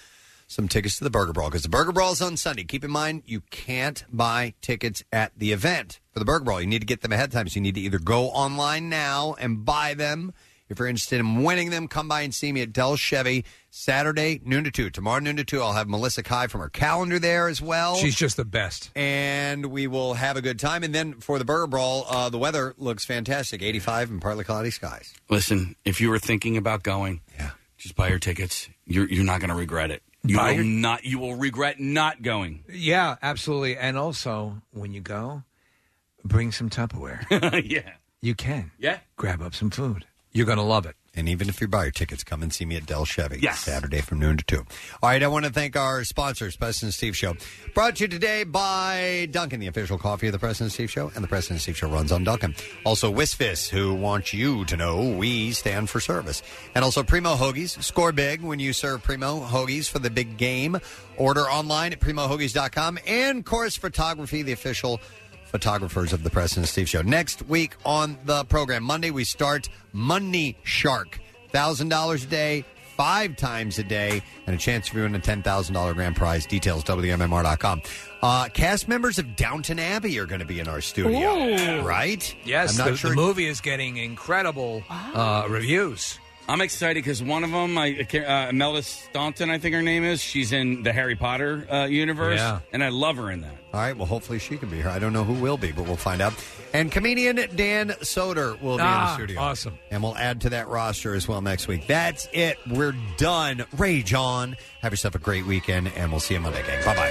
S2: some tickets to the Burger Brawl because the Burger Brawl is on Sunday. Keep in mind, you can't buy tickets at the event for the Burger Brawl. You need to get them ahead of time. So you need to either go online now and buy them. If you're interested in winning them, come by and see me at Del Chevy Saturday, noon to 2. Tomorrow, noon to 2, I'll have Melissa Kai from her calendar there as well.
S5: She's just the best.
S2: And we will have a good time. And then for the Burger Brawl, uh, the weather looks fantastic 85 and partly cloudy skies.
S6: Listen, if you were thinking about going, yeah, just buy your tickets. You're you're not going to regret it. You
S5: Buy
S6: will
S5: your-
S6: not. You will regret not going.
S5: Yeah, absolutely. And also, when you go, bring some Tupperware.
S6: yeah.
S5: You can.
S6: Yeah.
S5: Grab up some food. You're going to love it.
S2: And even if you buy your tickets, come and see me at Del Chevy Saturday from noon to 2. All right, I want to thank our sponsors, President Steve Show. Brought to you today by Duncan, the official coffee of the President Steve Show, and the President Steve Show runs on Duncan. Also, Wisfis, who wants you to know we stand for service. And also, Primo Hoagies. Score big when you serve Primo Hoagies for the big game. Order online at primohoagies.com. And Chorus Photography, the official photographers of the President Steve Show. Next week on the program, Monday, we start Money Shark. $1,000 a day, five times a day, and a chance for you in a $10,000 grand prize. Details, WMMR.com. Uh, cast members of Downton Abbey are going to be in our studio, right?
S5: Yes,
S2: I'm not
S5: the,
S2: sure.
S5: the movie is getting incredible uh, reviews.
S6: I'm excited because one of them, I, I can't- uh, Imelda Staunton, I think her name is. She's in the Harry Potter uh, universe,
S2: Yeah.
S6: and I love her in that.
S2: All right, well, hopefully she can be here. I don't know who will be, but we'll find out. And comedian Dan Soder will be in
S5: Ah,
S2: the studio.
S5: awesome.
S2: And we'll add to that roster as well next week. That's it. We're done. Rage on. Have yourself a great weekend, and we'll see you Monday, gang. Bye bye.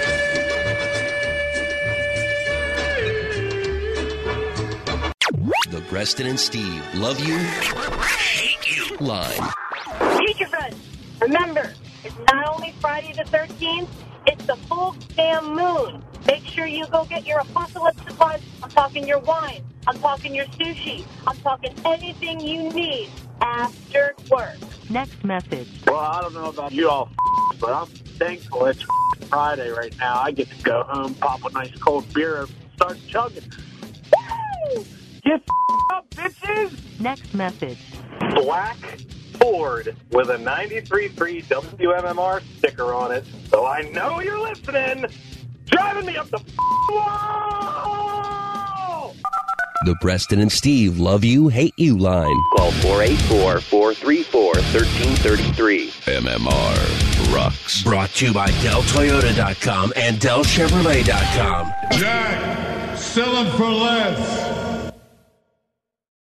S21: The Preston and Steve love you,
S24: line.
S11: Teacher friends, remember, it's not only Friday the 13th, it's the full damn moon. Make sure you go get your apocalypse supplies. I'm talking your wine. I'm talking your sushi. I'm talking anything you need after work.
S13: Next message.
S22: Well, I don't know about you all, but I'm thankful it's Friday right now. I get to go home, pop a nice cold beer, and start chugging. Woo! Get up, bitches!
S13: Next message.
S22: Black Ford with a 93.3 WMMR sticker on it. So I know you're listening. Driving me up the wall!
S6: The Preston and Steve love you, hate you line.
S1: Call 484 434 1333.
S24: MMR rocks.
S6: Brought to you by DellToyota.com and DellChevrolet.com.
S25: Jack, sell them for less.